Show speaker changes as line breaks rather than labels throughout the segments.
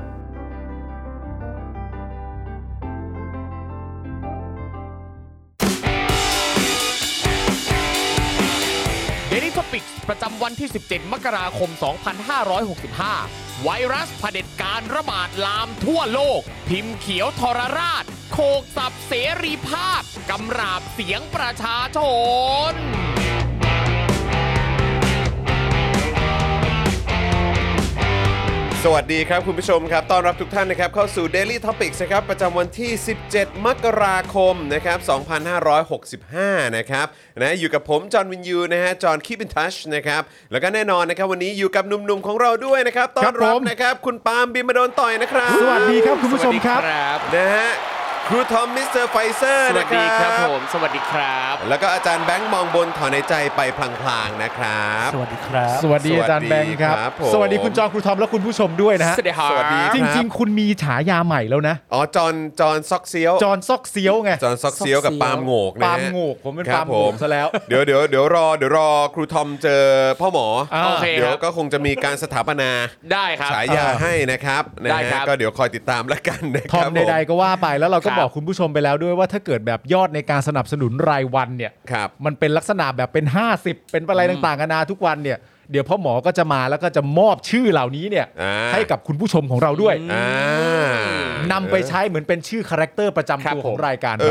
d a i l y Topics ประจำวันที่ 17 มกราคม 2565 ไวรัสเผด็จการระบาดลามทั่วโลก พิมพ์เขียวทรราช โคกสับเสรีภาพ กำราบเสียงประชาชน
สวัสดีครับคุณผู้ชมครับต้อนรับทุกท่านนะครับเข้าสู่ Daily Topics นะครับประจำวันที่ 17 มกราคมนะครับ2565 นะครับนะอยู่กับผม จอห์นวินยูนะฮะจอห์นคีบินทัชนะครับแล้วก็แน่นอนนะครับวันนี้อยู่กับหนุ่มๆของเราด้วยนะครับต้อ
ครั
น
บ
รับ
ผม
นะครับคุณปาล์มบิมมาโดนต่อยนะครับ
สวัสดีครับคุณผู้ชมครับ
นะฮะครูทอมมิสเตอร์ไฟเซอร์
สวั
นะ
ส
ค
ดี
รับ
ครับผม สวัสดีครับ
แล้วก็อาจารย์แบงค์มองบนถอนในใจไปพลางๆนะครับ
สวัสดีครับ
สวัสดีอาจารย์แบงค์ครั
ส
บ
วัสดีครับผม
สวัสดีคุณจองครูทอมและคุณผู้ชมด้วยนะฮะ
สวัสดีครับ
สวัสดี
จริง ๆ คุณมีฉายาใหม่แล้วนะ
อ๋อจอห์นจอห์นซอกเซียว
จอนซอกเซียวไง
จอห์นซอกเซียวกับปาล์มโงกนะฮะ
ปาล์มโงกผมเป็น
ครับ
ปาล์มโง
ผ
กซะแล้ว
เดี๋ยวเดี๋ยวเดี๋ยวรอเดี๋ยวรอครูทอมเจอพ่อหมอ
อ่า
โอเค
เดี๋ย
คว รับ
ก็คงจะมีการสถาปนา
ได้ครับ
ฉายาให้นะครับนะ
ได้ครั
ฮะ
บ
ก็เดี๋ยวคอยติดตามแล้วกันนะ
ท
ค
อ
รั
ม
บ
ใด
ผม
ๆก็ว่าไปแล้วเราก็
ครับ
บอกคุณผู้ชมไปแล้วด้วยว่าถ้าเกิดแบบยอดในการสนับสนุนรายวันเนี่ย
ครับ
มันเป็นลักษณะแบบเป็น 50 เป็นอะไรต่างๆนานาทุกวันเนี่ยเดี๋ยวพ่อหมอก็จะมาแล้วก็จะมอบชื่อเหล่านี้เนี่ย
อ่า
ให้กับคุณผู้ชมของเราด้วย
อ่าน
ำไปใช้เหมือนเป็นชื่อคาแรคเตอร์ประจำตัวของรายการ
เอ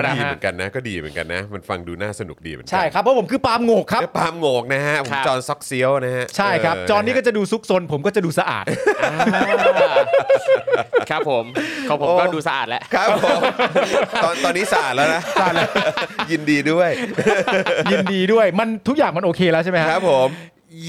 เรา
อก็
ค
ดี
รับ
เหมือนกันนะก็ดีเหมือนกันนะ มันฟังดูน่าสนุกดีเหมือนกั
ใช่ครับเพราะผมคือปาล์มโงกครับ
และปาล์มโงกนะฮะผม
ครับ
จอห์นซอกเซียวนะฮะ
ใช่ครับ
เ
จอนนี่ก็จะดูซุกซนผมก็จะดูสะอาด
ครับผมของผม
โอ้
ก็ดูสะอาดแล้ว
ครับผมตอนตอนนี้สะอาดแล้วนะสะอาดแล้วยินดีด้วย
ยินดีด้วยมันทุกอย่างมันโอเคแล้วใช่ไหมฮะ
ครับผม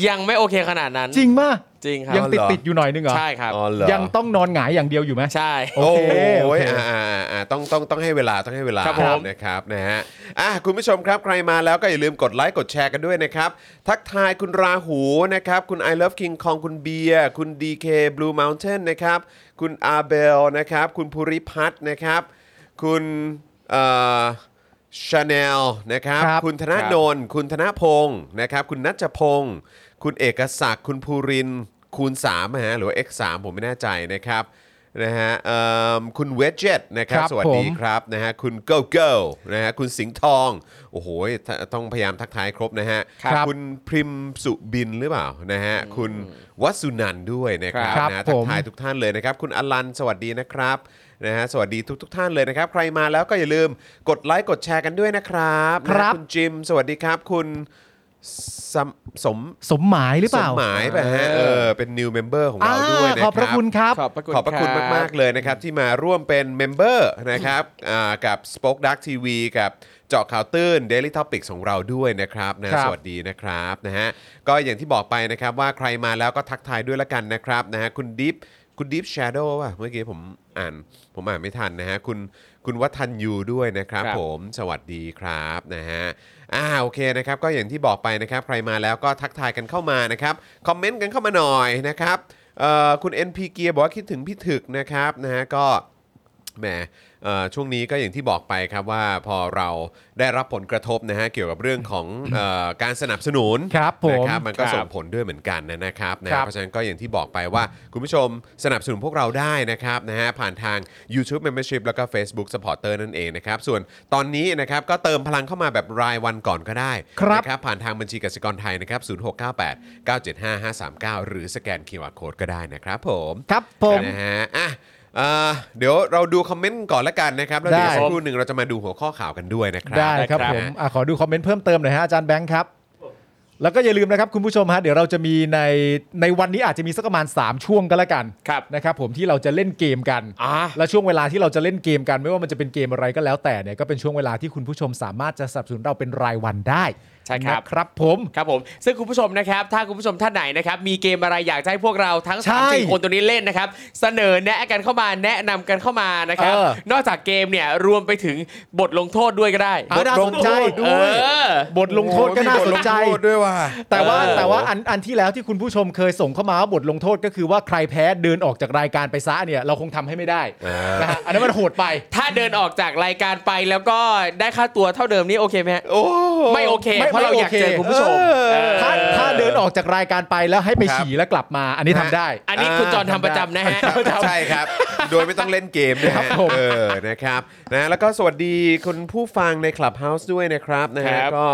ยังไม่โอเคขนาดนั้น
จริงป่ะ
จริงครับ
ยังติด
อ๋อเหรอ
ติดอยู่หน่อยนึงเหรอ
ใช่ครับ
อ๋อเหรอ
ยังต้องนอนหงายอย่างเดียวอยู่ไหม
ใช่
โอ
โอ้
เคโอ
โย
เค
อ่าอ่าอ่าต้องต้องต้องให้เวลาต้องให้เวลา
ครับผม
นะครับนะฮะอ่ะคุณผู้ชมครับใครมาแล้วก็อย่าลืมกดไลค์กดแชร์กันด้วยนะครับ ทักทายคุณราหูนะครับ คุณ I love King Kong คุณเบียร์คุณ DK Blue Mountain นะครับ คุณอาเบลนะครับ คุณภูริพัฒน์นะครับ คุณเอ่อชาแนลนะครับ
ครับ
คุณธนาโนนคุณธนาพงศ์นะครับ คุณนัชพงศ์คุณเอกศักดิ์คุณภูรินทร์คูณ3ฮะหรือว่า X3 ผมไม่แน่ใจนะครับนะฮะเอิ่มคุณเวจเจตนะครับ
ครับ
สวัสดี
ผม
ครับนะฮะคุณเกิลเกิลนะฮะคุณสิงห์ทอง โอ้โหถ้าต้องพยายามทักทายครบนะฮะ
ครับ
ณพริมสุบินหรือเปล่านะฮะคุณวัสุนันท์ด้วยนะครับ
ครับ
นะฮะ
ผ
ทั
ม
ทาย ทุกท่านเลยนะครับคุณอลันสวัสดีนะครับนะฮะสวัสดีทุกทท่านเลยนะครับ ใครมาแล้วก็อย่าลืมกดไลค์กดแชร์กันด้วยนะครับ
ครับ
นะคุณจิม สวัสดีครับ คุณสมสม
สมหมายหรือเป
สม
ล่า
หมายไปะฮะเออเป็น new member ของเราด้วยนะค
ข
รั
อบพระคุณครับ
ขอบพระคุณ
ขอบพระคุณ
ครับ
มาก ๆ เลยนะครับ ที่มาร่วมเป็นเมมเบอร์นะครับ อ่ากับ Spoke Dark TV กับเจาะข่าวตื้น Daily Topics ของเราด้วยนะครับนะครับ สวัสดีนะครับนะฮะก็อย่างที่บอกไปนะครับว่าใครมาแล้วก็ทักทายด้วยละกันนะครับนะฮะคุณดิฟคุณดิฟชาโดว่ะเมื่อกี้ผมอ่านผมอ่านไม่ทันนะฮะคุณคุณวัฒนยูด้วยนะครับ
ครับ
ผมสวัสดีครับนะฮะอ่าโอเคนะครับก็อย่างที่บอกไปนะครับใครมาแล้วก็ทักทายกันเข้ามานะครับคอมเมนต์กันเข้ามาหน่อยนะครับเอ่อคุณ NP เกียร์บอกว่าคิดถึงพี่ถึกนะครับนะฮะก็ แหมเอ่อช่วงนี้ก็อย่างที่บอกไปครับว่าพอเราได้รับผลกระทบนะฮะเกี่ยวกับเรื่องของเอ่อการสนับสนุน
ครับผม
นะครับมันก็
ครับ
ส่งผลด้วยเหมือนกันนะครับนะฮะ
ครับ
เพราะฉะนั้นก็อย่างที่บอกไปว่าคุณผู้ชมสนับสนุนพวกเราได้นะครับนะฮะผ่านทาง YouTube Membership แล้วก็ Facebook Supporter นั่นเองนะครับส่วนตอนนี้นะครับก็เติมพลังเข้ามาแบบรายวันก่อนก็ได้
ครับ
นะ นะครับผ่านทางบัญชีกสิกรไทยนะครับ 0698 975 539 หรือสแกน QR Code ก็ได้นะครับผม
ครับผม
นะฮะอ่ะเอ่อเดี๋ยวเราดูคอมเมนต์ก่อนละกันนะครับ แล้วเดี๋ยว
ได้
สักครู่หนึ่งเราจะมาดูหัวข้อข่าวกันด้วยนะครับ
ได้ครับ
ได้ครับ
ผมอะขอดูคอมเมนต์เพิ่มเติมหน่อยฮะอาจารย์แบงค์ครับ แล้วก็อย่าลืมนะครับคุณผู้ชมฮะเดี๋ยวเราจะมีในในวันนี้อาจจะมีสักประมาณ 3 ช่วงก็แล้วกัน
ครับ
นะครับผมที่เราจะเล่นเกมกัน
อ่า
และช่วงเวลาที่เราจะเล่นเกมกันไม่ว่ามันจะเป็นเกมอะไรก็แล้วแต่เนี่ยก็เป็นช่วงเวลาที่คุณผู้ชมสามารถจะสนับสนุนเราเป็นรายวันได้
ใช่ครับ
นะครับผม
ครับผมซึ่งคุณผู้ชมนะครับ ถ้าคุณผู้ชมท่านไหนนะครับ มีเกมอะไรอยากจะให้พวกเราทั้ง
ใช่
สามสี่คนตัวนี้เล่นนะครับ เสนอแนะกันเข้ามาแนะนำกันเข้ามานะครับ
เออน
อกจากเกมเนี่ยรวมไปถึงบทลงโทษด้วยก็ได้
อ่ะน่าสนใจ
เออ
บทลงโทษก็น่าสนใจ
โอ้ยมีบทลงโทษด้วยว่ะ
แต่ว่า
เออ
แต่ว่าอันอันที่แล้วที่คุณผู้ชมเคยส่งเข้ามาว่าบทลงโทษก็คือว่าใครแพ้เดินออกจากรายการไปซะเนี่ยเราคงทำให้ไม่ได้
เออ
นะฮะอันนั้นมันโหดไป
ถ้าเดินออกจากรายการไปแล้วก็ได้ค่าตัวเท่าเดิมนี่โอเคไหมฮะ
โอ้
ไม่โอเค
ไม่
เพราะเราอยาก
ไม่โอเค
เจอคุณผู้ชมเออ
ถ้าถ้าเดินออกจากรายการไปแล้วให้ไปฉี่แล้วกลับมา อันนี้ทำได้
อันนี้คุณจรทำประจำนะฮะ
ใช่ครับ โดยไม่ต้องเล่นเกมนะ
ครั
ฮะ
บผม
เออนะครับนะแล้วก็สวัสดีคุณผู้ฟังใน Clubhouse ด้วยนะครับนะฮะ
ครับ
ก็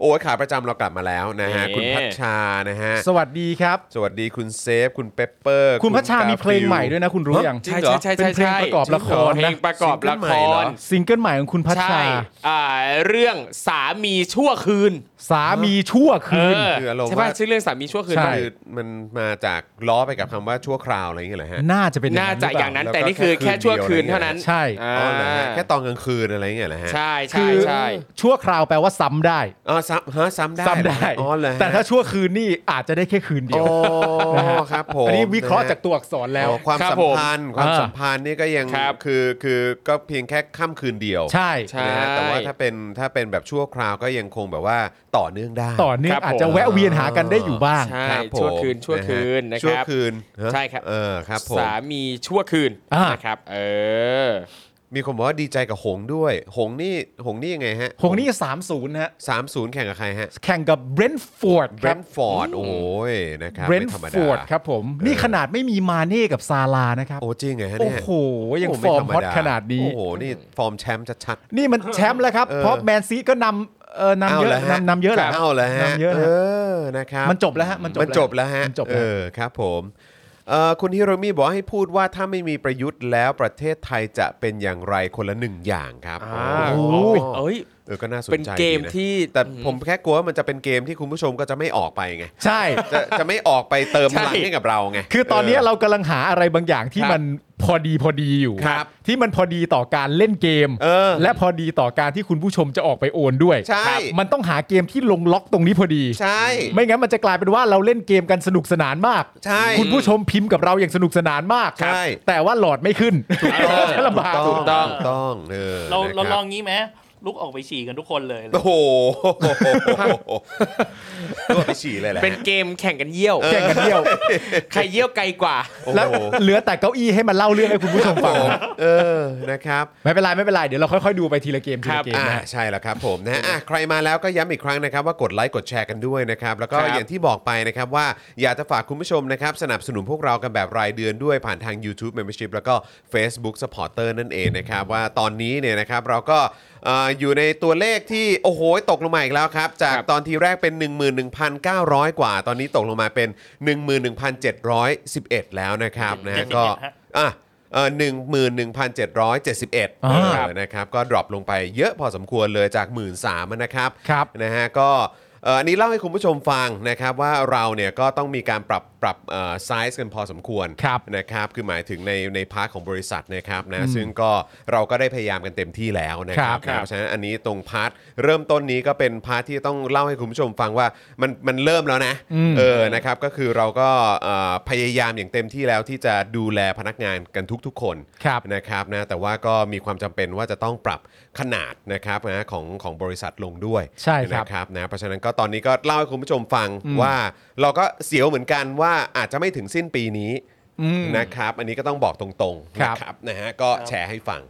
โอ้ยขาประจำเรากลับมาแล้วนะฮะ
นี่
คุณพัชชานะฮะ
สวัสดีครับ
สวัสดีคุณเซฟ คุณเปปเปอร์
คุณพัชชามีเพลงใหม่ด้วยนะคุณรู้
ฮะ
ยัง
จริงเหรอ
ใช่ใช่
เป็นเพลงประกอบละครนะ
เพลงประกอบละค
ซิงเกิลให
ร
ม่เหรอ
ซิงเกิลใหม่ของคุณพัช
ใช่
ชา
อ่าเรื่องสามีชั่วคืน
สามีชั่วคืน
คืออารมณ์
ใช่ป่ะ
ว่า
ชื่อเรื่องสามีชั่วคืน
ใช่
ป่ะ
คือมันมาจากล้อไปกับคำว่าชั่วคราวอะไรอย่างเงี้ยเหรอฮะ
น่าจะเป็นอย่ง
น่า
หรื
จะ
เปล่
อย่างนั้นแต่
แล้วก็
นี่คือ
แค่
แค่
คืน
ชั่วคืนเท่านั้น
ใช่
อ่า
อ๋อเหรอฮะแค่ตอนกลางคืนอะไรอย่างเงี้ยเหรอฮะ
ใช่
คื
ใช่
อ
ใช่
ชั่วคราวแปลว่าซ้ำได้
อ๋อซ้ำฮะซ้ำได้
ซ้ำได้
อ๋อเหรอฮะ
แต่ถ้าชั่วคืนนี่อาจจะได้แค่คืนเดี
โอ้
ยว นะฮะ
ครับผม
อันนี้วิเคราะห์
นฮ
จากตัวอักษรแล้ว
อ๋อความ
ครับ
สัมพันธ์
ผม
ความ
อ่า
สัมพันธ์นี่ก็ยัง
ครับ
คือคือก็เพียงแค่ค่ำคืนเดียว
ใช่
ใช่
นะฮะแต่ว่าถ้าเป็นถ้าเป็นแบบชั่วคราวก็ยังคงแบบว่าต่อเนื่องได้
ต่อเนื่อ
ครั
ง
บ
อาจจะ
ผม
แวะเวียนหากันได้อยู่บ้าง
ใช่
ครับผม
ชั่วคืนชั่วคืนนะ
ฮ
คว
ชั่
รับ
คืนฮะ
ใช่ครับ
เออครับผม
สามีชั่วคืน
อ่าน
นะครับ เออ
มีคนบอกว่าดีใจกับหงส์ด้วย หงส์นี่หงส์นี่ยังไงฮะ
หงนี่สามศูนย์ฮะ
สามศูนย์แข่งกับใครฮะ
แข่งกับเบรนท์ฟอร์ด
เบร
ครับ
นท์ฟอร์ดโอ้ยนะครับ
เบรน
ไม่
ท์
ธรรม
ฟ
ดา
อร์ดครับผม นี่ขนาดไม่มีมาเน่กับซาลานะครับ
โอ้จริงเหรอฮะ
โอ้
เนี่ย
โห ยัง
โไ
ฟอร์
ธ
มฮอตขนาดนี้
โอ้โหนี่ฟอร์มแชมป์ชัด
นี่มันแชมป์แล้วครับ
เออ
เพราะแมนซีก็นำเออ
ๆ
นำเยอะ
าฮ
นำนำเยอะแหละ
เอ้าแล้วฮะ
นำเยอะ
เอ
นะ
อนะครับ
มันจบแล้วฮะมันจบแล้ว
มันจบแล้วฮะ
มันจบแล้ว
เออครับผมเอ่อคุณฮิโรมิบอกให้พูดว่าถ้าไม่มีประยุทธ์แล้วประเทศไทยจะเป็นอย่างไรคนละหนึ่งอย่างครับ
อ่า
โอ้โห
เอาเป็นเอ้ย
เออก็น่าสนใจ
เป็นเกม
ดีะ
ที่
แต่ผมแค่กลัวว่ามันจะเป็นเกมที่คุณผู้ชมก็จะไม่ออกไปไง
ใช่
จะจะไม่ออกไปเติมพลัง
ใช่
ให้กับเราไง
คือตอนนี้เรากำลังหาอะไรบางอย่างที่
ครับ
มันพอดีพอดีอยู่
ครับ
ที่มันพอดีต่อการเล่นเกม
เออ
และพอดีต่อการที่คุณผู้ชมจะออกไปโอนด้วย
ใช่
ครับมันต้องหาเกมที่ลงล็อกตรงนี้พอดี
ใช่
ไม่งั้นมันจะกลายเป็นว่าเราเล่นเกมกันสนุกสนานมาก
ใช่
คุณผู้ชมพิมพ์กับเราอย่างสนุกสนานมาก
ใช่
แต่ว่าหลอดไม่ขึ้น
ต้อง
ลำบาก
ถูกต้อง
ถูกต้องเออ
เรา
นะค
เรา
บ
ลองงี้ไหมลุกออกไปฉี่กันทุกคนเลย
โอ้โหตัวไปฉี่เลยแหละ
เป็นเกมแข่งกันเยี่ยว
แข่งกันเที่ยว
ใครเยี่ยวไกลกว่า
โอ้
แล้ว
โห
เหลือแต่เก้าอี้ให้มันเล่าเรื่องให้คุณผู้ชมฟัง
เออ นะครับ
ไม่เป็นไรไม่เป็นไรเดี๋ยวเราค่อยๆดูไปทีละเกมทีละเกม
อ่า
นะ
ใช่แล้วครับผมนะฮะอ่ะใครมาแล้วก็ย้ำอีกครั้งนะครับว่ากดไลค์กดแชร์กันด้วยนะครับ แล้วก็
ครับ
อย่างที่บอกไปนะครับว่าอยากจะฝากคุณผู้ชมนะครับ สนับสนุนพวกเรากันแบบรายเดือนด้วยผ่านทาง YouTube Membership แล้วก็ Facebook Supporter นั่นเองนะครับ ว่าตอนนี้เนี่ยนะครับเราก็เอ่ออยู่ในตัวเลขที่ โอ้โห ตกลงมาอีกแล้วครับ จาก
ครับ
ตอนทีแรกเป็น 11,900 กว่า ตอนนี้ตกลงมาเป็น 11,711 แล้วนะครับนะฮะก็
71ฮะ
อ่ะเออหนึ่งหมื่นหนึ่งพันเจ็ดร้อยเจ็ดสิบเอ็ด
อ่า
เออนะครับก็ดรอปลงไปเยอะพอสมควรเลยจากหมื่นสามนะครับ
ครับ
นะฮะก็เอ่ออันนี้เล่าให้คุณผู้ชมฟังนะครับว่าเราเนี่ยก็ต้องมีการปรับปรับไซส์กันพอสมควร
ครับ
นะครับคือหมายถึงในในพาร์ทของบริษัทนะครับนะซึ่งก็เราก็ได้พยายามกันเต็มที่แล้วนะครั
ครับ บ
นะเพราะฉะนั้นอันนี้ตรงพาร์ทเริ่มต้นนี้ก็เป็นพาร์ทที่ต้องเล่าให้คุณผู้ชมฟังว่ามันมันเริ่มแล้วนะเออนะครับก็คือเราก็เอ่อพยายามอย่างเต็มที่แล้วที่จะดูแลพนักงานกันทุก ๆ คน
ครับ
นะครับนะแต่ว่าก็มีความจำเป็นว่าจะต้องปรับขนาดนะครับนะของของบริษัทลงด้วย
ใช่ครับ
นะครับนะเพราะฉะนั้นก็ตอนนี้ก็เล่าให้คุณผู้ชมฟังว่า เราก็เสียวเหมือนกันว่าอาจจะไม่ถึงสิ้นปีนี้นะครับ อันนี้ก็ต้องบอกตรงๆ
ครั
นะ
บ
ครับนะฮะก็แชร์ให้ฟัง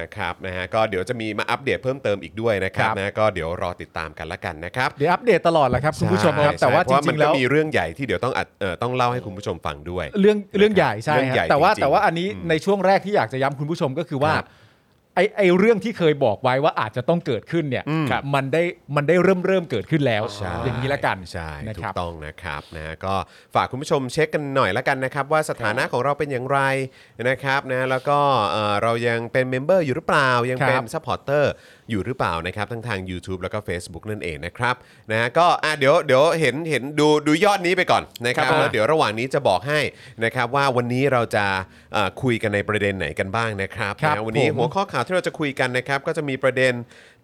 นะครับนะฮะก็เดี๋ยวจะมีมาอัปเดตเพิ่มเติมอีกด้วยนะครับ
ครับ
นะก็เดี๋ยวรอติดตามกันละกันนะครับ
เดี๋ยวอัปเดตตลอดแหละครับคุณผู้ชมครับ
ใช่
แต่ว่า
เพ
จ
ราะ
ริ
มัน
งๆ
ก็
แล้ว
มีเรื่องใหญ่ที่เดี๋ยวต้องอัดเอ่อต้องเล่าให้คุณผู้ชมฟังด้วย
เรื่องเรื่องใหญ่ใช่
เรื่อง
ฮะ
ใหญ่
แต่ว่า
จริงๆ
แต่ว่าอันนี้
อืม
ในช่วงแรกที่อยากจะย้ำคุณผู้ชมก็คือว่า
ครับ
ไอไอเรื่องที่เคยบอกไว้ว่าอาจจะต้องเกิดขึ้นเนี่ย
อืม
ครับมันได้มันได้เริ่มเริ่มเกิดขึ้นแล้ว
ใช่
อย่างนี้ละกัน
ใช่
นะ
ถู
ครั
ก
บ
ต้องนะครับนะฮะก็ฝากคุณผู้ชมเช็คกันหน่อยละกันนะครับ ว่าสถานะของเราเป็นอย่างไรนะครับนะแล้วก็เอ่อเรายังเป็นเมมเบอร์อยู่หรือเปล่า ยัง
ครับ
เป็นซัพพอร์เตอร์อยู่หรือเปล่านะครับ ทั้งทาง YouTube แล้วก็ Facebook นั่นเองนะครับนะฮะก็อ่ะเดี๋ยวเดี๋ยวเห็นเห็นดูดูยอดนี้ไปก่อนนะครับ
ครับผม
แล้วเดี๋ยวระหว่างนี้จะบอกให้นะครับว่าวันนี้เราจะเอ่อคุยกันในประเด็นไหนกันบ้างนะครับ
ครับ
นะฮะวันนี้
ผม
หัว หัวข้อข่าวที่เราจะคุยกันนะครับก็จะมีประเด็น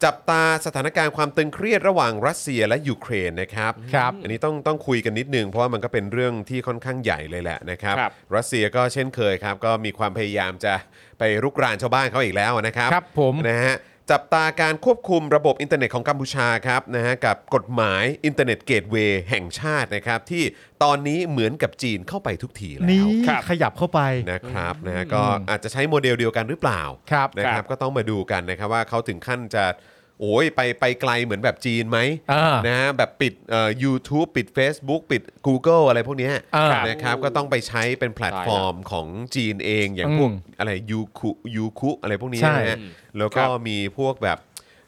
จับตาสถานการณ์ความตึงเครียดระหว่างรัสเซียและยูเครนนะครับ
ครับ
อันนี้ต้องต้องคุยกันนิดนึงเพราะว่ามันก็เป็นเรื่องที่ค่อนข้างใหญ่เลยแหละนะครับ
ครับ
รัสเซียก็เช่นเคยครับก็มีความพยายามจะไปรุกรานชาวบ้านเขาอีกแล้วนะครับ
ครับผม
นะฮะจับตาการควบคุมระบบอินเทอร์เน็ตของกัมพูชาครับนะฮะกับกฎหมายอินเทอร์เน็ตเกตเวย์แห่งชาตินะครับที่ตอนนี้เหมือนกับจีนเข้าไปทุกทีแล้ว
นี่
ครับ
ขยับเข้าไป
นะครับนะฮะก็อาจจะใช้โมเดลเดียวกันหรือเปล่า
ครับ
นะครับก็ต้องมาดูกันนะครับว่าเขาถึงขั้นจะโอ้ยไปไปไกลเหมือนแบบจีนไหม
อ่าน
นะฮะแบบปิดเอ่อ YouTube ปิด Facebook ปิด Google อะไรพวกเนี้ย
อ่า
นะครับก็ต้องไปใช้เป็นแพลตฟอร์มของจีนเองอย่าง
อืม
พวกอะไรยูคุยูคุอะไรพวกนี้
ใช่
นะฮะแล้วก็มีพวกแบบ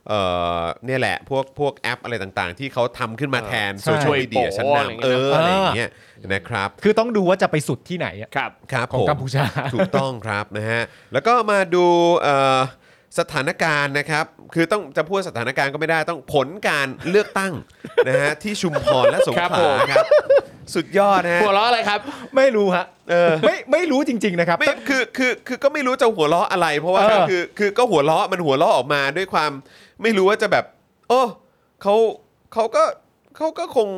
เอ่อเนี่ยแหละพวกพวกแอปอะไรต่างๆ ที่เขาทำขึ้นมาแทน
ใช่
โซเชียลมีเดียชั้นนำเอออะไรอย่างเงี้ยนะครับ
คือต้องดูว่าจะไปสุดที่ไหนอะ
ครับ
ครับ
ของ
ผ
กัมพูชา
ถูกต้องครับ นะฮะแล้วก็มาดูเอ่อสถานการณ์นะครับ คือต้องจะพูดสถานการณ์ก็ไม่ได้ต้องผลการเลือกตั้ง นะฮะที่ชุมพรและสง
ครับ
ข
ผ
ลาม ครับ สุดยอดนะฮะ
หัวเราะอะไรครับ
ไม่รู้ฮะ
เออ
ไม่ไม่รู้จริง ๆ นะครับ
ไม่คือคือคือก็ไม่รู้จะหัวเราะอะไร เพราะว่า
เออ
คือคือก็หัวเราะมันหัวเราะออกมาด้วยความไม่รู้ว่าจะแบบ โอ้เขาเขาก็เขาก็คง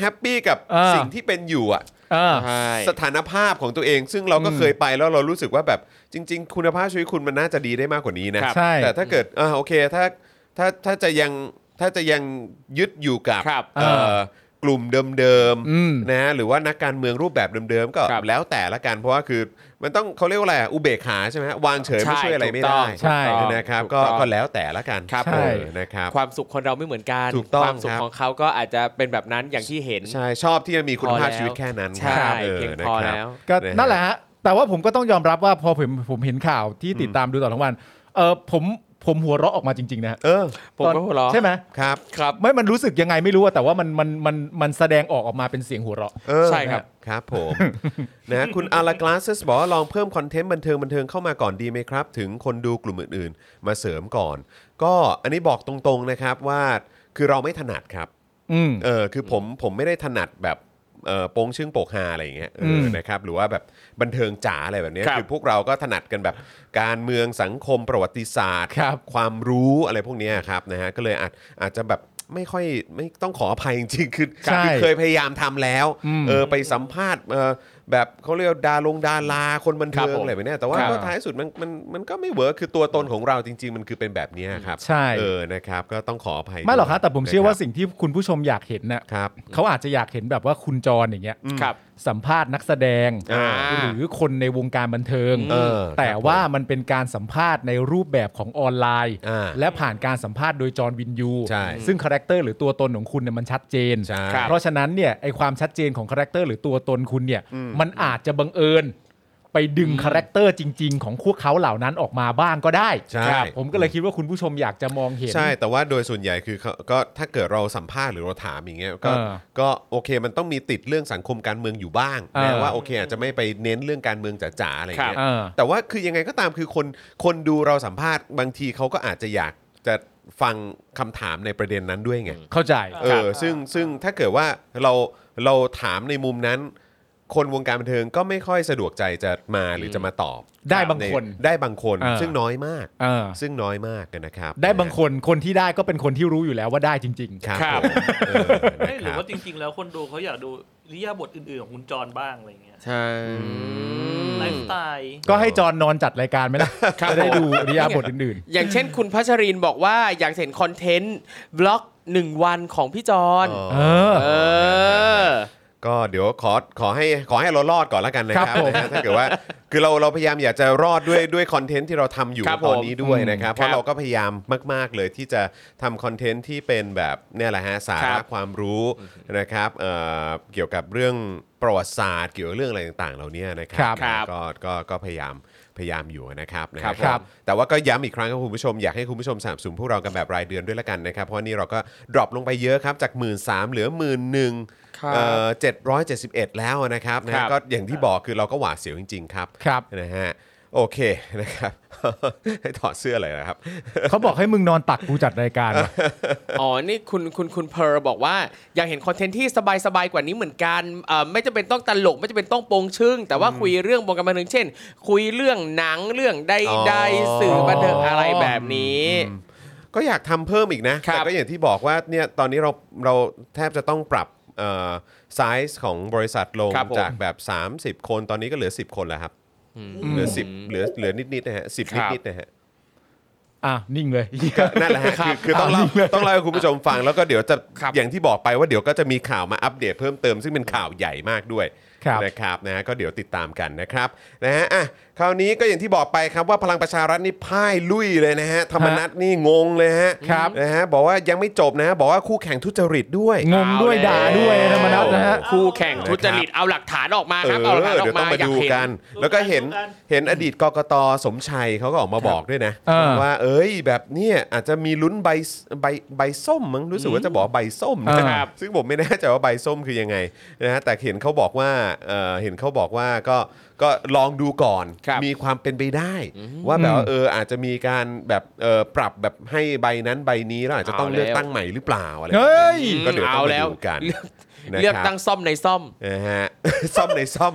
แฮปปี้กับ
เออ
สิ่งที่เป็นอยู่อ่ะ
อ่า
สถานภาพของตัวเอง ซึ่งเราก็เคยไปแล้วเรารู้สึกว่าแบบจริง ๆ คุณภาพชีวิตคุณมันน่าจะดีได้มากกว่านี้นะ
ครับใช่
แต่ถ้าเกิดอ่าโอเคถ้าถ้าถ้าจะยังถ้าจะยังยึดอยู่กับ
ครับ
เอ่อ
เออก
ลุ่มเดิม
อืม
ๆนะหรือว่านักการเมืองรูปแบบเดิมๆก็
ครับ
แล้วแต่ละกันเพราะว่าคือมันต้องเขาเรียกว่าอะไรอ่ะอุเบกขาใช่ไหมฮะวางเฉยไม่ช่วยอะไรไม่ได้
ใช่
ถูกต้อง
นะครับ
ถู
ก็
ต้อง
ก็แล้วแต่ละกัน
ครับ
เออนะครับ
ความสุขคนเราไม่เหมือนกัน
ถูกต้อง
ความสุ
ค
ข
รับ
ของเขาก็อาจจะเป็นแบบนั้นอย่างที่เห็น
ใช่ชอบที่จะมีคุณภาพ
พอแล้ว
ชีวิตแค่นั้น
ใช่
ครับ
เพียง
นะ
พอ
ครับ
แล้ว
ก็
ฮ
นั่นแหละฮะแต่ว่าผมก็ต้องยอมรับว่าพอผมผมเห็นข่าวที่ติดตามดูตลอดทั้งวันเออผมผมหัวเราะออกมาจริงๆนะฮะ
เออ
ผมก็หัวเราะ
ใช่ไหม
ครับ
ครับ
ไม่มันรู้สึกยังไงไม่รู้อะแต่ว่ามันมันมันมันแสดงออกออกมาเป็นเสียงหัวเราะ
เออ
ใช่ครับ
ครับผม นะคุณอาร์กลาสสบอกว่าลองเพิ่มคอนเทนต์บันเทิงบันเทิงเข้ามาก่อนดีไหมครับ ถึงคนดูกลุ่มอื่นๆ มาเสริมก่อน ก็อันนี้บอกตรงๆนะครับว่าคือเราไม่ถนัดครับ
อืม
เออคือผมผมไม่ได้ถนัดแบบเออโป้งชึ่งโปกฮาอะไรอย่างเงี้ยเออ
ม
นะครับหรือว่าแบบบันเทิงจ๋าอะไรแบบเนี้ย
ครับ
คือพวกเราก็ถนัดกันแบบการเมืองสังคมประวัติศาสตร์
ครับ
ความรู้อะไรพวกเนี้ยครับนะฮะก็เลยอาจอาจจะแบบไม่ค่อยไม่ต้องขออภัยจริงๆคือ
ใช่
คือเคยพยายามทำแล้ว
อืม
เออไปสัมภาษณ์เออแบบเขาเรียกว่าดาลงดาราคนบันเทิงอะไรแบบเนี้ยแต่ว่า
ครับ
ก็ท้ายสุดมันมันมันก็ไม่เวิร์คคือตัวตนของเราจริง ๆ มันคือเป็นแบบเนี้ยครับ
ใช่
เออนะครับก็ต้องขออภัย
ไม่หรอกครับแต่ผมเชื่อว่า
นะ
สิ่งที่คุณผู้ชมอยากเห็นน่ะ
ครับ
เขาอาจจะอยากเห็นแบบว่าคุณจรอย่างเงี้ย
ครับ
สัมภาษณ์นักแสดง
อ่า
หรือคนในวงการบันเทิง
เออ
แต่
ครับ
ว่ามันเป็นการสัมภาษณ์ในรูปแบบของออนไลน์
อ่า
และผ่านการสัมภาษณ์โดยจอห์นวินยู
ใช่
ซึ่งคาแรคเตอร์หรือตัวตนของคุณเนี่ยมันชัดเจน
ใช่
ครับ
เพราะฉะนั้นเนี่ยไอความชัดเจนของคาแรคเตอร์หรือตัวตนคุณเนี่ยมันอาจจะบังเอิญ ไปดึงคาแรคเตอร์จริง ๆ ของพวกเขาเหล่านั้นออกมาบ้างก็ได้
ใช่
ครับผมก็เลยคิดว่าคุณผู้ชมอยากจะมองเห็น
ใช่แต่ว่าโดยส่วนใหญ่คือเขาก็ถ้าเกิดเราสัมภาษณ์หรือเราถามอย่างเงี้ยก็
เออ
ก็โอเคมันต้องมีติดเรื่องสังคมการเมืองอยู่บ้าง
เออ
แม้ว่าโอเคอาจจะไม่ไปเน้นเรื่องการเมืองจ๋าๆอะไรอย่างเงี้ย
ครับเออ
แต่ว่าคือยังไงก็ตามคือคนคนดูเราสัมภาษณ์บางทีเขาก็อาจจะอยากจะฟังคำถามในประเด็นนั้นด้วยไง
เข้าใจ
เออซึ่งซึ่งถ้าเกิดว่าเราเราถามในมุมนั้น คนวงการบันเทิงก็ไม่ค่อยสะดวกใจจะมาหรือจะมาตอบ
ได้บาง
ใน
คน
ได้บางคน
เออ
ซึ่งน้อยมาก
เออ
ซึ่งน้อยมากนะครับ
ได้บางคนคนที่ได้ก็เป็นคนที่รู้อยู่แล้วว่าได้จริง
ครับ
ครับ
ผมเออ
เอ้ย
นะ
ห
ค
รือ
รับ
ว่าจริง ๆ แล้วคนดูเขาอยากดูอิริยาบถอื่น ๆ ของคุณจรบ้างอะไรเงี้ย
ใช่
ไลฟ์สไตล์
ๆ ก็ให้จอห์นนอนจัดรายการไหมล่ะ
ครับ
จะได้ดู
ผม
อริยาบทอื่น
อย่างเช่นคุณพัชรินบอกว่าอยากเห็นคอนเทนต์บล็อกหนึ่งวันของพี่จอน
เออ
เออ
เออ
ก็เดี๋ยวขอขอให้ขอให้เรารอดก่อนแล้วกันนะค
ค
รั
รั
บบ
ผม
นะฮะถ้าเกิดว่าคือเราเราพยายามอยากจะรอดด้วยด้วยคอนเทนต์ที่เราทำอยู่
ครับผม
ตอนนี้ด้วย
อืม
นะครับเพ
ครั
ราะ
บ
เราก็พยายามมาก ๆ เลยที่จะทำคอนเทนต์ที่เป็นแบบเนี่ยแหละฮะสา
ค
ระ
รับ
ความรู้นะครับเอ่อเกี่ยวกับเรื่องประวัติศาสตร์ เกี่ยวกับเรื่องอะไรต่างๆ เหล่านี้นะครั
ครับ
ครับ
ก็ก็ก็พยายามพยายามอยู่นะครับนะฮะ
ครับ
ครับ
แต่ว่าก็ย้ำอีกครั้งครับคุณผู้ชมอยากให้คุณผู้ชมสามสูนพวกเรากันแบบรายเดือนด้วยละกันนะครับ เพราะนี่เราก็ดรอปลงไปเยอะครับ จาก 1 3ื่นเหลือ 1 1ื่นหนึ่ง
ครับ
เจ็ดร้อยเจ็ดสิบเอ็ดแล้วนะครับนะ
ครั
ฮะ
บ
ก็อย่างที่บอกคือเราก็หวาดเสียวจริง ๆ ครับ
ครับ
นะฮะโอเค นะครับ ให้ถอดเสื้อเลยนะครับ
เขาบอกให้มึงนอนตักกูจัดรายการว่ะ
อ๋อ นี่คุณคุณคุณเพร์ลบอกว่าอยากเห็นคอนเทนต์ที่สบายๆกว่านี้เหมือนกันเอ่อไม่จำเป็นต้องตลก ไม่จำเป็นต้องโปงชึ่ง แต่ว่าคุยเรื่องวงการบันเทิงเช่น คุยเรื่องหนังเรื่องใด
อ๋อ
ๆสื่อบันเทิงอะไรแบบนี้
ก็อยากทำเพิ่มอีกนะ
ครับ
แต่ก็อย่างที่บอกว่าเนี่ยตอนนี้เราเราแทบจะต้องปรับไซส์ของบริษัทลง
ครับผม
จากแบบ 30 คนตอนนี้ก็เหลือ 10 คนแล้วครับเหลือ 10 เหลือเหลือนิดๆนะฮะสิบ
ครับ
นิดๆนะฮะ
อ่ะ นิ่งเลย
ก็นั่นแหละฮะคือคือต้องเล่าต้องเล่าให้คุณผู้ชมฟังแล้วก็เดี๋ยวจะอย่างที่บอกไปว่าเดี๋ยวก็จะมีข่าวมาอัปเดตเพิ่มเติมซึ่งเป็นข่าวใหญ่มากด้วย
ครับ
นะครับนะฮะก็เดี๋ยวติดตามกันนะครับนะฮะอ่ะคราวนี้ก็อย่างที่บอกไปครับว่าพลังประชารัฐนี่พ่ายลุยเลยนะฮะธรรมนัฐนี่งงเลยฮะ
ครับ
นะฮะบอกว่ายังไม่จบนะฮะบอกว่าคู่แข่งทุจริตด้วย
งงด้วยด่าด้วยธรรมนัสนะฮะ
คู่แข่ง
นะครับ
ทุจริตเอาหลักฐานออกมา
เอ
ครับ
อ
เอาหลักฐานออ
เดี๋ยว
ก
ต้อ
มาง
มา
อยาก
ดู
เห็น
กัน แล้วก็เห็น
ดูกัน
เห็นอดีตกกตสมชัยเขาก็ออกมาบอกด้วยนะ
เออ
ว่าเอ้ยแบบเนี้ยอาจจะมีลุ้นใบใบใบส้มมั้งรู้สึกว่าจะบอกว่าใบส้มนะครับ ซึ่งผมไม่แน่ใจว่าใบส้มคือยังไงนะฮะแต่เห็นเขาบอกว่าเออเห็นเขาบอกว่าก็ก็ลองดูก่อน
ครับ
มีความเป็นไปได้ ว่าแบบว่าเอออาจจะมีการแบบเออปรับแบบให้ใบนั้นใบนี้แล้วอาจจะต้อง
เอาแล้ว
เลือกตั้งใหม่หรือเปล่าอะไรแบบ
เฮ้
นี้
ย
ก็เดี๋ยวต้อง
แล้
มาว ดูกัน
เลือก
นะครับ
เลือกตั้งซ่อมในซ่อม
นะฮะ ซ่อมในซ่อม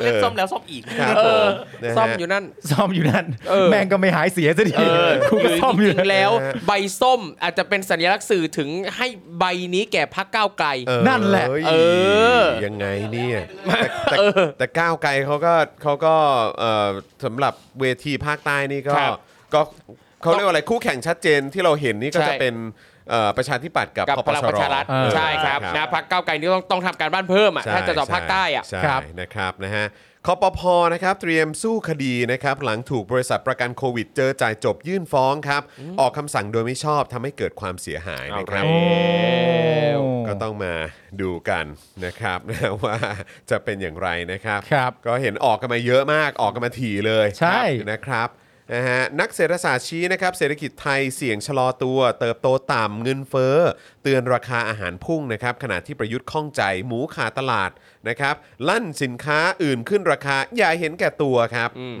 เล่นซ่อมแล้วซ่อมอีก
ครับ
เอ
ผ
อ
มนะฮะ
ซ่อมอยู่นั่น
ซ่อมอยู่นั่น
เออ
แม่งก็ไม่หายเสียสักที
เออ
กูก็ซ่อม
ห
อ
รื
ยู่
จริงๆแล้ว
นะฮะ
ใบส้มอาจจะเป็นสัญลักษณ์สื่อถึงให้ใบนี้แก่พรรคก้าวไกล
เออ
นั่นแหละ
เอ้ย
เออ
ยังไงเนี่ยแต่แต่แต่ก้าวไกลเขาก็เขาก็เอ่อสำหรับเวทีภาคใต้นี่ก็
ครับ
ก็เขาเรียกว่าอะไรคู่แข่งชัดเจนที่เราเห็นนี่ก็
ใช่
จะเป็นเอ่อประชาธิปัตย์กับ
กับ
พ
พลังประชารัฐ
เออ
ใช่ครับนะพรรคก้าวไกลนี่ต้องต้องทำการบ้านเพิ่มอ่ะ
ใช่
ถ้าจะต่อภาคใต้อ่ะ
ช่
ครับ
นะครับนะฮะคอปพอนะครับเตรียมสู้คดีนะครับหลังถูกบริษัทประกันโควิด เจอจ่ายจบยื่นฟ้องครับออกคำสั่งโดยไม่ชอบทำให้เกิดความเสียหายนะครับ
เอาแล้ว
ก็ต้องมาดูกันนะครับ นะว่าจะเป็นอย่างไรนะครับ
ครับ
ก็เห็นออกกันมาเยอะมากออกกันมาถี่เลย
ใช่
นะครับนะฮะนักเศรษฐศาสตร์ชี้นะครับเศรษฐกิจไทยเสี่ยงชะลอตัว เติบโตต่ำเงินเฟ้อ เตือนราคาอาหารพุ่งนะครับขณะที่ประยุทธ์ข้องใจหมูขาดตลาดนะครับลั่นสินค้าอื่นขึ้นราคาอย่าเห็นแก่ตัวครับอืม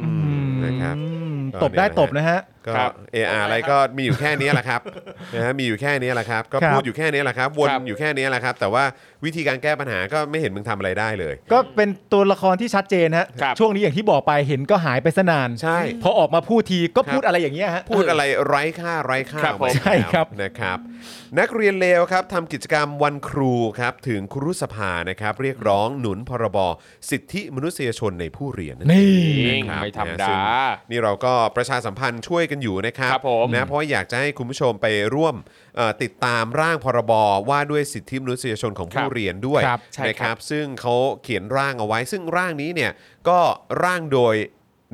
นะครับ
อืม
ก็
ตบได้
เนี่ยนะฮะ
ตบนะฮะ
ก็
ครับ
AR อะไรก็มีอยู่แค่นี้แหละ ครับ นะฮะมีอยู่แค่นี้แหละครับ ก็
ครับ
พูดอยู่แค่นี้แหละครับวน
ครับ
อยู่แค่นี้แหละครับ แต่ว่าวิธีการแก้ปัญหาก็ไม่เห็นมึงทำอะไรได้เลย
ก็เป็นตัวละครที่ชัดเจนฮะ
ครับ
ช่วงนี้อย่างที่บอกไปเห็นก็หายไปซะนาน
ใช่
พอออกมาพูดทีก็พูดอะไรอย่างเงี้ยฮะ
พูดอะไรไร้ค่าไร้ค่า
ครับ
ออกมา
ผมใช่ครับ
นะครับ นักเรียนเลวครับทำกิจกรรมวันครูครับถึงครุสภานะครับ เรียกร้องหนุนพรบสิทธิมนุษยชนในผู้เรียนนั่นเอง
นี่
จริงไม่ธรรมดา
ซึ่งนี่เราก็ประชาสัมพันธ์ช่วยกันอยู่นะครับ
ครับผม
นะเพราะอยากจะให้คุณผู้ชมไปร่วมเอ่อติดตามร่างพรบว่าด้วยสิทธิมนุษยชนของผู้
ครับ
เรียนด้วย
ครับ
ใช่
นะค
ครั
รับ
บ
ซึ่งเขาเขียนร่างเอาไว้ ซึ่งร่างนี้เนี่ยก็ร่างโดย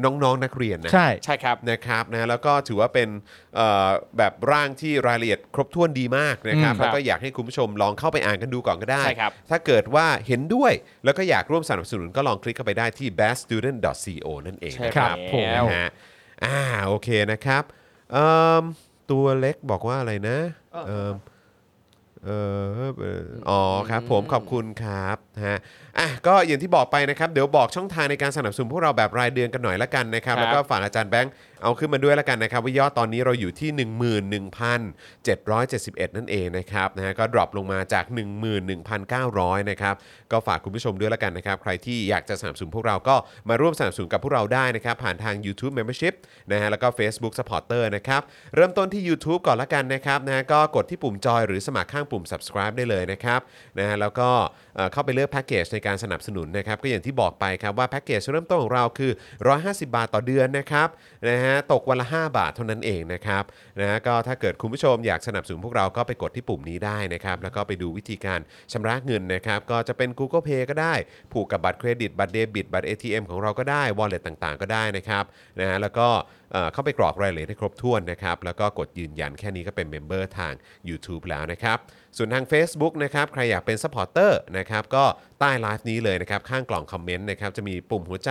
น้องๆนักเรียนนะ
ใช่
ใช่ครับ
นะครับนะแล้วก็ถือว่าเป็นเอ่อแบบร่างที่รายละเอียดครบถ้วนดีมากนะครับ
อืม
แล้วก็อยากให้คุณผู้ชมลองเข้าไปอ่านกันดูก่อนก็ได้
ใช่ครับ
ถ้าเกิดว่าเห็นด้วยแล้วก็อยากร่วมสนับสนุนก็ลองคลิกเข้าไปได้ที่ beststudent.co นั่นเองนะ
ครับผม
นะฮะอ่าโอเคนะครับเอิ่มตัวเล็กบอกว่าอะไรนะเอิ่มเออเอ่ออ๋อครับผมขอบคุณครับนะฮะอ่ะก็อย่างที่บอกไปนะครับเดี๋ยวบอกช่องทางในการสนับสนุนพวกเราแบบรายเดือนกันหน่อยละกันนะครับ
ครับ
แล้วก็ฝากอาจารย์แบงค์เอาขึ้นมาด้วยละกันนะครับว่ายอดตอนนี้เราอยู่ที่ 11,771 นั่นเองนะครับนะฮะก็ดรอปลงมาจาก 11,900นะครับก็ฝากคุณผู้ชมด้วยละกันนะครับใครที่อยากจะสนับสนุนพวกเราก็มาร่วมสนับสนุนกับพวกเราได้นะครับผ่านทาง YouTube Membership นะฮะแล้วก็ Facebook Supporter นะครับเริ่มต้นที่ YouTube ก่อนละกันนะครับนะฮะก็กดที่ปุ่มจอยหรือสมัครข้างปุ่ม subscribe ได้เลยนะครับนะฮะแล้วก็เอ่อเข้าไปเลือกแพ็กเกจในการสนับสนุนนะครับก็อย่างที่บอกไปครับว่าแพ็กเกจเริ่มต้นของเราคือ 150 บาทต่อเดือนนะครับนะฮะ ฮะตกวันละ 5 บาทเท่านั้นเองนะครับนะก็ถ้าเกิดคุณผู้ชมอยากสนับสนุนพวกเราก็ไปกดที่ปุ่มนี้ได้นะครับ แล้วก็ไปดูวิธีการชำระเงินนะครับ ก็จะเป็น Google Pay ก็ได้ ผูกกับบัตรเครดิตบัตรเดบิตบัตร ATM ของเราก็ได้ wallet ต่างๆ ก็ได้นะครับนะฮะแล้วก็เอ่อเข้าไปกรอกรายละเอียดให้ครบถ้วนนะครับ แล้วก็กดยืนยันแค่นี้ก็เป็นเมมเบอร์ทาง YouTube แล้วนะครับ ส่วนทาง Facebook นะครับ ใครอยากเป็น s u p p อร์เตอร์นะครับ ก็ใต้ไลฟ์นี้เลยนะครับ ข้างกล่องคอมเมนต์นะครับ จะมีปุ่มหัวใจ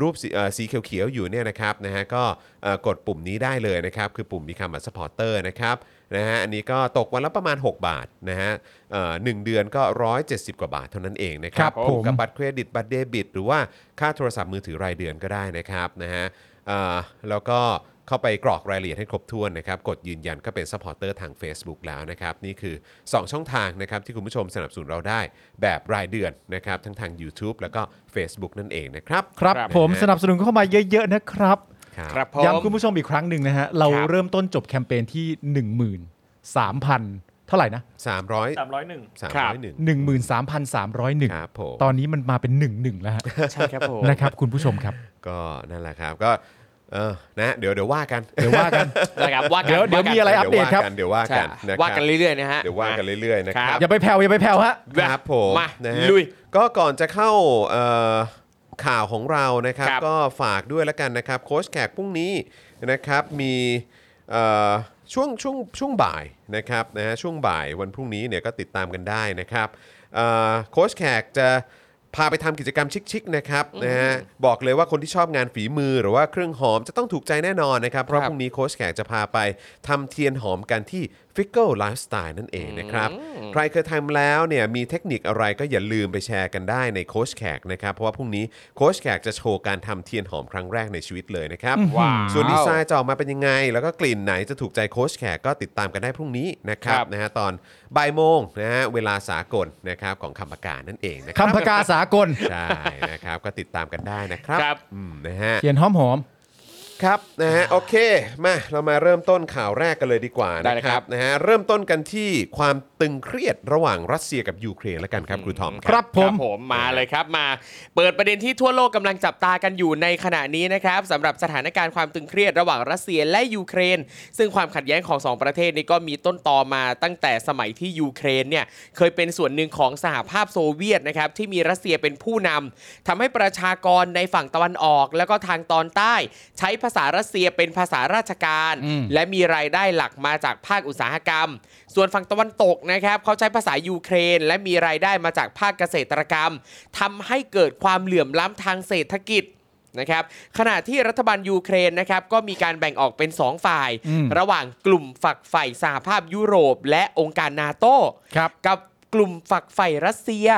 รูปสีเอ่อสีเขียว ๆ อยู่เนี่ยนะครับนะฮะก็เอ่อกดปุ่มนี้ได้เลยนะครับ คือปุ่ม Become a supporter นะครับนะฮะอันนี้ก็ตกวันละประมาณ 6 บาทนะฮะเอ่อหนึ่งเดือนก็ 170 กว่าบาทเท่านั้นเองนะค
ค
รั
รั
บบ
ผม
ผูกกับบัตรเครดิตบัตรเดบิต หรือว่าค่าโทรศัพท์มือถือรายเดือนก็ได้นะครับนะฮะเอ่อแล้วก็ เข้าไปกรอกรายละเอียดให้ครบถ้วนนะครับ กดยืนยันก็เป็น s u p p อร์เตอร์ทาง Facebook แล้วนะครับ นี่คือ 2 ช่องทางนะครับ ที่คุณผู้ชมสนับสนุนเราได้แบบรายเดือนนะครับ ทั้งทาง YouTube แล้วก็ Facebook นั่นเองนะครับ
ครับ
ครับ
ผม
นะฮะ
สนับสนุนเข้ามาเยอะ ๆ นะครับ
ครับ
ย้ำคุณผู้ชมอีกครั้งหนึ่งนะฮะ เรา
ครับ
เริ่มต้นจบแคมเปญที่ 13,000 เท่าไหร่นะ
สามร้อย
สามร้อยหนึ่ง
สาม
ครั
ร้
บ
อยหนึ่งค
13,301
รับผม
ตอนนี้มันมาเป็น 11 แล้วฮะ
ใช่ครับผม
นะครับคุณผู้ชมครับ
ก็นั่นแหละครับ ก็เออนะเดี๋ยวเดี๋ยวว่ากัน
เดี๋ยวว่ากัน
นะครับว่ากัน
เดี๋ยวเดี๋ยวมีอะไร ปอัปเดตครับ
เดี๋ยวว่า
ใช่
กันเดี๋ยว
ว่า
ว่า
กั
กัน นนะครับ
เรื่อยๆนะฮะ
เดี๋ยวว่ากันเรื่อยๆนะค
ครั
รับ
บ
อย่าไปแผ่วอย่าไปแผ่วฮะ
ครับผม
มา
นะฮะ
ลุย
ก็ก่อนจะเข้าเอ่อข่าวของเรานะครับ
ครับ
ก็ฝากด้วยแล้วกันนะครับ โค้ชแขกพรุ่งนี้นะครับมีเอ่อช่วงช่วงช่วงบ่ายนะครับนะฮะช่วงบ่ายวันพรุ่งนี้เนี่ยก็ติดตามกันได้นะครับเอ่อโค้ชแขกจะพาไปทำกิจกรรมชิคๆนะครับนะฮะบอกเลยว่าคนที่ชอบงานฝีมือหรือว่าเครื่องหอมจะต้องถูกใจแน่นอนนะครับ เพราะ
ครั
พ
บ
รุ่งนี้โค้ชแขกจะพาไปทำเทียนหอมกันที่ f i c k l e Lifestyle นั่นเองนะครับ ใครเคยทำแล้วเนี่ยมีเทคนิคอะไรก็อย่าลืมไปแชร์กันได้ในโค้ชแขกนะครับ เพราะว่าพรุ่งนี้โค้ชแขกจะโชว์การทำเทียนหอมครั้งแรกในชีวิตเลยนะครับ
ว้าว
ส่วนดีไซน์จะออกมาเป็นยังไง แล้วก็กลิ่นไหนจะถูกใจโค้ชแขกก็ติดตามกันได้พรุ่งนี้นะครับ
ครับ
นะฮะตอนบ่ายโมงนะฮะเวลาสากลนะครับของคำประกาศนั่นเองนะครั
คำพกาสากล
ใช่นะครับก็ติดตามกันได้นะครับ
ครับ
อืมนะฮะ
เขียนหอมหอม
ครับนะฮะโอเคมาเรามาเริ่มต้นข่าวแรกกันเลยดีกว่า
ได้
นะ
เลย
ค
ครั
รับบ นะฮะเริ่มต้นกันที่ความตึงเครียดระหว่างรัสเซียกับยูเครนแล้วกันครับครูทอม
ครั บผม
ผมมาเลยครับมาเปิดประเด็นที่ทั่วโลกกำลังจับตากันอยู่ในขณะนี้นะครับสำหรับสถานการณ์ความตึงเครียดระหว่างรัสเซียและยูเครน ซึ่งความขัดแย้งของสองประเทศนี้ก็มีต้นตอมาตั้งแต่สมัยที่ยูเครนเนี่ยเคยเป็นส่วนหนึ่งของสหภาพโซเวียตนะครับที่มีรัสเซียเป็นผู้นำทำให้ประชากรในฝั่งตะวันออก แล้วก็ทางตอนใต้ ใช้ภาษารัสเซียเป็นภาษาราชการ
อืม
และมีรายได้หลักมาจากภาคอุตสาหกรรม ส่วนฝั่งตะวันตกนะครับเขาใช้ภาษายูเครน และมีรายได้มาจากภาคเกษตรกรรมทำให้เกิดความเหลื่อมล้ำทางเศรษฐกิจนะครับขณะที่รัฐบาลยูเครนนะครับก็มีการแบ่งออกเป็น 2 ฝ่าย
อืม
ระหว่างกลุ่มฝักใฝ่สหภาพยุโรป และองค์การนาโต
ๆครับ
กับกลุ่มฝักใฝ่รัสเซีย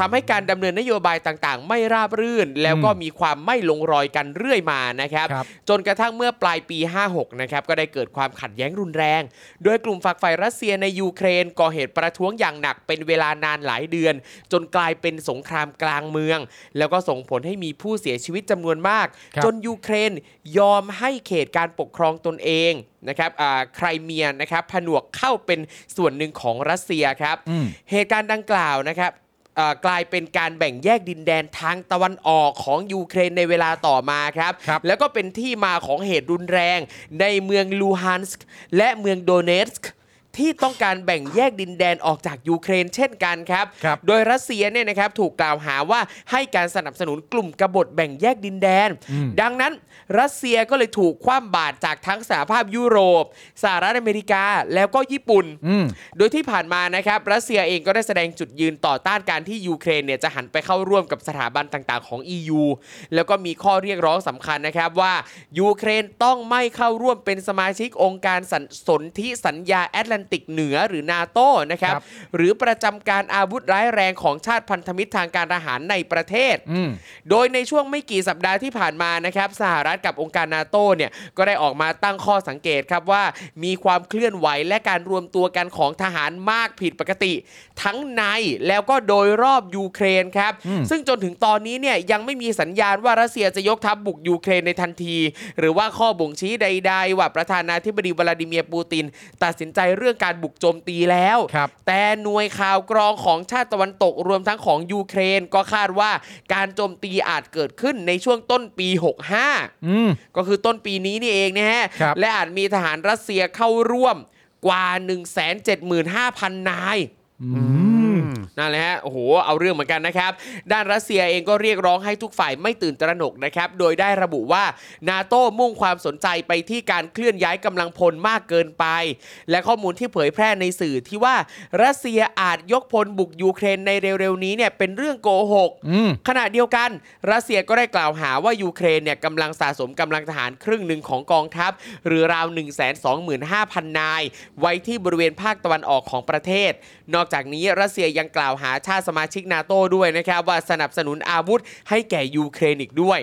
ทำให้การดำเนินนโยบายต่างๆ ไม่ราบรื่น แล้วก็มีความไม่ลงรอยกันเรื่อยมานะครับ
ครับ
จนกระทั่งเมื่อปลายปี 56 นะครับ ก็ได้เกิดความขัดแย้งรุนแรง โดยกลุ่มฝักใฝ่รัสเซียในยูเครนก่อเหตุประท้วงอย่างหนักเป็นเวลานานหลายเดือน จนกลายเป็นสงครามกลางเมือง แล้วก็ส่งผลให้มีผู้เสียชีวิตจำนวนมาก
ครับ
จนยูเครนยอมให้เขตการปกครองตนเองนะครับอ่าไครเมียนะครับผนวกเข้าเป็นส่วนหนึ่งของรัสเซียครับ
อืม
เหตุการณ์ดังกล่าวนะครับเอ่อกลายเป็นการแบ่งแยกดินแดนทางตะวันออกของยูเครนในเวลาต่อมาครับ
ครับ
แล้วก็เป็นที่มาของเหตุรุนแรง ในเมืองลูฮันสก์และเมืองโดเนสก์ที่ต้องการแบ่งแยกดินแดนออกจากยูเครนเช่นกันครับ
ครับ
โดยรัสเซียเนี่ยนะครับถูกกล่าวหาว่าให้การสนับสนุนกลุ่มกบฏแบ่งแยกดินแดน ดังนั้นรัสเซียก็เลยถูกคว่ำบาตรจากทั้งสหภาพยุโรป สหรัฐอเมริกาแล้วก็ญี่ปุ่น
อืม
โดยที่ผ่านมานะครับรัสเซียเองก็ได้แสดงจุดยืนต่อต้านการที่ยูเครนเนี่ยจะหันไปเข้าร่วมกับสถาบันต่างๆของ EU แล้วก็มีข้อเรียกร้องสำคัญนะครับว่ายูเครนต้องไม่เข้าร่วมเป็นสมาชิกองค์การสันสนธิสัญญาแอตแลนติกเหนือหรือนาโตนะครับ
ครับ
หรือประจำการอาวุธร้ายแรงของชาติพันธมิตรทางการทหารในประเทศ
อืม
โดยในช่วงไม่กี่สัปดาห์ที่ผ่านมานะครับสหรัฐกับองค์การนาโตเนี่ยก็ได้ออกมาตั้งข้อสังเกตครับว่า มีความเคลื่อนไหวและการรวมตัวกันของทหารมากผิดปกติ ทั้งในแล้วก็โดยรอบยูเครนครับ
อืม
ซึ่งจนถึงตอนนี้เนี่ยยังไม่มีสัญญาณว่ารัสเซียจะยกทัพบุกยูเครนในทันที หรือว่าข้อบ่งชี้ใด ๆ ว่าประธานาธิบดีวลาดิเมียร์ปูติน ตัดสินใจเลือก รื่องการบุกโจมตีแล้ว
ครับ
แต่หน่วยข่าวกรองของชาติตะวันตกรวมทั้งของยูเครน ก็คาดว่าการโจมตีอาจเกิดขึ้นในช่วงต้นปี 65
อืม
ก็คือต้นปีนี้นี่เองนะฮะ
ครับ
และอาจมีทหารรัสเซียเข้าร่วมกว่า 175,000 นาย
อืม
นั่นแหละฮะ โอ้โห เอาเรื่องเหมือนกันนะครับ ด้านรัสเซียเองก็เรียกร้องให้ทุกฝ่ายไม่ตื่นตระหนกนะครับ โดยได้ระบุว่านาโต้มุ่งความสนใจไปที่การเคลื่อนย้ายกำลังพลมากเกินไป และข้อมูลที่เผยแพร่ในสื่อที่ว่ารัสเซียอาจยกพลบุกยูเครนในเร็วๆนี้เนี่ยเป็นเรื่องโกหก
อืม
ขณะเดียวกันรัสเซียก็ได้กล่าวหาว่ายูเครนเนี่ยกำลังสะสมกำลังทหารครึ่งหนึ่งของกองทัพ หรือราว 125,000 นาย ไว้ที่บริเวณภาคตะวันออกของประเทศ นอกจากนี้รัสเซียยังกล่าวหาชาติสมาชิกนาโต้ด้วยนะครับว่าสนับสนุนอาวุธให้แก่ยูเครนอีกด้วย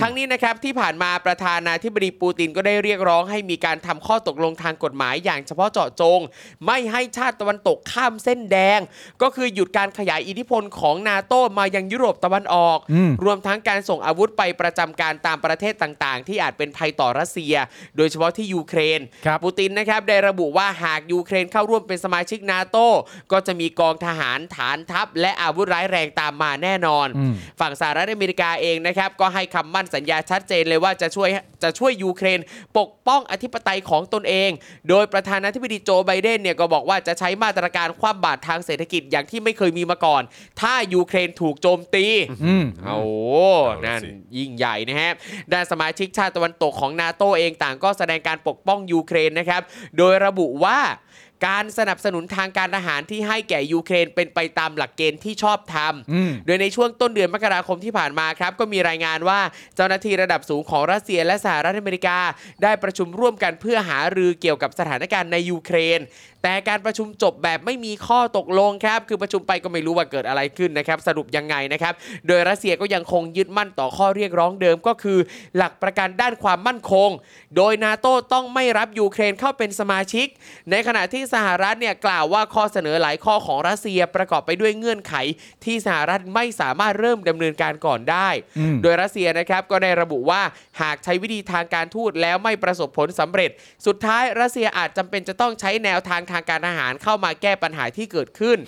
ทั้งนี้นะครับที่ผ่านมาประธานาธิบดีปูตินก็ได้เรียกร้องให้มีการทำข้อตกลงทางกฎหมายอย่างเฉพาะเจาะจง ไม่ให้ชาติตะวันตกข้ามเส้นแดง ก็คือหยุดการขยายอิทธิพลของนาโตมายังยุโรปตะวันออก
อืม
รวมทั้งการส่งอาวุธไปประจำการตามประเทศต่างๆ ที่อาจเป็นภัยต่อรัสเซีย โดยเฉพาะที่ยูเครน
ครับ
ปูตินนะครับได้ระบุว่าหากยูเครนเข้าร่วมเป็นสมาชิกนาโตก็จะมีกองทหารฐานทัพ และอาวุธร้ายแรงตามมาแน่นอน
อืม
ฝั่งสหรัฐอเมริกาเองนะครับ ก็ให้คำมั่นสัญญาชัดเจนเลยว่าจะช่วยจะช่วยยูเครน ปกป้องอธิปไตยของตนเอง โดยประธานาธิบดีโจไบเดนเนี่ยก็บอกว่าจะใช้มาตรการคว่ำบาตรทางเศรษฐกิจอย่างที่ไม่เคยมีมาก่อน ถ้ายูเครนถูกโจมตี
อืม
เอา
เอา
นั่น
สิ
ยิ่งใหญ่นะฮะ ด้านสมาชิกชาติตะวันตกของนาโตเองต่างก็แสดงการปกป้องยูเครนนะครับ โดยระบุว่าการสนับสนุนทางการทหารที่ให้แก่ยูเครนเป็นไปตามหลักเกณฑ์ที่ชอบธรรม
อืม
โดยในช่วงต้นเดือนมกราคมที่ผ่านมาครับ ก็มีรายงานว่าเจ้าหน้าที่ระดับสูงของรัสเซียและสหรัฐอเมริกา ได้ประชุมร่วมกันเพื่อหารือเกี่ยวกับสถานการณ์ในยูเครน แต่การประชุมจบแบบไม่มีข้อตกลงครับ คือประชุมไปก็ไม่รู้ว่าเกิดอะไรขึ้นนะครับ สรุปยังไงนะครับ โดยรัสเซียก็ยังคงยึดมั่นต่อข้อเรียกร้องเดิมก็คือ หลักประกันด้านความมั่นคง โดยนาโตต้องไม่รับยูเครนเข้าเป็นสมาชิก ในขณะที่สหรัฐเนี่ยกล่าวว่าข้อเสนอหลายข้อของรัสเซียประกอบไปด้วยเงื่อนไข ที่สหรัฐไม่สามารถเริ่มดำเนินการก่อนได้
อืม
โดยรัสเซียนะครับก็ได้ระบุว่าหากใช้วิธีทางการทูตแล้วไม่ประสบผลสำเร็จ สุดท้ายรัสเซียอาจจำเป็นจะต้องใช้แนวทางทางการทหารเข้ามาแก้ปัญหาที่เกิด ขึ้น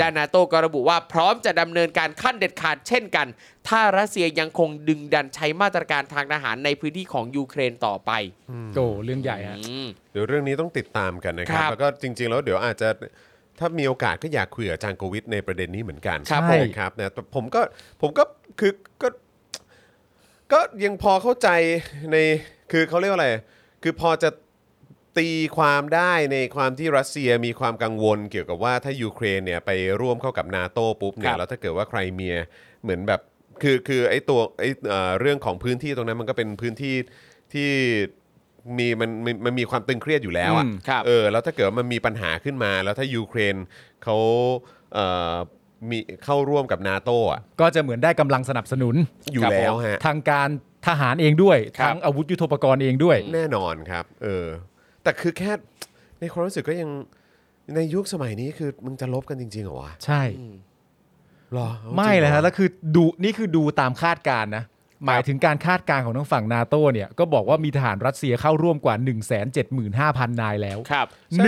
ด้านนาโตก็ระบุว่าพร้อมจะดำเนินการขั้นเด็ดขาดเช่นกัน ถ้ารัสเซียยังคงดึงดันใช้มาตรการทางทหารในพื้นที่ของยูเครนต่อไป
โกเรื่องใหญ่ฮะ
อืม
เดี๋ยวเรื่องนี้ต้องติดตามกันนะครับ
ครับ
แล้วก็จริง ๆ แล้วเดี๋ยวอาจจะถ้ามีโอกาสก็อยากคุยกับอาจารย์โกวิทในประเด็นนี้เหมือนกัน
ครับผม
นะครับนะแต่ผมก็ผมก็คือก็ก็ยังพอเข้าใจในคือเขาเรียกว่าอะไร คือพอจะตีความได้ในความที่รัสเซียมีความกังวลเกี่ยวกับว่าถ้ายูเครนเนี่ยไปร่วมเข้ากับนาโต้ปุ๊บเนี่
ครั
ย
บ
แล้วถ้าเกิดว่าใครเมียเหมือนแบบคือคือไอ้ตัวไอ้เอ่อเรื่องของพื้นที่ตรงนั้นมันก็เป็นพื้นที่ที่ มีมันมันมันมีความตึงเครียดอยู่แล้วอ่ะ
อืม
ครับ
เออแล้วถ้าเกิดว่ามันมีปัญหาขึ้นมา แล้วถ้ายูเครนเขาเอ่อมีเข้าร่วมกับนาโตอ่ะ
ก็จะเหมือนได้กำลังสนับสนุน
อยู่
ครับ
แล้วฮะ
ทางการทหารเองด้วย
ครับ
ทั้งอาวุธยุทโธปกรณ์เองด้วย
แน่นอนครับ เออ แต่คือแค่ในความรู้สึกก็ยังในยุคสมัยนี้คือมึงจะลบกันจริงๆเหรอวะ
ใช่
หรอเอาจริง
ไม่เลย
เห
ฮะ
รอ
แล้วคือดูนี่คือดูตามคาดการณ์นะ หมายถึงการคาดการณ์ของทางฝั่งนาโตเนี่ย ก็บอกว่ามีทหารรัสเซียเข้าร่วมกว่า 1 7 5 0 0 0 นายแล้ว
ครับ
1 7 5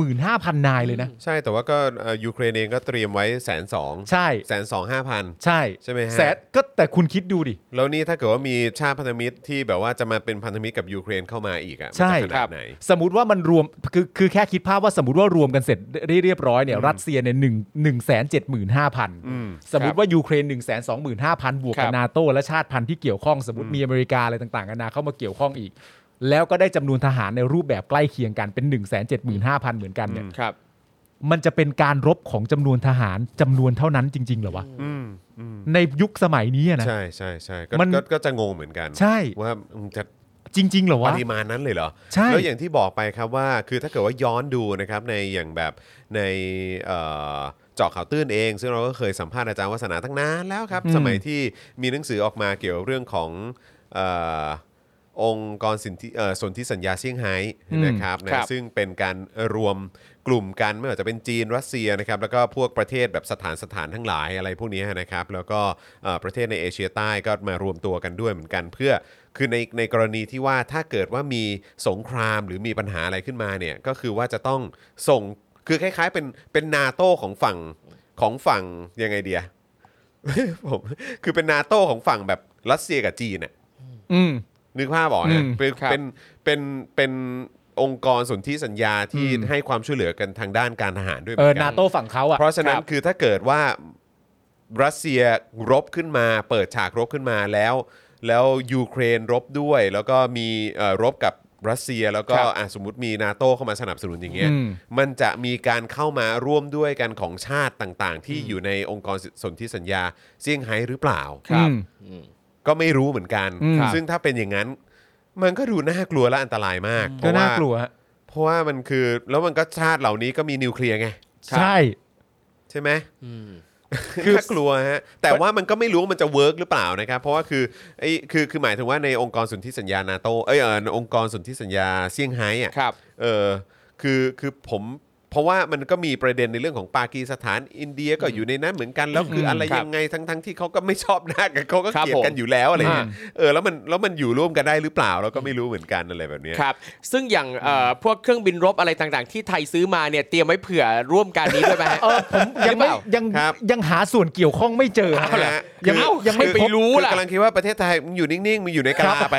0 0 0 นายเลยนะ
ใช่แต่ว่าก็เอ่อยูเครนเองก็เตรียมไว้แสนสอง
ใช่
แสนสองห้าพัน
ใช่
ใช่ไหมฮะ
แสนก็แต่คุณคิดดูดิ
แล้วนี่ถ้าเกิดว่ามีชาติพันธมิตรที่แบบว่าจะมาเป็นพันธมิตรกับยูเครนเข้ามาอีกอ่ะมัน
ใช่
จะขนาดไหน
สมมติว่ามันรวมคือคือแค่คิดภาพว่าสมมติว่ารวมกันเสร็จเรียบร้อยเนี่ยรัสเซียเนี่ยหนึ่งหนึ่งแสนเจ็ดหมื่นห้าพัน
อืม
สมมติว่ายูเครนหนึ่งแสนสองหมื่นห้าพันบวก
ครั
กับบ นาโตและชาติพันธุ์ที่เกี่ยวข้องสมมติมีอเมริกาอะไรต่างๆกันานาเข้ามาเกี่ยวข้องอีก แล้วก็ได้จำนวนทหารในรูปแบบใกล้เคียงกันเป็น1นึ่งแสนเจ็ดหมื่นห้าพันเหมือนกันเนี่ย
ครับ
มันจะเป็นการรบของจำนวนทหารจำนวนเท่านั้นจริงๆเหรอวะ
อืมอืม
ในยุคสมัยนี้อะนะ
ใช่ใช่ใช่ก็
มัน
ก็ก็จะงงเหมือนกัน
ใช่
ว่ามึงจะ
จริงๆเหรอ
ป
วะ
ริมาณนั้นเลยเหรอ
ใช่
แล้วอย่างที่บอกไปครับว่า คือถ้าเกิดว่าย้อนดูนะครับในอย่างแบบในเอ่อเจาะข่าวตื้นเอง ซึ่งเราก็เคยสัมภาษณ์อาจารย์วัฒนาตั้งนานแล้วครับ
อืม
สมัยที่มีหนังสือออกมาเกี่ยวเรื่องของเอ่อองค์กรสินธิเอ่อสนธิสัญญาเซี่ยงไฮ้นะครับ
ครั
นะ
บ
ซึ่งเป็นการรวม กลุ่มกันไม่ว่าจะเป็นจีนรัสเซียนะครับแล้วก็พวกประเทศแบบสถานสถานทั้งหลายอะไรพวกนี้นะครับแล้วก็เอ่อประเทศในเอเชียใต้ก็มารวมตัวกันด้วยเหมือนกัน เพื่อคือในในกรณีที่ว่าถ้าเกิดว่ามีสงครามหรือมีปัญหาอะไรขึ้นมาเนี่ยก็คือว่าจะต้องส่งคือคล้ายๆเป็นเป็นนาโต้ของฝั่งของฝั่งยังไงเดีย ผมคือเป็นนาโต้ของฝั่งแบบรัสเซียกับจีนอะ
อืม
นึกภาพออก
อื
นะ
ม
เป็น
ครับ
เป็นเป็นเป็นองค์กรสนธิสัญญาที่
อืม
ให้ความช่วยเหลือกันทางด้านการทหารด้วยเห
เอ
มื
อ
อน
นา
กัน
โตฝั่งเขาอ่ะ
เพราะฉะนั้น
ครับ
คือถ้าเกิดว่ารัสเซียรบขึ้นมา เปิดฉากรบขึ้นมาแล้ว แล้วยูเครนรบด้วย แล้วก็มีเอ่อรบกับรัสเซียแล้วก็
ครับ
อ่ะสมมติมีนาโตเข้ามาสนับสนุนอย่างเงี้ย
อืม
มันจะมีการเข้ามาร่วมด้วยกันของชาติต่างๆ ที่อยู่ในองค์กรสนธิสัญญาเซี่ยงไฮ้หรือเปล่า
อืม
ก็ไม่รู้เหมือนกัน
อืม
ซึ่งถ้าเป็นอย่างนั้น มันก็ดูน่ากลัวและอันตรายมาก เพ
ก็
ราะว่า
น่ากลัวฮะ
เพราะว่ามันคือ แล้วมันก็ชาติเหล่านี้ก็มีนิวเคลียร์ไง
ใช่
ใช่ไหม
อืม
คือ น่ากลัวฮะ แต่ว่ามันก็ไม่รู้ว่ามันจะเวิร์กหรือเปล่านะครับ เพราะว่าคือไอ้คือคือหมายถึงว่าในองค์กรสนธิสัญญานาโตเอ้ยเอ่อในองค์กรสนธิสัญญาเซี่ยงไฮ้อ่ะ
ครับ
เออคือคือผมเพราะว่ามันก็มีประเด็นในเรื่องของปากีสถานอินเดียก็อยู่ในนั้นเหมือนกันแล้วคืออะไร
ครับ
ยังไงทั้งทั้งที่เขาก็ไม่ชอบหน้ากันเขาก็
ครับ
เกลียดกัน
ผม
อยู่แล้วอะไรเงี้ยเออแล้วมันแล้วมันอยู่ร่วมกันได้หรือเปล่าเราก็ไม่รู้เหมือนกันอะไรแบบเนี้ย
ครับ ซึ่งอย่างเอ่อพวกเครื่องบินรบอะไรต่างๆ ที่ไทยซื้อมาเนี่ยเตรียมไว้เผื่อร่วมการนี้ด้วยไหมฮะ
เออผมยังไม่
หรือเปล่า
ยัง
ครับ
ยังหาส่วนเกี่ยวข้องไม่เจอฮะ
เอาละ
ยัง
คือ
ยังไม่
คือ
ไปรู้
คือ
ล่ะ
กำลังคิดว่าประเทศไทยมึงอยู่นิ่งๆมึงอยู่ในกะลาไป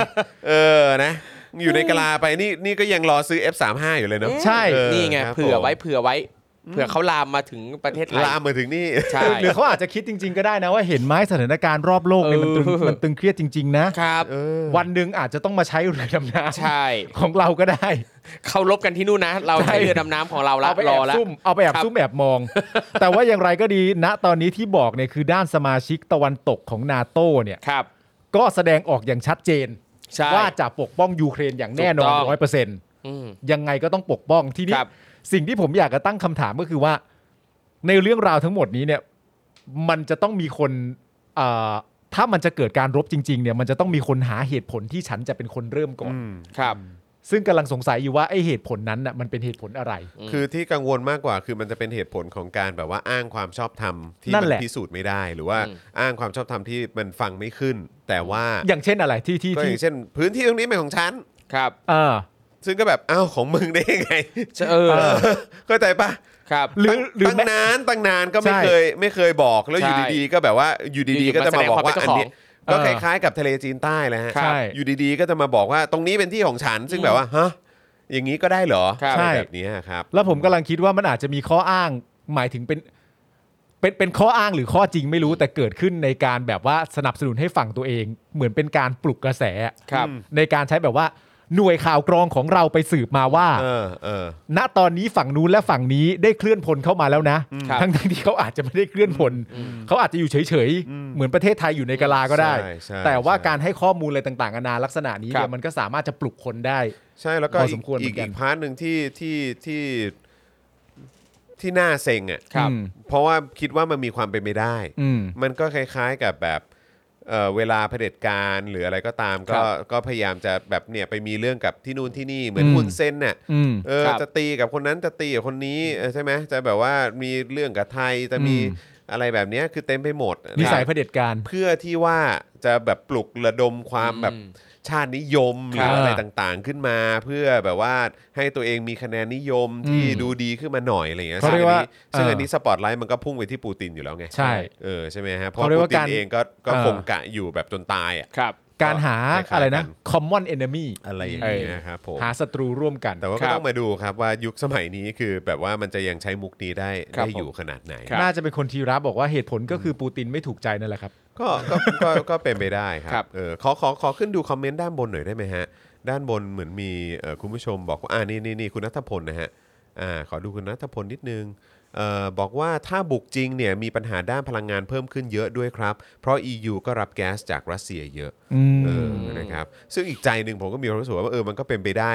เออนะมึงอยู่ในกะลาไปนี่นี่ก็ยังรอซื้อ F35 อยู่เลยเนาะ
ใช่
เออ
นี่ไง
ครับ
เผื่อไว้
ผ
เผื่อไว้ เผื่อเขาลามมาถึงประเทศไท
ม
ย
ลามมาถึงนี่
ใช่
หรือเขาอาจจะคิดจริง ๆ ก็ได้นะว่าเห็นไหมสถานการณ์รอบโลกเนี่ยมันตึง
เออ
มันตึงเครียดจริง ๆ นะ
ครับ
วันหนึ่งอาจจะต้องมาใช้เรือดำน้
ใช่
ำของเราก็ได้
เขารบกันที่นู่นนะ เรา
ใช่
ใช้เรือดำน้ำของเราละ
เอาไป
ร
แอ
อบ ละ
ซุ่มเอาไปแอบ
ครับ
ซุ่มแอบมอง แต่ว่าอย่างไรก็ดีณตอนนี้ที่บอกเนี่ยคือด้านสมาชิกตะวันตกของนาโตเนี่ย
ครับ
ก็แสดงออกอย่างชัดเจน
ใช่
ว่าจะปกป้องยูเครนอย่างแน่นอ
ถู
น
กต้อง
ร้อยเปอร์เซ็นต์
อืม
ยังไงก็ต้องปกป้องที่นี่
ครับ
สิ่งที่ผมอยากจะตั้งคำถามก็คือว่า ในเรื่องราวทั้งหมดนี้เนี่ยมันจะต้องมีคนเอ่อถ้ามันจะเกิดการรบจริงๆเนี่ยมันจะต้องมีคนหาเหตุผลที่ฉันจะเป็นคนเริ่มก่อน
ครับ
ซึ่งกำลังสงสัยอยู่ว่าไอเหตุผลนั้นน่ะมันเป็นเหตุผลอะไร
คือที่กังวลมากกว่าคือมันจะเป็นเหตุผลของการแบบว่าอ้างความชอบธรรมที่
นั่
มัน น
แหละ
พิสูจน์ไม่ได้หรือว่า
อืม
อ้างความชอบธรรมที่มันฟังไม่ขึ้น แต่ว่า
อย่างเช่นอะไรที่ที่
ก็อ
ที่
ย่างเช่น พื้นที่ตรงนี้เป็นของฉัน
ครับ
เอ่อ
ซึ่งก็แบบอ้าวของมึงได้ยังไง
เออ
เข้าใจปะ
ครับ
หรือหรือ
ตั้ง
แม้
นานตั้งนานก็ไม่
ใช่
เคยไม่เคยบอกแล้วอยู่
ใช่
ดีๆ ก็แบบว่าอยู่ดี
อ
ๆ
ยู่ๆ
ก็จะมาบอกว่า
มาแสดงความเป็น
อั
เจ้าน ของ
นี้ก็
เออ
คล้ายๆ กับทะเลจีนใต้เลยฮะ
ครับ
ใช่
อยู่ดีๆ ก็จะมาบอกว่าตรงนี้เป็นที่ของฉัน ซึ่งแบบว่าฮะอย่างนี้ก็ได้เหรอ
ครับ
อะไร
ใช่
แบบนี้ครับ
แล้วผมกำลังคิดว่ามันอาจจะมีข้ออ้าง หมายถึงเป็นเป็นเป็นข้ออ้างหรือข้อจริงไม่รู้แต่เกิดขึ้นในการแบบว่าสนับสนุนให้ฝั่งตัวเอง เหมือนเป็นการปลุกกระแส
ครับ
ในการใช้แบบว่าหน่วยข่าวกรองของเราไปสืบมาว่า
เออเออ
ณตอนนี้ฝั่งนู้นและฝั่งนี้ได้เคลื่อนพลเข้ามาแล้วนะ
ครับ
ทั้งทั้งที่เขาอาจจะไม่ได้เคลื่อนพล เขาอาจจะอยู่เฉยๆ เหมือนประเทศไทยอยู่ในกะลาก็ได้
ใช่ใช่
แต่ว่า
ใช่
การให้ข้อมูลอะไรต่างๆนานาลักษณะนี้
ครับ
เนี่ยมันก็สามารถจะปลุกคนได้
ใช่แล้วก็
พอ
อี
ส
ก
มควรเหมื
อีก
อนกัน
อีกพาร์ทหนึ่งที่ที่ที่ที่น่าเซ็งอ่ะ
ครับ
อืม
เพราะว่าคิดว่ามันมีความเป็นไปได้
อืม
มันก็คล้ายๆกับแบบเอ่อเวลาเผด็จการหรืออะไรก็ตาม
ครั
ก็
บ
ก็พยายามจะแบบเนี่ยไปมีเรื่องกับที่นู่นที่นี่เหมือน
อืม
คุณเซนน่ะ
อืม
เออ
ครับ
จะตีกับคนนั้นจะตีกับคนนี้เออใช่ไหมจะแบบว่ามีเรื่องกับไทยจะมี
อืม
อะไรแบบเนี้ยคือเต็มไปหมด
นิสัย
นะ
เผด็จการ
เพื่อที่ว่าจะแบบปลุกระดมความแบบ ชาตินิยมห
ครั
รื
บ
ออะไรต่างๆขึ้นมา เพื่อแบบว่าให้ตัวเองมีคะแนนนิยมที่ดูดีขึ้นมาหน่อยอะไรอย่างเงี้ย
เขาเรียกว่า
ซึ่งอันนี้ซึ่งอัน
เออ
นี้สปอตไลท์มันก็พุ่งไปที่ปูตินอยู่แล้วไง
ใช่
เออใช่ไหมฮะเพราะ
เขาเรียก
ปู
ว่า
ติ
การ
นเองก็ก็
เออ
คงกะอยู่แบบจนตายอ่ะ
ครับ
การหา
คล้ายๆ
อะไรนะ
กัน
common enemy
อะไรอย่างเงี้ยครับผม
หาศัตรูร่วมกัน
แต่ว่า
ครั
ก็
บ
ต้องมาดูครับว่ายุคสมัยนี้คือแบบว่ามันจะยังใช้มุกนี้ได้
ครับ
ได้อยู่ขนาดไหน
ครับ
น่าจะเป็นคนทีรับบอกว่าเหตุผลก็คือปูตินไม่ถูกใจนั่นแหละครับ
ก็ก็ก็ก็เป็นไปได้ค
ครั
รับบ เออขอขอขอขึ้นดูคอมเมนต์ด้านบนหน่อยได้ไหมฮะ ด้านบนเหมือนมีเอ่อคุณผู้ชมบอกว่าอ่านี่นี่นี่คุณนัทพลนะฮะอ่าขอดูคุณนัทพลนิดนึงเอ่อบอกว่าถ้าบุกจริงเนี่ยมีปัญหาด้านพลังงานเพิ่มขึ้นเยอะด้วยครับ เพราะ EU ก็รับแก๊สจากรัสเซียเยอะเออนะครับซึ่งอีกใจหนึ่งผมก็มีความรู้สึกว่าเออมันก็เป็นไปได้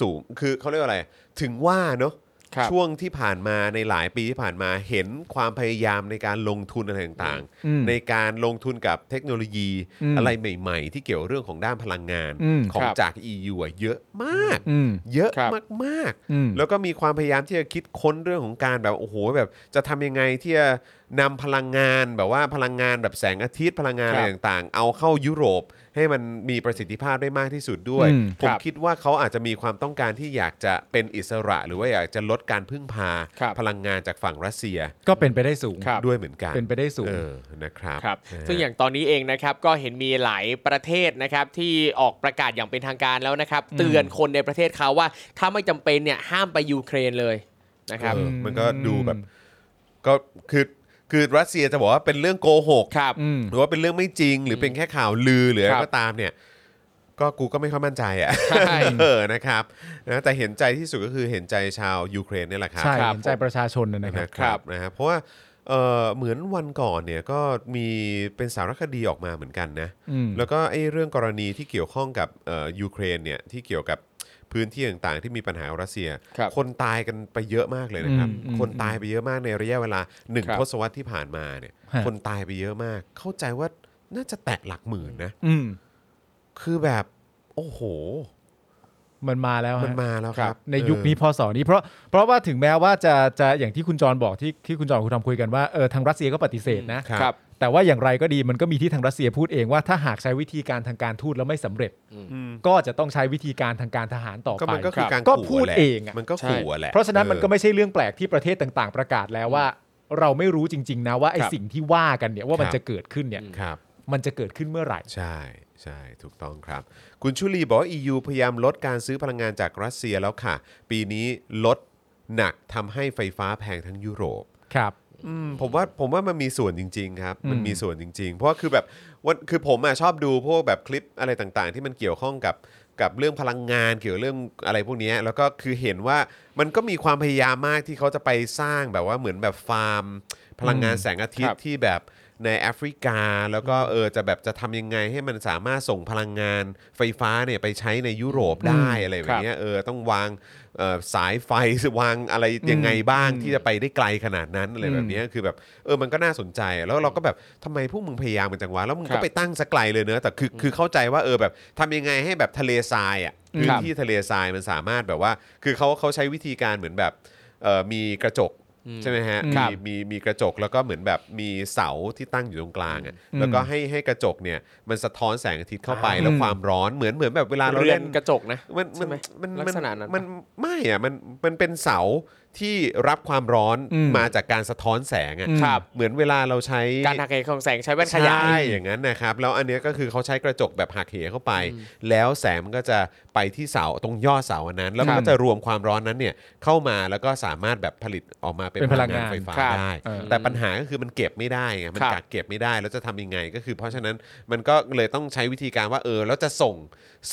สูงคือเขาเรียกว่าอะไร ถึงว่าเนอะ
ครับ
ช่วงที่ผ่านมาในหลายปีที่ผ่านมาเห็นความพยายามในการลงทุนอะไรต่าง
อืม
ๆ ในการลงทุนกับเทคโนโลยี
อืม
อะไรใหม่ ๆ ที่เกี่ยวเรื่องของด้านพลังงาน
อืม
ของ
ครับ
จาก EU อะเยอะมาก
อืม
เยอะ
ครับ
มาก
อืม
ๆ แล้วก็มีความพยายามที่จะคิดค้นเรื่องของการแบบโอ้โหแบบจะทำยังไงที่จะนำพลังงานแบบว่าพลังงานแบบแสงอาทิตย์พลังงาน
ครั
อะ
บ
ไรต่างๆ เอาเข้ายุโรปให้มันมีประสิทธิภาพได้มากที่สุดด้วย
อืม
ผม
ครับ
คิดว่าเขาอาจจะมีความต้องการที่อยากจะเป็นอิสระ หรือว่าอยากจะลดการพึ่งพา
ครับ
พลังงานจากฝั่งรัสเซีย
ก็เป็นไปได้สูง
ครับ
ด้วยเหมือนกัน
เป็นไปได้สูง
เออนะครับ
ครับ
นะฮะ
ซึ่งอย่างตอนนี้เองนะครับก็เห็นมีหลายประเทศนะครับที่ออกประกาศอย่างเป็นทางการแล้วนะครับ เตือนคนในประเทศเขาว่าถ้าไม่จำเป็นเนี่ยห้ามไปยูเครนเลยนะครับ
เออ
ม
มันก็ดูแบบก็คือคือรัสเซียจะบอกว่าเป็นเรื่องโกหก
ครับ
อืม
หรือว่าเป็นเรื่องไม่จริง หรือเป็นแค่ข่าวลือหรืออะไร
ครับ
ก็ตามเนี่ย ก็กูก็ไม่ค่อยมั่นใจอ่ะ
ใช่
เออนะครับนะแต่เห็นใจที่สุดก็คือเห็นใจชาวยูเครนเนี่ยแหละครับ
ใช่
ครับ
เห็นใจประชาชนนะนะครับ
นะครันะฮะเพราะว่าเออเหมือนวันก่อนเนี่ยก็มีเป็นสารคดีออกมาเหมือนกันนะ
อืม
แล้วก็ไอ้เรื่องกรณีที่เกี่ยวข้องกับเอ่อยูเครนเนี่ยที่เกี่ยวกับพื้นที่ต่างๆ ที่มีปัญหาของรัสเซีย
ครับ
นตายกันไปเยอะมากเลยนะครับ
อืมอืม
คนตายไปเยอะมากในระยะเวลาหนึ่ง
ครับ
ทศวรรษที่ผ่านมาเนี่ย
ฮะ
คนตายไปเยอะมาก เข้าใจว่าน่าจะแตะหลักหมื่นนะ
อืม
คือแบบโอ้โห
มันมาแล้วฮะ
มันมาแล้วครับ
ในยุคนี้
เออ
พศนี้เพราะเพราะว่าถึงแม้ว่าจะจะอย่างที่คุณจรบอกที่ที่คุณจรกับคุณทอมคุยกันว่าเออทางรัสเซียก็ปฏิเสธนะ
ครับ
ครับ
แต่ว่าอย่างไรก็ดีมันก็มีที่ทางรัสเซียพูดเองว่าถ้าหากใช้วิธีการทางการทูตแล้วไม่สำเร็จ
อืม
ก็จะต้องใช้วิธีการทางการทหารต่อ
ก็
ไป
มันก็คือ
ครับ
การ
ก็
ขู่
พูด
แหละ
เองอะ
มันก็
ใช่
ขู่แหละ
เพราะฉะนั้นมันก็
เออ
ไม่ใช่เรื่องแปลกที่ประเทศต่างๆ ประกาศแล้วว่า เราไม่รู้จริง ๆ นะว่าไอ้
ครับ
สิ่งที่ว่ากันเนี่ยว่ามั
ค
น
รับ
จะเกิดขึ้นเนี่ย
ครับ
มันจะเกิดขึ้นเมื่อไหร่
ใช่ใช่ถูกต้องครับ คุณชุลีบอกว่า EU พยายามลดการซื้อพลังงานจากรัสเซียแล้วค่ะ ปีนี้ลดหนักทำให้ไฟฟ้าแพงทั้งยุโรป
ครับ
อืมผมว่าผมว่ามันมีส่วนจริง ๆ ครับ
อืม
มันมีส่วนจริง ๆ เพราะว่าคือแบบวันคือผมอะชอบดูพวกแบบคลิปอะไรต่างๆ ที่มันเกี่ยวข้องกับกับเรื่องพลังงานเกี่ยวกับเรื่องอะไรพวกเนี้ยแล้วก็คือเห็นว่ามันก็มีความพยายามมากที่เขาจะไปสร้างแบบว่าเหมือนแบบฟาร์ม พลังงานแสงอาทิต
ครั
ย์
บ
ที่แบบในแอฟริกา แล้วก็เออจะแบบจะทำยังไงให้มันสามารถส่งพลังงานไฟฟ้าเนี่ยไปใช้ในยุโรปได้
อืม
อะไรแบบเนี้ยเออต้องวางเอ่อสายไฟ วางอะไรยังไงบ้างที่จะไปได้ไกลขนาดนั้น อะไรแบบเนี้ยคือแบบเออมันก็น่าสนใจอะแล้วเราก็แบบทำไมพวกมึงพยายามกันจังวะแล้วมึง
ครั
ก็
บ
ไปตั้งสไกลเลยเนอะแต่คือคือเข้าใจว่าเออแบบทำยังไงให้แบบทะเลทรายอ่ะพื้น
ครับ
ที่ทะเลทรายมันสามารถแบบว่า คือเขาเขาใช้วิธีการเหมือนแบบเออมีกระจก
อืม
ใช่ไหมฮะ
ครั
มี
บ
มีมีกระจกแล้วก็เหมือนแบบมีเสาที่ตั้งอยู่ตรงกลางอ่ะ
อืม
แล้วก็ให้ให้กระจกเนี่ยมันสะท้อนแสงอาทิตย์เข้าไปแล้ว
อืม
ความร้อนเหมือนเหมือนแบบเวลาเรา
เรือน
เล่น
กระจกนะ
มัน
ใช่
มัน
ไหม
มัน
ลักษณะนั้นปะ
มันไม่อะมันมันเป็นเสาที่รับความร้อน
อืม
มาจากการสะท้อนแสงอะ
อืมครับ
เหมือนเวลาเราใช้
การหักเหของแสงใช้แว่นขยา
ใช่
ย
อย่างนั้นนะครับ แล้วอันเนี้ยก็คือเขาใช้กระจกแบบหักเหเข้าไป แล้วแสงมันก็จะไปที่เสาตรงยอดเสาอันนั้น แล้วมัน
ครับ
ก็จะรวมความร้อนนั้นเนี่ยเข้ามาแล้วก็สามารถแบบผลิตออกมาเป็น
เป็น
พ
พลั
ลัง
ง
งาน
งาน
ไฟฟ้า
ครับ
ได้
เออ
แต่ปัญหาก็คือมันเก็บไม่ได้ไงมัน
ครับ
กักเก็บไม่ได้แล้วจะทำยังไงก็คือเพราะฉะนั้นมันก็เลยต้องใช้วิธีการว่าเออแล้วจะส่ง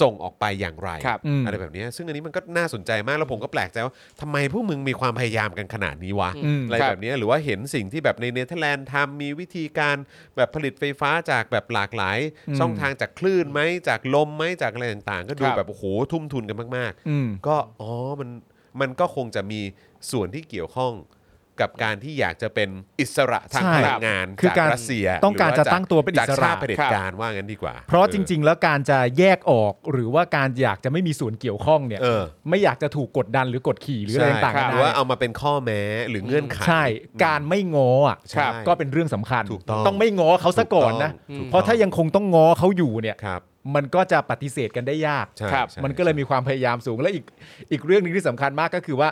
ส่งออกไปอย่างไร
ครับ
อืม
อะไรแบบเนี้ยซึ่งอันนี้มันก็น่าสนใจมาก แล้วผมก็แปลกใจว่าทำไมพวกมึงมีความพยายามกันขนาดนี้วะ
อืม
อะไร
ครับ
แบบเนี้ยหรือว่าเห็นสิ่งที่แบบในเนเธอร์แลนด์ทำมีวิธีการแบบผลิตไฟฟ้าจากแบบหลากหลาย
อืม
ช่องทางจากคลื่นไหมจากลมไหมจากอะไรต่างๆ ก็ดู
ครับ
แบบโอ้โหทุ่มทุนกันมาก
อืม
ๆ ก็อ๋อมันมันก็คงจะมีส่วนที่เกี่ยวข้องกับการที่อยากจะเป็นอิสระทาง
ใช่
พลังงาน
คือ
จาก
การ
รัสเซีย
ต้องการ
หว่
จะตั้งตัวเป็น
จาก
อิสระ
ชาติเผด็จการว่างั้นดีกว่า
เพราะจริง ๆ แล้วการจะแยกออกหรือว่าการอยากจะไม่มีส่วนเกี่ยวข้องเนี่ย
เออ
ไม่อยากจะถูกกดดันหรือกดขี่หรืออะไรต่าง
ใช่
ๆ
ห
น
รือว่าเอามาเป็นข้อแม้หรือเงื่อนไข
ใช่ การไม่ง้ออ่ะ
ใช่
ก็เป็นเรื่องสำคัญ
ถูกต้อง
ต้องไม่ง้อเขาซะก่อนนะ
ถูกต้อง
เพราะถ้ายังคงต้องง้อเขาอยู่เนี่ย
ครับ
มันก็จะปฏิเสธกันได้ยาก
ใช่
ครับ
ใช่
มันก็เลยมีความพยายามสูงและอีกอีกเรื่องหนึงที่สำคัญมากก็คือว่า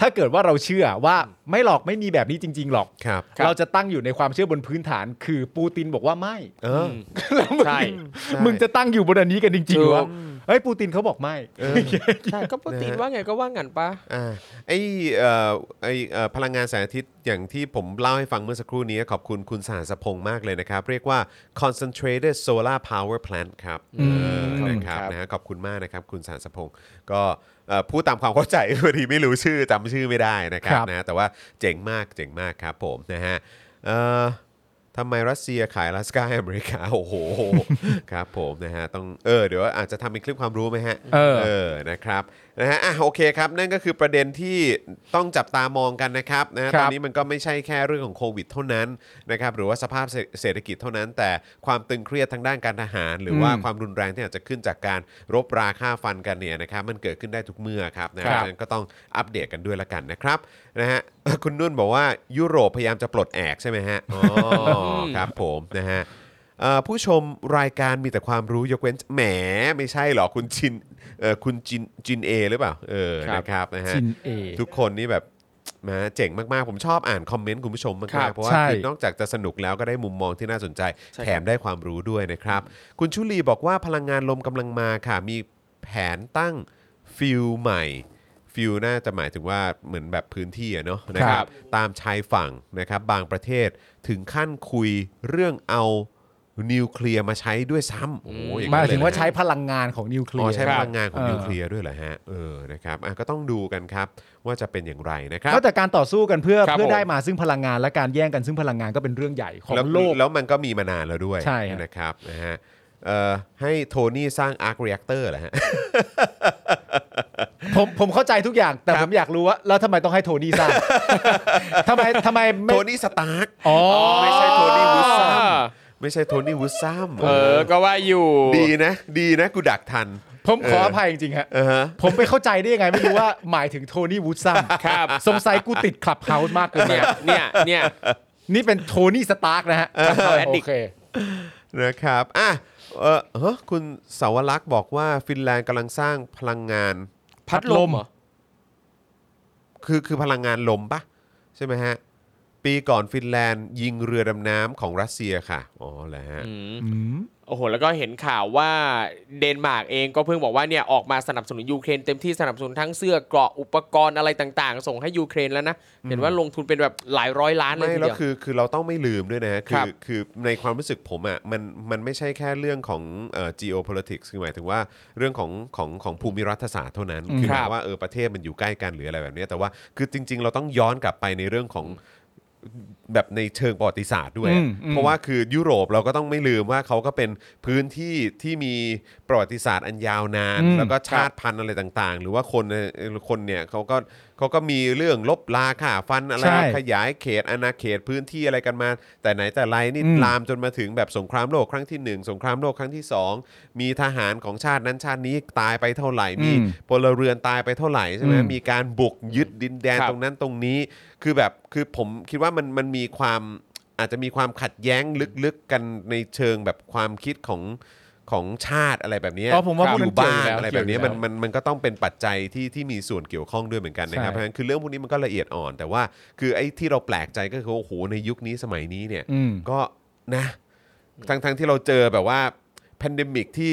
ถ้าเกิดว่าเราเชื่อว่าไม่หรอกไม่มีแบบนี้จริง ๆ หรอก
ครับ
ครับ
เราจะตั้งอยู่ในความเชื่อบนพื้นฐาน คือปูตินบอกว่าไม่
เออ
แล้วมึง
ใช่
มึงจะตั้งอยู่บนอันนี้กันจริงๆหรือวะ
ถูก
เฮ้ยปูตินเขาบอกไม่
เออ
ใช่ก็ปกติ
นะฮะ
ว่าไงก็ว่างันปะ
อ่าไอเอ่อไอเอ่อพลังงานแสงอาทิตย์อย่างที่ผมเล่าให้ฟังเมื่อสักครู่นี้ขอบคุณคุณสหสพงษ์มากเลยนะครับ เรียกว่า concentrated solar power plant ครับเออ
ข
นะ
อบคุณ
ค
ค
รั
รั
บบ นะฮะขอบคุณมากนะครับ คุณสหสพงษ์ก็เอ่อพูดตามความเข้าใจ พอดีไม่รู้ชื่อจำชื่อไม่ได้นะครับ
ครับ
นะแต่ว่าเจ๋งมากเจ๋งมากครับผมนะฮะเอ่อ ทำไมรัสเซียขายลาสกาให้อเมริกา โอ้โห ครับผมนะฮะต้องเออเดี๋ยวอาจจะทำเป็นคลิปความรู้ไหมฮะ
เออ
เออ นะครับ นะฮะ อ่ะ โอเคครับ นั่นก็คือประเด็นที่ต้องจับตามองกันนะครับ นะฮะ
ค
ต
รั
อบ นนี้มันก็ไม่ใช่แค่เรื่องของโควิดเท่านั้นนะครับ หรือว่าสภาพเศรษฐกิจเท่านั้น แต่ความตึงเครียดทางด้านการทหาร หรือว่าความรุนแรงที่อาจจะขึ้นจากการรบราฆ่าฟันกันเนี่ยนะครับ มันเกิดขึ้นได้ทุกเมื่อครับนะฮะ
ครับ
ฉะนั้นก็ต้องอัปเดตกันด้วยละกันนะครับ นะฮะ คุณนุ่นบอกว่ายุโรปพยายามจะปลดแอกใช่ไหมฮะ อ๋อ ครับผม นะฮะ เอ่อผู้ชมรายการมีแต่ความรู้ยกเว้นแหมไม่ใช่หรอคุณจินเอ่อคุณจินจินเอหรือเปล่าเออ
ครับ
นะครับนะฮะ
จินเอ
ทุกคนนี่แบบมาเจ๋งมากๆ ผมชอบอ่านคอมเมนต์คุณผู้ชม
ครั
มากๆ
บ
เพราะว่า
ใช่
คือนอกจากจะสนุกแล้วก็ได้มุมมองที่น่าสนใจ
ใช่
แถ
ครั
ม
บ
ได้ความรู้ด้วยนะครับ คุณชุลีบอกว่าพลังงานลมกำลังมาค่ะ มีแผนตั้งฟิลใหม่ฟิลน่าจะหมายถึงว่าเหมือนแบบพื้นที่อะเนาะนะค
ครั
รับบ ตามชายฝั่งนะครับบางประเทศถึงขั้นคุยเรื่องเอานิวเคลียร์มาใช้ด้วยซ้ำโอ้โหอย่
หมาย
นั้นเล
ถึงว่า
นะ
ใช้พลังงานของนิวเคลี
อ๋อ
ยร์
ใช้พลังงานของ
ครับ
นิวเคลียร์ด้วยเหรอฮะเออนะครับอ่ะก็ต้องดูกันครับว่าจะเป็นอย่างไรนะครับ
นอกจากการต่อสู้กันเพื่อ
ครับ
เพื่อ
ผม
ได้มาซึ่งพลังงานและการแย่งกันซึ่งพลังงานก็เป็นเรื่องใหญ่ของ
แล้ว
โล ก
แล้วมันก็มีมานานแล้วด้วย
ใช่ครับ
นะครับนะฮะเอ่อให้โทนี่สร้างอาร์คเรียกเตอร์เหรอฮะ
ผมผมเข้าใจทุกอย่าง แต่
ครับ
ผมอยากรู้ว่าแล้วทำไมต้องให้โทนี่ สร้าง ทำไมทำไมไม่
โทนี่สตาร์ก
อ๋อ
ไม่ใช่โทนี่วูดซัม
อ่า
ไม่ใช่โทนี่วูดซัม
เออ ก็ว่าอยู่
ดีนะ ดีนะกูดักทัน
ผมขออภัยจริงๆฮะ
เออฮะ
ผมไปเข้าใจได้ยังไงไม่รู้ว่าหมายถึงโทนี่วูดซัม
ครับ
สงสัยกูติดคลับเฮาส์มากเกินไป
เนี่ยเนี่ยเนี่ย
นี่เป็นโทนี่สตาร์กนะฮะ
Clubhouse
โอ
Addict
เค
นะครับอ่ะเออเฮ้อคุณสาวรักษ์บอกว่าฟินแลนด์กำลังสร้างพลังงาน
พัดลมเหรอ
คือคือพลังงานลมปะใช่ไหมฮะ ปีก่อนฟินแลนด์ยิงเรือดำน้ำของรัสเซียค่ะ อ๋อแหละฮะ
โอ้โห แล้วก็เห็นข่าวว่าเดนมาร์กเองก็เพิ่งบอกว่าเนี่ยออกมาสนับสนุนยูเครนเต็มที่สนับสนุนทั้งเสื้อเกราะอุปกรณ์อะไรต่างๆ ส่งให้ยูเครนแล้วนะ เห็นว่าลงทุนเป็นแบบหลายร้อยล้านเลย
ไม่
ที
แล้ว
เดียว
คือคือเราต้องไม่ลืมด้วยนะฮะคื
ครั
อบ คือในความรู้สึกผมอ่ะมันมันไม่ใช่แค่เรื่องของเอ่อ geopolitics คือหมายถึงว่าเรื่องของของของภูมิรัฐศาสตร์เท่านั้น คือหมาย
ครับ
ว่าเออประเทศมันอยู่ใกล้กันหรืออะไรแบบเนี้ยแต่ว่าคือจริง ๆ เราต้องย้อนกลับไปในเรื่องของแบบในเชิงประวัติศาสตร์ด้วยอะ
อืมอืม
เพราะว่าคือยุโรปเราก็ต้องไม่ลืมว่าเขาก็เป็นพื้นที่ที่มีประวัติศาสตร์อันยาวนาน
อืม
แล้วก็ชาติพันธุ์อะไรต่างๆ หรือว่าคนในคนเนี่ยเขาก็เขาก็มีเรื่องลบลาข่าฟันอะไร
ใช่
ขยายเขตอาณาเขตพื้นที่อะไรกันมา แต่ไหนแต่ไรนี่
อืม
ลามจนมาถึงแบบสงครามโลกครั้งที่หนึ่งสงครามโลกครั้งที่สองมีทหารของชาตินั้นชาตินี้ตายไปเท่าไหร่มี
อืม
พลเรือนตายไปเท่าไหร่ใช่ไหม
อืม
มีการบุกยึดดินแดน
ครับ
ตรงนั้นตรงนี้ คือแบบคือผมคิดว่ามันมันมีความอาจจะมีความขัดแย้งลึกๆกันในเชิงแบบความคิดของของชาติอะไรแบบเนี้ย
อ๋อผมว่า
อ
มัน
ยู่บ้าน
เกี่ยวอยู่แล้ว
อะไรแบบนี้
เกี่
มั
ย
น
วอยู่แล้ว
มันมันก็ต้องเป็นปัจจัยที่ที่มีส่วนเกี่ยวข้องด้วยเหมือนกันนะครับ
ใช่
เพราะฉะนั้นคือเรื่องพวกนี้มันก็ละเอียดอ่อน แต่ว่าคือไอ้ที่เราแปลกใจก็คือว่าโอ้โหในยุคนี้สมัยนี้เนี่ย
อืม
ก็นะทั้งทั้งที่เราเจอแบบว่าแพนเดมิกที่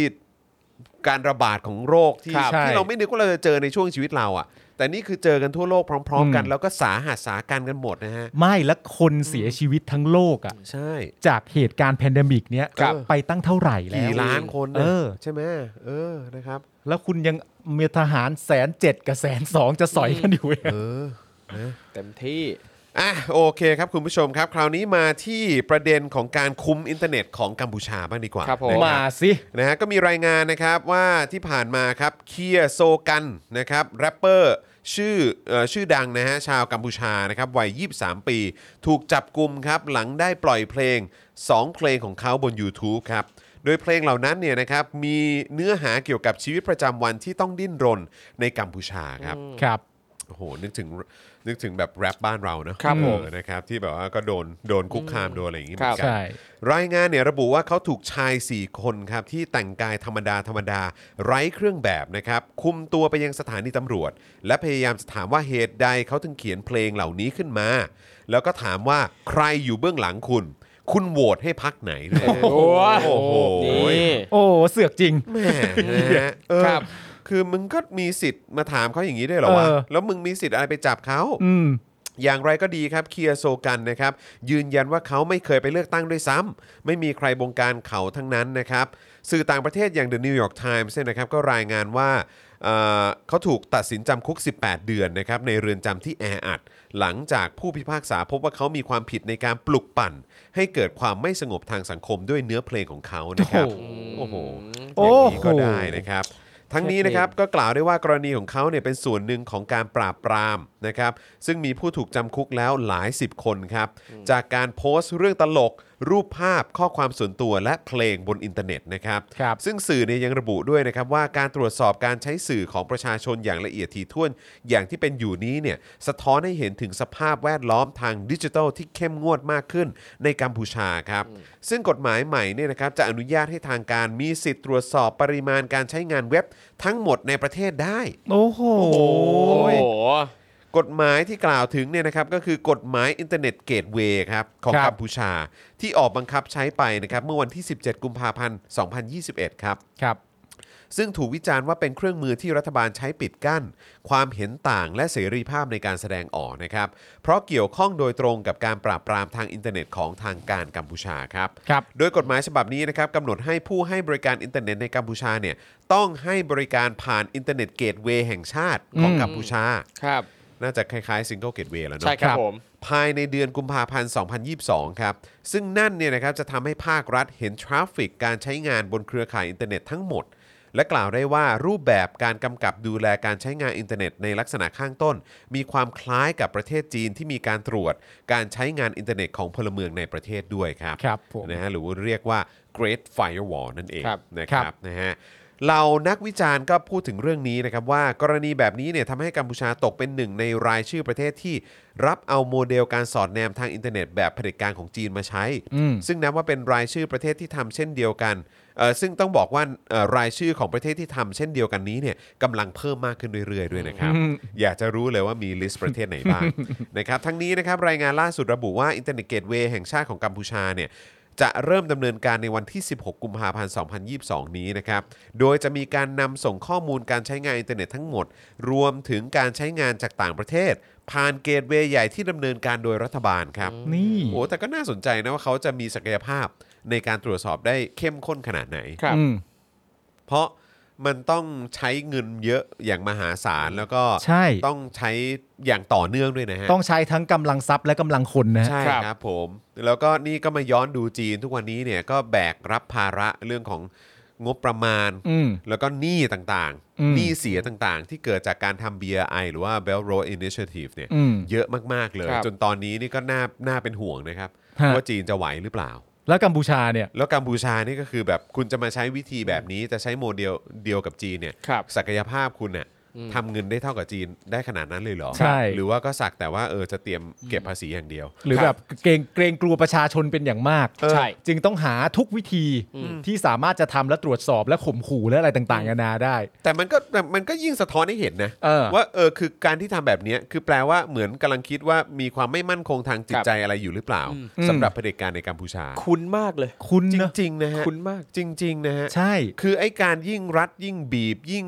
การระบาดของโรคที่
ครับ
ที่เราไม่นึกว่าเราจะเจอในช่วงชีวิตเราอ่ะ แต่นี่คือเจอกันทั่วโลกพร้อม ๆ กัน แล้วก็สาหัสสาการกันหมดนะฮะ
ไม่และคนเสียชีวิตทั้งโลกอ่ะ
ใช่
จากเหตุการณ์แพนเดมิกเนี้ย
ครับ
ไปตั้งเท่าไหร่แล้ว
กี่ล้านคน
เอ
นะ
อ
ใช่ไหมเออนะครับ
แล้วคุณยังมีทหารแสนเจ็ดกับแสนสองจะสอยกันอยู่เอง
เต็มที่
อ่ะโอเคครับคุณผู้ชมครับ คราวนี้มาที่ประเด็นของการคุมอินเทอร์เน็ตของกัมพูชาบ้างดีกว่า
ครับผม
นะ
มาสิ
นะฮะก็มีรายงานนะครับว่าที่ผ่านมาครับเคียโซกันนะครับแรปเปอร์ชื่อเออชื่อดังนะฮะชาวกัมพูชานะครับวัย 23 ปี ถูกจับกลุ่มครับหลังได้ปล่อยเพลง 2 เพลงของเขาบน YouTube ครับโดยเพลงเหล่านั้นเนี่ยนะครับมีเนื้อหาเกี่ยวกับชีวิตประจำวันที่ต้องดิ้นรนในกัมพูชาครับ
ครับ
โอ้โหนึกถึงนึกถึงแบบแรปบ้านเราเนอะ
ครับผม
เออนะครับที่แบบว่าก็โดนโดนคุกคามโดนอะไรอย่างงี้เหมื
ครั
อบ นกัน
ใช่
รายงานเนี่ยระบุว่าเขาถูกชาย 4 คนครับ ที่แต่งกายธรรมดา ธรรมดา ไร้เครื่องแบบนะครับ คุมตัวไปยังสถานีตำรวจ และพยายามจะถามว่าเหตุใดเขาถึงเขียนเพลงเหล่านี้ขึ้นมา แล้วก็ถามว่าใครอยู่เบื้องหลังคุณ คุณโหวตให้พักไหนเนี่ย
โอ้โห
โอ้โห
นี่
โอ้ เสือกจริง
แหม่นะฮะเออ
ครับ
คือมึงก็มีสิทธิ์มาถามเขาอย่างนี้ด้วยเหรอวะ
เออ
แล้วมึงมีสิทธิ์อะไรไปจับเขา
อืม
อย่างไรก็ดีครับเคียร์โซกันนะครับ ยืนยันว่าเขาไม่เคยไปเลือกตั้งด้วยซ้ำไม่มีใครบงการเขาทั้งนั้นนะครับ สื่อต่างประเทศอย่าง The New York Times เนี่ยนะครับก็รายงานว่า เอ่อเขาถูกตัดสินจำคุก 18 เดือนนะครับในเรือนจำที่แออัด หลังจากผู้พิพากษาพบว่าเขามีความผิดในการปลุกปั่น ให้เกิดความไม่สงบทางสังคมด้วยเนื้อเพลงของเขานะครับ โอ้โหอย่างนี้ก็ได้นะครับ ทั้งนี้นะครับก็กล่าวได้ว่ากรณีของเขาเนี่ยเป็นส่วนหนึ่งของการปราบปรามนะครับ ซึ่งมีผู้ถูกจำคุกแล้วหลายสิบคนครับ จากการโพสต์เรื่องตลก รูปภาพข้อความส่วนตัวและเพลงบนอินเทอร์เน็ตนะครับ
ครับ
ซึ่งสื่อเนี่ยยังระบุด้วยนะครับว่าการตรวจสอบการใช้สื่อของประชาชนอย่างละเอียดถี่ถ้วน อย่างที่เป็นอยู่นี้เนี่ยสะท้อนให้เห็นถึงสภาพแวดล้อมทางดิจิทัลที่เข้มงวดมากขึ้นในกัมพูชาครับ ซึ่งกฎหมายใหม่เนี่ยนะครับจะอนุญาตให้ทางการมีสิทธิ์ตรวจสอบปริมาณการใช้งานเว็บทั้งหมดในประเทศได้
โอ้โห
โอ้โห
กฎหมายที่กล่าวถึงเนี่ยนะครับก็คือกฎหมายอินเทอร์เน็ตเกตเวย์ครับของ
ครับ
กัมพูชา ที่ออกบังคับใช้ไปนะครับเมื่อวันที่ 17 กุมภาพันธ์ 2021 ครับ
ครับ
ซึ่งถูกวิจารณ์ว่าเป็นเครื่องมือที่รัฐบาลใช้ปิดกั้น ความเห็นต่างและเสรีภาพในการแสดงออกนะครับ เพราะเกี่ยวข้องโดยตรงกับการปราบปรามทางอินเทอร์เน็ตของทางการกัมพูชาครับ
ครับ
โดยกฎหมายฉบับนี้นะครับกำหนดให้ผู้ให้บริการอินเทอร์เน็ตในกัมพูชาเนี่ยต้องให้บริการผ่านอินเทอร์เน็ตเกตเวย์แห่งชาติของ
อืม
กัมพูชา
ครับ
น่าจะคล้ายๆซิงเกิลเกตเวย์แล้วเนาะ
ใช่ครั
ครับ บ
ผม
ภายในเดือนกุมภาพันธ์ 2022 ครับ ซึ่งนั่นเนี่ยนะครับจะทำให้ภาครัฐเห็นทราฟฟิกการใช้งานบนเครือข่ายอินเทอร์เน็ตทั้งหมด และกล่าวได้ว่ารูปแบบการกำกับดูแลการใช้งานอินเทอร์เน็ตในลักษณะข้างต้น มีความคล้ายกับประเทศจีนที่มีการตรวจ การใช้งานอินเทอร์เน็ตของพลเมืองในประเทศด้วยครับ
ครับผม
นะฮะหรือว่าเรียกว่า Great Firewall นั่นเอง
ครับ
นะครับ
ครับ
นะฮะเรานักวิจารณ์ก็พูดถึงเรื่องนี้นะครับว่ากรณีแบบนี้เนี่ยทำให้กัมพูชาตกเป็นหนึ่งในรายชื่อประเทศที่รับเอาโมเดลการสอดแนมทางอินเทอร์เน็ตแบบเผด็จการของจีนมาใช้
อืม
ซึ่งนับว่าเป็นรายชื่อประเทศที่ทำเช่นเดียวกันเอ่อซึ่งต้องบอกว่าเอ่อรายชื่อของประเทศที่ทำเช่นเดียวกันนี้เนี่ยกำลังเพิ่มมากขึ้นเรื่อยๆด้วยนะครับ
อืม
อยากจะรู้เลยว่ามีลิสต์ประเทศไหนบ้าง นะครับ ทั้งนี้นะครับรายงานล่าสุดระบุว่าอินเทอร์เน็ตเกตเวย์แห่งชาติของกัมพูชาเนี่ยจะเริ่มดำเนินการในวันที่ 16 กุมภาพันธ์ 2022 นี้นะครับ โดยจะมีการนำส่งข้อมูลการใช้งานอินเทอร์เน็ตทั้งหมด รวมถึงการใช้งานจากต่างประเทศ ผ่านเกตเวย์ใหญ่ที่ดำเนินการโดยรัฐบาลครับ
นี่
โอ้แต่ก็น่าสนใจนะว่าเขาจะมีศักยภาพในการตรวจสอบได้เข้มข้นขนาดไหน
ครับ
อืม
เพราะมันต้องใช้เงินเยอะอย่างมหาศาลแล้วก็
ใช่
ต้องใช้อย่างต่อเนื่องด้วยนะฮะ
ต้องใช้ทั้งกำลังทรัพย์และกำลังคนนะฮะ
ใช่
ครับ
ครับผม แล้วก็นี่ก็มาย้อนดูจีนทุกวันนี้เนี่ยก็แบกรับภาระเรื่องของงบประมาณ
อืม
แล้วก็หนี้ต่าง
อื
ๆ
ม
หนี้เสียต่างๆ ที่เกิดจากการทำ BRI หรือว่า Belt Road Initiative เนี่ย
อืม
เยอะมากๆเลย
ครับ
จนตอนนี้นี่ก็น่าน่าเป็นห่วงนะครับ
ฮะ
ว่าจีนจะไหวหรือเปล่า
แล้วกัมพูชาเนี่ย
แล้วกัมพูชานี่ก็คือแบบคุณจะมาใช้วิธีแบบนี้จะใช้โมเดลเดียวกับจีนเนี่ย
ครับ
ศักยภาพคุณเนี่ยทำเงินได้เท่ากับจีนได้ขนาดนั้นเลยเหรอ
ใช่
หรือว่าก็สักแต่ว่าเออจะเตรียมเก็บภาษีอย่างเดียว
หรือแบบเกรงเกรงกลัวประชาชนเป็นอย่างมาก
ใช่
จึงต้องหาทุกวิธีที่สามารถจะทำและตรวจสอบและข่มขู่และอะไรต่างๆนานาได้
แต่มันก็แต่มันก็ยิ่งสะท้อนให้เห็นนะ
เออ
ว่าเออคือการที่ทำแบบเนี้ยคือแปลว่าเหมือนกำลังคิดว่ามีความไม่มั่นคงทางจิตใจอะไรอยู่หรือเปล่าสำหรับเผด็จการในกัมพูชา
คุ้นมากเลย
คุณ
จ
นะ
ริง ๆ นะฮะ
คุ้นมาก
จริง ๆ นะฮะ
ใช่
คือไอ้การยิ่งรัดยิ่งบีบ ยิ่ง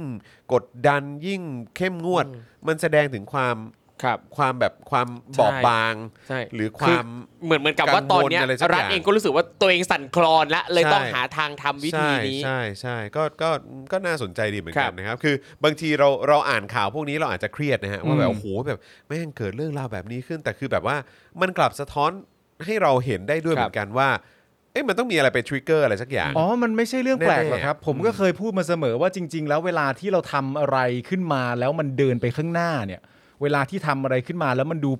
กดดันยิ่งเข้มงวด มันแสดงถึงความ
ครับ
ความแบบความบอบบาง
ใช่
หรือความ
เหมือนเหมือนกับว่าตอนเนี้ย
กังวลอะไรสักอย่าง
รัฐเองก็รู้สึกว่าตัวเองสั่นคลอนละเลย
ใช่
ต้องหาทางทำวิธีนี้
ใช่ใช่ใช่ก็ก็ก็น่าสนใจดีเหมือน
ค
กั
รั
น
บ
นะครับ คือบางทีเราเราอ่านข่าวพวกนี้เราอาจจะเครียดนะฮะว่าแบบ
อืม
โอ้โหแบบแม่งเกิดเรื่องราวแบบนี้ขึ้น แต่คือแบบว่ามันกลับสะท้อนให้เราเห็นได้ด้วย
ค
เห
รับ
มือนกันว่าเอ๊ะมันต้องมีอะไรไปทริกเกอร์อะไรสักอย่าง
อ๋อ มันไม่ใช่เรื่องแปลกหรอกครับ
แน่ๆ
ผมก็เคยพูดมาเสมอว่าจริง ๆ แล้วเวลาที่เราทำอะไรขึ้นมาแล้วมันเดินไปข้างหน้าเนี่ย เวลาที่ทำอะไรขึ้นมาแล้วมันดู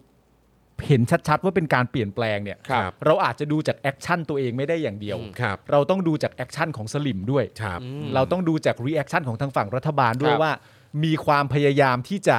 เห็นชัดๆ ว่าเป็นการเปลี่ยนแปลงเนี่ย
ครับ
เราอาจจะดูจากแอคชั่นตัวเองไม่ได้อย่างเดียว
ครับ
เราต้องดูจากแอคชั่นของสลิมด้วย
ครับ
เราต้องดูจากรีแอคชั่นของทางฝั่งรัฐบาลด้ว
ค
ย
รับ
ว่า มีความพยายามที่จะ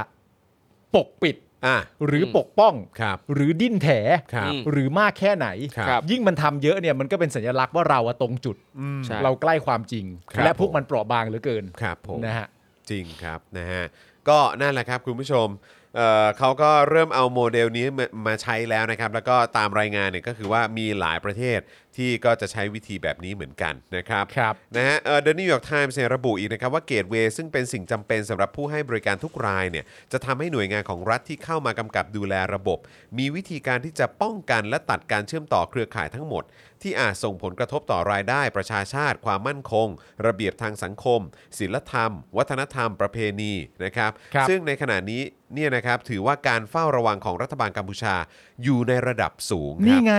ปกปิด
อ่ะ
หรือปกป้อง
ครับ
หรือดิ้นแถ
ครับ
อืม
หรือมากแค่ไหน
ครับ
ครับ
ยิ่งมันทำเยอะเนี่ยมันก็เป็นสัญลักษณ์ว่าเราอะตรงจุด
ใช่
เราใกล้ความจริง
ครับ
และพวกมันเปราะบางเหลือเกิน
ครับผม
นะฮะ
จริงครับนะฮะก็นั่นแหละครับคุณผู้ชมเอ่อเขาก็เริ่มเอาโมเดลนี้มามาใช้แล้วนะครับ แล้วก็ตามรายงานเนี่ยก็คือว่ามีหลายประเทศที่ก็จะใช้วิธีแบบนี้เหมือนกันนะครับ
ครับ
นะฮะเดอะนิวยอร์กไทมส์เนี่ยระบุอีกนะครับว่าเกตเวย์ซึ่งเป็นสิ่งจำเป็นสำหรับผู้ให้บริการทุกรายเนี่ยจะทำให้หน่วยงานของรัฐที่เข้ามากำกับดูแลระบบ มีวิธีการที่จะป้องกันและตัดการเชื่อมต่อเครือข่ายทั้งหมด ที่ ที่อาจส่งผลกระทบต่อรายได้ประชาชาติ ความมั่นคง ระเบียบทางสังคมศิลธรรม วัฒนธรรมประเพณีนะครับ
ครับ
ซึ่งในขณะนี้เนี่ยนะครับถือว่าการเฝ้าระวังของรัฐบาลกัมพูชาอยู่ในระดับสูงค
นี่
รับ
ไง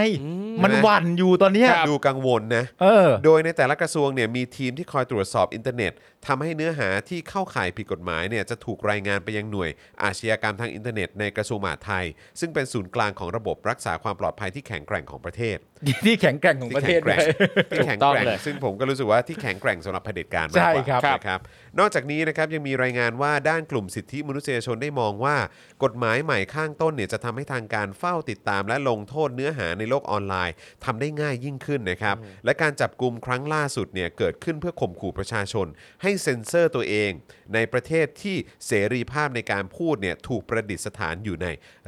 มัน
ใช่ไหม
หวั่นอยู่ตอนเนี้ย
ดูกังวลนะ
เออ
โดยในแต่ละกระทรวงเนี่ยมีทีมที่คอยตรวจสอบอินเทอร์เน็ตทำให้เนื้อหาที่เข้าข่ายผิดกฎหมายเนี่ยจะถูกรายงานไปยังหน่วย อาชญากรรมทางอินเทอร์เน็ตในกระทรวงมหาดไทย ซึ่งเป็นศูนย์กลางของระบบรักษาความปลอดภัยที่แข็งแกร่งของประเทศ
ที่แข็งแกร่งของประเทศ
แข็งแก
ด้
ร่
ว
ง
ย
ที่แข็ง
ถูกต้อง
แกร่ง
เลย
ซึ่งผมก็รู้สึกว่าที่แข็งแกร่งสำหรับเผด็จการมากกว่า
ใช่ครับ
นะครับนอกจากนี้นะครับยังมีรายงานว่าด้านกลุ่มสิทธิมนุษยชนได้มองว่า กฎหมายใหม่ข้างต้นเนี่ยจะทำให้ทางการเฝ้าติดตาม และลงโทษเนื้อหาในโลกออนไลน์ ทำได้ง่ายยิ่งขึ้นนะครับ และการจับกลุ่มครั้งล่าสุดเนี่ยเกิดขึ้นเพื่อข่มขู่ประชาชน ให้เซ็นเซอร์ตัวเอง ในประเทศที่เสรีภาพในการพูดเนี่ยถูกประดิษฐานอยู่ใน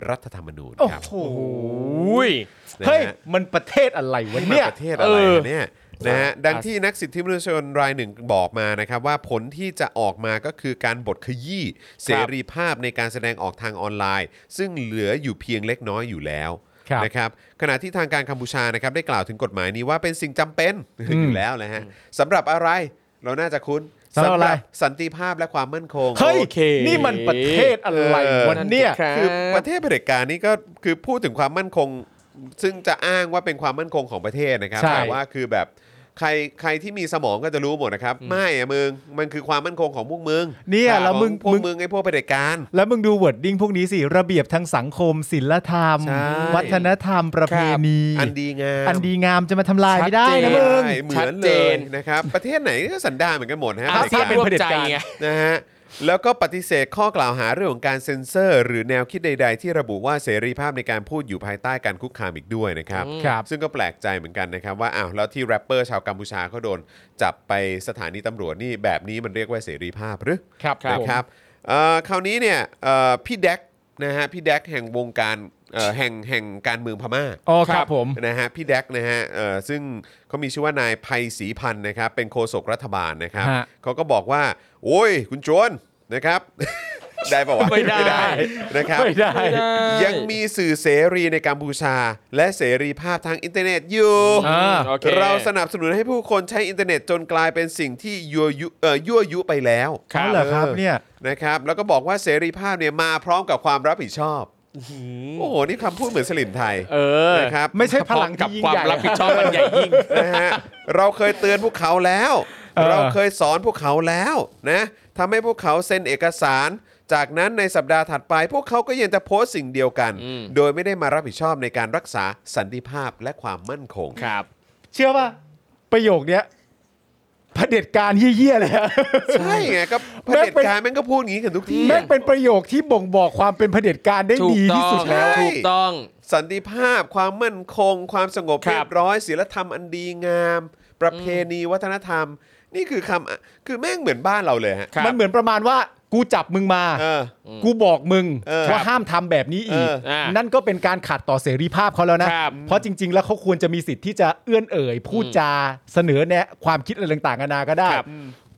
รัฐธรรมนูญ
โอ้
ครับ
โห
อุ้ย
นะฮะ
เฮ้ย มันประเทศอะไรวะ
นี่
เนี่
มั
ย
นประเทศอะไร
เออ
วะเนี่ยนะฮะดังที่นักสิทธิมนุษยชนรายหนึ่งบอกมานะครับว่าผลที่จะออกมาก็คือการบทขยี้เสรีภาพในการแสดงออกทางออนไลน์ ซึ่งเหลืออยู่เพียงเล็กน้อยอยู่แล้ว
ครับ
นะครับขณะที่ทางการกัมพูชานะครับได้กล่าวถึงกฎหมายนี้ว่าเป็นสิ่งจำเป็นอยู่แล้วนะฮะสำหรับอะไรเราน่าจะคุ้น
สำหรับอะไร
สันติภาพและความมั่นคง
เฮ้ย
โอเค
นี่มันประเทศอะไรวะเนี่ย
ครับ
คือประเทศเผด็จการนี่ก็คือพูดถึงความมั่นคง ซึ่งจะอ้างว่าเป็นความมั่นคงของประเทศนะครับ
ใช่
แต่ว่าคือแบบใครใครที่มีสมองก็จะรู้หมดนะครับ ไม่อะมึงมันคือความมั่นคงของพวกมึง
เนี่ยแล้วมึง
พวก
มึง
มึงไอ้พวกเผด็จการ
แล้วมึงดูวอร์ดดิ้งพวกนี้สิ ระเบียบทางสังคม ศิลธรรม
ใช่
วัฒนธรรมประเพณี
อันดีงาม
อันดีงามจะมาทำลายไม่ได้
ชัด
นะ
เจ
มึ
น
ง
ใช่เหมื
ชั
อน
ด
เล
เจ
ย
น
นะครับประเทศไหนก็สันดานเหมือนกันหมดนะฮะ
อา
ผด็จ
เซียน
กร
ร่วมใจไง
นะฮะแล้วก็ปฏิเสธข้อกล่าวหาเรื่องของการเซ็นเซอร์ หรือแนวคิดใด ๆ ที่ระบุว่าเสรีภาพในการพูดอยู่ภายใต้การคุกคามอีกด้วยนะครับ
ครับ
ซึ่งก็แปลกใจเหมือนกันนะครับ ว่าอ้าวแล้วที่แรปเปอร์ชาวกัมพูชาเขาโดน จับไปสถานีตำรวจนี่แบบนี้มันเรียกว่าเสรีภาพหรือ
ครับ
นะครับเอ่อคราวนี้เนี่ยเอ่อพี่แดกนะฮะพี่แดกแห่งวงการเอ่อแห่งแห่งการเมืองพม่า
อ๋อครับผม
นะฮะพี่แดกนะฮะเอ่อซึ่งเขามีชื่อว่านายภัยศรีพันธ์นะครับเป็นโฆษกรัฐบาลนะครับ
ฮะ
เขาก็บอกว่า โอ้ยคุณจวนนะครับ ได้ป่าวะ
ไม่ได้
นะครับ
ไม่ได้
ยังมีสื่อเสรีในกัมพูชา และเสรีภาพทางอินเทอร์เน็ตอยู่
อ่า
โอค
เราสนับสนุนให้ผู้คนใช้อินเทอร์เน็ตจนกลายเป็นสิ่งที่ยั่วยุเอ่อยั่วยุไปแล้ว
อ๋อเหรอครับ
ออ
เนี่ย
นะครับแล้วก็บอกว่าเสรีภาพเนี่ยมาพร้อมกับความรับผิดชอบโอ้โหนี่คำพูดเหมือนสลิมไทย
เออ
นะครับ
ไม่ใช่พลัง
กับ
ที่ยิ่ง
ความ
ใหญ่
รับผิดชอบมันใหญ่ยิ่ง
นะฮะเราเคยเตือนพวกเขาแล้ว
เออ
เราเคยสอนพวกเขาแล้วนะทำให้พวกเขาเซ็นเอกสาร จากนั้นในสัปดาห์ถัดไป พวกเขาก็ยังจะโพสต์สิ่งเดียวกัน
อืม
โดยไม่ได้มารับผิดชอบในการรักษาสันติภาพและความมั่นคง
ครับ
เชื่อป่ะประโยคเนี้ยเผด็จการเหี้ยๆเลยอะ
ใช่ไงก็เผด็จการแม่งก็พูดอย่างนี้กันทุกที่
แม่งเป็นประโยคที่บ่งบอกความเป็นเผด็จการได้
ถูก
ดี
ต้
ที่
อง
สุดแล้ว
ถูกต้อง
สันติภาพความมั่นคง ความสงบ
ครับ
เรียบร้อยศีลธรรมอันดีงาม ประเพณีวัฒนธรรม นี่คือคำคือแม่งเหมือนบ้านเราเลยฮะ
ครับ
มันเหมือนประมาณว่ากูจับมึงมา
เออ
กูบอกมึง
เออ
ว่าห้ามทำแบบนี้อีก
เออ
อ่านั่
นั่นก็เป็นการขัดต่อเสรีภาพเขาแล้วนะ
ครับ
เพราะจริง ๆ แล้วเขาควรจะมีสิทธิ์ที่จะเอื้อนเอ่ย พูดจาเสนอแนะความคิดอะไรต่างๆนานาก็ได้
ครับ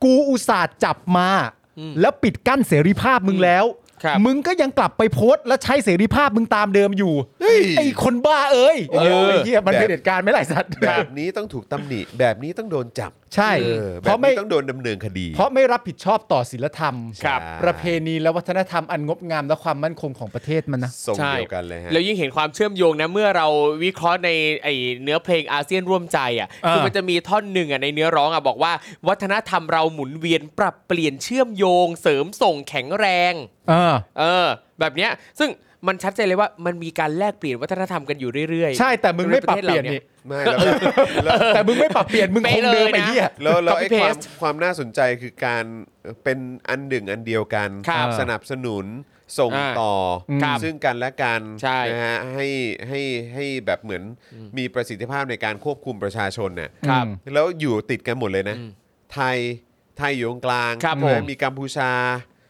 กูอุตส่าห์จับมา แล้วปิดกั้นเสรีภาพมึงแล้ว
ครับ
มึงก็ยังกลับไปโพสต์และใช้เสรีภาพมึงตามเดิมอยู่
เฮ้ย
ไอ้คนบ้าเอ้ย
เออ
ไอ้เหี้ยมันเป็นเผด็จการไหม่หลายสัตว์
แบบนี้ต้องถูกตำหนิ แบบนี้ต้องโดนจับ
ใช่
เออแบ
เพราะ
บ
ไม่
นี้ต้องโดนดำเนินคดี
เพราะไม่รับผิดชอบต่อศีลธรรม
ครับ
ใช่
ประเพณีและวัฒนธรรมอันงดงามและความมั่นคงของประเทศมันนะ
ทรง
ใช่
เดียวกันเลยฮะ
แล้วยิ่งเห็นความเชื่อมโยงนะ เมื่อเราวิเคราะห์ในไอเนื้อเพลงอาเซียนร่วมใจอ่ะ
เออ
คือมันจะมีท่อนหนึ่งอ่ะในเนื้อร้องอ่ะบอกว่า วัฒนธรรมเราหมุนเวียนปรับเปลี่ยนเชื่อมโยง เสริมส่งแข็งแรง
า
เออ แบบเนี้ยซึ่งมันชัดเจนเลยว่ามันมีการแลกเปลี่ยนวัฒนธรรมกันอยู่เรื่อยๆ
ใช่แต่มึงไม่ปรับเปลี่ยนนี่
ไม่แล้วแล้ว
แต่มึงไม่ปรับเปลี่ยนมึงคงเดิมไปเหี้ย
แล้วแล้วไอ้ความ
Copy paste
ความน่าสนใจคือการเป็นอันหนึ่งอันเดียวกัน
ครับ
สนับสนุนส่ง
อ่า
ต่ออ
ครับ
ซึ่งกันและกัน
ใช่
นะฮะให้ให้ให้แบบเหมือนมีประสิทธิภาพในการควบคุมประชาชนเนี่ย
ครับ
แล้วอยู่ติดกันหมดเลยนะ
อืม
ไทยไทยอยู่ตรงกลาง
ครับ
ใช่ไหม
ผม
มีกัมพูชา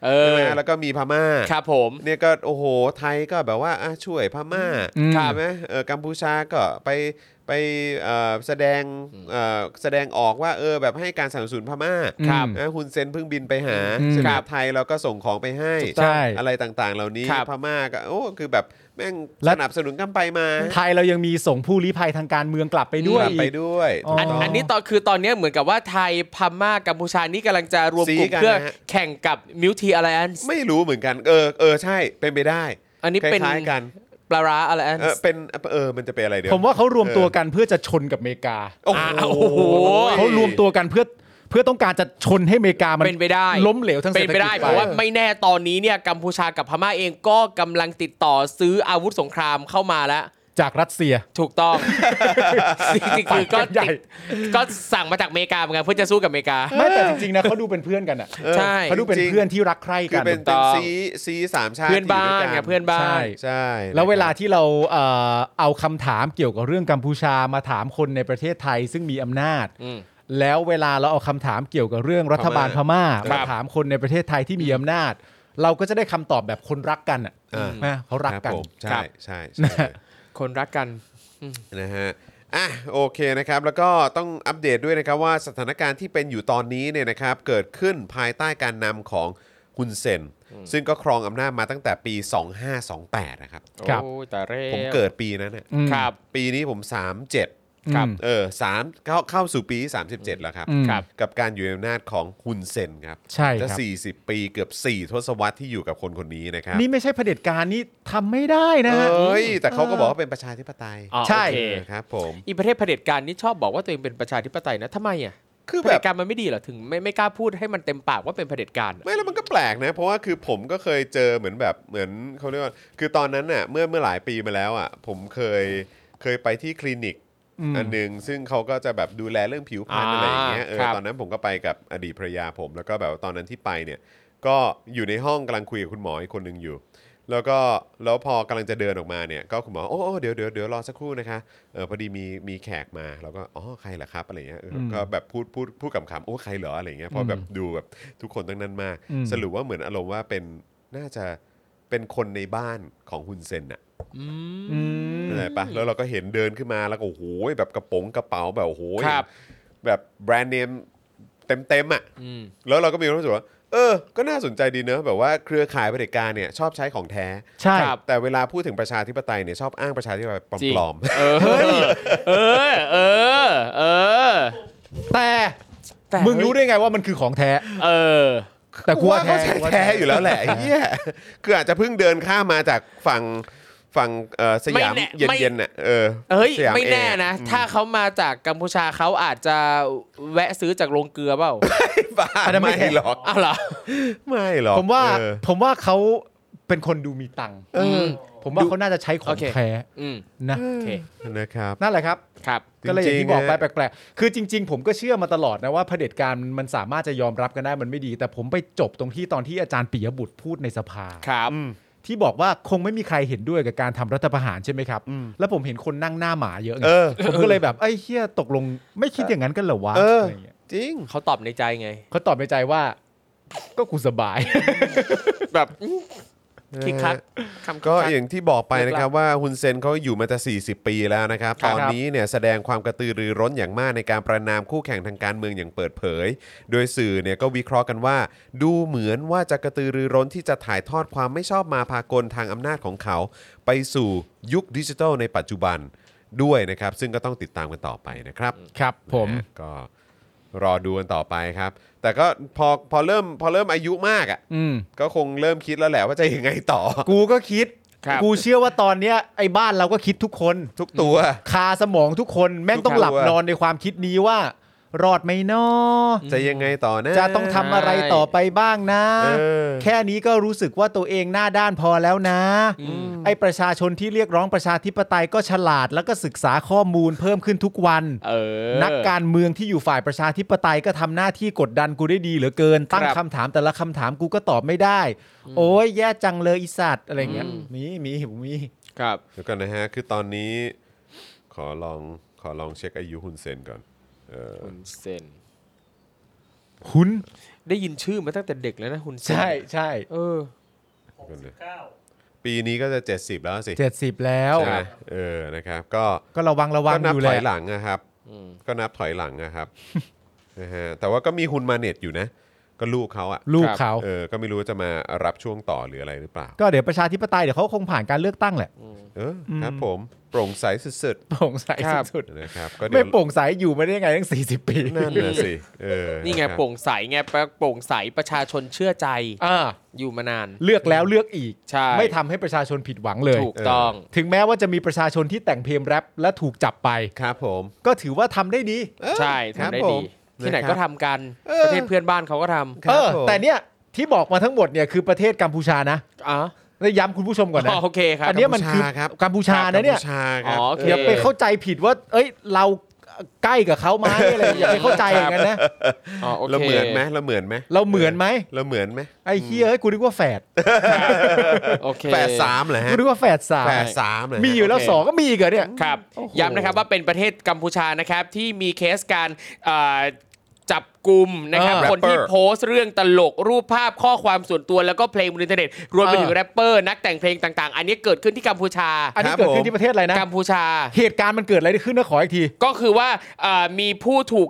เอ
ใช่
อ
ไหมแล้วก็มีพม่า
ครับผม
เนี่ยก็โอ้โหไทยก็แบบว่าอ่ะช่วยพม่า
อืมครับ
ใช่ไหมเออกัมพูชาก็ไปไปเอ่อแสดงเอ่อแสดงออกว่าเออแบบให้การสนับสนุนพม่า
ครับ
นะฮุนเซนเพิ่งบินไปหา
อืม
ใช่ไหม
ครับ
ไทยเราก็ส่งของไปให้
ถูกต้องใช่
อะไรต่างๆ เหล่านี้
ครับ
พม่าก็โอ้คือแบบแ แม่ง
และ
สนับสนุนกันไปมา
ไทยเรายังมีส่งผู้ลี้ภัยทางการเมืองกลับไปด้วย
กลับไป
อีก
ด้วย
อ๋อ
ถูก
อัน
ต้ง
อันนี้ตอนคือตอนเนี้ยเหมือนกับว่าไทยพม่ากัมพูชานี่กำลังจะรวมกลุ่ม
ซี้กันนะฮะ
เพื่อแข่งกับมิวทีอะไรอัน
ไม่รู้เหมือนกัน เออเออใช่เป็นไปได้
อันนี้
ค
เป็น
ล้ายๆกัน
ปลาร้าอะไรอัน
เออเป็นเออมันจะเป็นอะไรเดี๋ยว
ผมว่าเขารวมตัวกันเพื่อจะชนกับอเมริกา
โอ้
อ่าโอ้
โห
โห
เขารวมตัวกันเพื่อเพื่อต้องการจะชนให้อเมริกามัน
เป็นไปได้
ล้มเหลวทั้งเศร
เป็
ษ
น
ฐกิจ
ไปได้เพราะว่าไม่แน่ตอนนี้เนี่ยกัมพูชากับพม่าเองก็กำลังติดต่อซื้ออาวุธสงครามเข้ามาแล้ว
จากรัสเซีย
ถูกต้อง จริงๆคือก็
ไปกันใหญ่
ติดก็สั่งมาจากอเมริกาเหมือนกันเพื่อจะสู้กับอเมริกา
ไม่แต่จริงๆนะเขาดูเป็นเพื่อนกันอ่ะ
เออ
ใช่
เขาดูเป็นเพื่อนที่รักใคร่
คือ
กัน
เป็น
ถูกต้
เป็น
อง
ซีซีสามชาติ
เพื่อนบ้า
ที่
น
ยู่ด้วย
ไง
กั
เพื่อนบ้า
ใช่
น
ใช่
แล้วเวลาที่เราเอ่อเอาคำถามเกี่ยวกับเรื่องกัมพูชามาถามคนในประเทศไทยซึ่งมีอำนาจ
อืม
แล้วเวลาเราเอาคำถามเกี่ยวกับเรื่องรัฐบาลพม่า
ครับ
มาถามคนในประเทศไทยที่มีอำนาจ เราก็จะได้คำตอบแบบคนรักกันอ่ะ
อ่า
นะเขารักกัน
คบผม
ครั
ใช่
บ
ใช่ใช่
คนรักกัน
นะฮะ อ่ะโอเคนะครับ แล้วก็ต้องอัปเดตด้วยนะครับว่าสถานการณ์ที่เป็นอยู่ตอนนี้เนี่ยนะครับเกิดขึ้นภายใต้การนำของฮุนเซน ซึ่งก็ครองอำนาจมาตั้งแต่ปี 2528 นะครับ
ครับ
โอ้ยแต่เร็ว
ผมเกิดปีนั้นน่ะ
อืม
ครับ
ปีนี้ผม 37
อืม
ครับ
เออสามเข้าเข้าสู่ปีที่37 แล้วครับ
อืมครับ
กับการอยู่ในอำนาจของฮุนเซนครับ
ใช่
จะ
ครับ
40 ปีเกือบ 4 ทศวรรษที่อยู่กับคนคนนี้นะครับ
นี่ไม่ใช่เผด็จการนี่ทำไม่ได้นะ
เอ
ฮะ
้ย แต่เขาก็บอกว่าเป็นประชาธิปไตย
อ๋อ
ใช่
โอเค
เออครับผม
อีประเทศเผด็จการนี่ชอบบอกว่าตัวเองเป็นประชาธิปไตยนะทำไมอ่ะ
คือ
เผ
แบ
ด็
บ
จการมันไม่ดีเหรอถึงไม่ไม่กล้าพูดให้มันเต็มปากว่าเป็นเผด็จการอะ
ไม่แล้วมันก็แปลกนะ เพราะว่าคือผมก็เคยเจอเหมือนแบบเหมือนเขาเรียกว่าคือตอนนั้นน่ะเมื่อเมื่อหลายปีมาแล้วอ่ะผมเคยเคยไปที่คลินิก
อืม
อันหนึ่งซึ่งเขาก็จะแบบดูแลเรื่องผิวพรรณอะไรอย่างเงี้ยเออตอนนั้นผมก็ไปกับอดีตภรรยาผมแล้วก็แบบว่าตอนนั้นที่ไปเนี่ย ก็อยู่ในห้องกำลังคุยกับคุณหมออีกคนหนึ่งอยู่ แล้วก็แล้วพอกำลังจะเดินออกมาเนี่ยก็คุณหมอโอ้โอ้เดี๋ยวเดี๋ยวเดี๋ยวรอสักครู่นะคะเออพอดีมีมีแขกมาแล้วก็อ๋อใครล่ะครับอะไรเงี้ยเออ
อืม
ก็แบบพูดพูดพูดคำๆโอ้ใครเหรออะไรเงี้ยเพราะแบบดูแบบทุกคนตั้งนั้นมาก
อืม
สรุปว่าเหมือนอารมณ์ว่าเป็นน่าจะเป็นคนในบ้านของฮุนเซนน่ะ
อืม
อืม
อะไรปะแล้วเราก็เห็นเดินขึ้นมาแล้วก็โอ้โหแบบกระโปรงกระเป๋าแบบโอ้โห
ครับ
แบบแบรนด์เนมเต็มเต็มๆอ่ะ
อืม
แล้วเราก็มีความรู้สึกว่าเออ ก็น่าสนใจดีเนอะแบบว่าเครือข่ายบริการเนี่ยชอบใช้ของแท้
ใช่
ครับแต่เวลาพูดถึงประชาธิปไตยเนี่ยชอบอ้างประชาธิปไตย
จริง
ปลอม
เออเออเออเออ
แต่มึงรู้ได้ไงว่ามันคือของแท้
เออ
ๆ
แต่กู
ว่า
ว่า
เขา
แท้
ใช้แท้อยู่แล้วแหละไอ้เฮียคืออาจจะเพิ่งเดินข้ามมาจากฝั่งฝั่งเอ่อสยาม
ไม่แน่
เย็น
ไม่
ๆน่ะเออ
เฮ้ย
สยา
ไม่แน่
เอ
นะ ถ้าเขามาจากกัมพูชาเขาอาจจะแวะซื้อจากโรงเกลือเปล่า
บ้า
อันนั้นไม่
ไม่
แท้
หรอก
อ้าวเหรอ
ไม่หรอก
ผมว่า
เออ
ผมว่าเขาเป็นคนดูมีตังค์ ผมว่าเขาน่าจะใช้ของ
โอเค
แท้
อืม
นะ
โอเค
นะครับ
นั่นแหละครับ
ครับ
จริงๆ
ก็เลยอย่างที่บอกไป
ฮะ
แปลกๆ คือจริง ๆ ผมก็เชื่อมาตลอดนะว่าเผด็จการมันสามารถจะยอมรับกันได้มันไม่ดี แต่ผมไปจบตรงที่ตอนที่อาจารย์ปิยบุตรพูดในสภา
ครับ
ที่บอกว่าคงไม่มีใครเห็นด้วยกับการทำรัฐประหารใช่ไหมครับ แล้วผมเห็นคนนั่งหน้าหมาเยอะไง
เออ
ผมก็เลยแบบไอ้เฮียตกลงไม่คิดอย่างนั้นกันเหรอวะ
เออ
อะไรอย่างเงี้ย
จริง
เขาตอบในใจไง
เขาตอบในใจว่า ก็กูสบาย
แบบคิกคักคำ
ก็
คิ
อ
คั
ย่างที่บอกไปนะครับว่าฮุนเซนเขาอยู่มาจะ40 ปีแล้วนะครับ
ครั
ต
บ
อนนี้เนี่ยแสดงความกระตือรือร้นอย่างมากในการประนามคู่แข่งทางการเมืองอย่างเปิดเผย โดยสื่อเนี่ยก็วิเคราะห์กันว่า ดูเหมือนว่าจะกระตือรือร้นที่จะถ่ายทอดความไม่ชอบมาพากลทางอำนาจของเขา ไปสู่ยุคดิจิทัลในปัจจุบันด้วยนะครับ ซึ่งก็ต้องติดตามกันต่อไปนะครับ
ครับ ผม
นะฮะก็รอดูกันต่อไปครับ แต่ก็พอพอเริ่มพอเริ่มอายุมากอ่ะ
อืม
ก็คงเริ่มคิดแล้วแหละว่าจะยังไงต่อ
กูก็คิด
ครับ
กูเชื่อว่าตอนเนี้ยไอ้บ้านเราก็คิดทุกคน
ทุกตัว
คาสมองทุกคนแม่งต้องหลับ
ทุกคน
นอนในความคิดนี้ว่า รอดไหมเนอ
จะยังไงต่อนะ
จะต้องทำอะไรต่อไปบ้างนะ
เออ
แค่นี้ก็รู้สึกว่าตัวเองหน้าด้านพอแล้วนะ ไอ้ประชาชนที่เรียกร้องประชาธิปไตยก็ฉลาดแล้วก็ศึกษาข้อมูลเพิ่มขึ้นทุกวัน
เออ
นักการเมืองที่อยู่ฝ่ายประชาธิปไตยก็ทำหน้าที่กดดันกูได้ดีเหลือเกิน ตั้ง
ครับ
คำถามแต่ละคำถามกูก็ตอบไม่ได้ โอ้ยแย่จังเลยอีสัตว์อะไรเงี้ยมีมีผมมี
ครับ
เดี๋ยวก่อนนะฮะ คือตอนนี้ขอลองขอลองเช็คอายุฮุนเซนก่อน เออ
คุณเซน
หุน
ได้ยินชื่อมาตั้งแต่เด็กแล้วนะคุณเซน
ใช่ใช่
เออ
หกสิบเก้า
ปีนี้ก็จะ 70 แล้วสิ
เจ็ดสิบแล้ว
ใช่ไหมเออนะครับ ก็
ก็ระวังระวั
ก็
ง
นั
อยู่
ถ
แห
อย
ละ
หลั งนะครับ ก็นับถอยหลังนะครับนะฮะแต่ว่าก็มีฮุนมาเน็ตอยู่นะ ก็ลูกเขาอะ
ลูกเขา
เออก็ไม่รู้ว่าจะมารับช่วงต่อหรืออะไรหรือเปล่า
ก็เดี๋ยวประชาธิปไตยเดี๋ยวเขาคงผ่านการเลือกตั้งแหละ
เออครับผมโปร่งใสสุด
โปร่งใส
ครับ
สุด
ๆนะครับก็
ๆ
เดี๋
ไม่
ยว
โปร่งใสอยู่มาได้ยังไงตั้ง 40 ปี
นั่นนะสิเออ
นี่
ะค
ไง
รับ
โปร่งใสไงแปลว่าโปร่งใสประชาชนเชื่อใจ
อ่า
อยู่มานาน
เลือกแล้วเลือกอีก
ใช่
ไม่ทำให้ประชาชนผิดหวังเลย
ถูกต้อง
ถึงแม้ว่าจะมีประชาชนที่แต่งเพลงแรปและถูกจับไป
ครับผม
ก็ถือว่าทำได้ดี
เออ
ใช่
ครับ
ทำได้
ผ
ดี
ม
ที่ไหนะ
ค
ก็
รับ
ทำกัน
เออ
ประเทศเพื่อนบ้านเขาก็ทำ
ครั
เอบ อ
ผม
แต่เนี่ยที่บอกมาทั้งหมดเนี่ยคือประเทศกัมพูชานะ
อ๋อ
ได้ย้ำคุณผู้ชมก่อนนะ
โอเคครับ
อันเนี้ยมันคือ
กัพูชารับ
กัมพูชานะเนี่ย
กัมพูชาครับ
อ๋อโอเค
อย่าไปเข้าใจผิดว่า เอ้ย เราใกล้กับเขาไหมอะไรอย่าไปเข้าใจอย่างนั้นนะ
อ๋อโอ
เรา
เค
เหมือนไหมเราเหมือนไหม
เราเหมือนไหม
เราเหมือนไหม
ไอ้เฮียเอ้ยกูนึกว่าแฝด
โอเค
แปดสามเหรอฮะ
กูนึกว่าแฝดสาม
แปดสามเหรอฮะ
มีอยู่แล้ว
โอเค
สองก็มีอีกเหรอเนี่ย
ครับ
โอ้โห
ย้ำนะครับว่าเป็นประเทศกัมพูชานะครับที่มีเคสการเอ่อจับกลุ่มนะครับ
อ่า
คนที่
Rapper
โพสต์เรื่องตลกรูปภาพข้อความส่วนตัวแล้วก็เพลงบนอินเทอร์เน็ตรวมไป
อ่า
ถึงแรปเปอร์ นักแต่งเพลงต่างๆ อันนี้เกิดขึ้นที่กัมพูชา
อันนี้
ครับ
เกิด
ผ
ขึ้
ม
นที่ประเทศอะไรนะ
กัมพูชา
เหตุการณ์มันเกิดอะไรขึ้นนะขออีกที
ก็คือว่าเอ่อมีผู้ถูก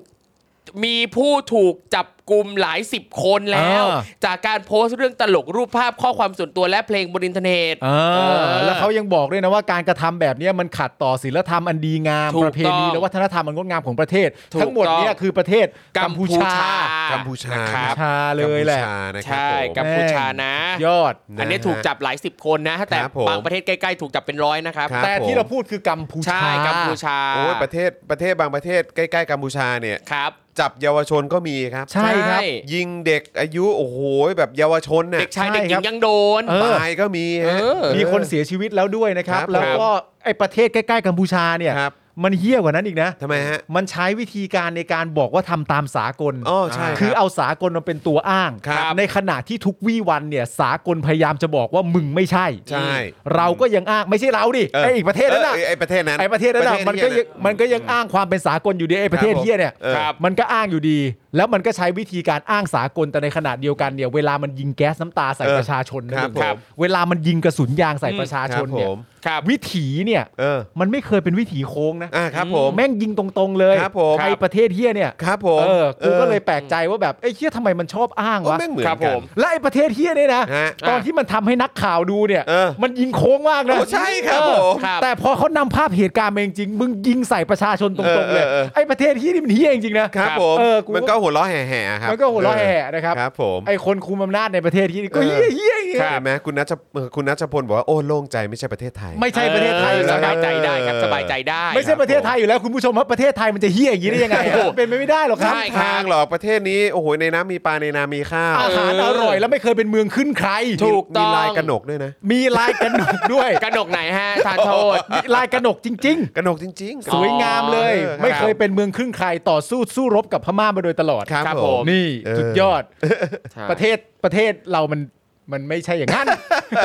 มีผู้ถูกจับกลุ่มหลายสิบคนแล้ว
อ่า
จากการโพสต์เรื่องตลกรูปภาพข้อความส่วนตัวและเพลงบนอินเทอร์เน็ต
อ่าแล้วเขายังบอกด้วยนะว่าการกระทำแบบเนี้ยมันขัดต่อศีลธรรมอันดีงาม
ถูก
ประเพณี
ต้อง
และวัฒนธรรมอันงดงามของประเทศ
ถูก
ทั้งหมดเนี่
ต้
ย
อง
คือประเทศกัมพูชา
กัมพูชา
นะค
กั
รั
ม
บ
พู
ชาเลยแหละ
ชานะครั
ใช่
ผม
กัมพูชานะ
ยอด
นะฮะ
อันนี้ถูกจับหลายสิบคนนะ แต่
ครับผม
บางประเทศใกล้ ๆ ถูกจับเป็นร้อยนะครับ
ครับ
แต่ที่เราพูดคือกัมพูชา
ใช่ กัมพูชา
โอ้ยประเทศประเทศบางประเทศใกล้ๆกัมพูชาเนี่ย
ครับ
จับเยาวชนก็มีครับ
ใช่ครับ
ยิงเด็กอายุโอ้โหแบบเยาวชนน่ะ
เด็กชาย
ใช่
เด็กหญิ
ครั
ง
บ
ยังโดน
เออ
ตายก็มีฮะ
เออ
มีคนเสียชีวิตแล้วด้วยนะครับ
ครับ
แล้วก็ไอ้ประเทศใกล้ๆกัมพูชาเนี่ย
ครับ
มันเหี้ยกว่านั้นอีกนะ
ทำไมฮะ
มันใช้วิธีการในการบอกว่าทำตามสากล
อ๋อใช่ครับ
คือเอาสากลมาเป็นตัวอ้าง
ครับ
ในขณะที่ทุกวี่วันเนี่ยสากลพยายามจะบอกว่ามึงไม่ใช่
ใช่
เราก็ยังอ้างไม่ใช่เราดิ
เออ
ไอ้อีกประเทศนั้นน่ะ
ออไอ้ประเทศนั้น
ไอ้ประเทศนั้นน่ะมันก็ยังมันก็ยังอ้างความเป็นสากลอยู่ดีไอ้ประเทศเฮียเนี่ย
ออ
ครับ
มันก็อ้างอยู่ดี แล้วมันก็ใช้วิธีการอ้างสากลแต่ในขณะเดียวกันเนี่ยเวลามันยิงแก๊สน้ำตาใส่
เออ
ประชาชนนะครับ ผม
ครับ
เวลามันยิงกระสุนยางใส่ประชาชนเนี่
ค
ย
รับผม
ครับ
วิถีเนี่ย
เออ
มันไม่เคยเป็นวิถีโค้งนะ
อ่ะครับผม
แม่งยิงตรงๆเลย
ครับผม
ใครประเทศเฮียเนี่ย
ครับผม
เออกูก็เลยแปลกใจว่าแบบไอ้ยเฮียทำไมมันชอบอ้าง
โอ้
วะ
แม่งเหมือน
ครับ
กั
ผ
น
ม
และไอ้ประเทศเฮียเนี่ยนะ
ฮะ
ตอนที่มันทำให้นักข่าวดูเนี่ย
เออ
มันยิงโค้งมากนะ
โอ้ใช่ครับ
เออ
ผม
ครับ
แต่พอเขานำภาพเหตุการณ์มาจริงๆมึงยิงใส่ประชาชนตรงๆเลย
เออเออเออ
ไอ้ประเทศเฮียนี่มันเฮียจริงๆนะ
ครับผม
เออกู
มันก็หัวเราะแห่ๆครับ
มันก็หัวเราะแห่นะครับ
ครับผม
ไอคนคุมอำนาจในประเทศที่นี่ก็
เออ
เฮี้ยเฮี้ยเหี้ย
ใช่ไหมคุณนัชเอ่อคุณนัชพลบอกว่าโอ้โล่งใจไม่ใช่ประเทศไทย
ไม่ใช่ประเทศไทย
ออ
แล้
ส
ว
บายใจได้ครับ
เออ
สบายใจได้
ไม่ใช่ประเทศไทยอยู่แล้วคุณผู้ชมว่าประเทศไทยมันจะเฮี้ยอย่างนี้ได้ยังไงอะ
โอ้โห
เป็นไปไม่ได้หรอกครับ
ใช่
ไม่
ครั
ทา
บ
งหรอกประเทศนี้โอ้โหในน้ำมีปลาในนามีข้าว
อาหารอร่อยแล้วไม่เคยเป็นเมืองขึ้นใคร
ถูก ต้
มี
อง
ลายกระหนกด้วยนะ
มีลายกระหนกด้วย
กระดกไหนฮะทานโทษ
มีลายกระหนกจริง
กระหนกจริงๆ
ๆ สวยงามเลย
เออครับ
ไม่เคยเป็นเมืองครึ่งใครต่อสู้สู้รบกับพม่ามาโดยตลอด
ครับ
ครับ
ผ
ผม ม
นี่
เออ
สุดยอด
ใช่
ประเทศประเทศเรามันมันไม่ใช่อย่างนั้น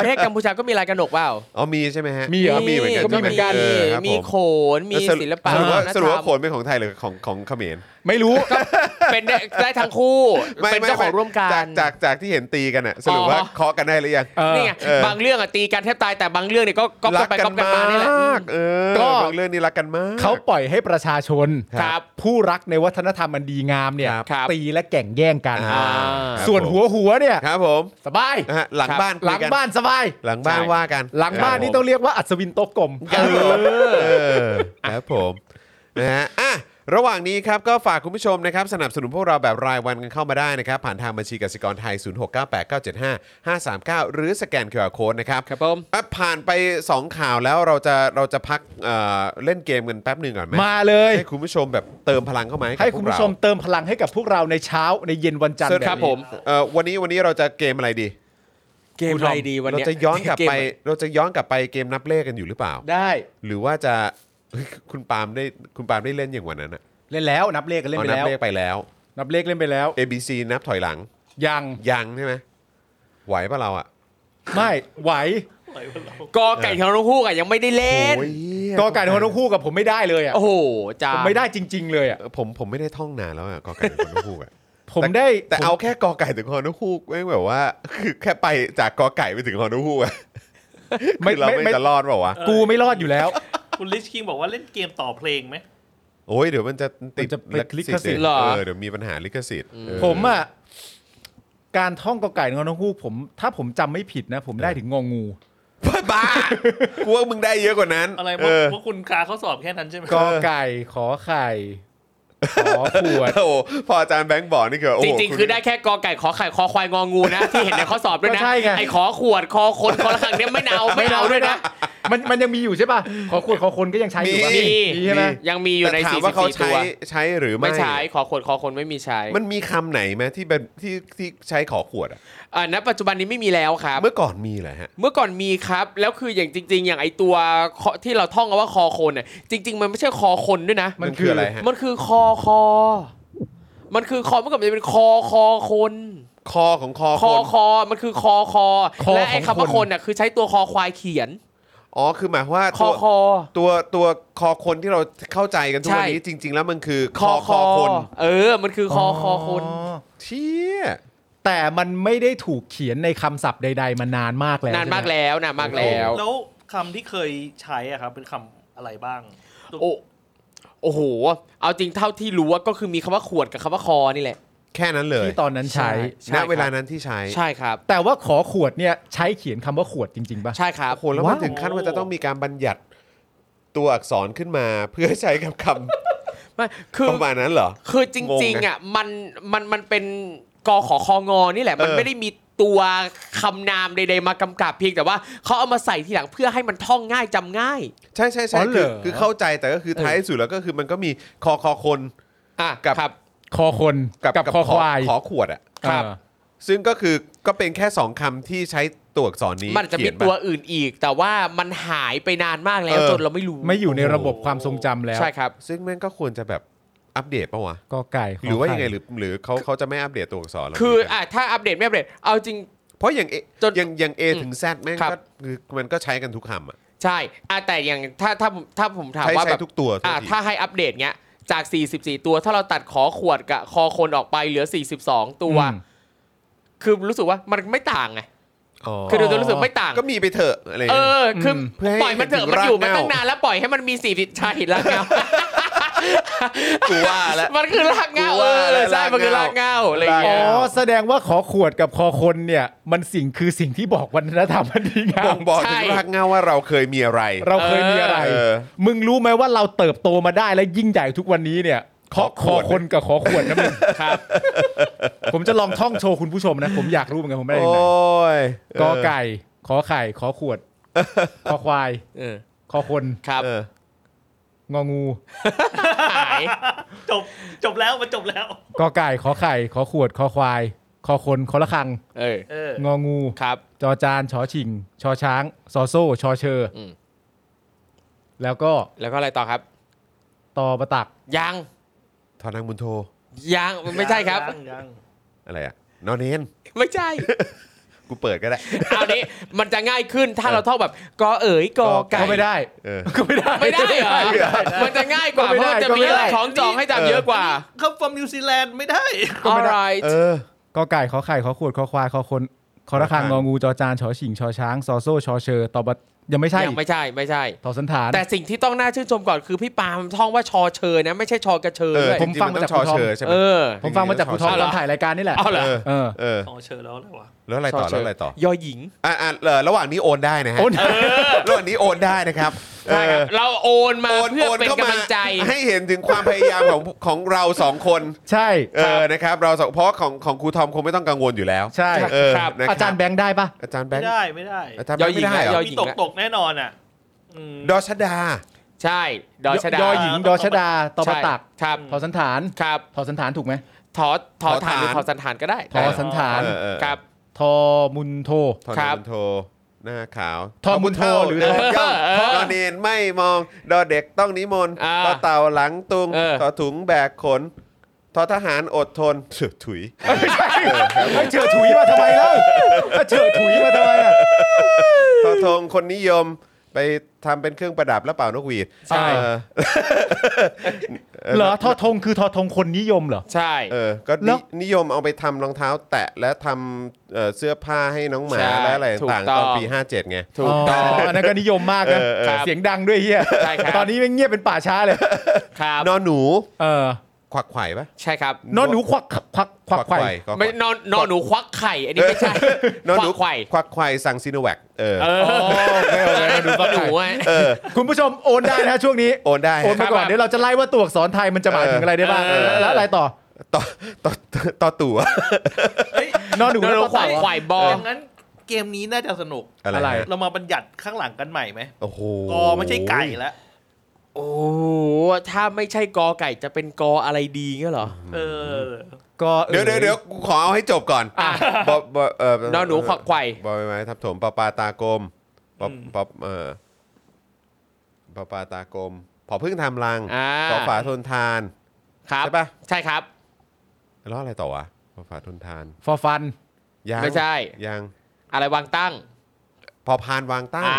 ประเทศกัมพูชาก็มีลายกระดกเปล่า
อ๋อมีใช่ไหมฮะ
มีเหรอ
มีเหมือนกัน
ก็มีเหมือนกัน
ใช่ไครับ
มี
ผ
โขนมี
แล้วรุ
ศิลปะ
สรุปว่า
วัฒนธรรม
สรุปว่าโขนเป็นของไทยหรือของของเขมร
ไม่รู้
เป็นได้ได้ทั้งคู่
ไม่
เป็นเจ้าของร่วมกัน
จากจากจากที่เห็นตีกันอ่ะสรุปว่า
อ๋อ
เคาะกันได้หรือยัง
เออ
นี่ไง
เออ
บางเรื่องอะตีกันแทบตายแต่บางเรื่องเนี่ยก็ก็
รั
ไปก็กันมานี่แหละ
กเออ
ก็
บางเรื่องนี่รักกันมาก
เขาปล่อยให้ประชาชน
ครับ
ผู้รักในวัฒนธรรมมันดีงามเนี่ย
ครับ
ครับ
ตีและแก่งแย่งกัน
อ่า
อ่า
ครับ
ส่วนหัวหัวเนี่ย
ครับผม
สบาย
นะฮะหลัง
ครับ
บ้าน
หลัง
คุยกัน
บ้านสบาย
หลังบ้าน
ใช่
ว่ากัน
หลังบ้านนี่ต้องเรียกว่าอัศวินโตะกลม
ครับผมเออครับผมนะฮะอ่ะระหว่างนี้ครับก็ฝากคุณผู้ชมนะครับสนับสนุนพวกเราแบบรายวันกันเข้ามาได้นะครับ ผ่านทางบัญชีกสิกรไทย 0698975539 หรือสแกน QR Code นะครับ
ครับผม
อ่ะผ่านไป 2 ข่าวแล้วเราจะเราจะพักเอ่อเล่นเกมกันแป๊บหนึ่งก่อนไหม
มาเลย
ให้คุณผู้ชมแบบเติมพลังเข้ามาให้กับ
ให้คุณ
พวก
ผู้
เรา
ชมเติมพลังให้กับพวกเราในเช้าในเย็นวันจันทร์
ซึ่ง
แนี้
ครับผม
เอ่อวันนี้วันนี้เราจะเกมอะไรดี
เกมอะไรดีวัน
เรา
เนี้ย
จะย้อนกลับ
เม
ไปเราจะย้อนกลับไปเกมนับเลขกันอยู่หรือเปล่า
ได้
หรือว่าจะ คุณปาล์มได้คุณปาล์มได้เล่นอย่างวันนั้นอะ
เล่นแล้วนับเลขกันเล่น
อ๋อ
ไป
นับ
แล้
เล
ว
ขไปแล้ว
นับเลขเล่นไปแล้ว
A B C นับถอยหลัง
ยัง
ยังใช่ไหมไหวปะเราอะ
ไม่ไหว
อะไรวะเรา
กอไก่ของทั้งคู่อะยังไม่ได้เล่น
โอ้ยเหี้ย
กอไก่ของทั้งคู่กับผมไม่ได้เลยอ่ะ
โอ้โหจ้า
ผมไม่ได้จริง ๆ เลยอ่ะ
เออผมผมไม่ได้ท่องนานแล้วอะกอไก่ถึงคนพูกอะ
ผมได้
แต่
ผม
เอาแค่กอไก่ถึงฮอนฮูกแม่งแบบว่า คือแค่ไปจากกอไก่ไปถึงฮอนฮูกอะ
ไม่
คือเรา
ไม่
ไม่
ไม่
จะรอดเปล่าวะ
กูไม่รอดอยู่แล้ว
คุณลิชคิงบอกว่าเล่นเกมต่อเพลงไหม
โอ้ยเดี๋ยวมันจะติด
มันจะเป็นลิขสิทธิ์
เดี๋ยวเอ
เหรอ
อเดี๋ยวมีปัญหาลิขสิทธิ์เออ
ผมอ่ะ การท่องกอไก่งอนกฮูกผม ถ้าผมจำไม่ผิดนะ ผมได้ถึงงองู
บ้ากูว่ามึงได้เยอะกว่านั้น
อะไร
เออ
พวกคุณคาเขาสอบแค่นั้นใช่ไหม
กอไก่ขอไข่ขอขว ด
โอ้โหพออาจารย์แบงค์บอกนี่คือโอ้โห
จริง ๆ คือได้แค่กอไก่ขอไข่คอควายงองูนะ ที่เห็นในข้อสอบด้วยนะไอขอขวดคอคนคอละครังเนี่ยไม่เอาไม่เอาด้วยนะ
มันมันยังมีอยู่ใช่ป่ะขอขวดขอคนก็ยังใช้อยู่ปะ
มี
มีใช่ไหม
ยังมีอยู่ใน
แต่ถามว่าเขา
44ตั
ใช้
ว
ใช้หรือไม่
ไม่ใช้ขอขวดคอคนไม่มีใช้
มันมีคำไหนไหมที่เป็นที่ที่ใช้ขอขวดอะ
อ่าณปัจจุบันนี้ไม่มีแล้วครับ
เมื่อก่อนมีเหรอฮะ
เมื่อก่อนมีครับ แล้วคืออย่างจริง ๆ อย่างไอตัวคอที่เราท่องกันว่าคอคนเนี่ยจริง ๆ มันไม่ใช่คอคนด้วยนะ
มันคืออะไรฮะ
มันคือคอคอ มันคือคอเมื่อก่อนมันจะเป็นคอคอคน
คอของคอ
ค
ค
อน คอมันคือคอคอและไอ้คำว่าคนน่ะคือใช้ตัวคอควายเขียน
อ๋อคือหมายความว่า
ค
ตั
อ
ว
คอ
ตัวตัวคอคนที่เราเข้าใจกันทุกวันนี้
ใช่
จริง ๆ แล้วมันคือค
ค
อ
อ
คอคน
เออ มันคือคอคอคน
เชี่ย
แต่มันไม่ได้ถูกเขียนในคำศัพท์ใด ๆ มานานมากแล้ว
นานมาก
ใช่ไห
แล้วนานมากแล้ว
แล้วคำที่เคยใช้อะครับ เป็นคำอะไรบ้าง
โอ้โอ้โห เอาจริงเท่าที่รู้ว่าก็คือมีคำว่าขวดกับคำว่าคอนี่แหละ
แค่นั้นเลย
ที่ตอนนั้นใช้
ใช่
ณ
ครับ
เวลานั้นที่ใช้
ใช่ครับ
แต่ว่าขอขวดเนี่ยใช้เขียนคำว่าขวดจริง ๆป่ะ
ใช่ครับ
โอ้โหแล้วมัน
ว้าว
ถึงขั้นว่าจะต้องมีการบัญญัติตัวอักษรขึ้นมา เพื่อใช้กับค
ไม่คื
ำ
อ
ประมาณนั้นเหรอ
คือจ
ง
ริ
งนะ
งๆอ่ะมันมันมันเป็นกขอคองอนี่แหละ มัน
เออ
ไม่ได้มีตัวคำนามใดๆมากำกับเพียงแต่ว่าเขาเอามาใส่ทีหลังเพื่อให้มันท่องง่ายจำง่าย
ใช่ใช่ใช่
อ๋อเห
คื
ร
อ อคือเข้าใจแต่ก็คือท้ายสุดแล้วก็คือมันก็มีคอคอคน
อ่ะ
กับ
ครับ
คอคน
กับ
คอควาย
ขอขวดอะ
เออ
ซึ่งก็คือก็เป็นแค่สองคำที่ใช้ตัวอักษรนี้
มันจะ
เขี
มี
ยน
ตัว
า
อื่นอีก แต่ว่ามันหายไปนานมากแล้ว
เออ
จนเราไม่รู้
ไม่อยู่ในระบบความทรงจำแล้ว
ใช่ครับ
ซึ่งแม่งก็ควรจะแบบอัปเดตปะวะ
กอไก่ข
หรือว่ายังไงห
ข่
รือหรือเขาเขาจะไม่อัปเดตตัวอักษรเหล่านี้
คือ
กัน
อ่ะถ้าอัปเดตไม่อัปเดตเอาจริง
เพราะอย่างเอ
จน
อย่างอย่างเอถึงแซดแม่ง
ครับ
ก็คือมันก็ใช้กันทุกคำอะ
ใช่อ่ะแต่อย่างถ้าถ้าผมถ้าผมถาม
ใช้
ว่า
ใช้
แบบ
ทุกตัวโท
อ่ะ
ษที
ถ้าให้อัปเดตเงี้ยจาก 44 ตัว ถ้าเราตัดขอขวดกับคอคนออกไปเหลือ 42 ตัว
อืม
คือรู้สึกว่ามันไม่ต่างไง
อ๋อ
คือเราจะรู้สึกไม่ต่าง
ก็มีไปเถอะอะไรอย่าง
เอ
เงี้ย
อ คืออ
ม
เพื่อให้
ปล่อยมันเถอะ
เห็นถึง
มันอยู่มาร
าก
ตั้ง
เหง้า
นานแล้วปล่อยให้มันมีสี่สิบชาหินแล้วเงา
กูว่าแล้ว
มันคือรากเงา
กู
เอ
ว่าแล้
อ
ว
ใช่ มันคื
ราร
อาก ก
เหง้า
เงาอะไรอย่าง
อ๋
เงี้ย
อแสดงว่าขอขวดกับคอคนเนี่ย มันสิ่งคือสิ่งที่บอกวัฒนธรรมมันดีงา
บ่
ม
งบอก
ใช่
ถึงรากเหง้าว่าเราเคยมีอะไร
เราเคยมีอะไร
เออ
มึงรู้ไหมว่าเราเติบโตมาได้และยิ่งใหญ่ทุกวันนี้เนี่ยขอคอคนกับขอขวดนะมึงครับ ผมจะลองท่องโชว์คุณผู้ชมนะ ผมอยากรู้เหมือนกันผมไม่ได้
โอ้
ไหน
ย
กอไก่ ขอไข่ ขอขว ดขอควาย
เออ
ขอคน
ครับ
เออ
งองู
หาย
จบจบแล้วมันจบแล้ว
กอไก่ ขอไข่ ขอขวด ขอควาย ขอคนขอละคัง
เออ
เออง
องู
ครับ
จอจานชอชิง ชอช้าง ซอโซ่ ชอเชออ
ม
แล้วก็
แล้วก็อะไรต่อครับ
ตอประตัก
ยัง
ทอนางบุญโท
ยังไม่ใช่ครับ
ยังยัง
อะไรอะนอนเนน
ไม่ใช่
กูเปิดก็ได้
เอานี้มันจะง่ายขึ้นถ้าเราท่องแบบกอเอ๋ยกอไก่
ก็ไม่ได้
เออ
ก็ไม่ได้
ไม่ได้เหรอ มันจะง่ายกว่า
ก็ไม่
เพราะมั
ได้
นจะมี
ก็ไม่ได้
ของจองให้จำเยอะกว่า
คำฟอร์มนิวซีแลนด์ไม่ได้
alright
เออ
กอไก่ขอไข่ขอขวดขอควายขอคนขอระฆั
ขอ
ง
ระฆัง
งองูจอจานชอชิง ชอช้าง ซอโซ่ ชอเชอตอปะยังไม่ใช่
ยังไม่ใช่ ไม่ใช่
ตอสันฐาน
แต่สิ่งที่ต้องน่าชื่นชมก่อนคือพี่ปาล์มท่องว่าชอเชยนะ ไม่ใช่ชอกระเชย
เออ
ด้วย
จ
ผ
ริ
ม
งๆ
ฟัง
นต้อง
มาจาก
ชอ
คุณทอม
เชอใช่ไหม
เออ
ผมฟังมาจากคุณทอมต
เหร
อ
อ
นถ่ายรายการนี่แหละ
เอาเหรอ
เออ
เออ
เออ
อ๋อเชิญแล้วอะไรวะ
แล้วอะไรต่อแล้วอะไรต่อ
ยอหญิง
อ่ะอ่ะเอ่อระหว่างนี้โอนได้นะฮะ
โอน
ระหว่างนี้โอนได้นะครับ
ใช่ครับ
เออ
เราโอนมา
โอน
เพื่อ
โอน
เป็น
เข้ามาก
ำลังใจ
ให้เห็นถึงความพยายามของของเราสองคน
ใช่
เออนะครับ เราสองเพราะของของครูทอมคงไม่ต้องกังวลอยู่แล้ว
ใช่
เออ
ครับ
นะ
อาจารย์แบงค์ได้ปะ
อาจารย์แบ
ไม่
งค์
ได้ไม่ได้
อาจารย์แบงค์ไม่ได้เหรอ
ยอห
มี
ญิง
ตก
อะ
ตกแน่นอนอ่ะอืม
ดอชดา
ใช่ ดอชดาย
อหญิงดอชดาตอปะ
ใช่
ตัก
ครับ
ทอสันฐาน
ครับ
ทอสันฐานถูกไหม
ถอถอ
ถอฐา
ฐาน นหรือถอสันฐานก็ได้
ทอสันฐาน
เออเออ
ครับ
ทอมุนโท
ทอ
ครั
นา
บ
บุญโทหน้าขาว
ทอมบุญโทหรือ
เทอย่อม
เออเออ
ทอเนนไม่มอง ดอเด็กต้องนิมนต์
อ่า
ต่อเต่าหลังตุง
เออ
ต่อถุงแบกขนทอทหารอดทน เฉื่อยถุย
ไอ้เฉอถุยมาทำไมเล่าไอ้เฉอถุยมาทำไมอ่ะ
ทอทงคนนิยมไปทำเป็นเครื่องประดับและเป่านกหวีด
ใช่
เออ
เหรอทอทงคือทอทงคนนิยมเหรอ
ใช่
เออก็
แล้
นิ
ว
นิยมเอาไปทำรองเท้าแตะและทำเอ่อเสื้อผ้าให้น้องหมา
ใช่
และอะไร
ถูก
ต่าง
ต้
ๆต
อ
อง นปี 57 ไง
ถูกต้อง
อันนั้นก็นิยมมากนะ
เออเออ
เสียงดังด้วยเฮีย
ใช่ครับ
ตอนนี้แม่งเงียบเป็นป่าช้าเลย
ครับ
นอนหนู
เออ
ควักไขว่ปะ
ใช่ครับ
นอนหนูควักควักควักไขว่
ควัก
ไม่นอนนอนหนูควักไข่ อันนี้ไม่ใช่
นอนหนู
ควักไข่
ควักไขว่สั่งซีโนแวคเออ
เออ
ไม่เอาเลยนอนหนูควัก
ห
ไข
นู
ว่
อะ
เออ
คุณผู้ชมโอนได้นะช่วงนี้
โอนได้
โอนไปก่อ
ค
น
รับ
เดี๋ยวเราจะไล่ว่าตัวอักษรไทยมันจะหมายถึงอะไรได้บ้าง
เออ
แล้วอะไรต่อ
ต่อต่อต่อตู่อะ
นอนหนู
นอนหนูควักไข่บอ
ดั
ม
งนั้นเกมนี้น่าจะสนุก
อะไร
อะไร
ฮะ
เรามาบัญญัติข้างหลังกันใหม่ไหม
โอ้โห
กอไม่ใช่ไก่แล้ว
โอ้ถ้าไม่ใช่กอไก่จะเป็นกออะไรดีเงี้ยเหรอ
เออ
ก็
เดี๋ยวเดี๋ยวเดี๋ยวกูขอเอาให้จบก่อน
อ่ะ
บอบเอ่อน
อนหนูควักไข่
บอใบไม้ทับถมปอปลาตากลมปอ
อืม
ปอเอ่อปอปลาตากลมพอพึ่งทำรัง
อ่า
ขอฝาทนทาน
ครับ
ใช่ปะ
ใช่ครับ
แล้วอะไรต่อวะขอฝาทนทาน
ฟอร์ฟัน
ยัง
ไม่ใช่
ยัง
อะไรวางตั้ง
พอพานวางตั้ง
อ่า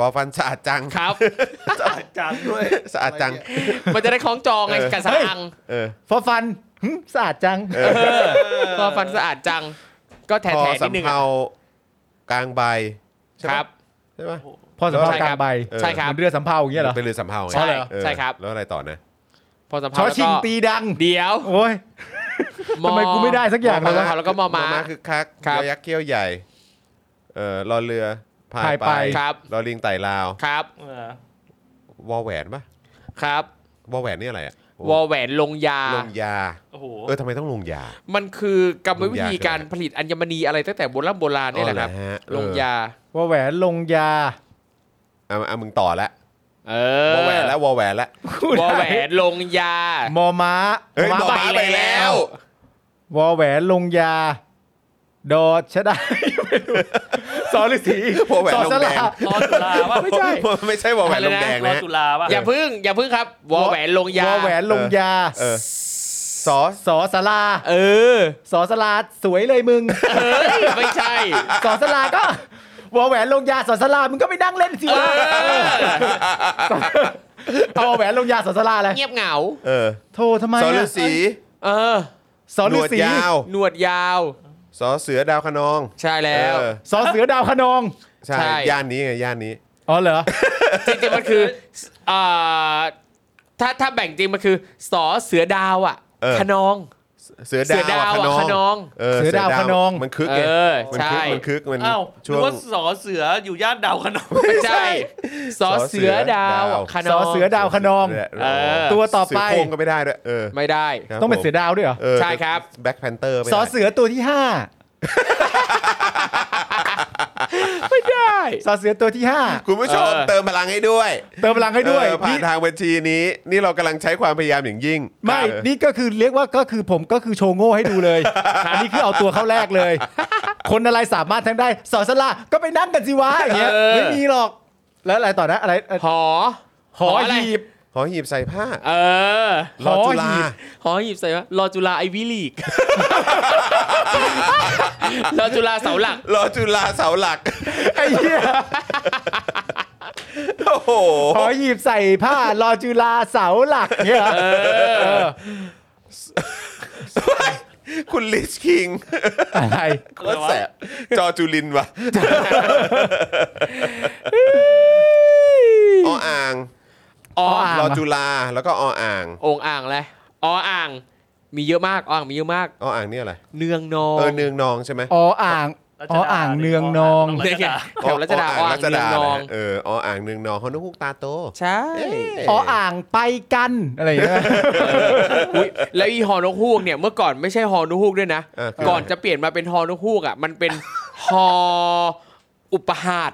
ฟอฟันสะอาดจัง
ครับ
สะอาดจังด้วย
สะอาดจัง
มันจะได้คล้องจองไง
เออ
กับสะอัง
เออ
ฟอร์ฟันหึสะอาดจัง
พอฟันสะอาดจัง ก็แถ
พอ
แถนิดนึ
สำ
งอะ
เภากลางใบใช่
ค
ปะ
รับ
ใช่ปะ
พอสำเภากลางใบ
เออ
ใช่ครับ
เหมือนเรือสำเภาอย่างเงี้ยเหรอ
เป็นเรือสำเภาไง
ใช่
เออ
ใช่ครับ
แล้วอะไรต่อนะ
พอสำเภา
ชอ
แล้ว
ชิง
ก็
ตีดัง
เดี๋ยว
โอ้ย ทำไมกูไม่ได้สักอย่างเลย
พ
วะ
สำภแล้วก็มอมา
คือคัก
ครับ
ยอยักษ์เขี้ยวใหญ่เออรอเรือพาย
พาย
ไป
ไป
ครับ
รอลิงไต่ลาว
ครับ
เออ
วอแหวนปะ
ครับ
วอแหวนนี่อะไรอะ
วอแหวนลงยา
ลงยา
โอ้โห
เออทำไมต้องลงยา
มันคือกรรมวิ
ลงยาคือ
ธี
อะไร
การผลิตอัญมณีอะไรตั้งแต่โบราณโบราณเนี่ยแหละครับ
อ๋อเรอฮ
ลงยา
ว่าแหวนลงยา
เออเอาเอามึงต่อละ
เอ
ว
อ
อแหวนแล้ววอแหวนละ
วอแหวนลงยา
มอม้า
เฮ้ยหมอม้าไปแล้ว
วอแหวนลงยา ดอชะดาสอฤาษี
วอแหวนลงแดง
สอสละ
รอจุฬาว่า
ไม่ใช่
ไม่ใช่วอแหวนลงแดง
รอ
นะฮะ
จุฬาว่า
อย่าพึ่ง อย่าพึ่งครับ วอแหวนลงยาว
อแหวนลงยา
เออ ซอส
สอสลา
เออ
สอสลาสวยเลยมึง
เฮ้ยไม่ใช่
สอสลาก็วอแหวนลงยาสอสลามึงก็ไปนั่งเล่นสิ
เอ
วะ
อ
เอาวอแหวนลงยาสอสลาเลย
เงียบเหงา
เออ
โทรทำไม
ซอฤา
อะ
ษี
เออ
สอ
หน
ฤาว
ด
ษี
ยาว
หนวดยาว
ซอเสือดาวคะนอง
ใช่แล้ว
เออ
สอเสือดาวคะนอง
ใช่
ใช่
ย่านนี้ไงย่านนี้
อ๋อเหรอ
จริงๆมันคือเอ่อถ้าถ้าแบ่งจริงมันคือสอเสือดาวอ่ะ
เออ
ขนอง
เสือดาวอะ
เสือดาวอะ
ข
ข
น
น
อ
อง ง
เสือดาวขนอง
มันคึก
เอ
ไง
อ
มันคึ
ใช่
กมันคึกมัน
อ้าว
ช่ว
นึก
ง
ว่าสอเสืออยู่ย่านดาวขนอง
ไม่ใช่สอเสือดาวอะขน
ส
อ
อง เสือดาวคะนอง
เออ
ตัวต่อไป
เสืโครงก็ไม่ได้ด้วยเออ
ไม่ได้
ครับ
ต้องเป็นเสือ
ผม
ดาวด้วยเหรอ
เออ
ใช่ครับ
แบ็คแพนเตอร์
สอเสือตัวที่ ห้า
ไม่ได้
สอเสือตัวที่ห้า
คุณผู้ชม
เออ
เติมพลังให้ด้วย
เติมพลังให้ด้วย
เออผ่าน
นี่
ทางบัญชีนี้ นี่เรากำลังใช้ความพยายามอย่างยิ่ง
ไม่
เออ
นี่ก็คือเรียกว่าก็คือผมก็คือโชว์โง่ให้ดูเลย อันนี้คือเอาตัวเข้าแรกเลย คนอะไรสามารถทั้งได้สอสลาก็ไปนั่งกันสิวะอย่างเงี้ย
เออ
ไม่มีหรอก แล้วอะไรต่อนะอะไรเอ่อ
หอ
หอ
หออะไร
หีบ
หอหีบใส่ผ้า
เออ
รอจุ
หอ
ฬา
หีบ
หอหีบใส่ว่ารอจุฬาไอวิลี ก รอจุฬาเสาหลัก
รอจุฬาเสาหลัก
ไอ้เหี้ย
โอ้โห
หอหีบใส่ผ้ารอจุฬาเสาหลักเงี้ยเหรอเออ
คุณลิชคิง
อะไร
โคตรแสบจอจุลินวะออ่าง
ออ
รอจุฬาแล้วก็ออ่าง
องอ่างเลยออ่าง มีเยอะมากออ่างมีเยอะมาก
ออ่างเนี่ยอะไร
เนืองนอง
เออเนืองนองใช่ไหม
ออ่างออ่างเนืองนอง
เนืองแถวรัชดาออ่าง
รัช
เนือ
ดาง
นอง
นะเออออ่างเนืองนองเขาต้องฮูกตาโต
ใช่
เอ้ย
ออ่างไปกันอะไรอย่างเงี้ย
อุ๊ยแล้วอีฮอนกฮูกเนี่ยเมื่อก่อนไม่ใช่ฮอนกฮูกด้วยนะ
เคื
ก่อนจะเปลี่ยนมาเป็นฮอนกฮูกอ่ะ มันเป็นฮออุปหาส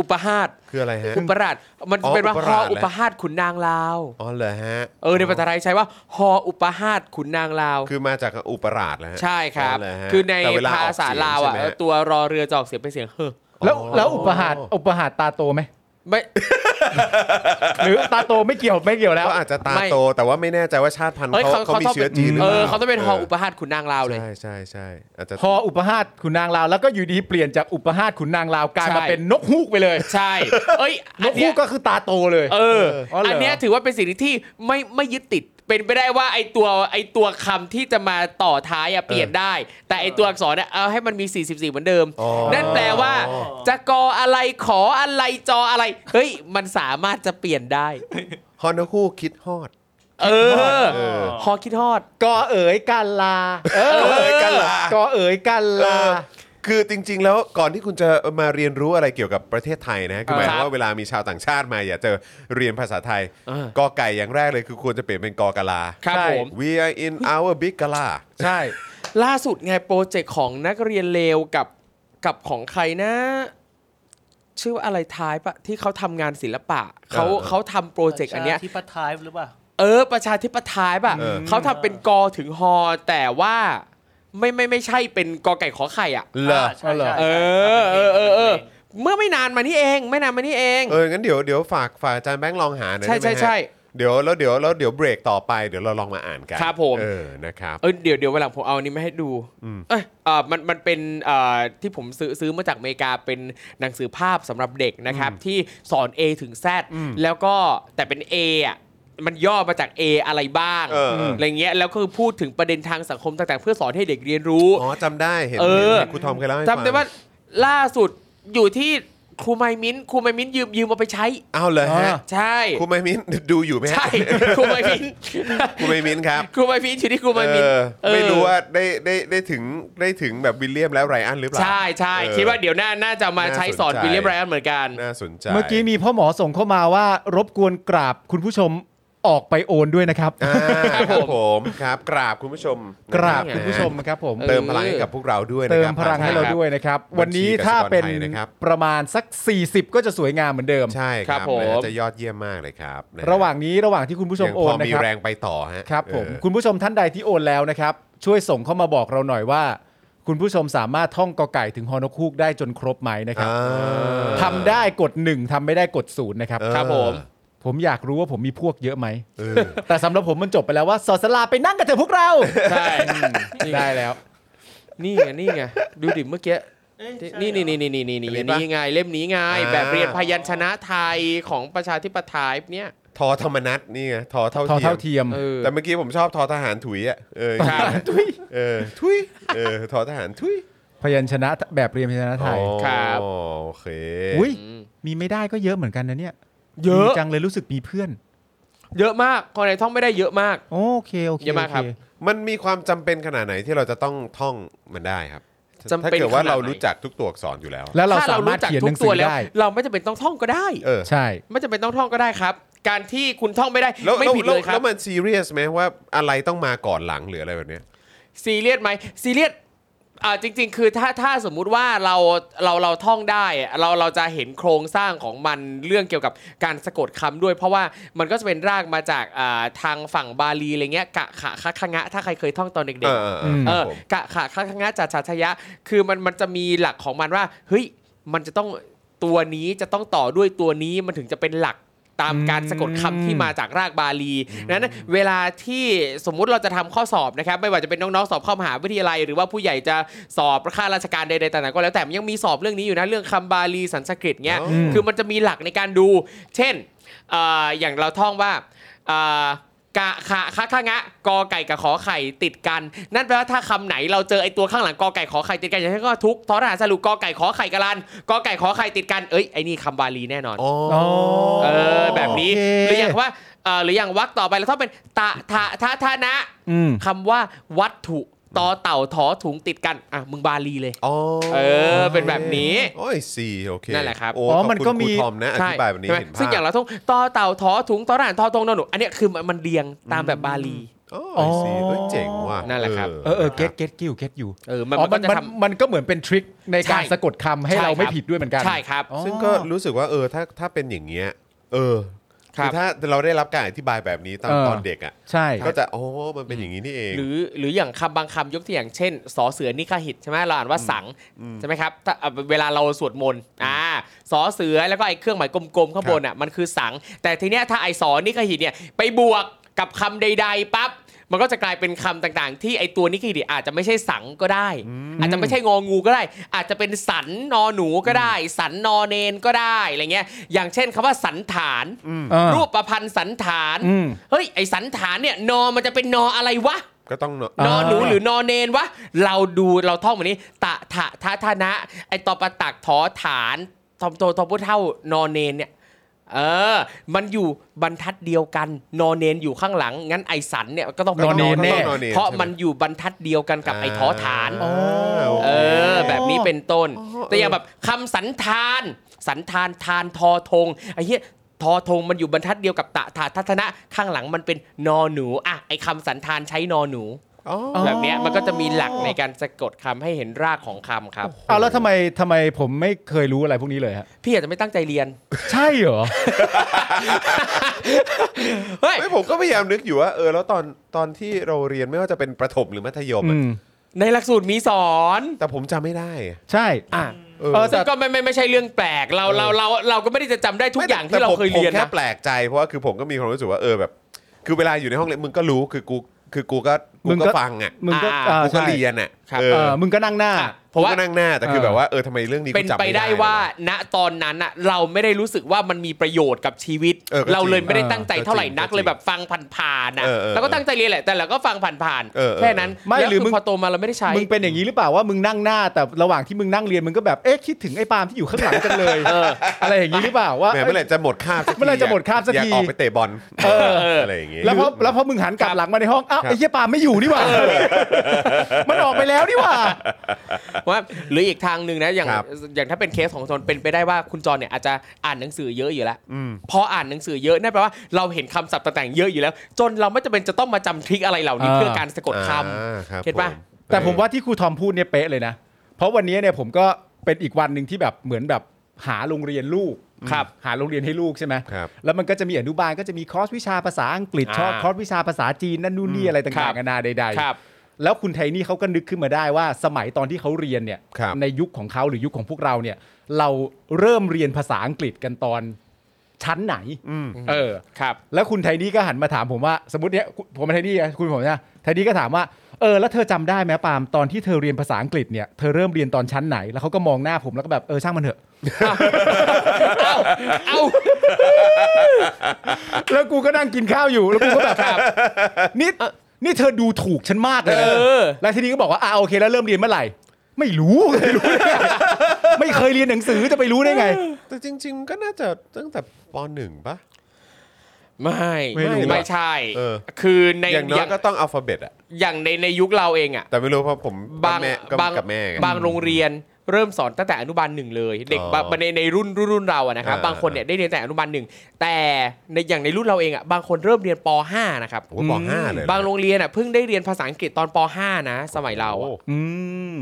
อุปหาส
คืออะไรฮะ
อุปราชมัน
อ๋อ
เป็นว่า
อุป
ฮ
รา
อ
ช
อุ
แหละ
ปหาสขุนนางลาว
อ๋อเหรอฮะ
เออในภาษาไทยใช้ว่าฮออุปหาสขุนนางลาว
คือมาจากอุปราชแล้วฮะ
ใช่ครับ
เหฮะ
คือใน
แต่เวลอ
ภา
อกเสี
ษาย
ง
ลาวอ่ะ
ใช่ไหมฮ
ตัวรอเรือจะออกเสียงเป็นเสียงเฮ้อ
แล้วแล้วอุปหาส
อ๋
อุปหาสตาโตไหม
ไม่
หรือตาโตไม่เกี่ยวไม่เกี่ยว
อ
แล้ว
ก็อาจจะตา
ไม่
โตแต่ว่าไม่แน่ใจว่าชาติพันธุ์
เฮ้ย
เขา
เขา
เขามี
ต้อง
เชื้อจีนหรือ
เอ
เปล่า
อเขาต้องเป็นฮออุปหาสขุนนางลาวเลย
ใช่ใช่ใช่อาจจะ
พออุปหาสขุนนางลาวแล้วก็อยู่ดีเปลี่ยนจากอุปหาสขุนนางลาวกลายมาเป็นนกฮูกไปเลย
ใช่ เอ้ย
น
อั
ก
น
ฮู
เนี้
ก
ย
ก็คือตาโตเลย
เออ
อ๋อเหรออั
อันเนี้ยถือว่าเป็นสิ่งที่ไม่ไม่ยึดติด เป็นไปได้ว่าไอตัวไอตัวคำที่จะมาต่อท้ายอะเปลี่ยนได้ แต่ไอตัวอักษรเนี่ยเอาให้มันมี 44 เหมือนเดิม
อ๋อ
นั่นแปลว่า จะกออะไรขออะไรจออะไร เฮ้ย มันสามารถจะเปลี่ยนได้
ฮอนอคู่คิดฮอด
เออ
เออ
ฮอคิดฮอด
กอเอ๋ยกันลาเออ
เออกันลา
กอเอ๋ยกัน
เอ
ลา
อคือจริง ๆ แล้วก่อนที่คุณจะมาเรียนรู้อะไรเกี่ยวกับประเทศไทยนะคือหมายความว่าเวลามีชาวต่างชาติมาอยากจะเรียนภาษาไทย
เออ
กอไก่อย่างแรกเลยคือควรจะเปลี่ยนเป็นกอกะลา
ครับ
ใช่
ผม
We are in our big gala
ใช่
ล่าสุดไงโปรเจกต์ของนักเรียนเลวกับกับของใครนะ ชื่อว่าอะไรท้ายปะที่เขาทำงานศิลปะเขา
เออ
เขาทำโปรเจกต์อันเนี้ย
ที่ปะทายหรือเปล่า
เออ ประชาธิปไตยป่ะ
เออ
เขาทำเป็นกอถึงฮอ แต่ว่าไม่ไม่ไม่ใช่เป็นกอไก่ขอไข่อ่ะ
เหรอ
ใช่ใช่
เออเออเออเออเมื่อไม่นานมานี่เอง ไม่นานมานี่เอง
เอองั้นเดี๋ยวเดี๋ยวฝากฝากอาจารย์แบงค์ลองหาหน่อย
ใช่
ได้ไหม
ใช่
ฮะ
ใช่
เดี๋ยวแล้วเดี๋ยวแล้วเดี๋ยวเบรกต่อไปเดี๋ยวเราลองมาอ่านกัน
ครับผม
เออนะครับ
เออเดี๋ยวเดี๋ยววันหลังผมเอาอันนี้มาให้ดู เอยเออมันมันเป็นเอ่อที่ผมซื้อซื้อมาจากอเมริกาเป็นหนังสือภาพสำหรับเด็กนะครับ ที่สอน A ถึง Z แล้วก็แต่เป็น A อ่ะมันย่อมาจาก A อะไรบ้าง
เออเอออ
ไรเงี้ยแล้วก็คือพูดถึงประเด็นทางสังคมต่างๆ เพื่อสอนให้เด็กเรียนรู้
อ๋อจำได้เห็น
เออ
เห็นครูทอมเคยเล่าให้ฟัง
จำได้ว่าล่าสุดอยู่ที่ครูไมมิ้นท์ครูไมมิ้นท์ยืมยืมมาไปใช้
อ้าวเลยฮะ
ใช่
ครูไมมินดูอยู่ไหมฮะ
ใช่ครูไมมิ้นท์
ครูไมมินครับ
ครูไมมิ้นท์อยู่ที่ครูไมมิ้นท์
เออ
เออ
ไม่รู้ว่าได้ได้ได้ถึงได้ถึงแบบวิลเลียมแล้วไรอันหรือเปล่า
ใช่ใช่
เออ
คิดว่าเดี๋ยวน่าน่าจะมา
น่า
ใช้
สน
สอน
ใจ
วิลเลียมไรอันเหมือนกัน
น่าสนใจ
เมื่อกี้มีพ่อหมอส่งเข้ามาว่ารบกวนกราบคุณผู้ชมออกไปโอนด้วยนะครับ
อ่าครับผมครับกราบคุณผู้ชม
กราบ
นะ
คุณผู้ชมครับผม
เติมพลังให้กับพวกเราด้วยนะ
เติ
ค
ม
บ
พลังให้
ผ่น
เรา
ท
ด้วยนะครับ
บัญชี
วันนี้ถ้าเป็น
กสิกรไทยนะครับ
ประมาณสัก 40 ก็จะสวยงามเหมือนเดิม
ใช่ค
ครั
รับบ
ผม
นะจะยอดเยี่ยมมากเลยครับน
ระหว่างนี้ระหว่างที่คุณผู้ชม
ยัง
โอ
พ
น
อ
นะ
มี
ครับ
แรงไปต่อฮะ
ครับผม
เออ
คุณผู้ชมท่านใดที่โอนแล้วนะครับ ช่วยส่งเข้ามาบอกเราหน่อยว่า คุณผู้ชมสามารถท่องกอไก่ถึงฮอนกคูกได้จนครบไหมนะครับ
อ่า
ทำได้กด 1ทำไม่ได้กดศูนย์นะครับ
เออ
ครับผม
ผมอยากรู้ว่าผมมีพวกเยอะไหม
เออ
แต่สำหรับผมมันจบไปแล้วว่าสอสลาไปนั่งกันเถอะพวกเรา
ใช่นี่
ได้แล้ว
นี่ไงนี่ไงดูดิเมื่อกี้
เอ๊ะใช่
นี่นี่นี่นี่นี่นี่นี่นี่ไงเล่มนี้ไงแบบเรียนพยัญชนะไทยของประชาธิปไตยเนี่ย
ทอธรรมนัตนี่ไงทอเท่า
ทอเท่า
เทียม
เทียม
เออ
แต่เมื่อกี้ผมชอบทอทหารถุยอ่ะเออ
ครับ
ถุยเออถุยเออทอทหารถุย
พยัญชนะแบบเรียนพยัญชนะไทย
อ๋อ
ครับ
โอเค
อุ้ย
อืม
มีไม่ได้ก็เยอะเหมือนกันนะเนี่ย
เยอะ
ดีจังเลยรู้สึกมีเพื่อน
เยอะมากคนไหนท่องไม่ได้เยอะมาก
โอเค โอเค
เยอะมากครับ
โ
มันมีความจำเป็นขนาดไหนที่เราจะต้องท่องมันได้ครับ
จำเป็น
ถ้าเกิดว่า
ขนาดไหน
เรารู้จักทุกตัวอักษรอยู่แล้ว
แล้วเรา
ถ้า
สา
เรา
มาร
รู้
ถ
จัก
เขียน
ทุ
หนั
ก
ง
ตั
สื
ว
อ
แล้ว
ได้
เราไม่จำเป็นต้องท่องก็ได้
เออ
ใช่
ไม่จำเป็นต้องท่องก็ได้ครับ การที่คุณท่องไม่ได้
แล้ว
ไม่
แล้ว
ผิด
แล้
เล
วย
ครั
แล้
บ
วมันซีเรียสไหมว่าอะไรต้องมาก่อนหลังหรืออะไรแบบเนี้ย
ซีเรียสไหมซีเรียสอ่าจริง ๆ คือถ้าถ้าสมมุติว่าเราเราเราท่องได้อะเราเราจะเห็นโครงสร้างของมันเรื่องเกี่ยวกับการสะกดคำด้วย เพราะว่ามันก็จะเป็นรากมาจากอ่าทางฝั่งบาลีอะไรเงี้ยกะขะคะคะงะ ถ้าใครเคยท่องตอนเด็กๆ
เออเออเออครับ
เออ
ม
ผม
กะขะคะคะงะจัดชัชยะ คือมันมันจะมีหลักของมันว่า เฮ้ย มันจะต้องตัวนี้จะต้องต่อด้วยตัวนี้มันถึงจะเป็นหลักตาม
อืม
การสะกดคำที่มาจากรากบาลีนั้นเวลาที่สมมุติเราจะทำข้อสอบนะครับ ไม่ว่าจะเป็นน้องๆสอบเข้ามหาวิทยาลัย หรือว่าผู้ใหญ่จะสอบข้าราชการใดๆต่างๆก็แล้วแต่มันยังมีสอบเรื่องนี้อยู่นะเรื่องคำบาลีสันสกฤตเงี้ย
ม
คือมันจะมีหลักในการดู เช่นเอ่ออย่างเราท่องว่าเอ่อกะขะคะขะงะกอไก่กับขอไข่ติดกัน นั่นแปลว่าถ้าคำไหนเราเจอไอตัวข้างหลังกอไก่ขอไข่ติดกันอย่างเช่นก็ทุกทอทหารสรุปกอไก่ขอไข่กะลันกอไก่ขอไข่ติดกันเอ้ยไอนี่คำบาลีแน่นอน
อ๋อ
อ๋อ
เออแบบนี้
โอ
หรื
เค
ออย่างว่าเอ่อหรืออย่างวักต่อไปเราต้องเป็นตะทะทะทะนะ
อืม
คำว่าวัตถุต่อเต่าถอถุงติดกันอ่ะมึงบาลีเลย
อ๋อ
เออเป็นแบบนี้
โอ้ยสี่โอเค
นั่นแหละครับ
โอ้
อ๋
ข
อ
บคุณ
มันก็
ค
มี
รูทอมนะอ
ใช่
ธิบายแบบนี้
ใช่ไหม
เห็นภาพ
ซึ่งอย่างเราต้องต่อเต่าทอถุงต่อร่านทอตรงนอนหนูอันเนี้ยคือมันมันเรียงตามแบบบาลี
อ๋อไอซีเฮ้ยเจ๋งว่ะ
นั่นแหละครับ
เออเออเก็ตเก็ตกิ้วเก็ตอยู่
เออมัน
อ๋อ
มั
มัน น
ก็จะ
มัน
ท
มันก็เหมือนเป็นทริคในการ
ใช่
สะกดคำให้
ใช่
เราไม่
ครับ
ผิดด้วยเหมือนกัน
ำใช่ครับ
อ๋อ
ซึ่งก็รู้สึกว่าเออถ้าถ้าเป็นอย่างเงี้ยเออ
ครับ
คือถ้าเราได้รับการอธิบายแบบนี้ตอน
เออ
ตอนเด็กอ่ะ
ใช่
ก็จะโอ้มันเป็นอย่างนี้นี่เอง
หรือหรืออย่างคำบางคำยกตัวอย่างเช่นสอเสือนิคหิตใช่ไหมเราอ่านว่าสังใช่ไหมครับถ้าเอ่อเวลาเราสวดมนต์อ่าสอเสือแล้วก็ไอ้เครื่องหมายกลมๆข้างบนอ่ะมันคือสัง แต่ทีเนี้ยถ้าไอ้สอนิคหิตเนี่ยไปบวกกับคำใด ๆปั๊บมันก็จะกลายเป็นคำต่างๆ ที่ไอ้ตัวนิคหิตเนี่ยอาจจะไม่ใช่สังก็ได้ อาจจะไม่ใช่งองูก็ได้ อาจจะเป็นสันนอหนูก็ได้ สันนอเนนก็ได้อะไรเงี้ยอย่างเช่นคำว่าสันฐาน
อ่า
รูปประพันธ์สันฐาน
อืม
เฮ้ยไอสันฐานเนี่ยนอมันจะเป็นนออะไรวะ
ก็ต้องเนอะ
อ่านน
อนหนูหรือนอนเนนวะเราดูเราท่องแบบนี้ตะถะทะทะนะ ไอตอประตักถอฐานทอมโตทอพุเท่านอนเนนเนี่ย เออ มันอยู่บรรทัดเดียวกันนอเนนอยู่ข้างหลัง งั้นไอสันเนี่ยก็ต้องป็
นอเนนแน่
นอเนน
เพราะ
ใช่ไหม
มันอยู่บรรทัดเดียวกันกับไอทอฐาน
อ่าโค
เออ แบบนี้เป็นต้น แต่อย่างแบบคำสันธาน สันธานทานทอทงไอ้เหี้ยทอทงมันอยู่บรรทัดเดียวกับตะถาทัศนะข้างหลังมันเป็นนอหนูอ่ะไอ้คำสันธานใช้นอหนู
อ๋อ
แบบเนี้ยมันก็จะมีหลักในการสะกดคำให้เห็นรากของคำครับ
เอาแล้วทำไมทำไมผมไม่เคยรู้อะไรพวกนี้เลยฮะ
พี่อาจจะไม่ตั้งใจเรียน
ใช่เหรอ
เฮ้ย
ไม่ผมก็พยายามนึกอยู่ว่าเออแล้วตอนตอนที่เราเรียนไม่ว่าจะเป็นประถมหรือมัธยมอะ
อืม
ในหลักสูตรมีสอน
แต่ผมจำไม่ได้อะ
ใช่
อ่ะ
เออ
เออ
ซึ่งก็ไม่ไม่ไม่ใช่เรื่องแปลกเราเราเราเราก็ไม่ได้จะจำได้ทุกอย่างที่เราเคยเรียน
แต่ผมผมแค่
นะ
แปลกใจเพราะว่าคือผมก็มีความรู้สึกว่าเออแบบ คือเวลาอยู่ในห้องเรียนมึงก็รู้คือกูคือกูก็กู
มึง
ก็
ก็
ฟังอ่ะ
มึงก็
า
อ่า
กูก็
ใช่
เรียนอ่ะเอ
เอ
อ
อมึงก็นั่งหน้า
อ่ะเพ
กู
ราะว่า
ก็นั่งหน้าแต่คือแบบว่าเออทำไมเรื่องนี้
เป็
กู
น
จำ
ไป
ไม่ได้
ได้ว่า
วะ
ณตอนนั้นน่ะเราไม่ได้รู้สึกว่ามันมีประโยชน์กับชีวิต
เออก็จริง
เราเลยไม่ได้ตั้งใจ
เออ
เท่าไหร่
ก็จริง
นักเลยแบบฟังผ่านๆนะ
เออเออ
แล้วก็ตั้งใจเรียนแหละแต่เราก็ฟังผ่าน
เออเออ
ๆแค่นั้น
ไม่
แล้ว
หรือ
คื
มึง
พอโตมาเราไม่ได้ใช้
มึงเป็นอย่างนี้หรือเปล่าว่ามึงนั่งหน้าแต่ระหว่างที่มึงนั่งเรียนมึงก็แบบเอ๊ะคิดถึงไอ้ปาล์มที่อยู่ข้างหลังจังเลยอะไรอย่างนี้หรือเปล่าว่า
แหมเมื่อไหร่จะหมดคาบสักที
เมื่อไหร่จะหมดคาบสัก
อยาก
ที
ออกไปเตะบอล
เออ
อะไรอย่างเงี้ย
แล้วพอแล้วพอมึงหันกลับหลังมาในห้องอ้าวไอ้เหี้ยปาล์มไม่อยู่นี่หว่ามันออกไปแล้วนี่หว่า
ว่าหรืออีกทางหนึ่งนะอย่าง
ครับ
อย่างถ้าเป็นเคสของจอนเป็นไปได้ว่าคุณจอนเนี่ยอาจจะอ่านหนังสือเยอะอยู่แล้วพออ่านหนังสือเยอะนั่นแปลว่าเราเห็นคำศัพท์ต่างๆเยอะอยู่แล้ว จนเราไม่จำเป็นจะต้องมาจำทริคอะไรเหล่านี้
อ่า
เพื่อการสะกด
าร
คำ
ับ
เห็นปะ
ผม
แต่ผมว่าที่ครูทอมพูดเนี่ยเป๊ะเลยนะ เพราะวันนี้เนี่ยผมก็เป็นอีกวันหนึ่งที่แบบเหมือนแบบหาโรงเรียนลูก
ครับ
หาโรงเรียนให้ลูกใช่ไหม
ครับ
แล้วมันก็จะมีอนุบาลก็จะมีคอร์สวิชาภาษาอังกฤษ
อ่า
ชอบคอร์สวิชาภาษาจีนนั่นนู่นนี่อะไร
ครั
ต่าง
บ
ๆกันานาใดๆ
ครับ
แล้วคุณไทนี่เขาก็นึกขึ้นมาได้ว่าสมัยตอนที่เขาเรียนเนี่ย
ครับ
ในยุคของเขาหรือยุคของพวกเราเนี่ยเราเริ่มเรียนภาษาอังกฤษกันตอนชั้นไหน
อืม
เออ
ครับ
แล้วคุณไทนี่ก็หันมาถามผมว่า สมมติเนี้ยผมเป็นไทนี่อะคุณผมนะไทนี่ก็ถามว่าเออแล้วเธอจำได้ไหมปาล์มตอนที่เธอเรียนภาษาอังกฤษเนี่ยเธอเริ่มเรียนตอนชั้นไหนแล้วเขาก็มองหน้าผมแล้วก็แบบเออช่างมันเถอะ
เอ้า
แล้วกูก็นั่งกินข้าวอยู่แล้วกูก็แบบนี่นี่เธอดูถูกฉันมากเลยนะ
เออ
แล้วทีนี้ก็บอกว่าอ่าโอเคแล้วเริ่มเรียนเมื่อไหร่ ไม่รู้ไม่รู้ได้ไงไม่เคยเรียนหนังสือจะไปรู้ได้ไง
แต่จริง ๆ ก็น่าจะตั้งแต่ปหนึ่งปะ
ไม่
ไม่รู้
ไม่ใช่
เออ
คือใน
อย่างน้อ
อย ย่าง
ก็ต้องอัลฟาเบตอะ
อย่างในในยุคเราเองอ่ะ
แต่ไม่รู้เพราะผม
บาง
แม่ก็
บาง
กับแม่ไง
บางโรงเรียนเริ่มสอนตั้งแต่อนุบาลหนึ่งเลย เด็ก
อ๋อบ
างในในรุ่นรุ่นรุ่นเราอะนะครับ
อ่า
บางคนเนี่ยได้เรียนแต่อนุบาลหนึ่งแต่ในอย่างในรุ่นเราเองอะบางคนเริ่มเรียนป .5 นะครับ
โอ้โหปห้าเลยเหอบ
างโรงเรียนอะเพิ่งได้เรียนภาษาอังกฤษตอนป .5 นะ สมัยเราอะ
โอ้
ืม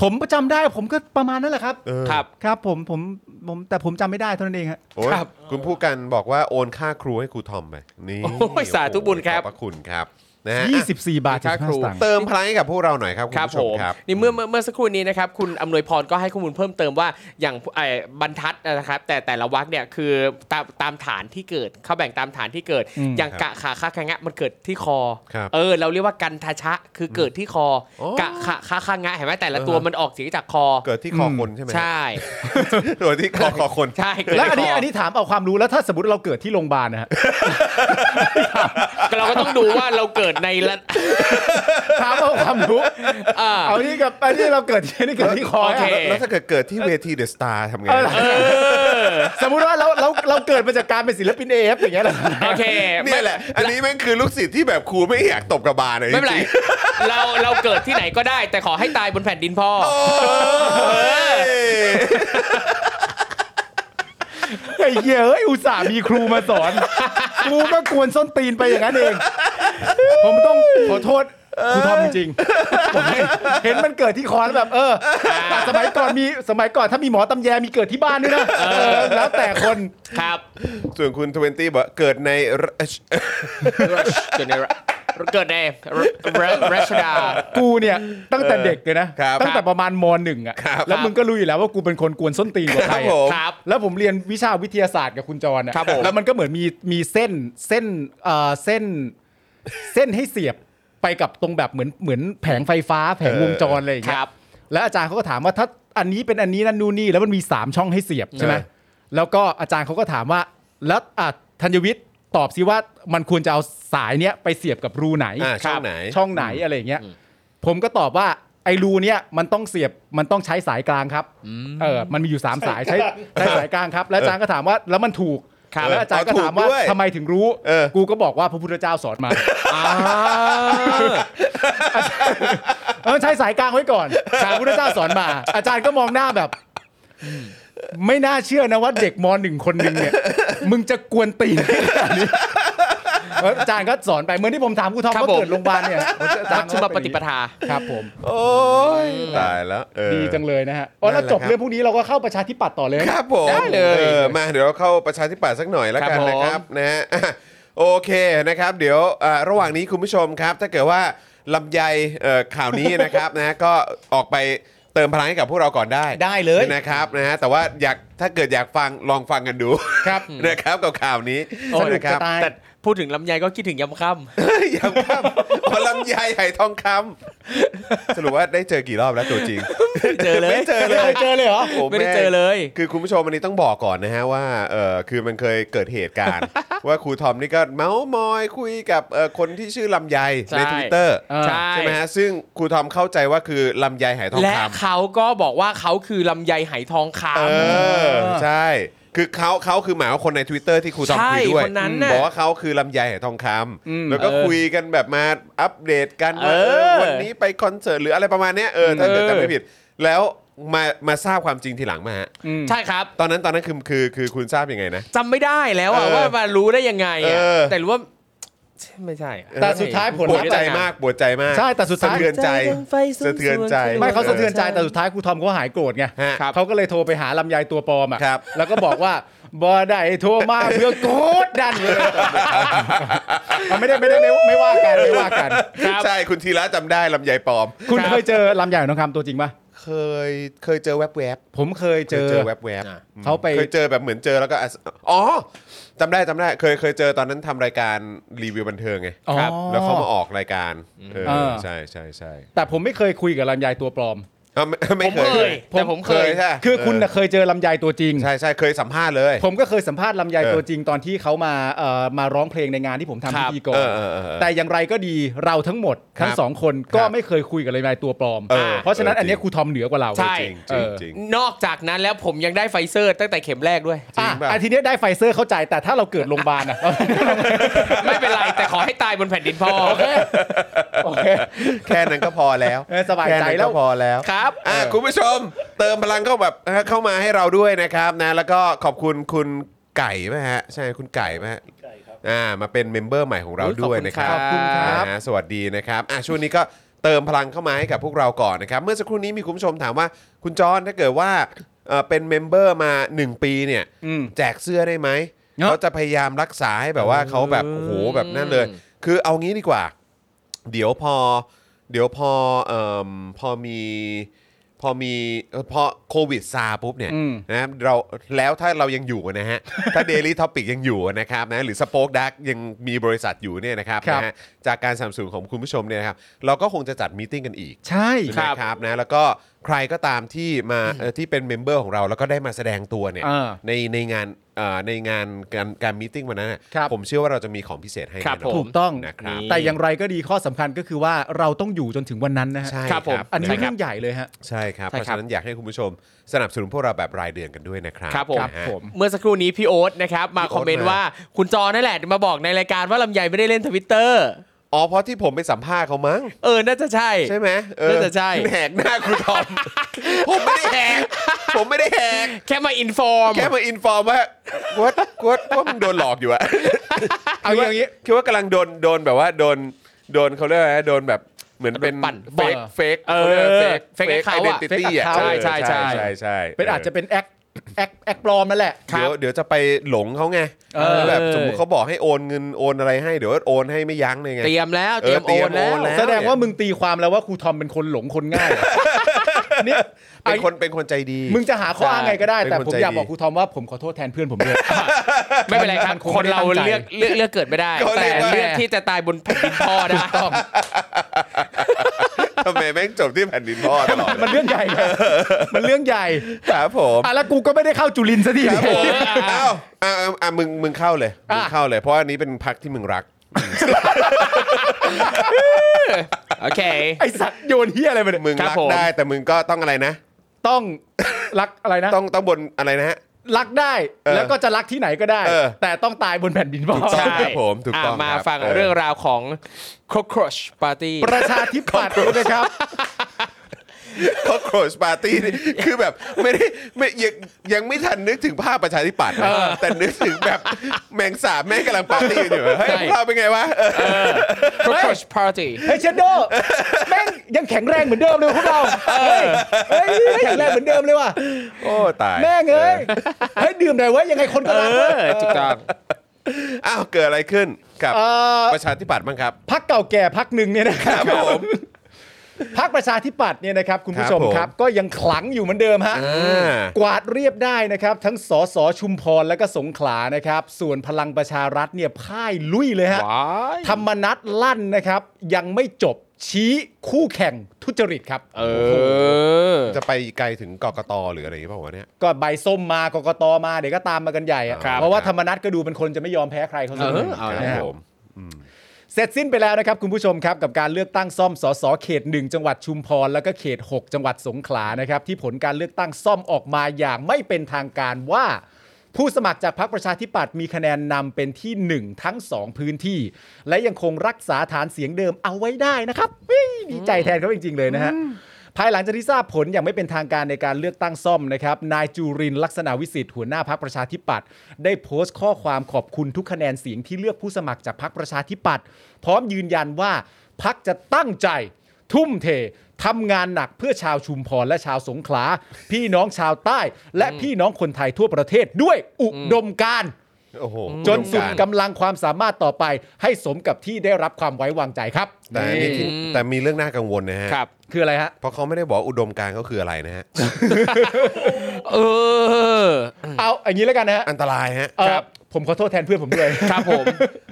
ผมประจำได้ผมก็ประมาณนั้นแหละครับ
เออ
ครับ
ครับผมผมผมแต่ผมจำไม่ได้เท่านั้นเองฮะ
โอ้ย
ครับ
คุณผู้กันบอกว่าโอนค่าครูให้ครูทอมไปนี่
โอ้ยสาธุบุญครับ
ขอบพระคุณครับนะฮะ
ยี่สิบสี่บาท
ค่าครู
75สตางค์
เติมพลังให้กับพวกเราหน่อยครับคุณ
ครับ
ผู้ช
ผม ม
ครับ
นี่เมื่อเมื่อเมื่อสักครู่นี้นะครับคุณอำนวยพรก็ให้ข้อมูลเพิ่มเติมว่าอย่างไอ้บรรทัดนะครับ แต่แต่ละวรรคเนี่ยคือตามตามฐานที่เกิดเขาแบ่งตามฐานที่เกิด
อืม
อย่างกะขาคาคางะมันเกิดที่คอ
ครับ
เออ เราเรียกว่ากันทชะคือเกิดที่คอ
อ๋อ
กะขาคาคางะเห็นไหมแต่ละตัวมันออกเสียงจากคอ
เกิดที่คอคนใช่ไหม
ใช่
เกิดที่คอคอคน
ใช่เกิด
แล้วอัน
ที่
นี้
คอ
อันนี้ถามเอาความรู้แล้วถ้าสมมติเราเกิดที่โรงพยาบาลนะ ฮะ
เราก็ต้องดูว่าเราเกิดในระ
ถามเอาความรู้
อ่า
เอานี่กับอันนี้เราเกิดที่นี่เกิดที่คอ
โอเค
ฮะ
แล้วถ้าเกิดเกิดที่เวทีเดอะสตาร์ทำไงนะ
สมมุติว่าเราเราเราเกิดมาจากการเป็นศิลปินเอฟอย่างเงี้ ยเหรอ
โอเคไม่
เนี่ยแหละ อันนี้แม่งคือลูกศิษย์ที่แบบครูไม่อยากตบกระบาลเลย
ไม่เป็นไร
จง
เราเราเกิดที่ไหนก็ได้ แต่ขอให้ตายบนแผ่นดินพ่อ
ๆโอ้ย
ไอ้เหี้ยเอ้ยอุตส่าห์มีครูมาสอนครูก็กวนส้นตีนไปอย่างนั้นเอง ผมต้องขอโทษครูทอมจริงๆผมเห็นเห็นมันเกิดที่คอแล้วแบบ เออแต่สมัยก่อนมีสมัยก่อนถ้ามีหมอตำแยมีเกิดที่บ้านด้วยนะเออแล้วแต่คน
ครับ
ส่วนคุณทเวนตี้บอกเกิดใน
เกิดในระเกิดในระรัชดา
กูเนี่ยตั้งแต่เด็กเลยนะ
ครับ
ตั้งแต่ประมาณมหนึ่งอ่ะ
ครับ
แล้
ค
ว
รับ
มึงก็รู้อยู่แล้วว่ากูเป็นคนกวนส้นตีนกว่าใคร
ครับผม
ครับ
แล้วผมเรียนวิชาวิทยาศาสตร์กับคุณจรนะครับ
ผม
แล้วมันก็เหมือนมีมีเส้นเส้นเอ่อเส้นเส้นให้เสียบไปกับตรงแบบเหมือนเหมือนแผงไฟฟ้าแผงวงจรอะไรอย่าง
ค
เงี้
รั
ย
บ
แล้วอาจารย์เขาก็ถามว่าถ้าอันนี้เป็นอันนี้นั่นนู่นนี่แล้วมันมี 3 ช่องให้เสียบใช่ไหม
เออ
แล้วก็อาจารย์เขาก็ถามว่าแล้วอ่ะธัญวิทย์ตอบสิว่ามันควรจะเอาสายเนี้ยไปเสียบกับรูไหน
อ่าช่องไหน
ช่องไหนอะไรอย่างเงี้ยผมก็ตอบว่าไอ้รูเนี่ยมันต้องเสียบมันต้องใช้สายกลางครับเออมันมีอยู่ 3 สายใช้ใช้สายกลางครับ แล้วอาจารย์ก็ถามว่าแล้วมันถูก
ครับ
แล้วอาจารย์ก็ถามว่า
ถูกด้วย
ทำไมถึงรู้
เออ
กูก็บอกว่าพระพุทธเจ้าสอนมา
อ่า
เออใช้สายกลางไว้ก่อนสายพุทธเจ้าสอนมา อาจารย์ก็มองหน้าแบบอืมไม่น่าเชื่อนะว่าเด็กมหนึ่งคนหนึ่งเนี่ย มึงจะกวนตีนได้ขนาดนี้เอออาจารย์ก็สอนไปเหมื่อนที่ผมถามครูทอมว่าเกิดโรงพยาบาลเนี่ย
วัชรปฏิปทา
ครับผม
โอ้ยตายแล้วเออ
ดีจังเลยนะฮะอ๋อแล้ว
นั่นแหละ
จบ
ครับ
เรื่องพวกนี้เราก็เข้าประชาธิปัตย์ต่อเลยนะครับ
ผม
ได้เลย
ออมาเดี๋ยวเราเข้าประชาธิปัตย์สักหน่อยแล้วกัน
ครับผม
นะครับนะฮ ะอ่ะโอเคนะครับ เดี๋ยวอ่าระหว่างนี้คุณผู้ชมครับ ถ้าเกิดว่าลำไยเอ่อข่าวนี้นะครับ นะฮะก็ออกไปเติมพลังให้กับพวกเราก่อนได้
ได้เลย
นะครับนะฮะแต่ว่าอยากถ้าเกิดอยากฟังลองฟังกันดู
ครับ
นะครับกับข่าวนี้
โอ้ย
นะครั
จะตาย
แต่พูดถึงลำไยก็คิดถึงยำค่ำ
ยำคำพอลำไยไหทองคำส รุปว่าได้เจอกี่รอบแล้วตัวจริง
ไม่เจอเลย
ไม่เจอเล
ไม่เค
ย
ยเจอเลยเหรอ
โอ้
ไม่ได้
แง
เจอเลย
คือคุณผู้ชมวันนี้ต้องบอกก่อนนะฮะว่าเออคือมันเคยเกิดเหตุ การณ์ ว่าครูทอมนี่ก็เมาส์มอยคุยกับเอ่อคนที่ชื่อลำไย
ใช่
ในทวิตเตอร์
เออ
ใช่
ใช่ไหมฮะซึ่งครูทอมเข้าใจว่าคือลำไยไหทอง
และ
ค
เขาก็บอกว่าเขาคือลำไยไหทองค
ำเออ
เออ
ใช่ คือเขาเขาคือหมายว่าคนใน Twitter ที่ครู
ำ
ทอม
ใช่
คุยด้วย
คนนั้นน่ะ
บอกว่าเขาคือลำไยไหทองคำแล้วก็คุยกันแบบมาอัปเดตกันว่า
เออ
เออวันนี้ไปคอนเสิร์ตหรืออะไรประมาณเนี้ยเออถ้า
เออ
เกิดจำไม่ผิด แล้วมามาทราบความจริงทีหลังมาฮะ
ใช่ครับ
ตอนนั้นตอนนั้นคือคือคือคุณทราบยังไงนะ
จำไม่ได้แล้วอะ
เออ
ว่ามารู้ได้ยังไงอะ
เออ
แต่รู้ว่าไม่ใช่อะ
แต่สุดท้ายผล
ปว
ลั
ด
พธ์
ใจมากปวดใจมาก
ใช่แต่สุด
สะ
ท้าย
เทือนใจสะเทือนใจ
ไม่เขาสะเทือนใจแต่สุดท้ายครูทอมก็หายโกรธไง
ฮะ
เขาก็เลยโทรไปหาลำไยตัวปลอมอ่ะ
ครับ
แล้วก็บอกว่าบอได้โทรมาเพื่อโกดดันเลยมันไม่ได้ไม่ได้ไม่ไม่ว่ากันไม่ว่ากัน
ใช่คุณธีระจำได้ลำไยปลอม
คุณ
ครับ
เคยเจอลำไยของน้องคำตัวจริงปะ
เคยเคยเจอแวบแวบ
ผมเคย
ๆ
เจอ
เจอแวบแวบๆ
อ่ะเขาไป
เคยเจอแบบเหมือนเจอแล้วก็อ่ะอ๋อจำได้จำได้เคยเคยเจอตอนนั้นทำรายการรีวิวบันเทิงไง
อ๋อ
แล้วเขามาออกรายการเออ
เออ
ใช่ใช่ใช่
แต่ผมไม่เคยคุยกับลำไยตัวปลอม
เอ้าไม่ไม่เค
ผมเค
ย
ยแต่ผมเคย
ใช่
คือคุณน่ะเคยเจอลำไยตัวจริง
ใช่ใช่เคยสัมภาษณ์เลย
ผมก็เคยสัมภาษณ์ลำไย
เออ
ตัวจริงตอนที่เขามาเอ่อมาร้องเพลงในงานที่ผมทำพิธีกร
เออเออเออ
แต่อย่างไรก็ดีเราทั้งหมด
ค
ทั้ง
รับ
สองคนก็
ครับ
ไม่เคยคุยกับลำไยตัวปลอม
เออ
เพราะฉะนั้น
เอออั
อันเนี้
จ
ย
ริง
ครูทอมเหนือกว่าเรา
ใช่
จริงจริงจริง
นอกจากนั้นแล้วผมยังได้ไฟเซอร์ตั้งแต่เข็มแรก ด้วย
จริง
อ่ะ
ป่ะ
อันทีเนี้ยได้ไฟเซอร์เข้าใจแต่ถ้าเราเกิดโรงพยาบาลอ่ะ
ไม่เป็นไร แต่ขอให้ตายบนแผ่นดินพ่อ
โอเค
แค่นั้นก็พอแล้ว
เออสบายใจ
ค่นั้น
แล้
ก็
ว
พอแล้ว
ครับ
อ่ะคุณผู้ชมเติมพลังเข้าแบบเข้ามาให้เราด้วยนะครับนะแล้วก็ขอบคุณคุณไก่ไหมฮะใช่คุณไก่ไหมฮะ
ไก่ครับ
อ่ามาเป็นเมมเบอร์ใหม่ของเรา
โอ้ย
ด้วยนะครับ
ขอบคุณครับ
นะฮะสวัสดีนะครับอ่ะช่วงนี้ก็เติมพลังเข้ามาให้กับพวกเราก่อนนะครับ เมื่อสักครู่นี้มีคุณผู้ชมถามว่าคุณจอนถ้าเกิดว่าเอ่อเป็นเมมเบอร์มา 1 ปีเนี่ย
อืม
แจกเสื้อได้ไหม
เนอะ
เขาจะพยายามรักษาให้แบบว่าเขาแบบโอ้โหแบบนั่นเลย คือเอางี้ดีกว่า เดี๋ยวพอ เดี๋ยวพอเอ่มพอมีพอมีเอ่อพอโควิดซาปุ๊บเนี่ย
อืม
นะครับเราแล้วถ้าเรายังอยู่นะฮะ ถ้า Daily Topic ยังอยู่นะครับนะหรือ Spoke Dark ยังมีบริษัทอยู่เนี่ยนะครับ
ครับ
นะฮะจากการสนัมสูงของคุณผู้ชมเนี่ยนะครับเราก็คงจะจัดมีตติ้งกันอีก
ใช่
นะ
ค
ครับ รับนะแล้วก็ใครก็ตามที่มาเอ่อที่เป็นเมมเบอร์ของเราแล้วก็ได้มาแสดงตัวเนี่ย
อ่า
ในในงานเอ่อในงานการการมีตติ้งวันนั้นน่ะ
ครับ
ผมเชื่อว่าเราจะมีของพิเศษให้
ครับ
แน่นอน
ผม
ถูกต้อง
นะครับ
แต่อย่างไรก็ดีข้อสำคัญก็คือว่าเราต้องอยู่จนถึงวันนั้นนะฮะ
ใช่
ครับผม
อันนี้
ใช่ครั
เรื่
บ
องใหญ่เลยฮะ
ใช่ครับ
ใช่
เพราะ
ครับ
ฉะนั้นอยากให้คุณผู้ชมสนับสนุนพวกเราแบบรายเดือนกันด้วยนะครับ
ครับผม
นะฮะ
เมื่อสักครู่นี้พี่โอ๊ตนะครับมา
พี่โอ๊ต
คอมเมนต์
มา
ว่าคุณจอนั่นแหละมาบอกในรายการว่าลำไยไม่ได้เล่นทวิตเตอร์
อ๋อเพราะที่ผมไปสัมภาษณ์เขามั้ง
เออน่าจะใช่
ใช่ไหมเออ
น่าจะใช่
แหกหน้าครูทอ ม ผมไม่ได้แหกผมไม่ได้แหก
แค่มาอินฟอร์ม
แค่มาอินฟอร์มว่าว่าว่าว่ามึงโดนหลอกอยู่อะ
เอาอย่างนี้
คิดว่ากำลังโดนโดนแบบว่าโดนโดนเขาเรียกอะไรนะโดนแบบเหมือนเป็น
โดนปั่
เฟก
น
เฟก
เออ
เฟก
fake
เฟกไอ
account
เด
อะ
นติตี้
fake
อ่ะ
account
เออ
ใช่ใช่
ใช่ใช่
เป็นอาจจะเป็นแอคแอคแอคปลอมนั่นแหละ
เดี๋ยวเดี๋ยวจะไปหลงเขาไง
เออ
แบบสมมติเขาบอกให้โอนเงินโอนอะไรให้เดี๋ยวโอนให้ไม่ยั้งเลยไง
เตรียมแล้ว
เอ
เตรี
อย
ม
เต
โอน
รียมโอนแล้
แล้ว ว
แสดงว่ามึงตีความแล้วว่าครูทอมเป็นคนหลงคนง่ายเหรอ เนี่ย
เป็
ไอ้
นคนเป็นคนใจดี
มึงจะหาข้ออ้างไงก็ได้
เป็น
แต่
คน
ผม
ใจ
อยาก
ดี
บอกครูทอมว่าผมขอโทษแทนเพื่อนผมด้วย
ไม่เป็นไรครับ
มันคง
คนเรา
ไม่ได้ตั้งใจ
เลือกเลือกเลือกเกิดไม่ได้
ก็เรี
แต่
ยกว่า
เลือกที่จะตายบนแผ่นดินพ่อได้
ทำไมแม่งจบที่แผ่นดินพ่อตลอด
มันเรื่องใหญ่ นะมันเรื่องใหญ่
ครับผม
อ่ะแล้วกูก็ไม่ได้เข้าจุลินซะที
ครับผมเอ้าอ่ะอ่ะอ่ะมึงมึงเข้าเลยมึง
อ่ะ
เข้าเลย เพราะอันนี้เป็นพักที่มึงรัก
โอเค
ไอสัตว์โยนเฮียอะไรไปเนี่ย
มึง
ครั
รั
บ
ก
ผม
ได้แต่มึงก็ต้องอะไรนะ
ต้องรักอะไรนะ
ต้องต้องบนอะไรนะฮะ
รักได้
เออ
แล้วก็จะรักที่ไหนก็ได้
เออ
แต่ต้องตายบนแผ่นดินพ่อ
ถูกต้องครับผมถูกต้อง
ะมา
ครับ
ฟัง
เออ
เรื่องราวของ cockroach party
ประชาธิปัตย์นะครับ
คอ c โครชปาร์ตี้ นี่คือแบบไม่ได้ไม่ยังยังไม่ทันนึกถึงภาพประชาธิปัตย์นะแต่นึกถึงแบบแมงสาบแม่งกำลังปาร์ตี้กันอยู่เฮ้ย
ใช่
พวกเราเป็นไงวะเออ
cockroach party
เฮ้ยเชนโด แม่งยังแข็งแรงเหมือนเดิมเลยพวกเราเฮ้ยเฮ้ยแข็งแรงเหมือนเดิมเลยว่ะ
โอ้ตาย
แม่งเอ้ยเฮ้ยดื่มหน่อยเว้ยยังไงคนก็
เอ
รักเว้ย
อถูกต้อง
อ้าวเกิดอะไรขึ้นกับ
เอ่อ
ประชาธิปัตย์บ้างครับ
พักเก่าแก่พักหนึ่งเนี่ยนะครับ
ครับผม
พักประชาธิปัตย์เนี่ยนะครับคุณผู้ชม
ครับผม
ครับ ก็ยังขลังอยู่เหมือนเดิมฮะ
อ่า
กวาดเรียบได้นะครับ ทั้งสอสอชุมพรและก็สงขลานะครับ ส่วนพลังประชารัฐเนี่ยพ่ายลุยเลยฮะ
ว้าย
ธรรมนัตลั่นนะครับ ยังไม่จบชี้คู่แข่งทุจริตครับ
เออ
จะไปไกลถึงกกตหรืออะไรอย่างงี้เปล่าวะเนี่ย
ก็ใบส้มมากกตมาเดี๋ยวก็ตามมากันใหญ่อะ
ครับ
เพราะว่าธรรมนัตก็ดูเป็นคนจะไม่ยอมแพ้ใครเขาสักหน่ย
เออเอา
ค
นะ
รั
ฮะ
บผม
เสร็จสิ้นไปแล้วนะครับ คุณผู้ชมครับ กับการเลือกตั้งซ่อมสสเขต 1 จังหวัดชุมพร แล้วก็เขต 6 จังหวัดสงขลานะครับ ที่ผลการเลือกตั้งซ่อมออกมาอย่างไม่เป็นทางการว่า ผู้สมัครจากพรรคประชาธิปัตย์มีคะแนนนำเป็นที่ 1 ทั้ง 2 พื้นที่ และยังคงรักษาฐานเสียงเดิมเอาไว้ได้นะครับเฮ้ยดีใจแทนเขาจริงๆเลยนะฮะ ภายหลังจากที่ทราบผลอย่างไม่เป็นทางการในการเลือกตั้งซ่อมนะครับ นายจูรินทร์ลักษณะวิสิทธิ์หัวหน้าพักประชาธิปัตย์ได้โพสต์ข้อความขอบคุณทุกคะแนนเสียงที่เลือกผู้สมัครจากพักประชาธิปัตย์พร้อมยืนยันว่าพักจะตั้งใจ ทุ่มเททำงานหนักเพื่อชาวชุมพรและชาวสงขลา พี่น้องชาวใต้ และพี่น้องคนไทยทั่วประเทศด้วยอุดมการณ์
โอ้โห
จนสุด
อุดมารณ์
กำลังความสามารถต่อไป ให้สมกับที่ได้รับความไว้วางใจครับ
แต่มีที่แต่มีเรื่องน่ากังวลนะฮะ
ครับ
คืออะไรฮะ
เพราะเขาไม่ได้บอกอุดมการณ์เขาคืออะไรนะฮะ
เออ
เอาอย่างนี้แล้วกันนะฮะ
อันตรายฮะ
เอ่อ
ครับ
ผมขอโทษแทนเพื่อนผมด้วย
ครับผม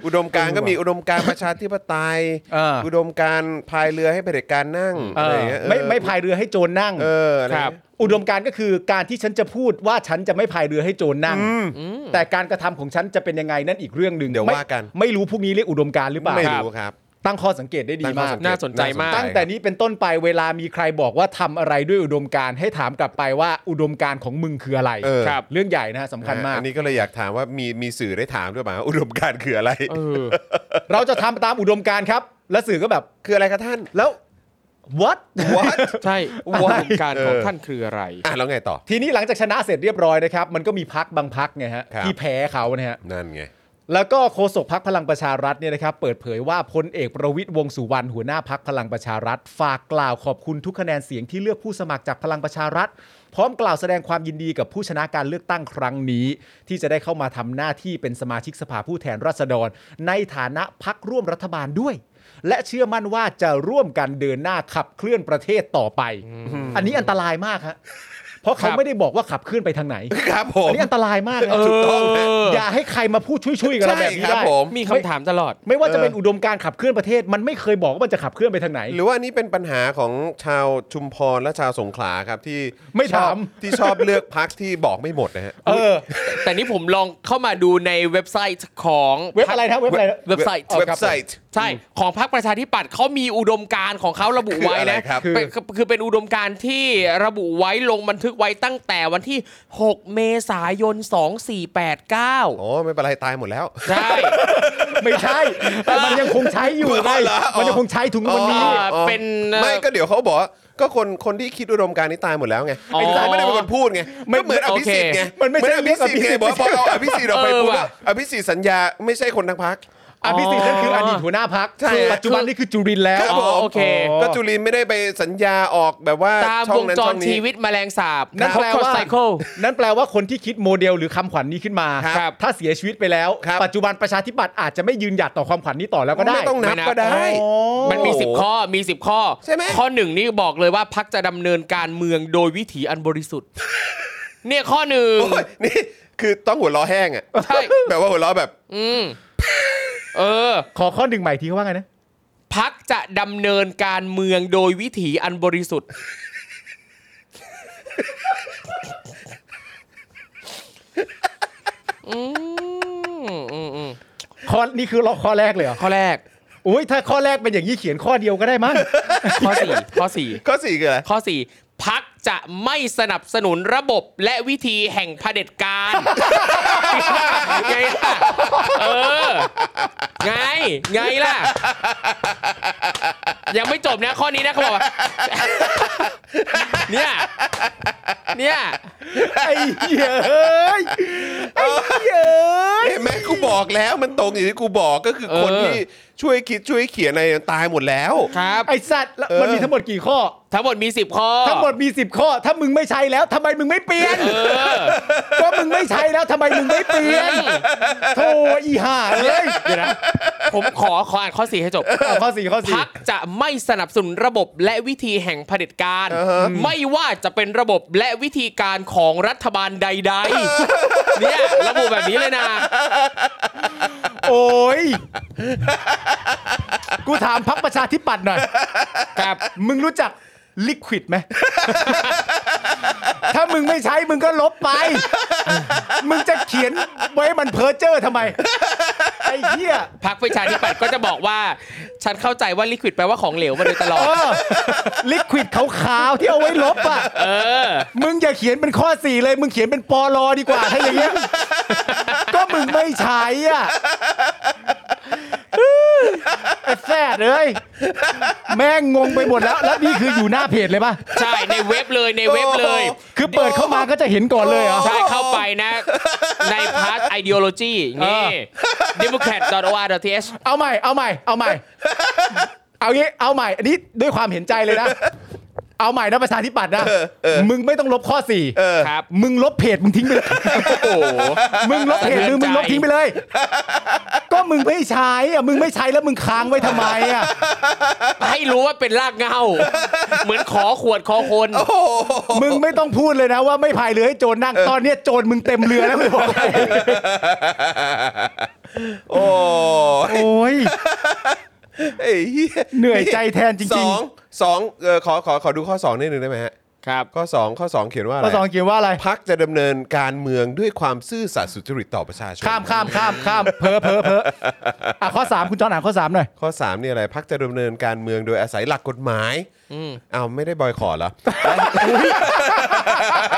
อุดมการณ์ก็มีอุดมการณ์ประชาธิปไตย
เอออุ
อุดมการณ์พายเรือให้เผด็จการนั่ง
เอ
อะไร
อ
อย่างเงี้ยเออ
ไม่ไม่พายเรือให้โจรนั่ง
เอออะไ
ครับ
อุดมการณ์ก็คือการที่ฉันจะพูดว่าฉันจะไม่พายเรือให้โจรนั่ง แต่การกระทำของฉันจะเป็นยังไงนั่นอีกเรื่องหนึ่ง
เดี๋ยว
ไม่
ว่ากัน
ไม่รู้พวกนี้เรียกอุดมการณ์หรือเปล่า
ไม่รู้ครับ
ตั้งข้อสังเกตได้ดี
ตั้งข้อ
มาก
สังเกต
น่าสนใจมาก
น่ส
ตั้งแต่นี้เป็นต้นไปเวลามีใครบอกว่าทำอะไรด้วยอุดมการณ์ให้ถามกลับไปว่าอุดมการณ์ของมึงคืออะไร
เออ
ครับ
เรื่องใหญ่นะฮะสำคัญมาก
อันนี้ก็เลยอยากถามว่ามีมีสื่อได้ถามด้วยไหมว่าอุดมการณ์คืออะไร
เออ
เราจะทำตามอุดมการณ์ครับ และสื่อก็แบบ
คืออะไรครับท่าน
แล้ว what
what
ใช่วงการของท่านคืออะไร
อ่ะแล้วไงต่อ
ทีนี้หลังจากชนะเสร็จเรียบร้อยนะครับ มันก็มีพักบางพักไงฮะ
ครับ
ที่แพ้เขานะฮะ
นั่นไง
แล้วก็โฆษกพักพลังประชารัฐเนี่ยนะครับเปิดเผยว่าพลเอกประวิตยวงษ์สุวรรณหัวหน้าพักพลังประชารัฐ ฝากกล่าวขอบคุณทุกคะแนนเสียงที่เลือกผู้สมัครจากพลังประชารัฐ พร้อมกล่าวแสดงความยินดีกับผู้ชนะการเลือกตั้งครั้งนี้ ที่จะได้เข้ามาทำหน้าที่เป็นสมาชิกสภาผู้แทนราษฎร ในฐานะพักร่วมรัฐบาลด้วย และเชื่อมั่นว่าจะร่วมกันเดินหน้าขับเคลื่อนประเทศต่อไป อันนี้อันตรายมากฮะเพราะเขา
ครับ
ไม่ได้บอกว่าขับเคลื่อนไปทางไหน
ครับผม
อันนี้อันตรายมากนะ
เออ
อย่าให้ใครมาพูดช่วยๆกับเรา
ใช่
แบบนี้
ครับ
ได้
ผม
มีคำถามตลอด
ไม่ว่าจะเป็นอุดมการณ์ขับเคลื่อนประเทศ มันไม่เคยบอกว่ามันจะขับเคลื่อนไปทางไหน
หรือว่าอันนี้เป็นปัญหาของชาวชุมพรและชาวสงขลาครับที่
ไม่ถาม
ชอบที่ชอบเลือกพักที่บอกไม่หมดนะฮะ
เออ
แต่นี่ผมลองเข้ามาดูในเว็บไซต์ของ
เว็บอะไรนะเว็บอะไรนะ
เว็บไซต์
เว็บไซต์
ใช่ ของพรรคประชาธิปัตย์เขามีอุดมการณ์ของเขาระบุไว้นะ
คืออะไรครับ
เป็นคือเป็นอุดมการณ์ที่ระบุไว้ลงบันทึกไว้ตั้งแต่วันที่ 6 เมษายน 2489
อ๋อไม่เป็นไรตายหมดแล้ว
ใช่
ไม่ใช่ แต่มันยังคงใช้อยู่ไง
เอาเหรออ๋อ
มันยังคงใช้ถึงวันนี้
อ๋อ เป็น
ไม่ก็เดี๋ยวเขาบอกว่าก็คนคนที่คิดอุดมการณ์นี้ตายหมดแล้วไง
อ๋อ
ไอ้ตายไม่ได้เป็นคนพูดไง
ไม่
ก็เหมือนอภิสิทธิ์ไง
โอเคมันไม่ใช่
เหออภิสิทธิ์ไงบอก
เรื่องอภิสิทธิ์
ว่าพอเอาอภิสิทธิ์ออกไป
เออ
พูด
ว่ะ
ว่าอภิสิทธิ์สัญญาไม่ใช่คนทั้งพัก
อภิสิทธิ์นั่นคืออดีตหัวหน้าพัก
ใช่
ปัจจุบันนี่คือจุรินทร์แล้ว
ครับผ
อ๋อ
ม
โอเค
ก็จุลินไม่ได้ไปสัญญาออกแบบว่า
ตาม
ช่
ว
อง
ง
นั้น
จ
ช่
ร
อง
ชี
นี้
วิตแมลงสาบ
นั่นแปลว่า
ไซเคิล
นั่นแปลว่าคนที่คิดโมเดลหรือคำขวัญนี้ขึ้นมา
ครับ
ถ้าเสียชีวิตไปแล้ว
ครับ
ปัจจุบันประชาธิปัตย์อาจจะไม่ยืนหยัดต่อความขวัญนี้ต่อแล้วก็ได้
ไม่ต้องนับ
ไม่นับ
ก็ได้
อ๋อ
มันมี 10 ข้อ มี 10 ข้อ
ใช่ไหม
ข้อหนึ่งนี่บอกเลยว่าพักจะดำเนินการเมืองโดยวิถีอันบริ สุทธิ์ เนี่ยข้อหนึ่ง
โอ้ยนี่คือต้องหัวล้อแห้งอ่ะ
ใช่
แบบว่าหัวล้อแบบ
อืม เออ
ขอข้อหนึ่งใหม่ทีเขาว่าไงนะ
พักจะดำเนินการเมืองโดยวิถีอันบริสุ ทธิ์ อืมอืมอืม
ข้อนี่คือเราข้อแรกเลยเหรอ
ข้อแรก
อุ้ยถ้าข้อแรกเป็นอย่างนี้เขียนข้อเดียวก็ได้มั้ง
ข้อสี่ข้อสี่
ข้อสี่คืออะไร
ข้อ 4 พักจะไม่สนับสนุนระบบและวิธีแห่งเผด็จการ ไงล่ะ เออ ไง ไงล่ะ ยังไม่จบนะข้อนี้นะเขาบอกว่า เนี่ย เนี่ย
ไอ้เหี้ยเอ้ยไอ้เหี้ยเอ้ย
เห็นไหมกูบอกแล้วมันตรงอย่างที่กูบอกก็คือคน
เออ
ที่ช่วยคิดช่วยเขียนอะไรตายหมดแล้ว
ครับ
ไอ้สัตว์แล้ว
เออ
มันมีทั้งหมดกี่ข้อ
ทั้งหมดมี 10 ข้อ
ทั้งหมดมี 10 ข้อ ถ้ามึงไม่ใช้แล้วทำไมมึงไม่เปลี่ยน
เออ
ก็มึงไม่ใช้แล้วทำไมมึงไม่เปลี่ยนโธ่อีห่าเอ้ยเดี๋ยวนะ
ผมขอขออ่านข้อ 4 ให้จบ
อ่ะข้อสี่ข้อสี่
พักจะไม่สนับสนุนระบบและวิธีแห่งเผด็จการ ไม่ว่าจะเป็นระบบและวิธีการของรัฐบาลใด ๆ เนี่ยระบุแบบนี้เลยนะ
โอ้ยกูถามพักประชาธิปัตย์หน่อย
ครับ
มึงรู้จักลิควิด ไหม ถ้ามึงไม่ใช้มึงก็ลบ ไป มึงจะเขียนไว้มันเพ้อเจ้อทำไม ไอ้เหี้ย
พักประชาธิปัตย์ก็จะบอกว่า ฉันเข้าใจว่าลิควิดแปลว่าของเหลวมาโดยตลอด
ลิควิดขาวๆที่เอาไว้ลบอ่ะมึงอย่าเขียนเป็นข้อสี่เลย มึงเขียนเป็นปอลอดีกว่าถ้าอย่างเงี้ยก็มึงไม่ใช้อ่ะไอ้แฟดเลย แม่งงงไปหมดแล้ว แล้วนี่คืออยู่หน้าเพจเลยป่ะ
ใช่ในเว็บเลยในเว็บเลย
คือเปิดเข้ามาก็จะเห็นก่อนเลยเหรอ
ใช่เข้าไปนะ ในพาร์ท ideology นี่ democrat.or.th
เอาใหม่ เอาใหม่ เอาใหม่ เอางี้ เอาใหม่ อันนี้ด้วยความเห็นใจเลยนะ เอาใหม่นะประชาธิปัตย์นะ มึงไม่ต้องลบข้อสี่
ครับ
มึงลบเพจมึงทิ้งไปเลย
โอ้โห
มึงลบเพจมึงมึงลบทิ้งไปเลย ก็มึงไม่ใช้อ่ะ มึงไม่ใช้แล้วมึงค้างไว้ทำไมอ่ะ
ให้รู้ว่าเป็นรากเหงาเหมือนขอขวดคอคน
มึงไม่ต้องพูดเลยนะว่าไม่พายเรือให้โจรนั่ง ตอนเนี้ยโจรมึงเต็มเรือแล้วมึงบอกให้
โอ้ย
โอ้ย
ไอ้เหี้ย
เหนื่อยใจแทนจ
ส
ริง
องสองเออขอขอขอดูข้อสองนิดนึงได้ไหมฮะ
ครับ
ข้อสองข้อสองเขียนว่า
ๆ
อะไร
ข้อสองเขียนว่าอะไร
พักจะดำเนินการเมืองด้วยความซื่อสัตย์สุจริตต่อประชาชน
ข้ามข้ามข้ามข้าม เพ้อเพ้อเพ้ออ่ะข้อสามคุณจอห์นอ่านข้อสามหน่อย
ข้อสามเนี่ยอะไรพักจะดำเนินการเมืองโดยอาศัยหลักกฎหมายอ้าวไม่ได้บอยคอร์ดเหรอ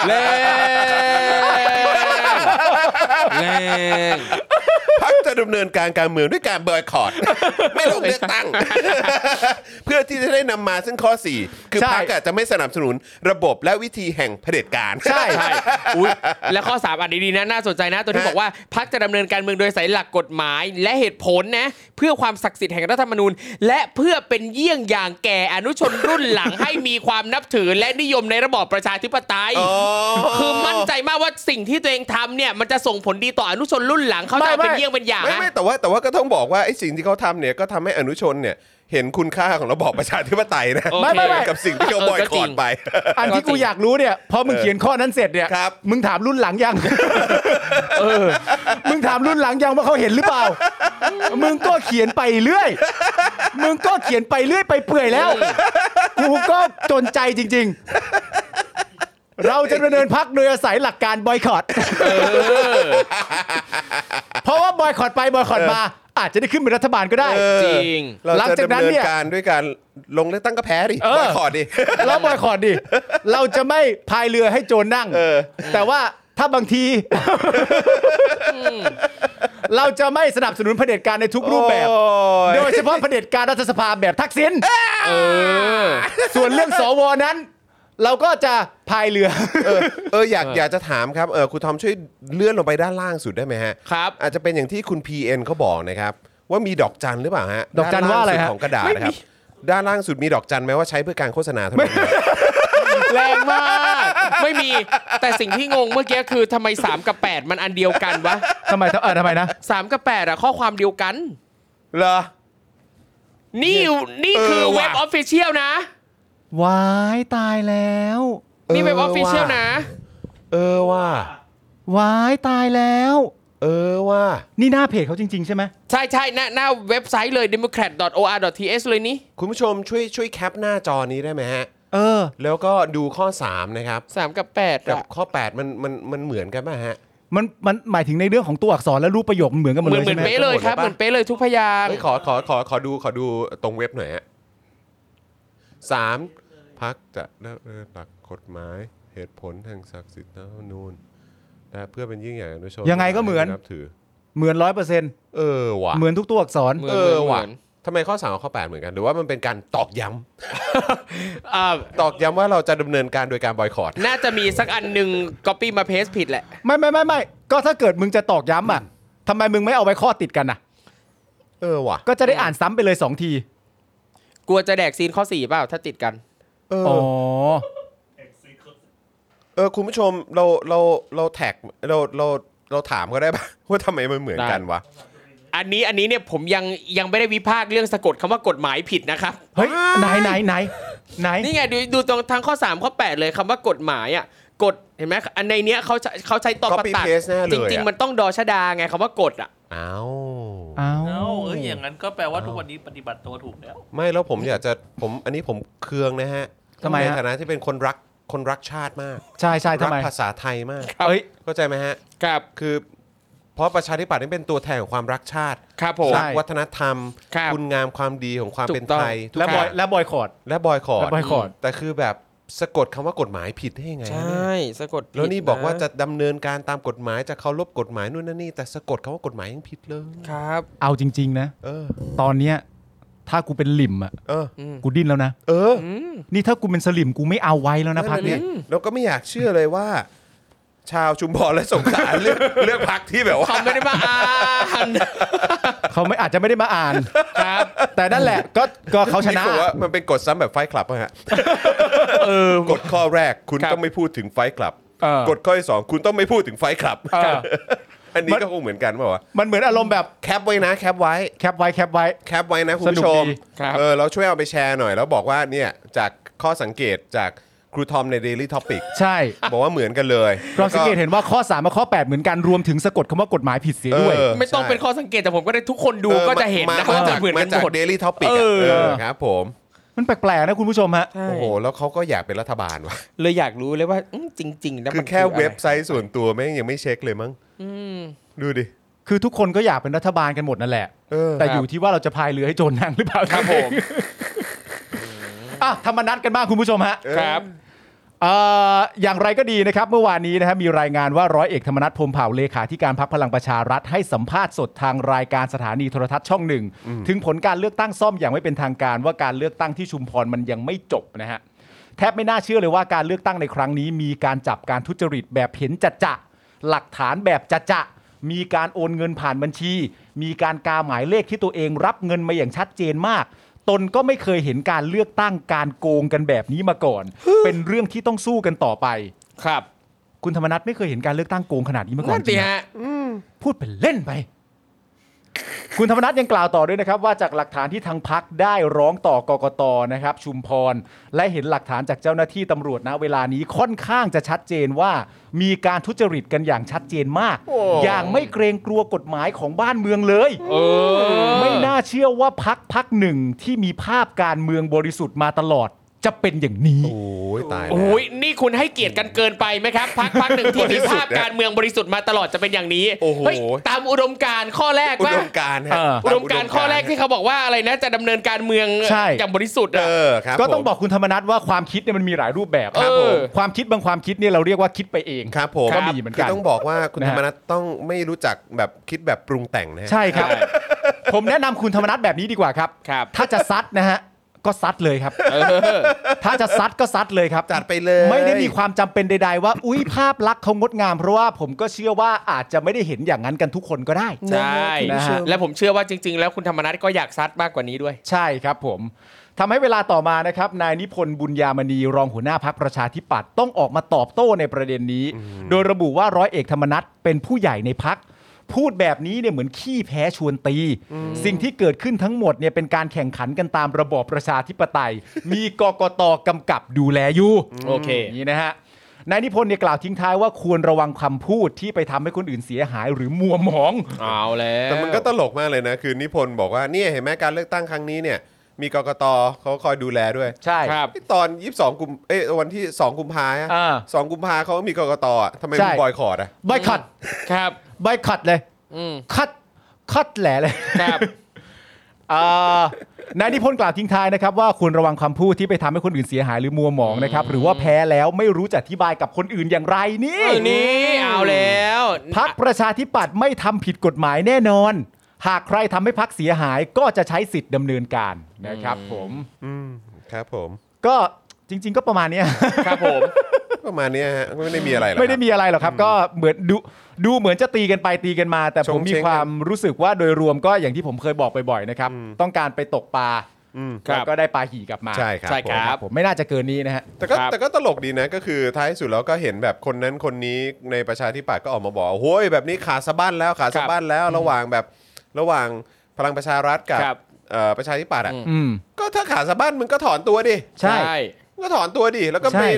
แรงแรง
พักจะดำเนินการการเมืองด้วยการบอยค อรด ไม่ลงเลือกตั้ง เพื่อที่จะได้นำมาซึ่งข้อ 4 คือ
ใช่
พักจะไม่สนับสนุนระบบและวิธีแห่งเผด็จการ
ใช่
ใช่อุ๊ยแล้วข้อ 3 อ่านดีๆนะน่าสนใจนะ ตัวที่บอกว่าพักจะดำเนินการเมืองโดยใส่หลักกฎหมาย และเหตุผลนะ เพื่อความศักดิ์สิทธิ์แห่งรัฐธรรมนูญ และเพื่อเป็นเยี่ยงอย่างแก่อนุชนรุ่นหลัง ให้มีความนับถือและนิยมในระบอบประชาธิปไตย
อ๋อ
คือมั่นใจมากว่าสิ่งที่ตัวเองทำเนี่ย มันจะส่งผลดีต่ออนุชนรุ่นหลังเขาจะ
ไม่ไม่
เป็นเยี่ยงเป็นอย่าง
ไม่
นะ
ไม่แต่ว่าแต่ว่าก็ต้องบอกว่าไอ้สิ่งที่เขาทำเนี่ยก็ทำให้อนุชนเนี่ยเห็นคุณค่าของระบอบประชาธิปไตยนะ
โอเค
ไม่ไม่ไม่
กับสิ่งที่เขาบอยคอรดไป
อันที่กูอยากรู้เนี่ยพอมึงเขียนข้อนั้นเสร็จเนี่ย
ครับ
มึงถามรุ่นหลัง ยัง เออ มึงถามรุ่นหลังยังว่าเขาเห็นหรือเปล่า มึงก็เขียนไปเรื่อย มึงก็เขียนไปเรื่อยไปเปื่อยแล้ว กูก็จนใจจริง ๆ เราจะดำเนินพักโดยอาศัยหลักการบอยค อตเพราะว่าบอยคอตไปบอยคอตมา อาจจะได้ขึ้นเป็นรัฐบาลก็ได้
เออ
จริง
เรา
หลัง
จะ
จาก
ดำ
นั้น
เนิน
เนี่ย
การด้วยการลงเลือกตั้งก็แพ้ดิ
เออ
บอยคอรดดิ
แล้วบอยคอตดิ เราจะไม่พายเรือให้โจรนั่ง
เออ
แต่ว่าถ้าบาง ที เราจะไม่สนับสนุนเผด็จการในทุกรูปแบบ
โอ้ย
โดยเฉพาะเผด็จการรัฐสภาแบบทักษิณ
เออ
ส่วนเรื่องสวนั้น เราก็จะพายเรือ
เออเอออยากอยากจะถามครับเออครูทอมช่วยเลื่อนลงไปด้านล่างสุดได้ไหมฮะ
ครับ
อาจจะเป็นอย่างที่คุณ PN เขาบอกนะครับ ว่ามีดอกจันหรือเปล่าฮะ
ดอกจัน
ล่ง
ว่าอะไร
สุ
ฮะ
ของกระดาษ
ไม่มี
นะครับ ด้านล่างสุดมีดอกจันไหมว่าใช้เพื่อการโฆษณาเท่านั้น
แรงมากไม่มีแต่สิ่งที่งงเมื่อกี้คือทำไม 3 กับ 8 มันอันเดียวกันวะ
ทำไมเออทำไมนะ
3 กับ 8อะข้อความเดียวกัน
เหรอ
นี่นี่คือ
เออว่ะ
เว็บออฟฟิเชียลนะ
วายตายแล้ว
นี่เว็บออฟฟิเชียลนะ
เออว่า
วายตายแล้ว
เออว่า
นี่หน้าเพจเขาจริง ๆ ใช่ไหม
ใช่ใช่หน้าหน้าเว็บไซต์เลย democrat.or.th เลยนี่
คุณผู้ชมช่วยช่วยแคปหน้าจอนี้ได้ไหมฮะ
เออ
แล้วก็ดูข้อ 3 นะครับ
3 กับ 8
กับ
อะ
ข้อ 8 มันมันมันเหมือนกันป่ะฮะ
มันมันหมายถึงในเรื่องของตัวอักษรและรูปประโยคมันเหมือนกันหมด
เหมื
เล
อน
ย
เหมือน
ใช่ไหม
เป๊ะเลยครับเหมือนเป๊ะเลยทุกพยาน
เฮ้ยขอขอขอขอดูขอดูตรงเว็บหน่อยฮะสามพักจะได้หลักกฎหมายเหตุผลทางศักดิ์สิทธิ์รัฐธรรมนูญและเพื่อเป็นยิ่งใหญ่อนุชน
ยังไงก็เหมือน
นับถือ
เหมือนร้อยเปอร์เซ็นต์
เออว่ะ
เหมือนทุกตัวอักษร
เหมือน
เออ
เหมือนเหมื
ว่ะ
อน
ทำไมข้อสามกับข้อแปดเหมือนกัน หรือว่ามันเป็นการตอกย้
อ่า
ำตอกย้ำว่าเราจะดำเนินการโดยการบอยคอรด
น่าจะมีสักอันหนึ่งก๊อปปี้มาเพสผิดแหละ
ไม่ไม่ไม่ไม่ก็ถ้าเกิดมึงจะตอกย้ำอ่ะทำไมมึงไม่เอาไว้ข้อติดกันน่ะ
เออว่ะ
ก็จะได้อ่านซ้ำไปเลยสองที
กลัวจะแดกซีนข้อสี่เปล่าถ้าติดกัน
เออ
อ๋อ
เออคุณผู้ชมเราเราเราแท็กเราเราเราถามก็ได้ปะ ว่าทำไมมันเหมือนกันวะ
อันนี้อันนี้เนี่ยผมยังยังไม่ได้วิพากษ์เรื่องสะกดคำว่ากฎหมายผิดนะครับ
เฮ้ยไหนไหนไหนไหน
นี่ไงดูดูตรงทางข้อ 3 ข้อ 8 เลยคำว่ากฎหมายอ่ะกฎเห็นไหมอันในเนี้ยเขาใช้เขาใช้ตอน
ก็
ประ
ปี
ตัก
เพสแน่เล
จ
ย
ริง ๆ มั
อะ
นต้องดอชดาไงคำว่ากฎอ่ะ
อ้าว
เอา
เอ้าเอ้ยอย่างนั้นก็แปลว่าทุกวันนี้ปฏิบัติตัวถูกแล้ว
ไม่แล้วผมอยากจะผมอันนี้ผมเคืองนะฮะ
ทำไม
ใน
ฮะ
ฐานะที่เป็นคนรักคนรักชาติมาก
ใช่ใช่ทำ
รั
ไม
ภาษาไทยมาก
ครับ
เอ้ย
เข้าใจไหมฮะ
ครับ
คือ เพราะประชาธิปัตย์นี่เป็นตัวแทนของความรักชาติ
ครับผม
รัวัฒนธรรม
ครับ
ณงามความดีของความ
ถูก
เป็น
ต้อง
ไทยทุก
และบอย่
อาย ง
และบอยคอร์ด
และบอยคอร์
และบอยคอร์ด
แต่คือแบบสะกดคำว่ากฎหมายผิดได้ยังไง
ใช
วะเนี่ย่
สะกดผิด
แล้วนี่บอกว่าจะ
น
ดำเนินการตามกฎหมายจะเคารพกฎหมายนู่นนั่นนี่แต่สะกดคำว่ากฎหมายยังผิดเลย
ครับ
เอาจริง ๆ นะ
เออ
ตอนเนี้ยถ้ากูเป็นหลิมอ่ะ
เออ
อืม
กูดิ้นแล้วนะ
เออ
อืม
นี่ถ้ากูเป็นสลิมกูไม่เอาไว้แล้วนะพัก
เนี
เนี้ย
เราก็ไม่อยากเชื่อเลยว่า ชาวชุมพร และสงขลาเลือกเลือกพักที่แบบว่า
เขาไม่ได้มาอ่ าน
เขาไม่อาจจะไม่ได้มาอ่าน
ครับ
แต่นั่นแหละก็ก็เขาชนะ
นี่คือว่ามันเป็นกฎซ้ำแบบไฟคลับฮะ
เออ
กฎข้อแรกคุณ
ครับ
ต้องไม่พูดถึงไฟคลับ
เออ
กฎข้อที่สองคุณต้องไม่พูดถึงไฟคลับ
เออ
อันนี้ก็คงเหมือนกันเปล่าวะ
มันเหมือนอารมณ์แบบ
แคปไว้นะแคปไว้
แคปไว้แคปไว้
แคปไว้นะคุณผู้
ส
ช
นุก
ม
ดี
ครับ
เออเราช่วยเอาไปแชร์หน่อย แล้วบอกว่าเนี่ยจากข้อสังเกตจากครูทอมใน Daily Topic
ใช่
บอกว่าเหมือนกันเลย
เราสังเกตเห็นว่าข้อ3ามกับข้อ 8 เหมือนกันรวมถึงสะกดคำว่ากฎหมายผิดเสียด้วย
เ
ไม่ต้อง
ใช่
เป็นข้อสังเกตแต่ผมก็ได้ทุกคนดูก็จะเห็นนะ
ออ
ว่า
มา
จะ
จาก
เหมือน
มา
กัน
จาก
หมด
เดลี่ท็อปิก
เออ
ครับผม
มันแปลกๆนะคุณผู้ชมฮะ
ใช่
โอ้โหแล้วเขาก็อยากเป็นรัฐบาลว่ะ
เลยอยากรู้เลยว่าอืมจริงๆนะ
คือ
มั
แค่
นะไร
เว็บไซต์ส่วนตัวแม่งยังไม่เช็คเลยมั้ง
อืม
ดูดิ
คือทุกคนก็อยากเป็นรัฐบาลกันหมดนั่นแหละ
เออ
แต่อยู่ที่ว่าเราจะพายเรือให้โจรนั่งหรือเปล่า
ครับผม
อ่ะธรรมนัตกันบ้างคุณผู้ชมฮะ
เออ
ครับ
เอ่ออย่างไรก็ดีนะครับเมื่อวานนี้นะครับมีรายงานว่าร้อยเอกธรรมนัฐพรหมเผ่าเลขาธิการพักพลังประชารัฐให้สัมภาษณ์สดทางรายการสถานีโทรทัศน์ช่องหนึ่ง ถึงผลการเลือกตั้งซ่อมอย่างไม่เป็นทางการว่าการเลือกตั้งที่ชุมพรมันยังไม่จบนะฮะแทบไม่น่าเชื่อเลยว่าการเลือกตั้งในครั้งนี้มีการจับการทุจริตแบบเห็นจัดจะหลักฐานแบบจัดจะมีการโอนเงินผ่านบัญชี มีการกาหมายเลขที่ตัวเองรับเงินมาอย่างชัดเจนมาก ตนก็ไม่เคยเห็นการเลือกตั้งการโกงกันแบบนี้มาก่อน เป็นเรื่องที่ต้องสู้กันต่อไป
ครับ
คุณธรรมนัฐไม่เคยเห็นการเลือกตั้งโกงขนาดนี้มาก่อน
นั่นสิ
จริงๆนะ
ฮะ
พูดเป็นเล่นไป คุณธรรมนัฐยังกล่าวต่อด้วยนะครับ ว่าจากหลักฐานที่ทางพักได้ร้องต่อกกตนะครับ ชุมพร และเห็นหลักฐานจากเจ้าหน้าที่ตำรวจนะเวลานี้ค่อนข้างจะชัดเจนว่า มีการทุจริตกันอย่างชัดเจนมาก
โอ้
อย่างไม่เกรงกลัวกฎหมายของบ้านเมืองเลย
เออ
ไม่น่าเชื่อว่าพักพักหนึ่งที่มีภาพการเมืองบริสุทธิ์มาตลอดจะเป็นอย่างนี้
โอ้ยตายแล้ว
โอ้ยนี่คุณให้เกียรติกันเกินไปไหมครับพักพักหนึ่งที่
บริ
มี
สุทธิ์
ภาพการเมืองบริสุทธิ์มาตลอดจะเป็นอย่างนี้
โอ้โห
เฮ้ยตามอุดมการณ์ข้อแรก
อุ
ว่า
ดมการณ์ฮะ
เออ
อุดมการณ์ข้อแรกที่เขาบอกว่าอะไรนะจะดำเนินการเมือง
ใช่
อย่างบริสุทธิ์
เอ
อะ
อครับ
ก็ต้อง
ผม
บอกคุณธรรมนัฐว่าความคิดเนี่ยมันมีหลายรูปแบบ
ครับผม
ความคิดบางความคิดเนี่ยเราเรียกว่าคิดไปเอง
ครับผม
ก็มีเหมือน
คื
กัน
ต้องบอกว่าคุณ
นะ
ธร
ฮะ
รมนัฐต้องไม่รู้จักแบบคิดแบบปรุงแต่งนะฮะ
ใช่ครับ ผมแนะนำคุณธรรมนัฐแบบนี้ดีกว่าครับ
ครับ
ถ้าจะซัดนะฮะ ก็ซัดเลยครับ ถ้าจะซัดก็ซัดเลยครับ
จัดไปเลย
ไม่ได้มีความจำเป็นใด ๆ ว่า อุ้ยภาพลักษณ์เขางดงาม เพราะว่าผมก็เชื่อว่าอาจจะไม่ได้เห็นอย่างนั้นกันทุกคนก็ได้
ใช่
นะฮะ
และผมเชื่อว่าจริง ๆ แล้วคุณธรรมนัฐก็อยากซัดมากกว่านี้ด้วย
ใช่ครับผมทำให้เวลาต่อมานะครับนายนิพนธ์บุญยามณีรองหัวหน้าพักประชาธิปัตย์ต้องออกมาตอบโต้ในประเด็นนี้ โดยระบุว่าร้อยเอกธรรมนัฐเป็นผู้ใหญ่ในพัก พูดแบบนี้เนี่ยเหมือนขี้แพ้ชวนตี สิ่งที่เกิดขึ้นทั้งหมดเนี่ยเป็นการแข่งขันกันตามระบอบประชาธิปไตย มีกกตกำกับดูแลอยู่
โอเค
อย่างนี้นะฮะ นายนิพนธ์เนี่ยกล่าวทิ้งท้ายว่าควรระวังคำพูดที่ไปทำให้คนอื่นเสียหายหรือมัวหมอง
เอาแล้ว
แต่มันก็ตลกมากเลยนะ คือนิพนธ์บอกว่าเนี่ยเห็นไหมการเลือกตั้งครั้งนี้เนี่ย มีกกตเขาคอยดูแลด้วย
ใช่
ครับ
ตอน 22 กุมเอ้ยวันที่ 2 กุมภา
อ่า
สองกุมภาเขามีกกตอะทำไม
ใช่
มึงบอยคอรดอ่ะ
ใบขัด
ครับ
ใบขัดเลย
อืม
คัดคัดแหละเลย
ครับ
อ่านายนิพนธ์กล่าวทิ้งท้ายนะครับว่าควรระวังคำพูดที่ไปทำให้คนอื่นเสียหายหรือมัวหมองนะครับ หรือว่าแพ้แล้วไม่รู้จะอธิบายกับคนอื่นอย่างไรนี่
เออนี่เอาแล้ว
พักประชาธิปัตย์ไม่ทำผิดกฎหมายแน่นอน หากใครทำให้พักเสียหายก็จะใช้สิทธิ์ดำเนินการนะครับผม
อืมครับผม
ก็จริง ๆ ก็ประมาณเนี้ย
ครับผม
ประมาณเนี้ยฮะไม่ได้มีอะไรหรอกครับ
ไม่ได้มีอะไรหรอกครับ ก็เหมือนดูดูเหมือนจะตีกันไปตีกันมา แต่
ชง
ผมมี
เช้งกัน
ความรู้สึกว่าโดยรวมก็อย่างที่ผมเคยบอกบ่อยๆนะครับต้องการไปตกปลา
อืม
ครับ
แล้วก็ได้ปลาหี่กลับมา
ใช่ครับ
ใช่
ผม
ครับ
ผมไม่น่าจะเกินนี้นะฮะ
แต่ก็
ครับ
แต่ก็ตลกดีนะก็คือท้ายสุดแล้วก็เห็นแบบคนนั้นคนนี้ในประชาธิปัตย์ก็ออกมาบอกว่าโอ้ยแบบนี้ขาดสะบั้นแล้วขาดสะบั้นแล้ว ระหว่างแบบระหว่างพลังประชารัฐกับ
ครับ
เอ่อประชาธิปัตย์อ่ะ
อืม
อืม
ก็ถ้าขาดสะบั้นมึงก็ถอนตัวดิ
ใช่
มึงก็ถอนตัวดิแล้วก็ไป
ใช่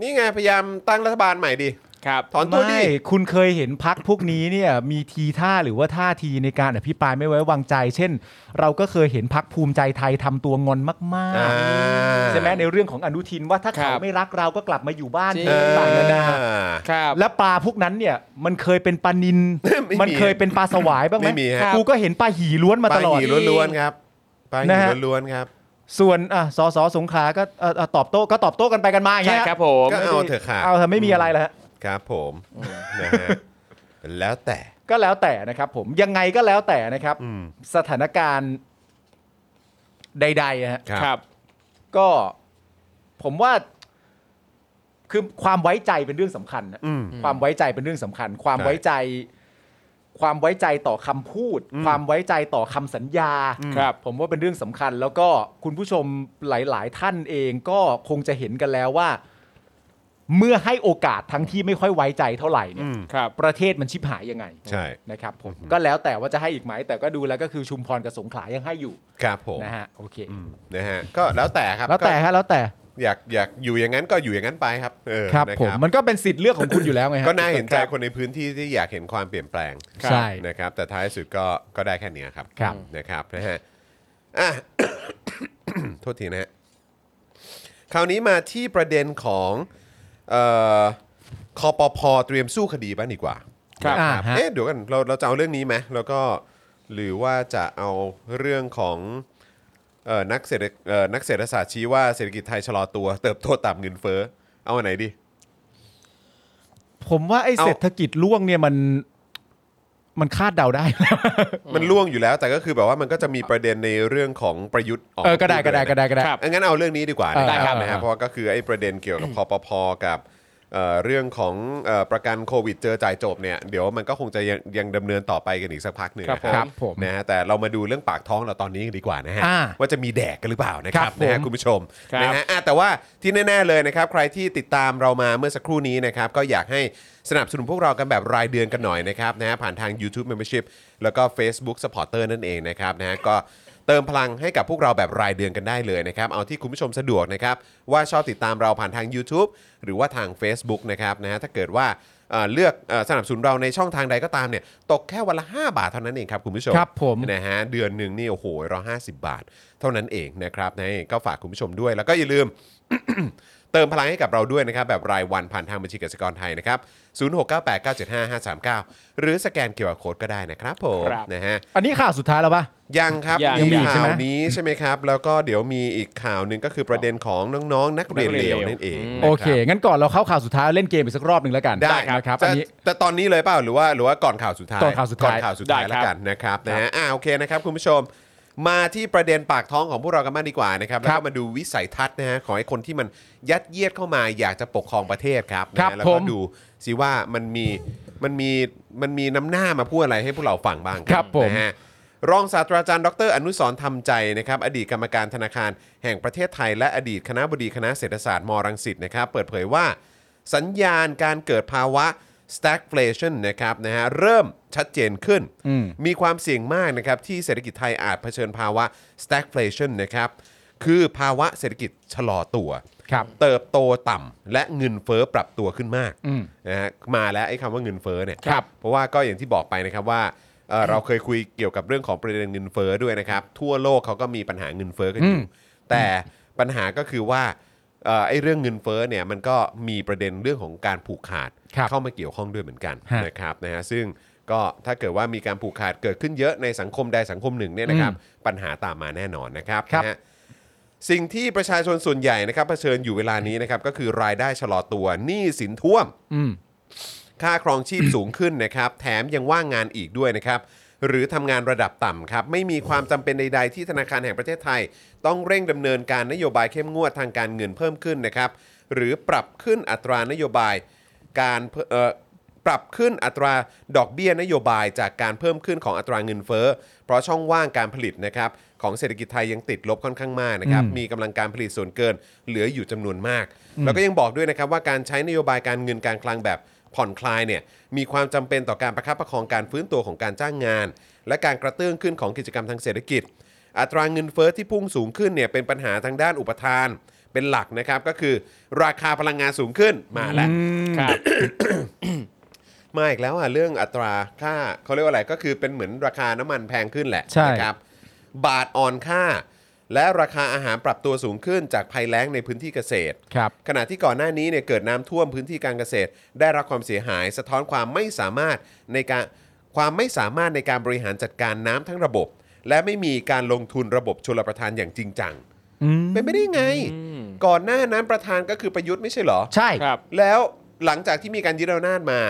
นี่ไงพยายามตั้งรัฐบาลใหม่ดิ
ครับ
ถอนตัวดิ
ไม่คุณเคยเห็นพักพวกนี้เนี่ยมีทีท่าหรือว่าท่าทีในการอภิปรายไม่ไว้วางใจ เช่น เราก็เคยเห็นพักภูมิใจไทยทำตัวงอนมาก
อ่า
ๆใช่ไหมในเรื่องของอนุทินว่าถ้า
ครั
เขา
บ
ไม่รักเราก็กลับมาอยู่บ้าน
จริง
เออ
ต่างกันานา
ครับ
และปลาพวกนั้นเนี่ยมันเคยเป็นปลานิน
ไม่มี
มันเคยเป็นปลาสวายบ้างไหม
ไม่มีฮะ
กูก็เห็นปลาหีล้วนมา
ป
ต
ลา
ลอด
หีล้วนๆครับปลาหี
นะฮะ
ล้วนๆครับ
ส่วนอ่ะสสสงขลาก็เอ่อเอ่อตอบโต้ก็ตอบโต้กันไปกันมาอย่าง
ใช่
เงี้ย
ครับผม
ก็เอาเถอะค่ะ
เอาเถอะไม่มีอะไรแล้วฮะ
ครับผมนะฮะแล้วแต่
ก็แล้วแต่นะครับผมยังไงก็แล้วแต่นะครับ
อืม
สถานการณ์ใดๆอะฮะ
ครับ
ครับ
ก็ผมว่าคือความไว้ใจเป็นเรื่องสำคัญนะ
อืม
ความไว้ใจเป็นเรื่องสำคัญ ความ
ใช่
ไว้ใจ ความไว้ใจต่อคำพูด
อืม
ความไว้ใจต่อคำสัญญา
อืม
ครับ
ผมว่าเป็นเรื่องสำคัญ แล้วก็คุณผู้ชมหลาย ๆ ท่านเองก็คงจะเห็นกันแล้วว่า เมื่อให้โอกาสทั้งที่ไม่ค่อยไว้ใจเท่าไหร่เนี่ย
อืม
ครับ
ประเทศมันชิบหายยังไง
ใช่
นะครับผมก็แล้วแต่ว่าจะให้อีกไหม แต่ก็ดูแล้วก็คือชุมพรกับสงขลายังให้อยู่
ครับผม
นะฮะโอเค
อืมนะฮะก็แล้วแต่ครับ
แล้วแต่
ก็
ฮะแล้วแต่
อยากอยากอยู่อย่างนั้นก็อยู่อย่างนั้นไปครับเออ
ครับ
นะ
ผมมันก็เป็นสิทธิ์เลือกของคุณอยู่แล้วไงฮะ
ก็น่าเห็นใจ
ครับ
คนในพื้นที่ที่อยากเห็นความเปลี่ยนแปลง
ใช่
นะครับแต่ท้ายสุดก็ก็ได้แค่เนี้ยครับ
ครับ
นะครับนะฮะอ่ะ โทษทีนะฮะคราวนี้มาที่ประเด็นของเอ่อคอปพเตรียมสู้คดีบ้างดีกว่า
ครับ
นะ
อ่าฮะ
เอ๊ะเดี๋ยวกันเราเราจะเอาเรื่องนี้ไหมแล้วก็หรือว่าจะเอาเรื่องของ เอ่อนักเศรษฐเอ่อนักเศรษฐศาสตร์ชี้ว่าเศรษฐกิจไทยชะลอตัวเติบโตต่ำเงินเฟ้อเอาอันไหนดี
ผมว่าไอ้
เอา
เศรษฐกิจล่วงเนี่ยมันมันคาดเดาได้
มันล่วงอยู่แล้วแต่ก็คือแบบว่ามันก็จะมีประเด็นในเรื่องของประยุทธ์ ออก
เออก็ได้ก็ได้ก็ได้ก็ได้
ครับ
งั้นเอาเรื่องนี้ดีกว่านะ
ได้ครับ
นะ
ครั
ฮะ
บ
เพราะว่าก็คือไอ้ประเด็นเกี่ยวกับคอปพกับเอ่อเรื่องของเอ่อประกันโควิดเจอจ่ายจบเนี่ยเดี๋ยวมันก็คงจะยังยังดำเนินต่อไปกันอีกสักพักหนึ่งนะ
ค
ค
รั
รับ บผม
นะฮะแต่เรามาดูเรื่องปากท้องเราตอนนี้กันดีกว่านะฮะ
อ่า
ว่าจะมีแดกกันหรือเปล่านะค
ค
รั
รั
บบ นะฮะ
ผม
คุณผู้ชม
ครับ
นะฮะอ่ะแต่ว่าที่แน่ๆเลยนะครับ ใครที่ติดตามเรามาเมื่อสักครู่นี้นะครับ ก็อยากให้สนับสนุนพวกเรากันแบบรายเดือนกันหน่อยนะครับนะฮะผ่านทาง YouTube Membership แล้วก็ Facebook Supporter นั่นเองนะครับนะฮะก็เติมพลังให้กับพวกเราแบบรายเดือนกันได้เลยนะครับ เอาที่คุณผู้ชมสะดวกนะครับ ว่าชอบติดตามเราผ่านทาง YouTube หรือว่าทาง Facebook นะครับนะฮะถ้าเกิดว่าเอ่อเลือกเอ่อสนับสนุนเราในช่องทางใดก็ตามเนี่ยตกแค่วันละ 5 บาทเท่านั้นเองครับคุณผู้ชม
ครับผม
นะฮะเดือนหนึ่งนี่โอ้โหร้อห้าสิบาท เท่านั้นเองนะครับนะก็ฝากคุณผู้ชมด้วย แล้วก็อย่าลืม เติมพลังให้กับเราด้วยนะครับ แบบรายวันผ่านทางบัญชีกสิกรไทยนะครับ0698975539 หรือสแกนเคอร์โค้ดก็ได้นะครับผม
ครับ
นะฮะ
อันนี้ข่าวสุดท้ายแล้วปะ
ยังครับ
ยัง
มีข่า
ยังมีใช่ไหม
วนี้ใช่ไหมครับ แล้วก็เดี๋ยวมีอีกข่าวหนึ่งก็คือประเด็นของน้องๆ นักเรียนเลวนั่นเอง
อืม
นะรับ
โอเค งั้นก่อนเราเข้าข่าวสุดท้ายเล่นเกมอีกสักรอบหนึ่งแล้วกัน
ได้ครับ
นะครับ
จะ
อันนี้
แต่ตอนนี้เลยเปล่าหรือว่าหรือว่าก่อนข่าวสุดท้าย
ก่อนข่าวสุดท้าย
ก่อนข่าวสุดท้าย
ได้ครับ
แล้วกัน กันนะครับนะฮะอ่าโอเคนะครับคุณผู้ชม มาที่ประเด็นปากท้องของพวกเรากันบ้างดีกว่านะครับแล้วก็มาดูวิสัยทัศน์นะฮะของไอ้คนที่มันยัดเยียดเข้ามาอยากจะปกครองประเทศครับนะฮะ
ครับ
แล้วก็
ผม
ดูสิว่ามันมีมันมีมันมีน้ำหน้ามาพูดอะไรให้พวกเราฟังบ้าง
ครับผม
นะฮะรองศาสตราจารย์ดร อนุสรณ์ธรรมใจนะครับอดีตกรรมการธนาคารแห่งประเทศไทย และอดีตคณะบดีคณะเศรษฐศาสตร์มรังสิตนะครับเปิดเผยว่า สัญญาณการเกิดภาวะ stagflation นะครับนะฮะเริ่มชัดเจนขึ้น
อืม
มีความเสี่ยงมากนะครับที่เศรษฐกิจไทยอาจเผชิญภาวะ stagflation นะครับคือภาวะเศรษฐกิจชะลอตัว
ครับ
เติบโตต่ำและเงินเฟ้อปรับตัวขึ้นมาก
อืม
นะฮะมาแล้วไอ้คำว่าเงินเฟ้อเนี่ย
ครับ
เพราะว่าก็อย่างที่บอกไปนะครับว่า เอ่อเราเคยคุยเกี่ยวกับเรื่องของประเด็นเงินเฟ้อด้วยนะครับ ทั่วโลกเขาก็มีปัญหาเงินเฟ้อกันอยู่แต่ปัญหาก็คือว่าเอ่อไอ้เรื่องเงินเฟ้อเนี่ยมันก็มีประเด็นเรื่องของการผูกขาด
ครับ
เข้ามาเกี่ยวข้องด้วยเหมือนกัน
ฮะ
นะครับนะฮะซึ่งก็ถ้าเกิดว่ามีการผูกขาดเกิดขึ้นเยอะในสังคมใดสังคมหนึ่งเนี่ยนะครับ ปัญหาตามมาแน่นอนนะครับ
ครับ
นะฮะ สิ่งที่ประชาชนส่วนใหญ่นะครับเผชิญอยู่เวลานี้นะครับก็คือรายได้ชะลอตัวหนี้สินท่วม
อืม
ค่าครองชีพสูงขึ้นนะครับ แถมยังว่างงานอีกด้วยนะครับ หรือทำงานระดับต่ำครับ ไม่มีความจำเป็นใด ๆ ที่ธนาคารแห่งประเทศไทย ต้องเร่งดำเนินการนโยบายเข้มงวดทางการเงินเพิ่มขึ้นนะครับ หรือปรับขึ้นอัตรานโยบายการเพิ่เอ่อปรับขึ้นอัตราดอกเบี้ยนโยบายจากการเพิ่มขึ้นของอัตราเงินเฟ้อ เพราะช่องว่างการผลิตนะครับของเศรษฐกิจไทยยังติดลบค่อนข้างมากนะครับ
อืม
มีกำลังการผลิตส่วนเกินเหลืออยู่จำนวนมาก แล้วก็ยังบอกด้วยนะครับว่าการใช้นโยบายการเงินการคลังแบบผ่อนคลายเนี่ยมีความจำเป็นต่อการประคับประคองการฟื้นตัวของการจ้างงาน และการกระเตื้องขึ้นของกิจกรรมทางเศรษฐกิจ อัตราเงินเฟ้อที่พุ่งสูงขึ้นเนี่ยเป็นปัญหาทางด้านอุปทาน เป็นหลักนะครับก็คือราคาพลังงานสูงขึ้นมาแล้ว
ครับ
มาอีกแล้วอ่ะเรื่องอัตราค่าเขาเรียกว่าอะไรก็คือเป็นเหมือนราคาน้ำมันแพงขึ้นแหละ
ใช่
นะครับบาทอ่อนค่า และราคาอาหารปรับตัวสูงขึ้นจากภัยแล้งในพื้นที่เกษตร
ครับ
ขณะที่ก่อนหน้านี้เนี่ยเกิดน้ำท่วมพื้นที่การเกษตร ได้รับความเสียหาย สะท้อนความไม่สามารถในการความไม่สามารถในการบริหารจัดการน้ำทั้งระบบ และไม่มีการลงทุนระบบชลประทานอย่างจริงจัง
อืม
เป็นไม่ได้ไง ก่อนหน้านั้นประธานก็คือประยุทธ์ไม่ใช่เหรอ
ใช่
ครับ
แล้วหลังจากที่มีการยึดอำนาจมา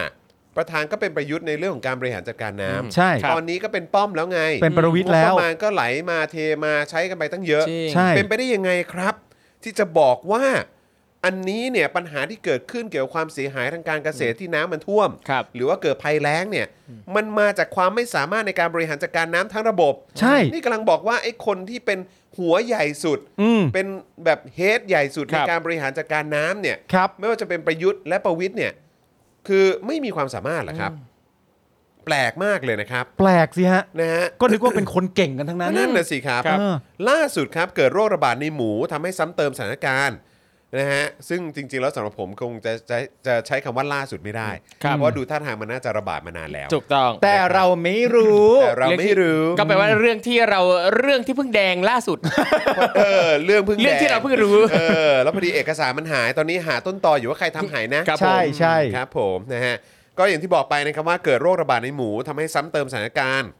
ประธานก็เป็นประยุทธ์ในเรื่องของการบริหารจัดการน้ำ
ใช่
ตอนนี้ก็เป็นป้อมแล้วไง
เป็นประวิตรแล้ว
งบประมาณก็ไหลมาเทมาใช้กันไปตั้งเยอะ
จริง
ใช่
เป็นไปได้ยังไงครับ ที่จะบอกว่าอันนี้เนี่ยปัญหาที่เกิดขึ้นเกี่ยวกับความเสียหายทางการเกษตรที่น้ำมันท่วม
ครับ
หรือว่าเกิดภัยแล้งเนี่ยมันมาจากความไม่สามารถในการบริหารจัดการน้ำทั้งระบบ
ใช่
นี่กำลังบอกว่าไอ้คนที่เป็นหัวใหญ่สุด
อืม
เป็นแบบเฮดใหญ่สุด
ค
ใน
รับ
การบริหารจัดการน้ำเนี่ย
ครับ
ไม่ว่าจะเป็นประยุทธ์และประวิทย์เนี่ยคือไม่มีความสามารถเหรอครับ แปลกมากเลยนะครับ
แปลกสิฮะ
นะฮะ
ก็นึกว่าเป็นคนเก่งกันทั้งนั้น
นั่นน่ะสิครับ
ครับ
ล่าสุดครับเกิดโรคระบาดในหมูทำให้ซ้ำเติมสถานการณ์นะฮะซึ่งจริงๆแล้วสำหรับผมคงจะจะจะใช้คำว่าล่าสุดไม่ได้
ครับ
เพราะดูท่าทางมันน่าจะระบาดมานานแล้ว
ถูกต้อง
แต่เราไม่รู้
แต่เราไม่รู้
ก็แปลว่าเรื่องที่เราเรื่องที่เพิ่งแดงล่า สุด
เออเรื่องเพิ่ง
เรื่องที่
แด
เราเพิ่งรู้
เออแล้วพอดีเอกสารมันหายตอนนี้หาต้นตออยู่ว่าใครทำหายนะ
ครับผม
ใช่ใช่
ครับผมนะฮะก็อย่างที่บอกไปนะครับว่าเกิดโรคระบาดในหมูทำให้ซ้ำเติมสถานการณ์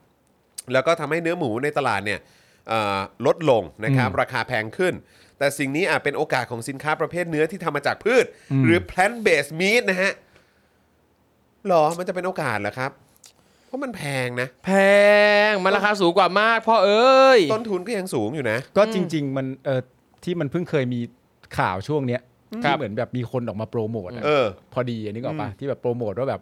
แล้วก็ทำให้เนื้อหมูในตลาดเนี่ยเอ่อลดลงนะครับราคาแพงขึ้น แต่สิ่งนี้อาจเป็นโอกาสของสินค้าประเภทเนื้อที่ทำมาจากพืช หรือ plant based meat นะฮะหรอมันจะเป็นโอกาสเหรอครับ เพราะมันแพงนะ
แพงมันราคาสูงกว่ามากพ่อเอ้ย
ต้นทุนก็ยังสูงอยู่นะ
ก็จริง ๆ มันเออที่มันเพิ่งเคยมีข่าวช่วงเนี้ย
ครั
ที่
บ
เหมือนแบบมีคนออกมาโปรโมทอะ
เออ
พอดีอันนี้ออกปะที่แบบโปรโมทว่าแบบ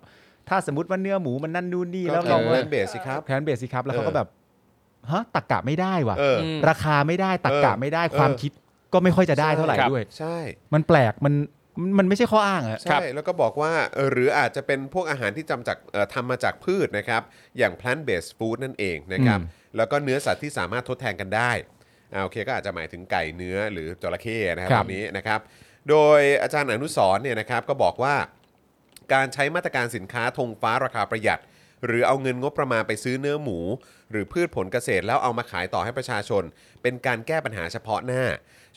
ถ้าสมมติว่าเนื้อหมูมันนั่นนู่นนี่
ก็
แล้ว
ทำ
ลอง
plant based สิครับ
แพลนเบสสิครับ แล้วเขา
เอ
ก็
อ
แบบฮะตักกะไม่ได้ว่ะ
เออ
ม
ราคาไม่ได้ตักกะ
เออ
ไม่ได้
เออ
ความคิดก็ไม่ค่อยจะได้เท่าไหร่
ครับ
ด้วย
ใช่
มันแปลกมันมันไม่ใช่ข้ออ้างอะ
ใช่ แล้วก็บอกว่าเอ่อหรืออาจจะเป็นพวกอาหารที่จำจากเอ่อทำมาจากพืชนะครับ อย่าง plant based food นั่นเองนะครับ
อืม
แล้วก็เนื้อสัตว์ที่สามารถทดแทนกันได้อ่าโอเคก็อาจจะหมายถึงไก่เนื้อหรือจระเข้นะครับ
ครับ
แบบนี้นะครับ โดยอาจารย์อนุสรณ์เนี่ยนะครับก็บอกว่า การใช้มาตรการสินค้าธงฟ้าราคาประหยัด หรือเอาเงินงบประมาณไปซื้อเนื้อหมู หรือพืชผลเกษตรแล้วเอามาขายต่อให้ประชาชน เป็นการแก้ปัญหาเฉพาะหน้า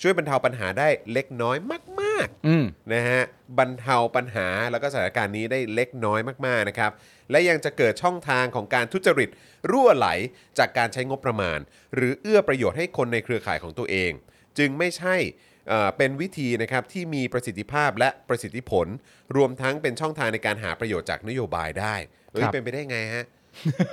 ช่วยบรรเทาปัญหาได้เล็กน้อยมาก ๆ
อืม
นะฮะบรรเทาปัญหาแล้วก็สถานการณ์นี้ได้เล็กน้อยมากๆนะครับและยังจะเกิดช่องทางของการทุจริตรั่วไหลจากการใช้งบประมาณ หรือเอื้อประโยชน์ให้คนในเครือข่ายของตัวเอง จึงไม่ใช่เอ่อเป็นวิธีนะครับที่มีประสิทธิภาพและประสิทธิผล รวมทั้งเป็นช่องทางในการหาประโยชน์จากนโยบายได้เฮ้ย
ครับ
เป็นไปได้ไงฮะ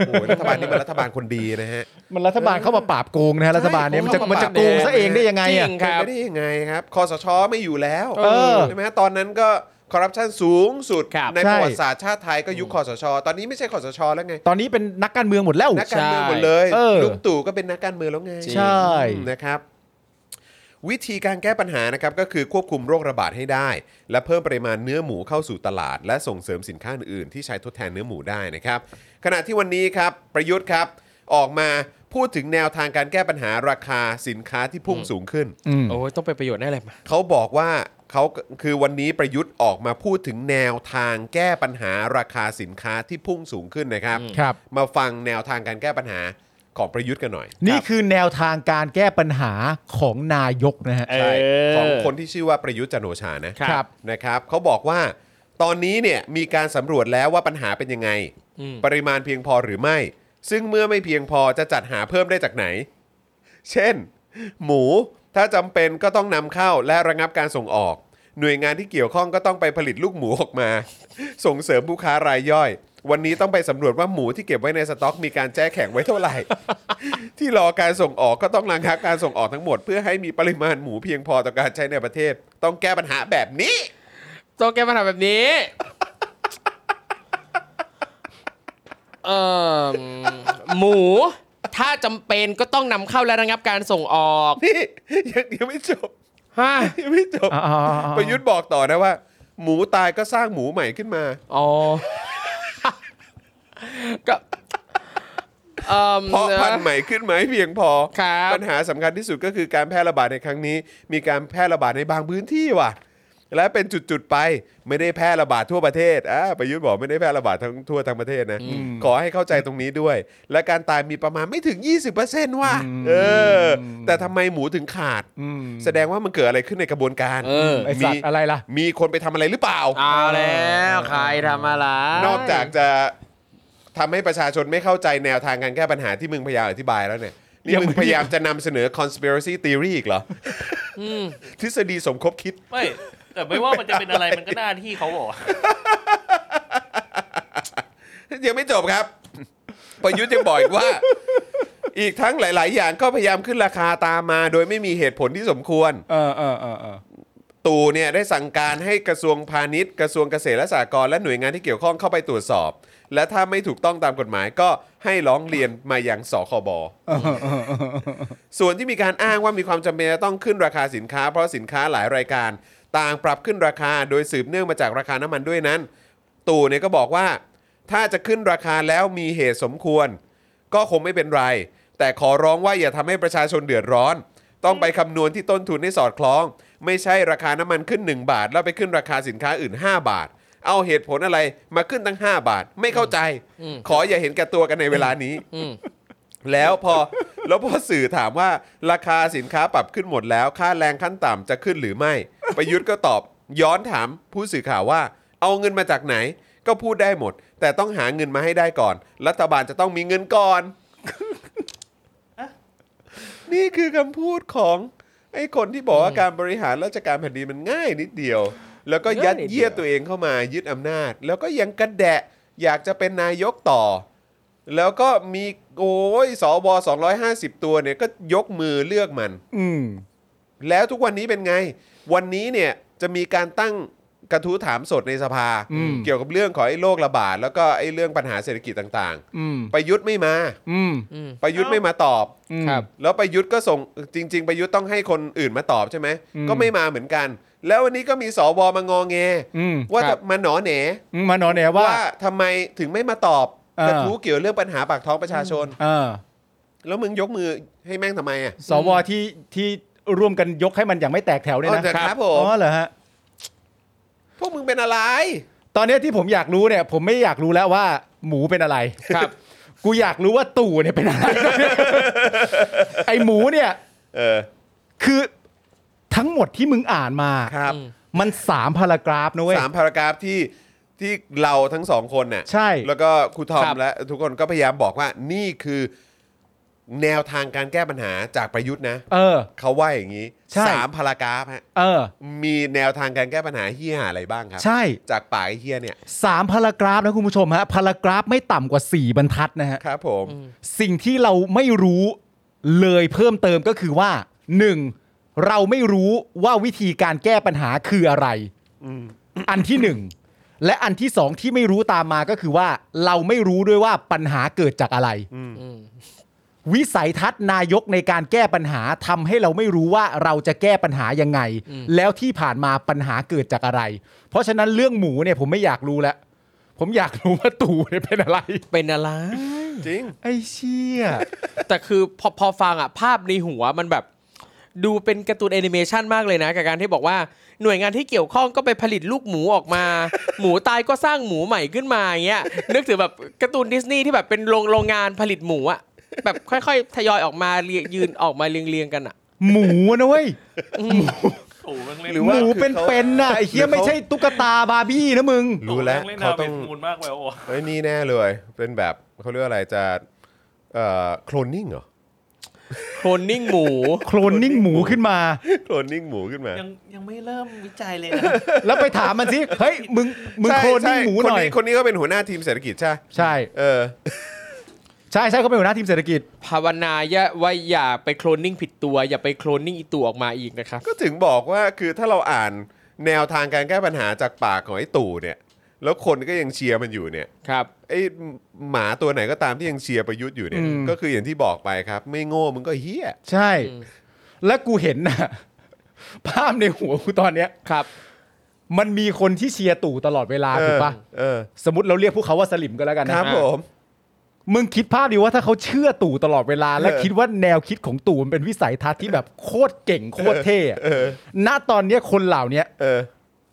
โอ้ยรัฐบาลนี้มันรัฐบาลคนดีนะฮะ
มันรัฐบาลเข้ามาปราบโกงนะฮะรัฐบาลเนี้ยมันจะ
ใช่
มันจะโกงซะเองได้ยังไง
จริ
อะ
งค
เป็น
รับ
ไปได้ยังไงครับคอสชไม่อยู่แล้ว
เออ
ใช่ไหมฮะตอนนั้นก็คอร์รัปชันสูงสุด
ครับ
ใน
ใช่
ประวัติศาสตร์ชาติไทยก็ยุคคอสช ตอนนี้ไม่ใช่คอสชแล้วไง
ตอนนี้เป็นนักการเมืองหมดแล้ว
นักการเมืองหมดเลย
เออ
ลุงตู่ก็เป็นนักการเมืองแล้วไง
ใช่
นะครับ วิธีการแก้ปัญหานะครับก็คือควบคุมโรคระบาดให้ได้ และเพิ่มปริมาณเนื้อหมูเข้าสู่ตลาด และส่งเสริมสินค้าอื่นๆที่ใช้ทดแทนเนื้อหมูได้นะครับ ขณะที่วันนี้ครับ ประยุทธ์ครับ ออกมาพูดถึงแนวทางการแก้ปัญหาราคาสินค้าที่พุ่งสูงขึ้น
อืม
โอ้ยต้องไปประโยชน์แน่เลยมา
เขาบอกว่าเขาคือวันนี้ประยุทธ์ออกมาพูดถึงแนวทางแก้ปัญหาราคาสินค้าที่พุ่งสูงขึ้นนะครับ
ครับ
มาฟังแนวทางการแก้ปัญหาของประยุทธ์กันหน่อย
นี่คือแนวทางการแก้ปัญหาของนายกนะฮะ
เอ
ใช่ของคนที่ชื่อว่าประยุทธ์จันทร์โอชานะครับ นะครับเขาบอกว่าตอนนี้เนี่ยมีการสำรวจแล้วว่าปัญหาเป็นยังไง
อืม
ปริมาณเพียงพอหรือไม่ ซึ่งเมื่อไม่เพียงพอจะจัดหาเพิ่มได้จากไหน เช่น หมูถ้าจำเป็นก็ต้องนำเข้าและระงับการส่งออก หน่วยงานที่เกี่ยวข้องก็ต้องไปผลิตลูกหมูออกมา ส่งเสริมผู้ค้ารายย่อย วันนี้ต้องไปสำรวจว่าหมูที่เก็บไว้ในสต็อกมีการแจ้แข็งไว้เท่าไหร่ ที่รอการส่งออกก็ต้องรังคับการส่งออกทั้งหมด เพื่อให้มีปริมาณหมูเพียงพอต่อการใช้ในประเทศ ต้องแก้ปัญหาแบบนี้
ต้องแก้ปัญหาแบบนี้ เอิ่มหมู ถ้าจำเป็นก็ต้องนำเข้าและระงับการส่งออก
นี่ยังยังไม่จบ
ฮะ
ยังไม่จบ
อ๋ออ๋ออ๋อ
ประยุทธ์บอกต่อนะว่า หมูตายก็สร้างหมูใหม่ขึ้นมา
อ๋ อ ก็เอ่ม
เพราะพันธุ์ใหม่ขึ้นไหมเพียงพอ
ครับ
ปัญหาสำคัญที่สุดก็คือการแพร่ระบาดในครั้งนี้ มีการแพร่ระบาดในบางพื้นที่ว่ะ และเป็นจุดๆไปไม่ได้แพร่ระบาดทั่วประเทศอ่าประยุทธ์บอกไม่ได้แพร่ระบาดทั้งทั่วทั้งประเทศนะ ขอให้เข้าใจตรงนี้ด้วย และการตายมีประมาณไม่ถึง 20%ว่ะเออ แต่ทำไมหมูถึงขาด
อืม
แสดงว่ามันเกิดอะไรขึ้นในกระบวนการ
เออ
ไอสัตว์อะไรล่ะ
มีคนไปทำอะไรหรือเปล่า
เอาแล้วใครทำอะไร
นอกจากจะทำให้ประชาชนไม่เข้าใจแนวทางการแก้ปัญหาที่มึงพยายามอธิบายแล้วเนี่ย นี่
ยัง
มึ
ไม่
งพยายามจะนำเสนอ conspiracy theory อีกเหรออทฤษฎีสมคบคิด
ไม่ แต่ไม่ว่ามันจะเป็นอะไรมันก็หน้าที่เขาบอก
ยังไม่จบครับ ประยุทธ์ยังบอกอีกว่า อีกทั้งหลาย ๆ อย่างก็พยายามขึ้นราคาตามมา โดยไม่มีเหตุผลที่สมควร
เออเออเออเออ
ตู่เนี่ยได้สั่งการให้กระทรวงพาณิชย์ กระทรวงเกษตรและสหกรณ์และหน่วยงานที่เกี่ยวข้องเข้าไปตรวจสอบ และถ้าไม่ถูกต้องตามกฎหมายก็ให้ร้องเรียนมายังสคบ ส่วนที่มีการอ้างว่ามีความจำเป็นจะต้องขึ้นราคาสินค้า เพราะสินค้าหลายรายการ ต่างปรับขึ้นราคาโดยสืบเนื่องมาจากราคาน้ำมันด้วยนั้น ตู่เนี่ยก็บอกว่า ถ้าจะขึ้นราคาแล้วมีเหตุสมควร ก็คงไม่เป็นไร แต่ขอร้องว่าอย่าทำให้ประชาชนเดือดร้อน ต้องไปคำนวณที่ต้นทุนให้สอดคล้อง ไม่ใช่ราคาน้ำมันขึ้น 1 บาท แล้วไปขึ้นราคาสินค้าอื่น 5 บาท เอาเหตุผลอะไรมาขึ้นตั้ง 5 บาท ไม่เข้าใจ ขออย่าเห็นแก่ตัวกันในเวลานี้ แล้วพอ แล้วพอสื่อถามว่าราคาสินค้าปรับขึ้นหมดแล้ว ค่าแรงขั้นต่ำจะขึ้นหรือไม่ ประยุทธ์ก็ตอบย้อนถามผู้สื่อข่าวว่า เอาเงินมาจากไหน ก็พูดได้หมด แต่ต้องหาเงินมาให้ได้ก่อน รัฐบาลจะต้องมีเงินก่อน นี่คือคำพูดของไอ้คนที่บอกว่าการบริหารราชการแผ่นดินมันง่ายนิดเดียว แล้วก็ยัดเยียดตัวเองเข้ามายึดอำนาจ แล้วก็ยังกระแดะอยากจะเป็นนายกต่อ แล้วก็มีโอ้ยสว250 ตัวเนี่ยก็ยกมือเลือกมัน
อืม
แล้วทุกวันนี้เป็นไง วันนี้เนี่ยจะมีการตั้งกระทู้ถามสดในสภา
อืม
เกี่ยวกับเรื่องของไอ้โรคระบาด แล้วก็ไอ้เรื่องปัญหาเศรษฐกิจต่าง
อืม
ๆ ประยุทธ์ไม่มา
อืม
ประยุทธ์ไม่มาตอบ
อืม
ครับ
แล้วประยุทธ์ก็ส่งจริง ๆ ประยุทธ์ต้องให้คนอื่นมาตอบใช่ไหม
อืม
ก็ไม่มาเหมือนกัน แล้ววันนี้ก็มีสวมางอแง
อืม
ว่า
ครับ
จะมาหนอแหน
อืมมาหนอแหนว่า
ว่าทำไมถึงไม่มาตอบ
เออ
กระทู้เกี่ยวเรื่องปัญหาปากท้องประชาชน
เออ
แล้วมึงยกมือให้แม่งทำไมอ่ะ
สวที่ที่ร่วมกันยกให้มันอย่างไม่แตกแถวเนี่ย
อ๋อเหรอ
นะครับ
ผม
อ๋อเหรอฮะ
พวกมึงเป็นอะไร
ตอนเนี้ยที่ผมอยากรู้เนี่ย ผมไม่อยากรู้แล้วว่าหมูเป็นอะไร
ครับ
กูอยากรู้ว่าตู่เนี่ยเป็นอะไร ไอหมูเนี่ย
เออ
คือทั้งหมดที่มึงอ่านมา
ครับ
มันสามพารากราฟนะเว้ย
สามพารากราฟที่ที่เราทั้งสองคนน่ะ
ใช่
แล้วก็ครูทอม
ครับ
และทุกคนก็พยายามบอกว่านี่คือแนวทางการแก้ปัญหาจากประยุทธ์นะ
เออ
เขาว่าอย่างนี้
ใช่
สามพารากราฟฮะ
เออ
มีแนวทางการแก้ปัญหาเฮี้ยอะไรบ้างครั
ใช่
จากปากไอ้เฮี้ยเนี่ย
สามพารากราฟนะคุณผู้ชมฮะพารากราฟไม่ต่ำกว่า 4 บรรทัดนะฮะ
ครับผม
สิ่งที่เราไม่รู้เลยเพิ่มเติมก็คือว่า 1. เราไม่รู้ว่าวิธีการแก้ปัญหาคืออะไรอันที่หนึ่งและอันที่สองที่ไม่รู้ตามมาก็คือว่า เราไม่รู้ด้วยว่าปัญหาเกิดจากอะไร วิสัยทัศน์นายกในการแก้ปัญหาทำให้เราไม่รู้ว่าเราจะแก้ปัญหายังไง แล้วที่ผ่านมาปัญหาเกิดจากอะไร เพราะฉะนั้นเรื่องหมูเนี่ยผมไม่อยากรู้แล้ว ผมอยากรู้ว่าตู่เนี่ยเป็นอะไร
เป็นอะไร
จริง
ไอ้เชี่ย
แต่คือพอพอฟังอ่ะภาพในหัวมันแบบ ดูเป็นการ์ตูนแอนิเมชันมากเลยนะ กับการที่บอกว่าหน่วยงานที่เกี่ยวข้องก็ไปผลิตลูกหมูออกมา หมูตายก็สร้างหมูใหม่ขึ้นมาอย่างเงี้ยนึกถึงแบบการ์ตูนดิสนีย์ที่แบบเป็นโรงโรงงานผลิตหมูอ่ะแบบค่อยๆ ทยอยออกมาเรียยืนออกมาเรียงๆกันอ่ะ
หมูนะเว้ย
โอ้โหแม่งเล่น
หรือ
ห
ว่า
มูเป็นเป็นน่ะไอ้เชี่ยไม่ใช่ตุ๊กตาบาร์บี้นะมึง
รู้แล้ว
โอ้โหม่งเล่น
เขา
นา
ต้
เว
อง
ทมูลมากไปโอ้โห
เอ้ยนี่แน่เลย เป็นแบบเขาเรียกว่าอะไรจะเอ่อโคลนนิ่งเหรอ
โคลนนิ่งหมู
โคลนนิ่งหมูขึ้นมา
โคลนนิ่งหมูขึ้นมา
ยังยังไม่เริ่มวิจัยเลยนะ
แล้วไปถามมันสิ เฮ้ย มึง มึง
ใช่
โคลนนิ่ง
ใช่
หมูหน่
คน
อย
นี้คนนี้ก็เป็นหัวหน้าทีมเศรษฐกิจใช่
ใช่
เออ
ใช่ใช่เขาเป็นหัวหน้าทีมเศรษฐกิจ
ภาวนาอย่าว่าอย่าไปโคลนนิ่งผิดตัว อย่าไปโคลนนิ่งอีตัวออกมาอีกนะครับ
ก็ถึงบอกว่าคือถ้าเราอ่านแนวทางการแก้ปัญหาจากปากของไอ้ตู่เนี่ย แล้วคนก็ยังเชียร์มันอยู่เนี่ย
ครับ
ไอ้หมาตัวไหนก็ตามที่ยังเชียร์ประยุทธ์อยู่เนี่ย
อืม
ก็คืออย่างที่บอกไปครับ ไม่โง่มึงก็เฮี้ย
ใช่
อืม
และกูเห็นนะภาพในหัวกูตอนเนี้ย
ครับ
มันมีคนที่เชียร์ตู่ตลอดเวลา
เออ
ถูกปะ
เออ
สมมติเราเรียกพวกเขาว่าสลิมก็แล้วกัน
ค
นะ
รับผม
มึงคิดภาพดีว่าถ้าเขาเชื่อตู่ตลอดเวลา และ
เออ
คิดว่าแนวคิดของตู่มันเป็นวิสัยทัศน์ที่แบบโคตรเก่งโคตรเท่อะ
เออ
ณตอนเนี้ยคนเหล่าเนี้ย
เออ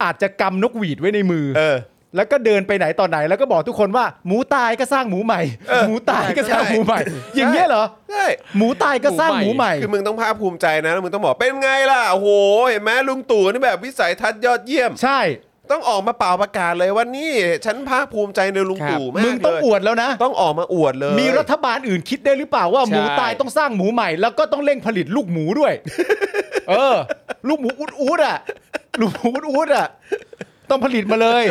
อาจจะกำนกหวีดไว้ในมือ
เออ
แล้วก็เดินไปไหนตอนไหน แล้วก็บอกทุกคนว่า หมูตายก็สร้างหมูใหม่
เออ
หมูตายก็สร้าง
ใช่
หมูใหม่ อย่างเงี้ยเหรอ
ใช่
หมูตายก็สร้างหมูใหม่
คือมึงต้องภาคภูมิใจนะแล้วมึงต้องบอกเป็นไงล่ะโอ้โหเห็นไหมลุงตู่นี่แบบวิสัยทัศน์ยอดเยี่ยม
ใช่
ต้องออกมาเป่าประกาศเลยว่านี่ฉันภาคภูมิใจในลุงตู่มาก
มึงต้อง
เลย
อวดแล้วนะ
ต้องออกมาอวดเลย
มีรัฐบาลอื่นคิดได้หรือเปล่าว่า
ใช่
หมูตายต้องสร้างหมูใหม่ แล้วก็ต้องเร่งผลิตลูกหมู ด้วย เออ ลูกหมูอุดอุดๆอ่ะ ลูกหมูอุดอุดๆอ่ะ ต้องผลิตมาเลย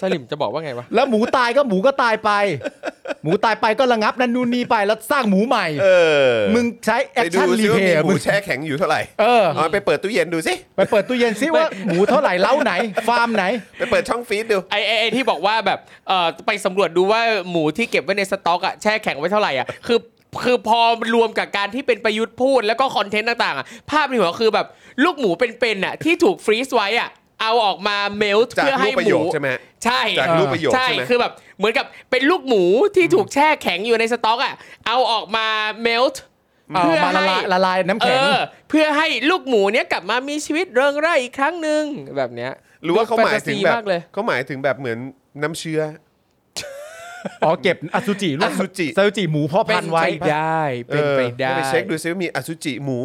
สลิมจะบอกว่าไงวะ
แล้วหมูตายก็หมูก็ตายไป หมูตายไปก็ระงับนั่นนู่นนี่ไปแล้วสร้างหมูใหม่
เออ
มึงใช้แอค
ไปดู
ชั่นรี
ซิว่า
เพ
มี
ย์
ห
มึ
มู
ง
แช่แข็งอยู่เท่าไหร่
เออ
เอาไปเปิดตู้เย็นดูสิ
ไปเปิดตู้เย็นซิว่าหมูเท่าไหร่เล้าไหน ฟาร์มไหน
ไปเปิดช่องฟีดดู
ไอ้ไอ้ไอ้ที่บอกว่าแบบเอ่อไปสำรวจดูว่าหมูที่เก็บไว้ในสต็อกอะแช่แข็งไว้เท่าไหร่อะคือคือพอรวมกับการที่เป็นประยุทธ์พูดแล้วก็คอนเทนต์ต่างๆอะภาพในหัวคือแบบลูกหมูเป็นๆอะที่ถูกฟรีซไว้อะเอาออกมาเมลต์
จาก
เพื่อ
รู
ให้
ปประ
ห
โยค
มู
ใช่ไหม
ใช่
จากรูปประโยค
ใช่
ใช่ไหม
คือแบบเหมือนกับเป็นลูกหมูที่ถูกแช่แข็งอยู่ในสต็อกอะเอาออกมาเมลต์
เอา
เพื่อ
มาละ
ให้
ลายละลายน้ำ
เอ
แข็ง
อเพื่อให้ลูกหมูเนี้ยกลับมามีชีวิตเริงร่าอีกครั้งหนึ่งแบบเนี้ย
หรือว่าเขาหมายถึง
ฟนตซี
แบบ
มากเลย
เขาหมายถึงแบบเหมือนน้ำเชื้อ
อ๋อเก็บอสุจิลู
อ
ก
สุจิ
อสุจิหมูพ่อพันธุ์ไว้
เป็นไปได้เป็นไปได้
ออก็ไปเช็คดูซิว่ามีอสุจิหมู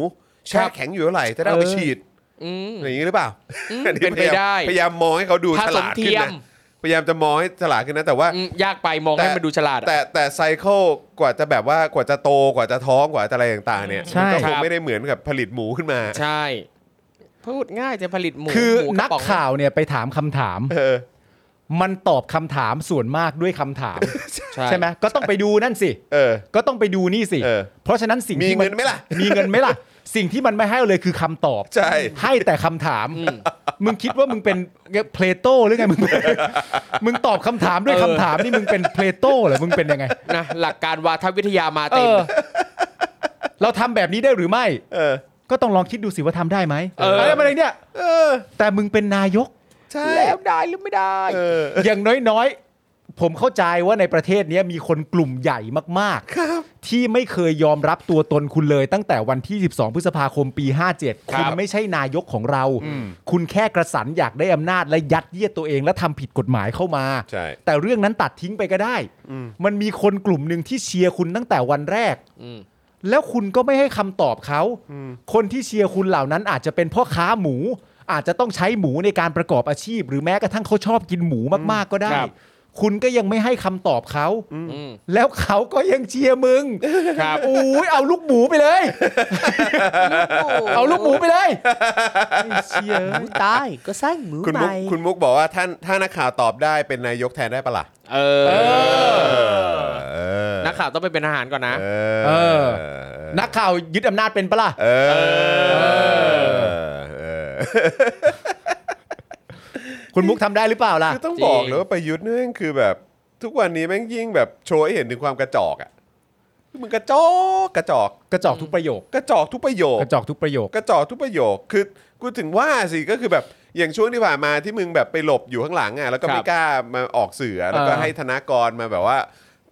แช่
ครับ
แข็งอยู่เท่าไหร่จะได้เอาไป
เออ
ฉีด
อืม
อย่างนี้หรือเปล่า อั
เป็น
พ
ไป
ยายาม
ได้
พยายามมองให้เขาดู
ผ
ฉ
สม
ลาดขึ้น
เทีย
นะ
ม
พยายามจะมองให้ฉลาดขึ้นนะแต่ว่า
อืมยากไปมองให้มันดูฉลาดอะ
แต่แต่ไซเคิลกว่าจะแบบว่ากว่าจะโตกว่าจะท้องกว่าจะอะไรต่างๆเนี่ย
ใช่
มันก็ค
ครั
ง
บ
ไม่ได้เหมือนกับผลิตหมูขึ้นมา
ใช่ พูดง่ายจะผลิตหมู
คือ
หมูระ
นัก
ป๋ง
ข่าวเนี่ยไปถามคำถาม
เออ
มันตอบคำถามส่วนมากด้วยคำถาม
ใช่
ใช่ไหมก็ต้องไปดูนั่นสิ
เออ
ก็ต้องไปดูนี่สิ
เออ
เพราะฉะนั้นสิ่ง
มี
ที่
เงินไหมล่ะ
มีเงินไหมล่ะ สิ่งที่มันไม่ให้เลยคือคำตอบ
ใช่
ให้แต่คำถาม มึงคิดว่ามึงเป็นเพลโต้หรือไงมึง มึงตอบคำถามด้วยคำถามนี่มึงเป็นเพลโต้เหรอมึงเป็นยังไง
นะหลักการวาทวิทยามา
เอ
เต็ม
อ เราทำแบบนี้ได้หรือไม่
เออ
ก็ต้องลองคิดดูสิว่าทำได้ไหม
เออ
ไรมาเลยเนี่ย
เออ
แต่มึงเป็นนายก
ใช่
แล้วได้หรือไม่ได้
เออ
อย่างน้อยๆ ผมเข้าใจว่าในประเทศเนี้ยมีคนกลุ่มใหญ่มากๆ ที่ไม่เคยยอมรับตัวตนคุณเลย ตั้งแต่วันที่ 12 พฤษภาคมปี 57
ครับ
คุณไม่ใช่นายกของเรา คุณแค่กระสันอยากได้อำนาจและยัดเยียดตัวเองและทำผิดกฎหมายเข้ามา
ใช่
แต่เรื่องนั้นตัดทิ้งไปก็ได้ มันมีคนกลุ่มหนึ่งที่เชียร์คุณตั้งแต่วันแรก
ม
แล้วคุณก็ไม่ให้คำตอบเขา คนที่เชียร์คุณเหล่านั้นอาจจะเป็นพ่อค้าหมู อาจจะต้องใช้หมูในการประกอบอาชีพ หรือแม้กระทั่งเขาชอบกินหมูมากๆก็ได้
ครับ
คุณก็ยังไม่ให้คำตอบเขา
อืม
แล้วเขาก็ยังเชียร์มึง
ครับ
โอ้ยเอาลูกหมูไปเลย เอาลูกหมูไปเลยเชียร์
ตายก็สร้างหมู
คุณมุกคุณมุกบอกว่าท่านถ้านักข่าวตอบได้เป็นนายกแทนได้ปะล่ะ
เออ
เออ
นักข่าวต้องไปเป็นอาหารก่อนนะ
เอ
เออ
อ
นักข่าวยึดอำนาจเป็นปะล่ะ
เออเออ
คุณมุกทำได้หรือเปล่าล่ะ
คือต้องบอกเลยว่าประยุทธ์เนี่ยแม่งคือแบบ ทุกวันนี้แม่งยิ่งแบบโชว์ให้เห็นถึงความกระจอกอ่ะมึงกระจอกกระจอก
กระจอกทุกประโยค
กระจอกทุกประโยค
กระจอกทุกประโยค
กระจอกทุกประโยค คือกูถึงว่าสิ ก็คือแบบ อย่างช่วงที่ผ่านมาที่มึงแบบไปหลบอยู่ข้างหลังอ่ะแล้วก็
ครั
ไม่
บ
กล้ามาออกสื่ออะแล้วก็
เออ
ให้ธนากรมาแบบว่า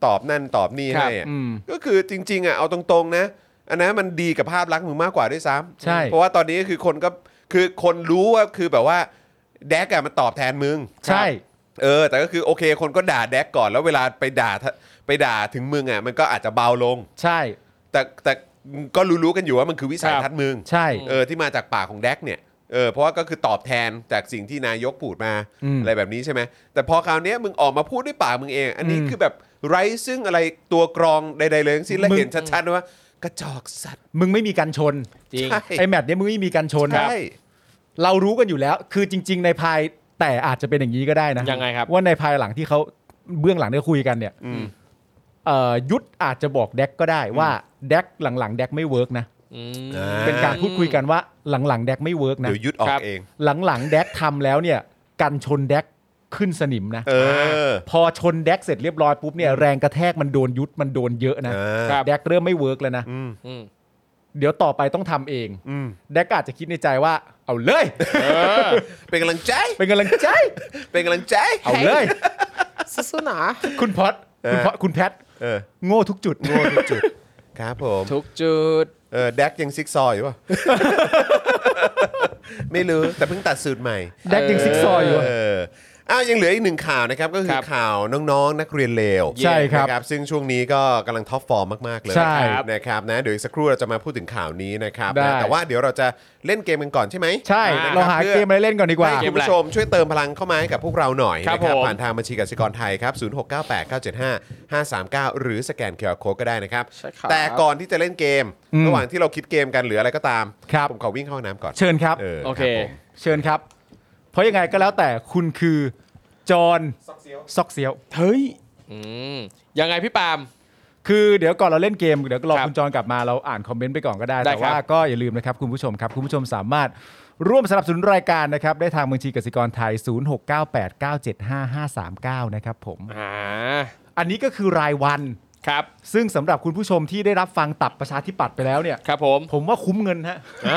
ตอบนั่นตอบนี่
ครับ
ให้อะ
อืม
ก็คือจริง ๆอ่ะเอาตรงๆนะ อันนั้นมันดีกับภาพลักษณ์มึงมากกว่าด้วยซ้ำ
ใช่
เพราะว่าตอนนี้คือคนก็คือคนรู้ว่าคือแบบว่าแดกอะมันตอบแทนมึง
ใช่
เออแต่ก็คือโอเค คนก็ด่าแดกก่อนแล้วเวลาไปด่าทะไปด่าถึงมึงอ่ะมันก็อาจจะเบาลง
ใช่
แต่แต่ก็รู้ๆกันอยู่ว่ามันคือวิสัยทัศน์มึง
ใช่
เออที่มาจากปากของแดกเนี่ยเออเพราะว่าก็คือตอบแทนจากสิ่งที่นายกพูดมา
อืม
อะไรแบบนี้ใช่ไหมแต่พอคราวเนี้ยมึงออกมาพูดด้วยปากมึงเอง อันนี้
อืม
คือแบบไร้ซึ่งอะไรตัวกรองใดๆเลยทั้งสิ้นและ
มึง
เห็นชัดๆว่ากระจอกสัตว์
มึงไม่มีการชน
จริง
ใช่
ไอแมตช์เนี้ยมึงไม่มีการชนนะ
ใช่
เรารู้กันอยู่แล้ว คือจริง ๆ ในภายแต่อาจจะเป็นอย่างนี้ก็ได้นะ
ยังไงครับ
ว่าในภายหลังที่เขาเบื้องหลังที่เขาคุยกันเนี่ย
อืม
เอ่อยุทธอาจจะบอกแดกก็ได้ว่าแดกหลังๆแดกไม่เวิร์กนะ
อืม
อ่า
เป็นการพูดคุยกันว่าหลังๆแดกไม่เวิร์กนะ
เดี๋ยวยุดออ
ครั
ก
บ
เอง
หลังๆแดกทำแล้วเนี่ยกันชนแดกขึ้นสนิมนะ
เออ
พอชนแดกเสร็จเรียบร้อยปุ๊บเนี่ยแรงกระแทกมันโดนยุดมันโดนเยอะนะ
เออ
ครับ
แดกเริ่มไม่เวิร์กแล้วนะ
อืม
อืม
เดี๋ยวต่อไปต้องทำเอง
อืม
แดกก็อาจจะคิดในใจว่า เอาเลย
เป็นกำลังใจ
เป็นกำลังใจ
เป็นกำลังใจ
เอาเลย
สุนา
คุณพอด
เออ
คุณพอดคุณแพท
เออ
โง่ทุกจุด
โง่ทุกจุดครับผม
ทุกจุด
เออแดกยังซิกซอยอยู่ป่ะ ไม่รู้ แต่เพิ่งตัดสูตรใหม่
แดกยังซิกซอยอยู่
เอออ้าวยังเหลืออีกหนึ่งข่าวนะครับ ก็คือ
ครับ
ข่าวน้องๆ นักเรียนเลว
ใช่ครับ
นะซึ่งช่วงนี้ก็กำลังท็อปฟอร์มมาก ๆ เลย
ใช่
ครับนะครับนะเดี๋ยวอีกสักครู่เราจะมาพูดถึงข่าวนี้นะครับ
ได้
นะแต่ว่าเดี๋ยวเราจะเล่นเกมกันก่อนใช่ไหม
ใช่
อ่า
เราหาเกมอะไรเล่นก่อนดีกว่า
ให้คุณผู้ชมช่วยเติมพลังเข้ามาให้กับพวกเราหน่อย
ครับ
นะครับ
ผม
ผ่านทางบัญชีกสิกรไทยครับ 0698 975 539 หรือสแกนเคอร์โคก็ได้นะครับ
ใช่ครับ
แต่ก่อนที่จะเล่นเกม
อืม
ระหว่างที่เราคิดเกมกันหรืออะไรก็ตาม
ครับ
ผมขอวิ่งเข้าห้องน้ำก่อน
เชิญครับ
รับ
โอเค
ผม
เชิญครับ เพราะยังไงก็แล้วแต่คุณคือจอห์นซอกเซียว
เฮ้ยอืมยังไงพี่ปาล์ม
คือเดี๋ยวก่อนเราเล่นเกม เดี๋ยวรอ
ครับ
คุณจรกลับมาเราอ่านคอมเมนต์ไปก่อนก็ได้
ได้
แต่
ครับ
ว่าก็อย่าลืมนะครับ คุณผู้ชมครับ คุณผู้ชมสามารถร่วมสนับสนุนรายการนะครับ ได้ทางบัญชีกสิกรไทย 0698975539 นะครับผม
อ่า
อันนี้ก็คือรายวัน
ครับ
ซึ่งสำหรับคุณผู้ชมที่ได้รับฟังตับประชาธิปัตย์ไปแล้วเนี่ย
ครับ ผม
ผมว่าคุ้มเงินฮะ
อ่า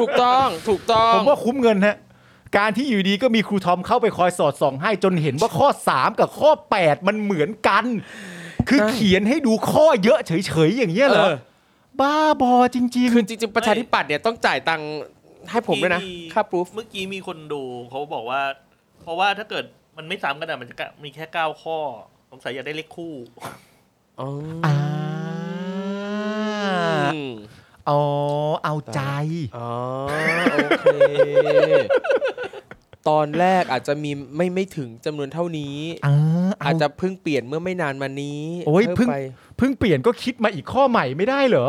ถูกต้องถูกต้อง
ผมว่าคุ้มเงินฮะ การที่อยู่ดีก็มีครูทอมเข้าไปคอยสอดส่องให้จนเห็นว่าข้อ 3 กับข้อ 8 มันเหมือนกัน คือเขียนให้ดูข้อเยอะเฉยๆอย่างเงี้ยเหรอ
เออ
บ้าบอจริง
คือจริงๆ ประชาธิปัตย์เนี่ยต้องจ่ายตังค์ให้ผมด้วยนะค่า proof
เมื่อกี้มีคนดูเขาบอกว่า เพราะว่าถ้าเกิดมันไม่ซ้ำกันอะมันจะกะมีแค่เก้าข้อสงสัยอยากได้เลขคู่
อ๋อ
ๆอ่า
อืม
อ๋อเอาใจ
อ๋อโอเค ตอนแรกอาจจะมีไม่ไม่ถึงจำนวนเท่านี้
อ่าเ
อาจจะเพิ่งเปลี่ยนเมื่อไม่นานมานี้
โอ้ย
พิ่ม
เพิ่ง
ไป
เพิ่งเปลี่ยนก็คิดมาอีกข้อใหม่ไม่ได้เหรอ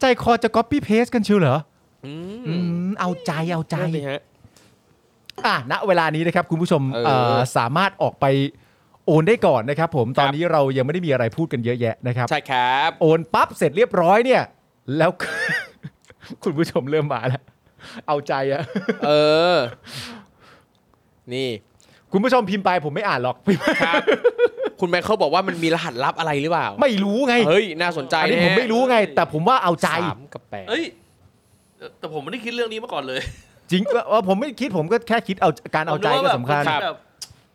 ใจคอจะ copy paste กันเชียวเหรอ
อื
อื
ม
มเอาใจเอาใจ
นั่นสิฮะ
อ่ะณเวลานี้นะครับ คุณผู้ชม
เออ
เอ่อสามารถออกไปโอนได้ก่อนนะครับผมตอน
ครับ
นี้เรายังไม่ได้มีอะไรพูดกันเยอะแยะนะครับ
ใช่ครับ
โอนปั๊บเสร็จเรียบร้อยเนี่ย แล้ว คุณผู้ชมเริ่มมาแล้ว เอาใจอะ
เออ นี่
คุณผู้ชมพิมพ์ไปผมไม่อ่านหรอก
ครับ คุณแมคเคิลบอกว่ามันมีรหัสลับอะไรหรือเปล่า
ไม่รู้ไง
เฮ้ย น่าสนใจ
อันนี้
แฮะ
ผมไม่รู้ไง แต่ผมว่าเอาใจ
สามกับแปด
เอ้ยเอ่อแต่ผมไม่ได้คิดเรื่องนี้มาก่อนเลย
จริงเออผมไม่คิดผมก็แค่คิดเอาการเอาใจ
ผม
ก็
นึว่แบบ
สำคัญ
มันแบบ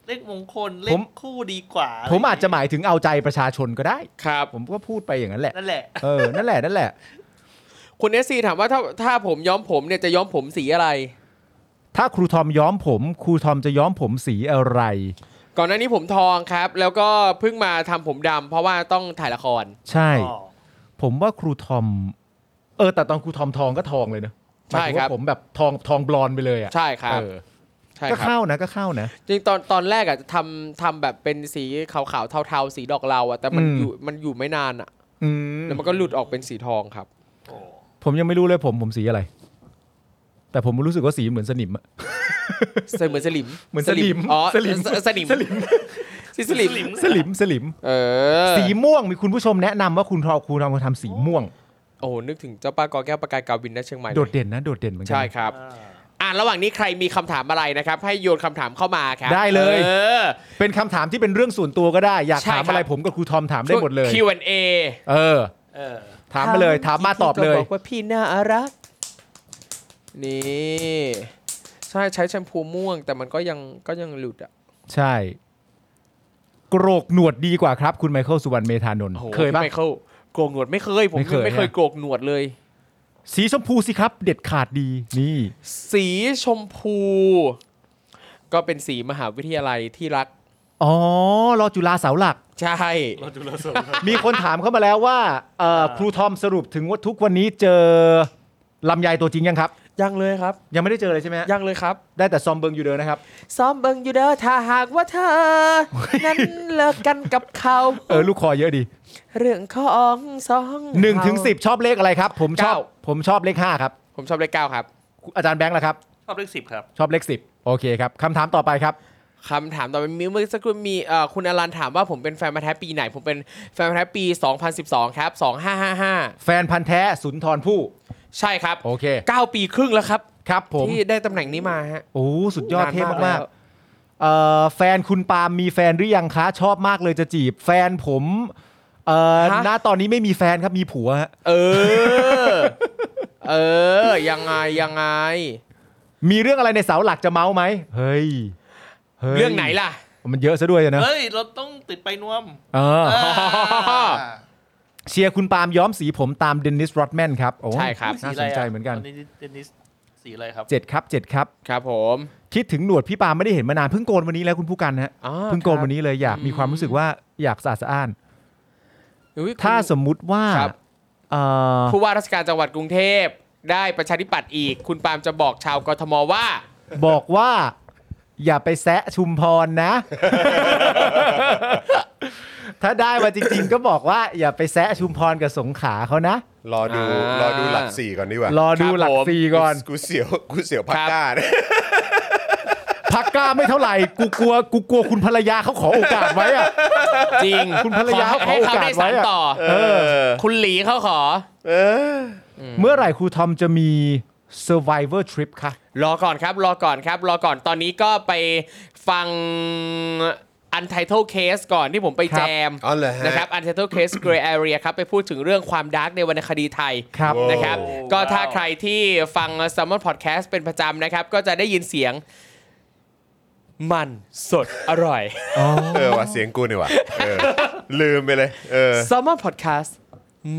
เลขมงคลเล
ผ
ข
ม
คู่ดีกว่า
ผมอาจจะหมายถึงเอาใจประชาชนก็ได้
ครับ
ผมก็พูดไปอย่างนั้นแหละ
นั่นแหละ
เออ นั่นแหละ นั่นแหละ
คุณเอสซีถามว่าถ้าถ้าผมย้อมผมเนี่ยจะย้อมผมสีอะไร
ถ้าครูทอมย้อมผม ครูทอมจะย้อมผมสีอะไร
ก่อนหน้านี้ผมทองครับ แล้วก็เพิ่งมาทำผมดำเพราะว่าต้องถ่ายละคร
ใช่ ผมว่าครูทอม เออ แต่ตอนครูทอมทองก็ทองเลยเนอะ
ใช่ครับ
หมายถึงว่าผมแบบทองทองบลอนด์ไปเลยอ่ะ
ใช่ครับ
เออ
ใช่
ก็
ครับ
เข้านะก็เข้านะ
จริงๆตอนตอนแรกอ่ะจะทำทำแบบเป็นสีขาวๆเทาๆสีดอกเราอ่ะแต่มัน
อืม
อยู่มันอยู่ไม่นานอ่ะ
อืม
แล้วมันก็หลุดออกเป็นสีทอง ครับ
ผมยังไม่รู้เลยผมผมสีอะไร แต่ผมรู้สึกว่าสีเหมือนสนิมอะ
เหมือนสลิม
เหมือนสลิม
อ๋อ
สลิม
สลิมสลิมสลิม
สลิมสลิม
เออ
สีม่วงมีคุณผู้ชมแนะนำว่าคุณทอครูทอมควรทำสีม่วง
โอ้โหนึกถึงเจ้าป้ากอแก้วประกายกาวินนะเชียงใหม่ลย
โดดเด่นนะโดดเด่นเหมือนกั
ใช่ครับ อ่าระหว่างนี้ใครมีคำถามอะไรนะครับ ให้โยนคำถามเข้ามาครับ
ได้เลย
ออ
เป็นคำถามที่เป็นเรื่องส่วนตัวก็ได้ อยาก
ใช่
ถาม
ครับ
อะไรผมกับครูทอมถามได้หมดเลย
ช่วง Q&A
เออ
เออ
ถามมาเลยถามมาตอบเลย
บอกว่าพี่น่ารัก นี่ ใช่ใช้แชมพูม่วง แต่มันก็ยังก็ยังหลุดอ่ะ
ใช่ โกรกหนวดดีกว่าครับ คุณไมเคิลสุวรรณเมธานนท์
โอ้โห
เคยปะ
พี่ไมเคิลโกรกหนวดไม่เคย ผม
ไม่เคย
ไม่เคย
ฮะ
โกรกหนวดเลย
สีชมพูสิครับ เด็ดขาดดีนี่
สีชมพู ก็เป็นสีมหาวิทยาลัยที่รัก
อ๋อ รอจุฬาเสา หลัก
ใช่
เราจุลสม
มีคนถามเข้ามาแล้วว่าเอ่อ
อ่า
ครูทอมสรุปถึงว่าทุกวันนี้เจอลำไยตัวจริงยังครับ
ยังเลยครับ
ยังไม่ได้เจอเลยใช่ไหมฮะ
ยังเลยครับ
ได้แต่ซอมเบิงอยู่เดินนะครับ
ซ้อมเบิงอยู่เด้อถ้าหากว่าเธอ นั้นเลิกกันกับเขา
เออ ลูกคอเยอะดี
เรื่องของสอง
1นถึง
เรา
สิชอบเลขอะไรครับ ผมชอบ
เก้า
ผมชอบเลข 5 ครับ
ผมชอบเลขเก้าครับ
อาจารย์แบงค์ล่ะครับ
ชอบเลขสิบครับ
ชอบเลข 10 โอเคครับคำถามต่อไปครับ
คำถามต่อไปมีเมื่อสักครู่มีเอ่อคุณอลันถามว่าผมเป็นแฟนมาแท้ปีไหน ผมเป็นแฟนมาแท้ปี 2012 ครับ
แฟนพันธ์แท้สุนทรผู้
2555 ใช่ครับ
โอเค
9 ปีครึ่งแล้วครับ
ครับผม
ที่ได้ตำแหน่งนี้มาฮะ
โอ้สุดยอด
นน
เท่มาก
แล้ว
ๆเอ่อแฟนคุณปาล์มมีแฟนหรือยังคะชอบมากเลยจะจีบ แฟนผมเอ่อณตอนนี้ไม่มีแฟนครับมีผัวฮะ
เออ เออ ยังไง ยังไง
มีเรื่องอะไรในเสาหลักจะเมาส์ไหม เฮ้ยฮ้ย
เรื่องไหนล่ะ
มันเยอะซะด้วยนะ
เฮ้ย เราต้องติดไปนวม
เออ
อ่า
เชียร์คุณปาล์มย้อมสีผมตามเดนนิสโรดแมนครับโอ้
ใช่ครับ
น่า
อะ
ส
ไระ
นใจเหมือนกัน
ตนี้เดนนิสสีอะไรครับ
เจ็ดครับเจ็ดครับ
ครับผม
คิดถึงหนวดพี่ปาล์มไม่ได้เห็นมานานเพิ่งโกนวันนี้แล้วคุณผู้กันฮะ
อ๋อ
เพิ่งโกนวัน
ครับ
นี้เลยอยากมีความรู้สึกว่าอยากสะอาดสะอ้าน
อุ๊ยคุณ
ถ้าสมมุติว่า
ครับ
เอ่อ
ผู้ว่าราชการจังหวัดกรุงเทพ ได้ประชาธิปัตย์อีก คุณปาล์มจะบอกชาวกทมว่า
บอกว่า อย่าไปแซะชุมพรนะ ถ้าได้มาจริง ๆ ก็บอกว่า อย่าไปแซะชุมพรกับสงขลาเขานะ
รอดู
อ่าร
รอดูหลักสี่ก่อนดีกว่าร
อดู
ครับ
หลัก
ผม
สี่ก่อน
กูเสียวกูเสียวพัก
ครับ
ก้านะ
พักกล้าไม่เท่าไหร่ กูกลัว กูกลัวคุณภรรยาเขาขอโอกาสไว้อะ
จ ริง
คุณภรรยา
ขอให้เขาได้
ขอโอกาสไว้
สาน
อะ
ต่อ
เออ
คุณหลีเขาขอ
เออ
เมื่อไหร่ครูทอมจะมี survivor trip คะ
รอก่อนครับรอก่อนครับ รอก่อนตอนนี้ก็ไปฟัง Untitled Case ก่อนที่ผมไป
ค
แจ
รับ
ม
อ๋อเหรอฮะ
นะครับ Untitled Case Gray Area ครับ ไปพูดถึงเรื่องความดาร์กในวรรณคดีไทย
ครับ
โอ้
นะครับ
ว้าว
ก็ถ้าใครที่ฟัง s ัมมอนพอดแคสต์เป็นประจำนะครับ ก็จะได้ยินเสียง มันสดอร่อย
เออว่ะเสียงกูนี่ว่ะเออลืมไปเลย เออ
ซัมมอนพอดแคสต์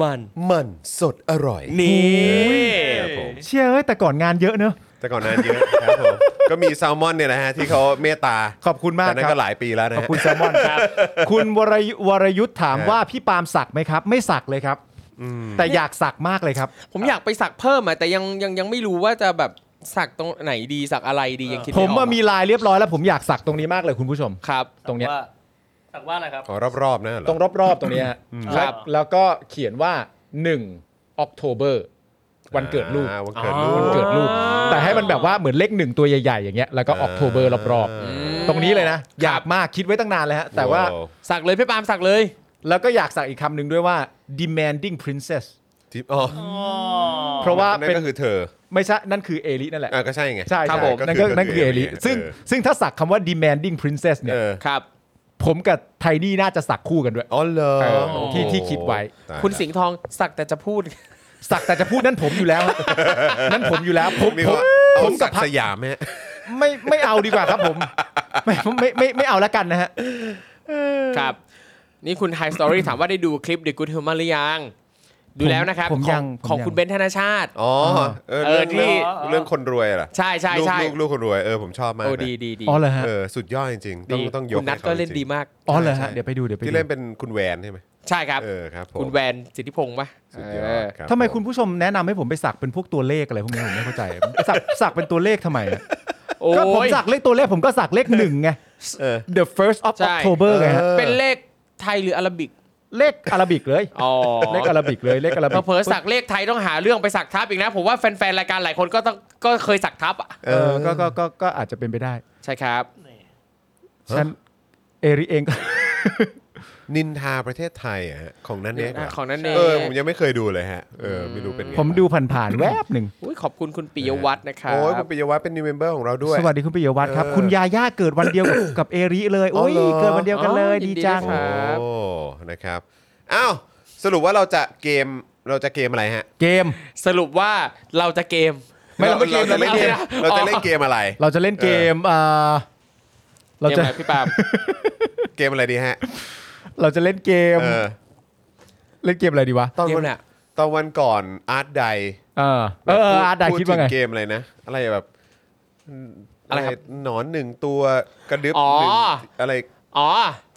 มัน
มันสดอร่อย
นี่
ครับผม
เชื่อเอ้ย แต่ก่อนงานเยอะเนอะ
แต่ก่อนหนั้นเยอะครับผมก็มีแซลมอนเนี่ยนะฮะที่เขาเมตตา
ขอบคุณมาก
แต่นั้น
ครับ
ก็หลายปีแล้วนะ
ขอบคุณแซลมอนครับ คุณวรยุวรยุทธ์ถามว่าพี่ปาล์มสักไหมครับ ไม่สักเลยครับ แต่อยากสักมากเลยครับ
ผมอยากไปสักเพิ่มอะแต่ยังยังยังไม่รู้ว่าจะแบบสักตรงไหนดีสักอะไรดียังคิด
ผ
ไม่อ
ม
อก
ว่ามีลายเรียบร้อยแล้วผมอยากสักตรงนี้มากเลยคุณผู้ชม
ครับ
ตรงเนี้ย
ว่าสักว่าอะไรครับ
อ๋อรอบๆนะเหรอ
ตรงรอบๆ ตรงเนี้ยฮะ
ค
แล้
รั
ว
บ
แล้วก็เขียนว่า1 October วันเกิดลูก
อ่าวันเกิดลูก
วันเกิดลูก แต่ให้มันแบบว่าเหมือนเลขหนึ่งตัวใหญ่ ๆ อย่างเงี้ยแล้วก็ออกโทเบอร์รอบๆ ตรงนี้เลยนะ อยากมากคิดไว้ตั้งนานแล้วฮะ แต่ว่า
Wow
สักเลยพี่ปาล์มสักเลย
แล้วก็อยากสักอีกคำหนึ่งด้วยว่า demanding princess
ที่อ๋อ
เพราะว่า
นั่
เป็น น
ก็คือเธอ
ไม่ใช่ นั่นคือเอลินั่นแหละ
อ่าก็ใช่ไง
ใช่
ครับ
ใช่
ผม
นั่นก็นั่นคือเอลิ
ไง
ซึ่ง
เออ
ซึ่งถ้าสักคำว่า demanding princess เนี่ย
เออ
ครับ
ผมกับไทนี่น่าจะสักคู่กันด้วย
อ๋อเหรอ
เออ
โอ้โห
ที่ที่คิดไว้
ตาย
คุณ
ละ
สิงห์ทองสักแต่จะพูด
สักแต่จะพูดนั่นผมอยู่แล้ว นั่นผมอยู่แล้วผม
มี
ผ
ค
ม
นเอา
ผม
สั
กับ
ก
พัก
สยามไหมฮะ
ไม่ไม่เอาดีกว่าครับผม ไม่ไม่ไม่ไม่เอาละกันนะฮะ
ครับ นี่คุณไฮสตอรี่ถามว่าได้ดูคลิป The Good Human หรือยัง ดูแล้วนะครับ
ผม
ข
ยั
อง
งผม
ของ
ยัง
คุณเบนซ์ธนาชาติ
อ๋อเออเรื่อง
เออที่
เรื่องเรื่องคนรวยเหรอ
ใช่ใช่
ลูก
ใช่
ลูกลูกคนรวยเออผมชอบมาก
โอ้
นะ
ดีดีดี
อ๋อเหรอฮะ
เออสุดยอดจริงๆต้อง
ดี
ต้องยก
คุณนัท
ให้ขา
ก็เล่น
จ
ดี
ริงๆ
มาก
อ๋อเหรอ
ใช่
ฮะ
ใช่
เดี๋ยวไปดูเดี๋ยวไป
ที่
ดู
เล่นเป็นคุณแวนใช่ไหม
ใช่ครับ
เออครับผม
คุณแวนสิทธิพงษ์ปะ
สุดยอ
เอ
ด
อ
ครับ
ทำไม
ผ
คุณผู้ชมแนะนำให้ผมไปสักเป็นพวกตัวเลขอะไรพวกนี้ผมไม่เข้าใจ สักสักเป็นตัวเลขทำไมอะ
โอ้
ก็ผม
ย
สักเลขตัวเลขผมก็สักเลขหนึ่งไง
เออ
The first of
ใช่
October ไงฮะ
เออ
เป็นเลขไทยหรืออาราบิก
เลขอาราบิกเลย
อ๋อ
เลขอาราบิกเลยเลขอาราบิก
เผลอๆสักเลขไทยต้องหาเรื่องไปสักทับอีกนะ ผมว่าแฟนๆรายการหลายคนก็ต้องก็เคยสักทับอ่ะ
เออก็ก็ก็ก็อาจจะเป็นไปได้
ใช่ครับ
นี่
ฉันเอริเองก็
นินทาประเทศไทยอะฮะของนั้นเนี่ยเหร
ของนั้นเอง
เออผมยังไม่เคยดูเลยฮะเออไม่รู้เป็นไง
ผมดูผ่านๆแวบหนึ่ง
อุ้ยขอบคุณคุณปิยวัฒน์นะครับ
โอ้ยคุณปิยวัฒน์เป็นนิวเมมเบอร์ของเราด้วย
สวัสดีคุณปิยวัฒน์ครับ
เออ
คุณยาย่าเกิดวันเดียวกับ กับเอริเลย
อ๋อ
โอ้ย
เหรอ
เกิดวันเดียวกันเลย
อ๋อยิ
ดี
นดี
จัง
ด้วยครับ
โอ้นะครับอ้าวสรุปว่าเราจะเกมเราจะเกมอะไรฮะ
เกม
สรุปว่าเราจะเกม
ไม่เรา
เราเราจะเล่นเกมเราจะเล่นเกมอะไร
เราจะเล่นเกมเอ่อเราจะ
เกม อะไรพี่ปาล์ม
เกมอะไรดีฮะ
เราจะเล่นเกม
เออ
เล่นเกมอะไรดีวะ
ตอน
เกม
วัน
เนี่ย
ตอนวันก่อนอาร์ตได
เออเออเอออาร์ตไดคิดว่าไง
พูถึเกมอะไรนะ อะไรแบบ
อะไรครับ
หนอนหนึ่งตัวกระดึบ
อ๋อ
หนึ่งอะไร
อ๋อ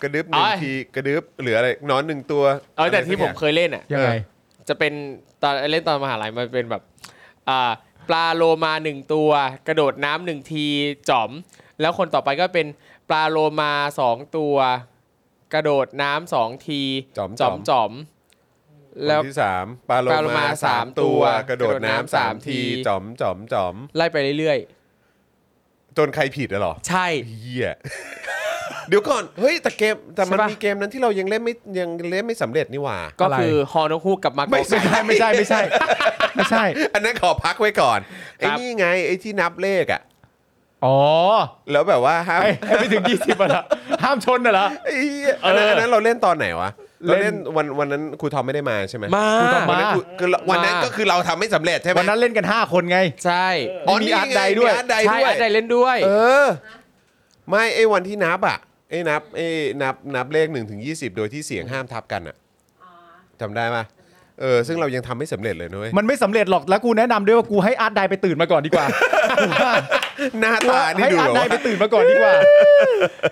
กระดึบหนึ่ง
อ๋อ
ทีกระดึบหรืออะไรหนอนหนึ่งตัว
เออแต่
ะไร
ที่
สัก
ผ
อ
ม
ย่าง
เคยเล่นอ่ะ
ยังไง
เออ
จะเป็นตอนเล่นตอนมหาลัยมันเป็นแบบอ่าปลาโลมาหนึ่งตัว กระโดดน้ำหนึ่งทีจอม แล้วคนต่อไปก็เป็นปลาโลมาสองตัว กระโดดน้ำสองที
จ๋อม
จอมจอม
แล้
แล้วว
ที่สามปลาโล
ปลาโล
มา
มา
สา
สามมตั
ตัว
ว
กระโดดน้ำสาม
กระโดดน้ำสาม
ที
ที
จอมจอมจอม
ไล่ไปเรื่อย
จนใครผิดอะเหรอ
ๆ ใช่
เฮี ยเดี๋ยวก่อน เฮ้ยแต่เกมแต่มัน
ใช่ปะ
มีเกมนั้นที่เรายังเล่นไม่ยังเล่นไม่สำเร็จนี่หว่า
ก็
อะไร
คือฮอนกฮูกกับมาโก
ไม่
อ
ไม่
ไก่
ใช่ไม่ใช่ไม่ใช่ ไม่ใช่
อันนั้นขอพักไว้ก่อน ไอ้
ครับ
นี่ไงไอ้ที่นับเลขอ่ะ
อ๋อ
แล้วแบบว่าห้าม
ไอ้ไอ้ไม่ถึง 20อ่ะเหรอห้ามชนน่ะเหรอ
ไอ้เหี้ยอันนั้น
เอออั
นนั้นเราเล่นตอนไหนวะ เรา
เล่
เล่น
น
วันวันนั้นครูทอมไม่ได้มาใช่ไหม
มา
คุณต้อง
วัน
มา
นั้นครูคือเราวันนั้น
มา
ก็คือเราทำไม่สำเร็จใช่ไหม
วันนั้นเล่นกัน 5 คนไง
ใช่
อ๋อ
มี
นี่
อาร์ต
ไง
ไดด้วย
มีอาร์ตได
ใช่
ด้วย
อาจารย์เล่นด้วย
เออ ไม่ไอ้วันที่นับอ่ะไอ้นับไอ้นับนับเลข1นถึงยีโดยที่เสียงห้ามทับกันอ่ะจำได้ปะเออ ซึ่งเรายังทำไม่สำเร็จเลยนุ้ย
มันไม่สำเร็จหรอกแล้วกูแนะนำด้วยว่ากูให้อาร์ตไดไปตื่นมาก่อนดีกว่า
หน้า
กู
ตา
ว่า
นี่
ให้
ดู
อาร์
แบ
ต
บ
ได
ว่า
ไปตื่นมาก่อนดีก ว่า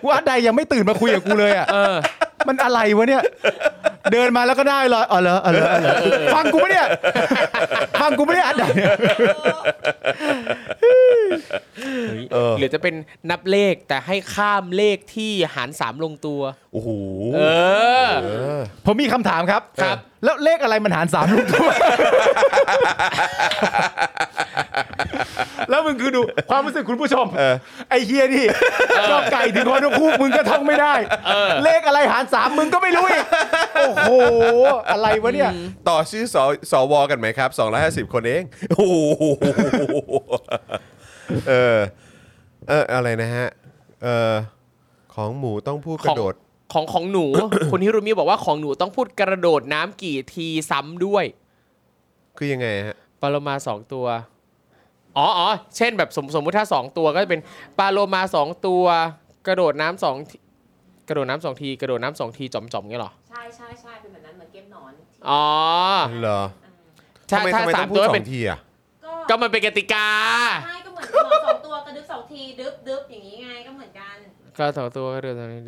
กูอาร์ตไดยังไม่ตื่นมาคุยกับกูเลยอ่ะ
เออ
มันอะไรวะเนี่ย เดินมาแล้วก็ได้เลยอ๋อเหรออ๋อเหรออ๋อเหรอฟังกูปะเนี่ยฟังกูปะเนี่ยอาร์ตไดเนี่ย
หรือจะเป็นนับเลขแต่ให้ข้ามเลขที่หารสามลงตัว
โอ้โห
เออ
เออ
ผมมีคำถามครับ
ครับ
แล้วเลขอะไรมันหารสามลูกตัว แล้วมึงคือดูความรู้สึกคุณผู้ชม
เออ
ไอ้เฮียนี่ชอบไก่ถึงคอนกคู่มึงก็ท่องไม่ได้ เลขอะไรหารสามมึงก็ไม่รู้อีก โอ้โห อะไรวะเนี่ย
ต่อชื่อสสวกันไหมครับ 250 คนเอง โอ้โหเออ เออ อะไรนะฮะ เออ ของหมูต้องพูดกระโดด
ของของหนู คุณฮิรุมิบอกว่าของหนูต้องพูดกระโดดน้ำกี่ทีซ้ำด้วย
คือยังไงฮะ
ปลาโลมาสองตัวอ๋ออ๋อเช่นแบบสมสมมุติถ้าสองตัวก็จะเป็นปลาโลมาสองตัว กระโดดน้ำสองทีกระโดดน้ำสองทีกระโดดน้ำสองทีจอมจอมๆเงี้ยเหรอ
ใช่ใช่ใช่เป็นแบบนั้นเหมือนเกมหนอนที่
อ๋อ
เหรอ
ถ้า
ทำไม
ถ้า
ทำไม
สา
ต้อง
ม
พูด
ตัว
สอ
เป็น
งทีอ่ะ
ก็มันเป็นกติกา
ใช่ก็เหมือนหนอนสองตัวกระดึบสองทีดึบดึบอย่างนี้ไงก็เหมือนกัน
ก็สองตัวกระโดดสองที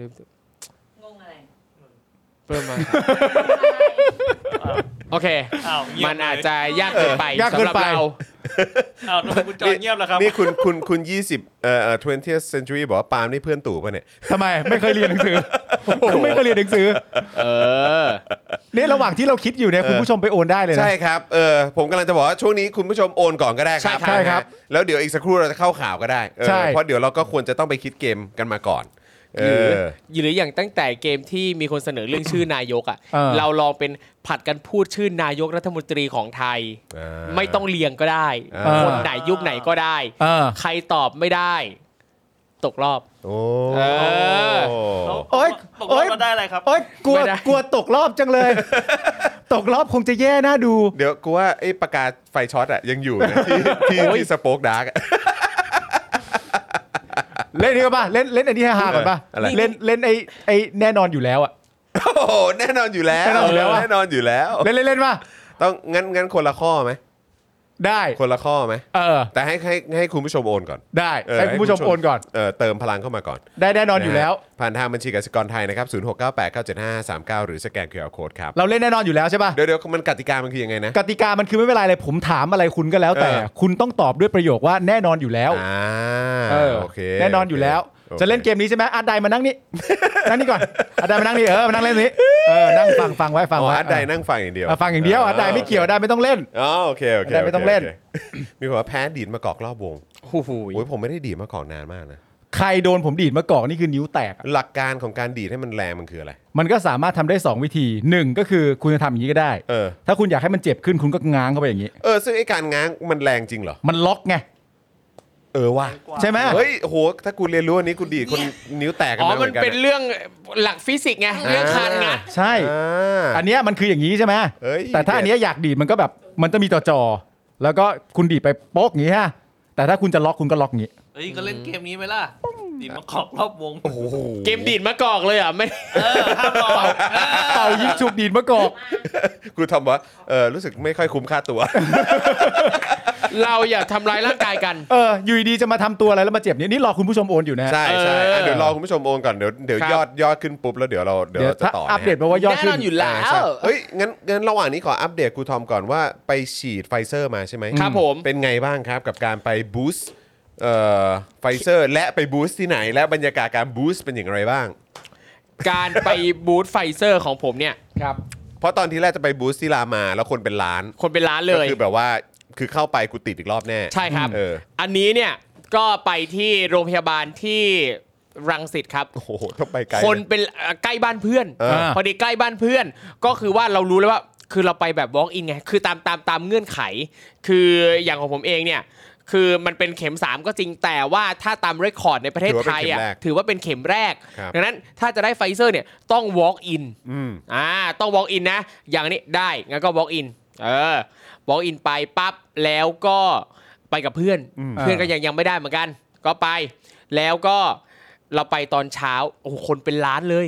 งงอะไร
เพิ่มมา โอเค
อ้าวเงียบ
มัน
เลย
อาจจะยากเกินไป
ยากเกิ
สำ
น
หรับ
ไป
เรา
อ้าวทำไมคุณจอยเงียบล่ะครับ
นี่คุณคุณคุณ20เอ่อ 20th century บอกว่าปาล์มนี่เพื่อนตู่ป่ะเนี่ย
ทำไมไม่เคยเรียนหนังสือคุณไม่เคยเรียนหนังสือ
เออ
เนี่ยระหว่างที่เราคิดอยู่เนี่ยคุณผู้ชมไปโอนได้เลยนะ
ใช่ครับ เออ ผมกำลังจะบอกว่าช่วงนี้คุณผู้ชมโอนก่อนก็ได้ค
ใช่
รับ
ครับ
ใช่ครับ
นะฮะแล้วเดี๋ยวอีกสักครู่เราจะเข้าข่าวก็ได้เออ
ใช่
เพราะเดี๋ยวเราก็ควรจะต้องไปคิดเกมกันมาก่อน เอ
หรือ
อ
หรืออย่างตั้งแต่เกมที่มีคนเสนอเรื่องชื่อนายกอ่ะ
เออ
เราลองเป็นผัดกันพูดชื่อนายกรัฐมนตรีของไทย
อ่า
ไม่ต้องเรียงก็ได้
อ่า
คนไหนยุคไหนก็ได้
เออ
ใครตอบไม่ได้ ตกรอบ
โอ้
เออ
แล้ว
โอ๊ย
ตก
โอ๊
ล
ย
งเราได้อะไรครับ
โอ๊ยกลัว
ไม่ได้
กลัวตกรอบจังเลย ตกรอบคงจะแย่น่าดู
เดี๋ยวกูว่าไอ้ประกาศไฟช็อตอะยังอยู่ นะที่ที่ที่สปอคดาร์ก
เล่นนี่ก็ป่ะเล่นเล่นอันนี้ให้ฮาก่อนป่ะ
เอออะไร
เล่นเล่นไอ้ไอ้แน่นอนอยู่แล้วอ่ะ
โอ้โหแน่นอนอยู่แล้ว
แน่นอนอยู่แล้วอะ
แน่นอนอยู่แล้ว
เล่นเล่นเล่นป่ะ
ต้องงั้นงั้นคนละข้อไหม
ได้
คนละข้อไหม
เออ
แต่ให้ให้ให้คุณผู้ชมโอนก่อน
ได้
เออ
ให้คุณผู้ชมโอนก่อน
เออเติมพลังเข้ามาก่อน
ได้แน่นอนอยู่แล้ว
ะฮะผ่านทางบัญชีกสิกรไทยนะครับ 0698975539 หรือสแกน QR Code ครับ
เราเล่นแน่นอนอยู่แล้วใช่ป่ะ
เดี๋ยวเดี๋ยวมันกติกามันคือยังไงนะ
กติกามันคือไม่เป็นไรเลยผมถามอะไรคุณก็แล้วแต่
เออ
คุณต้องตอบด้วยประโยคว่าแน่นอนอยู่แล้ว
อ่า
เออ
โอเค
แน่นอนอยู่แล้ว
โอค
จะเล่นเกมนี้ใช่ไหมอาร์ตไดมานั่งนี่ นั่งนี่ก่อนอาร์ตไดมานั่งนี่เออมานั่งเล่นนี้เออนั่งฟังฟังไว้ฟัง
อ๋อ
ไว้
อัดใดนั่งฟังอย่างเดียว
เออฟังอย่างเดียวอาร์ตไดไม่เกี่ยวอาร์ตไดไม่ต้องเล่น
อ๋อโอเคโอเค
อัดใดไม่ต้องเล่น
โค มีคนว่าแพ้ดีดมากอกรอบวง
โอ้โห
โอ้ยผมไม่ได้ดีดมากอกนานมากนะ
ใครโดนผมดีดมาก่อนนี่คือนิ้วแตกอะ
หลักการของการดีดให้มันแรงมันคืออะไร
มันก็สามารถทำได้ 2 วิธี 1 ก็คือคุณจะทำอย่างนี้ก็ได้
เออ
ถ้าคุณอยากให้มันเจ็บขึ้นคุณก็ง้างเข้าไปอย่างนี้
เออ ซึ่งไอ้การง้างมันแรงจริงเหรอ
มันล็อกไง
เออว่ะ
ใช่ไหม
เฮ้ยโห ถ้ากูเรียนรู้อันนี้กูดีดคนนิ้วแตกกัน
อ๋อ
มาเหมื
มัน
อนกัน
เป็นเรื่องหลักฟิสิกส์ไงเรื่องคานงัด
ใช่
อ่า
อันเนี้ยมันคืออย่างนี้ใช่ไหม
เอ้ย
แต่ถ้าอันเนี้ยอยากดีดมันก็แบบมันจะมีจอจอ แล้วก็คุณดีดไปโป๊กอย่างงี้ฮะแต่ถ้าคุณจะล็อกคุณก็ล็อกอย่าง งี้
เอ้ยก็เล่นเกมนี้ไหมล่ะดีดมาขอบรอบวง
เกมดีดมะกอกเลยอ่ะ ไม่
เออห้ามรอง
เป่ายิงฉุบดีดมะกอก
ครูทอมบอกว่าเออรู้สึกไม่ค่อยคุ้มค่าตัว
เราอย่าทำร้ายร่างกายกัน
เอออยู่ดีๆจะมาทำตัวอะไรแล้วมาเจ็บเนี่ยนี่รอคุณผู้ชมโอนอยู่นะฮะ
ใช่ใช่
เอออ่
ะเดี๋ยวรอคุณผู้ชมโอนก่อนเดี๋ยวเดี๋ยว
ครับ
ยอดยอดขึ้นปุ๊บแล้วเดี๋ยวเราเดี๋ยว
เดี๋ยว
เราจะ
ถ้า
ต่อนะฮะ
อัปเดตมาว่ายอด
แน่
ขึ้
นอน
น
อยู่แล้
อ่าใช่
ว
เฮ้ยงั้นงั้นระหว่างนี้ขออัปเดตครูทอมก่อนว่าไปฉีดไฟเซอร์มาใช่ไหม
ครับผม
เป็นไงบ้างครับกับการไปบูสต์เอ่อไฟเซอร์และไปบูสต์ที่ไหน และบรรยากาศการบูสต์เป็นอย่างไรบ้าง
การไปบูธไฟเซอร์ของผมเนี่ย
เพราะตอนที่แรกจะไปบูสต์ที่รามาแล้วคนเป็นล้าน
คนเป็นล้านเล
ก็
ย
คือแบบว่าคือเข้าไปกูติดอีกรอบแน่
ใช่ครับ
เออ
อันนี้เนี่ยก็ไปที่โรงพยาบาลที่รังสิตครับ
โอ้โหต้องไปไกล
คนเป็นเอ่อใกล้บ้านเพื่อน
เออ
พอดีใกล้บ้านเพื่อน ก็คือว่าเรารู้แล้วว่า คือเราไปแบบวอล์กอินไง คือตามตามตามเงื่อนไข คืออย่างของผมเองเนี่ย คือมันเป็นเข็ม 3 ก็จริงแต่ว่าถ้าตามเรคคอร์ดในประเทศไทยอ่ะ ถือว่าเป็นเข็มแรก
ครับ
ดังนั้นถ้าจะได้ไฟเซอร์เนี่ยต้อง walk in
อืม
อ่าต้อง walk in นะ อย่างนี้ได้งั้นก็ walk in เออ walk in ไปปั๊บแล้วก็ไปกับเพื่อน เพื่อนก็ยังยังไม่ได้เหมือนกัน ก็ไป แล้วก็เราไปตอนเช้าโอ้โหคนเป็นล้านเลย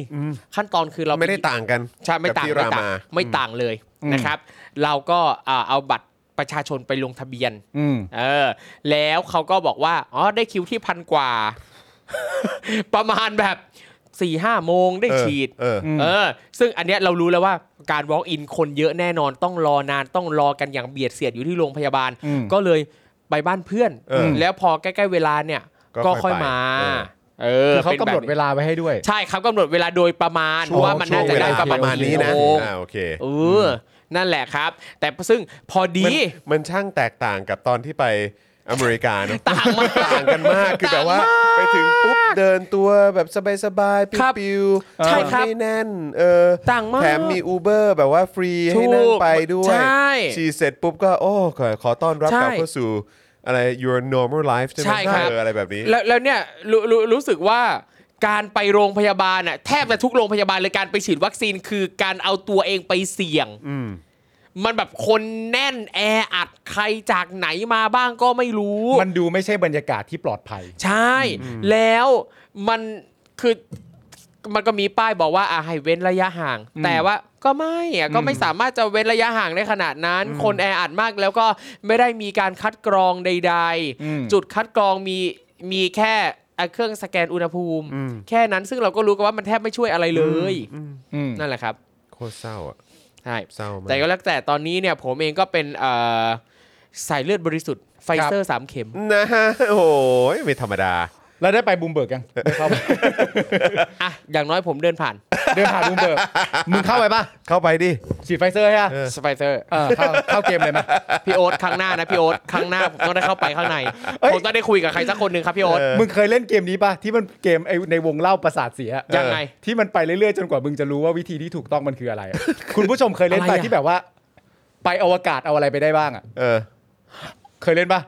ขั้นตอนคือเรา
ไม่ได้
ป
ต่างกัน
ใช่ไม่
กับ
ต่าง
ที่
ไม่
รา
ต่าง
มา
ไม่ต่างเลยนะครับ เราก็อ่าเอาบัตรประชาชนไปลงทะเบียน
อืม
เออแล้วเขาก็บอกว่าอ๋อได้คิวที่พันกว่า ประมาณแบบสี่ห้าโมงได้ฉีด
เออเออ
เออ ซึ่งอันเนี้ยเรารู้แล้วว่าการ walk in คนเยอะแน่นอนต้องรอนานต้องรอกันอย่างเบียดเสียดอยู่ที่โรงพยาบาล
อืม
ก็เลยไปบ้านเพื่อน
เออ
แล้วพอใกล้ๆเวลาเนี่ย
ก็
ก็
ค่
ค่
อ
อยย
ไป
มา
เออ
เออ
คือเขากำหนด
ป็นแบบนี้
เวลาไว้ให้ด้วย
ใช่เขากำหนดเวลาโดยประมาณ
ช่วง
ว่ามันน่าจะ
ช่วงเวล
ได้
ประมาณนี้นะ
กี่โมง
อ่าโอเค
เอออนั่นแหละครับ แต่ซึ่งพอดี
มันมันช่างแตกต่างกับตอนที่ไปอเมริกาเนอะ
ต่างมาก
ต่างกันมาก คือแบบว่า
ต่างมาก
ไปถึงปุ๊บเดินตัวแบบสบายๆ
ครับ
ปิวๆ
ใช่ครับ
ไม่แน่นเออ
ต่างมาก
แถมมีอูเบอร์แบบว่าฟรีให้นั่งไปด้ว
ใช่
ยฉีดเสร็จปุ๊บก็โอ้ขอขอต้อนรับ
ใช่
กลับเข้าสู่อะไร your normal life ใช่ไหม
ใช่ครับ
เอออะไรแบบนี้
แล้วแล้วเนี่ยรรู้รู้สึกว่าการไปโรงพยาบาลน่ะแทบจะทุกโรงพยาบาลเลยการไปฉีดวัคซีนคือการเอาตัวเองไปเสี่ยง
อืม
มันแบบคนแน่นแออัดใครจากไหนมาบ้างก็ไม่รู้
มันดูไม่ใช่บรรยากาศที่ปลอดภัย
ใช่ แล้วมันคือมันก็มีป้ายบอกว่าอ่ะให้เว้นระยะห่าง แต่ว่าก็ไม่อ่ะก็ไม่สามารถจะเว้นระยะห่างได้ขนาดนั้น คนแออัดมากแล้วก็ไม่ได้มีการคัดกรองใด
อืม
ๆ จุดคัดกรองมีมีแค่อ่ะเครื่องสแกนอุณหภูมิ
อืม
แค่นั้นซึ่งเราก็รู้กันว่ามันแทบไม่ช่วยอะไรเลย
อืม
นั่นแหละครับ
โคตรเศร้าอ่ะ
ใช่
เศร้ามาก
แต่ก็แล้วแต่ตอนนี้เนี่ยผมเองก็เป็นเอ่อสายเลือดบริสุทธิ์ไฟเซอร์สามเข็ม
นะฮะโอ้ยไม่ธรรมดา
แล้วได้ไปบูมเบิร์กยังไม่ เข้าไป
อ่ะ อย่างน้อยผมเดิน ผ่าน
เดินผ่านบูมเบิร์กมึงเข้าไปปะ
เข้าไปดิ
ฉีดไฟเซอร์ใช่ปะ
เออ
สไฟเซอร์
เออเข้าเข้าเกมเลยไหม
พี่โอ๊ตครั้งหน้านะพี่โอ๊ตครั้งหน้าผมต้องได้เข้าไปข้างใน
เอ้ย
ผมต้องได้คุยกับใครสักคนหนึ่งครับพี่โอ๊ต
เออ
มึงเคยเล่นเกมนี้ปะที่มันเกมไอ้ในวงเล่าประสาทเสีย
ยังไง
ที่มันไปเรื่อยๆจนกว่ามึงจะรู้ว่าวิธีที่ถูกต้องมันคืออะไรอะ คุณผู้ชมเคยเล่น
อะไร
ปะ
อะ
ที่แบบว่า ไปอวกาศเอาอะไรไปได้บ้างอ่ะ
เออ
เคยเล่นปะ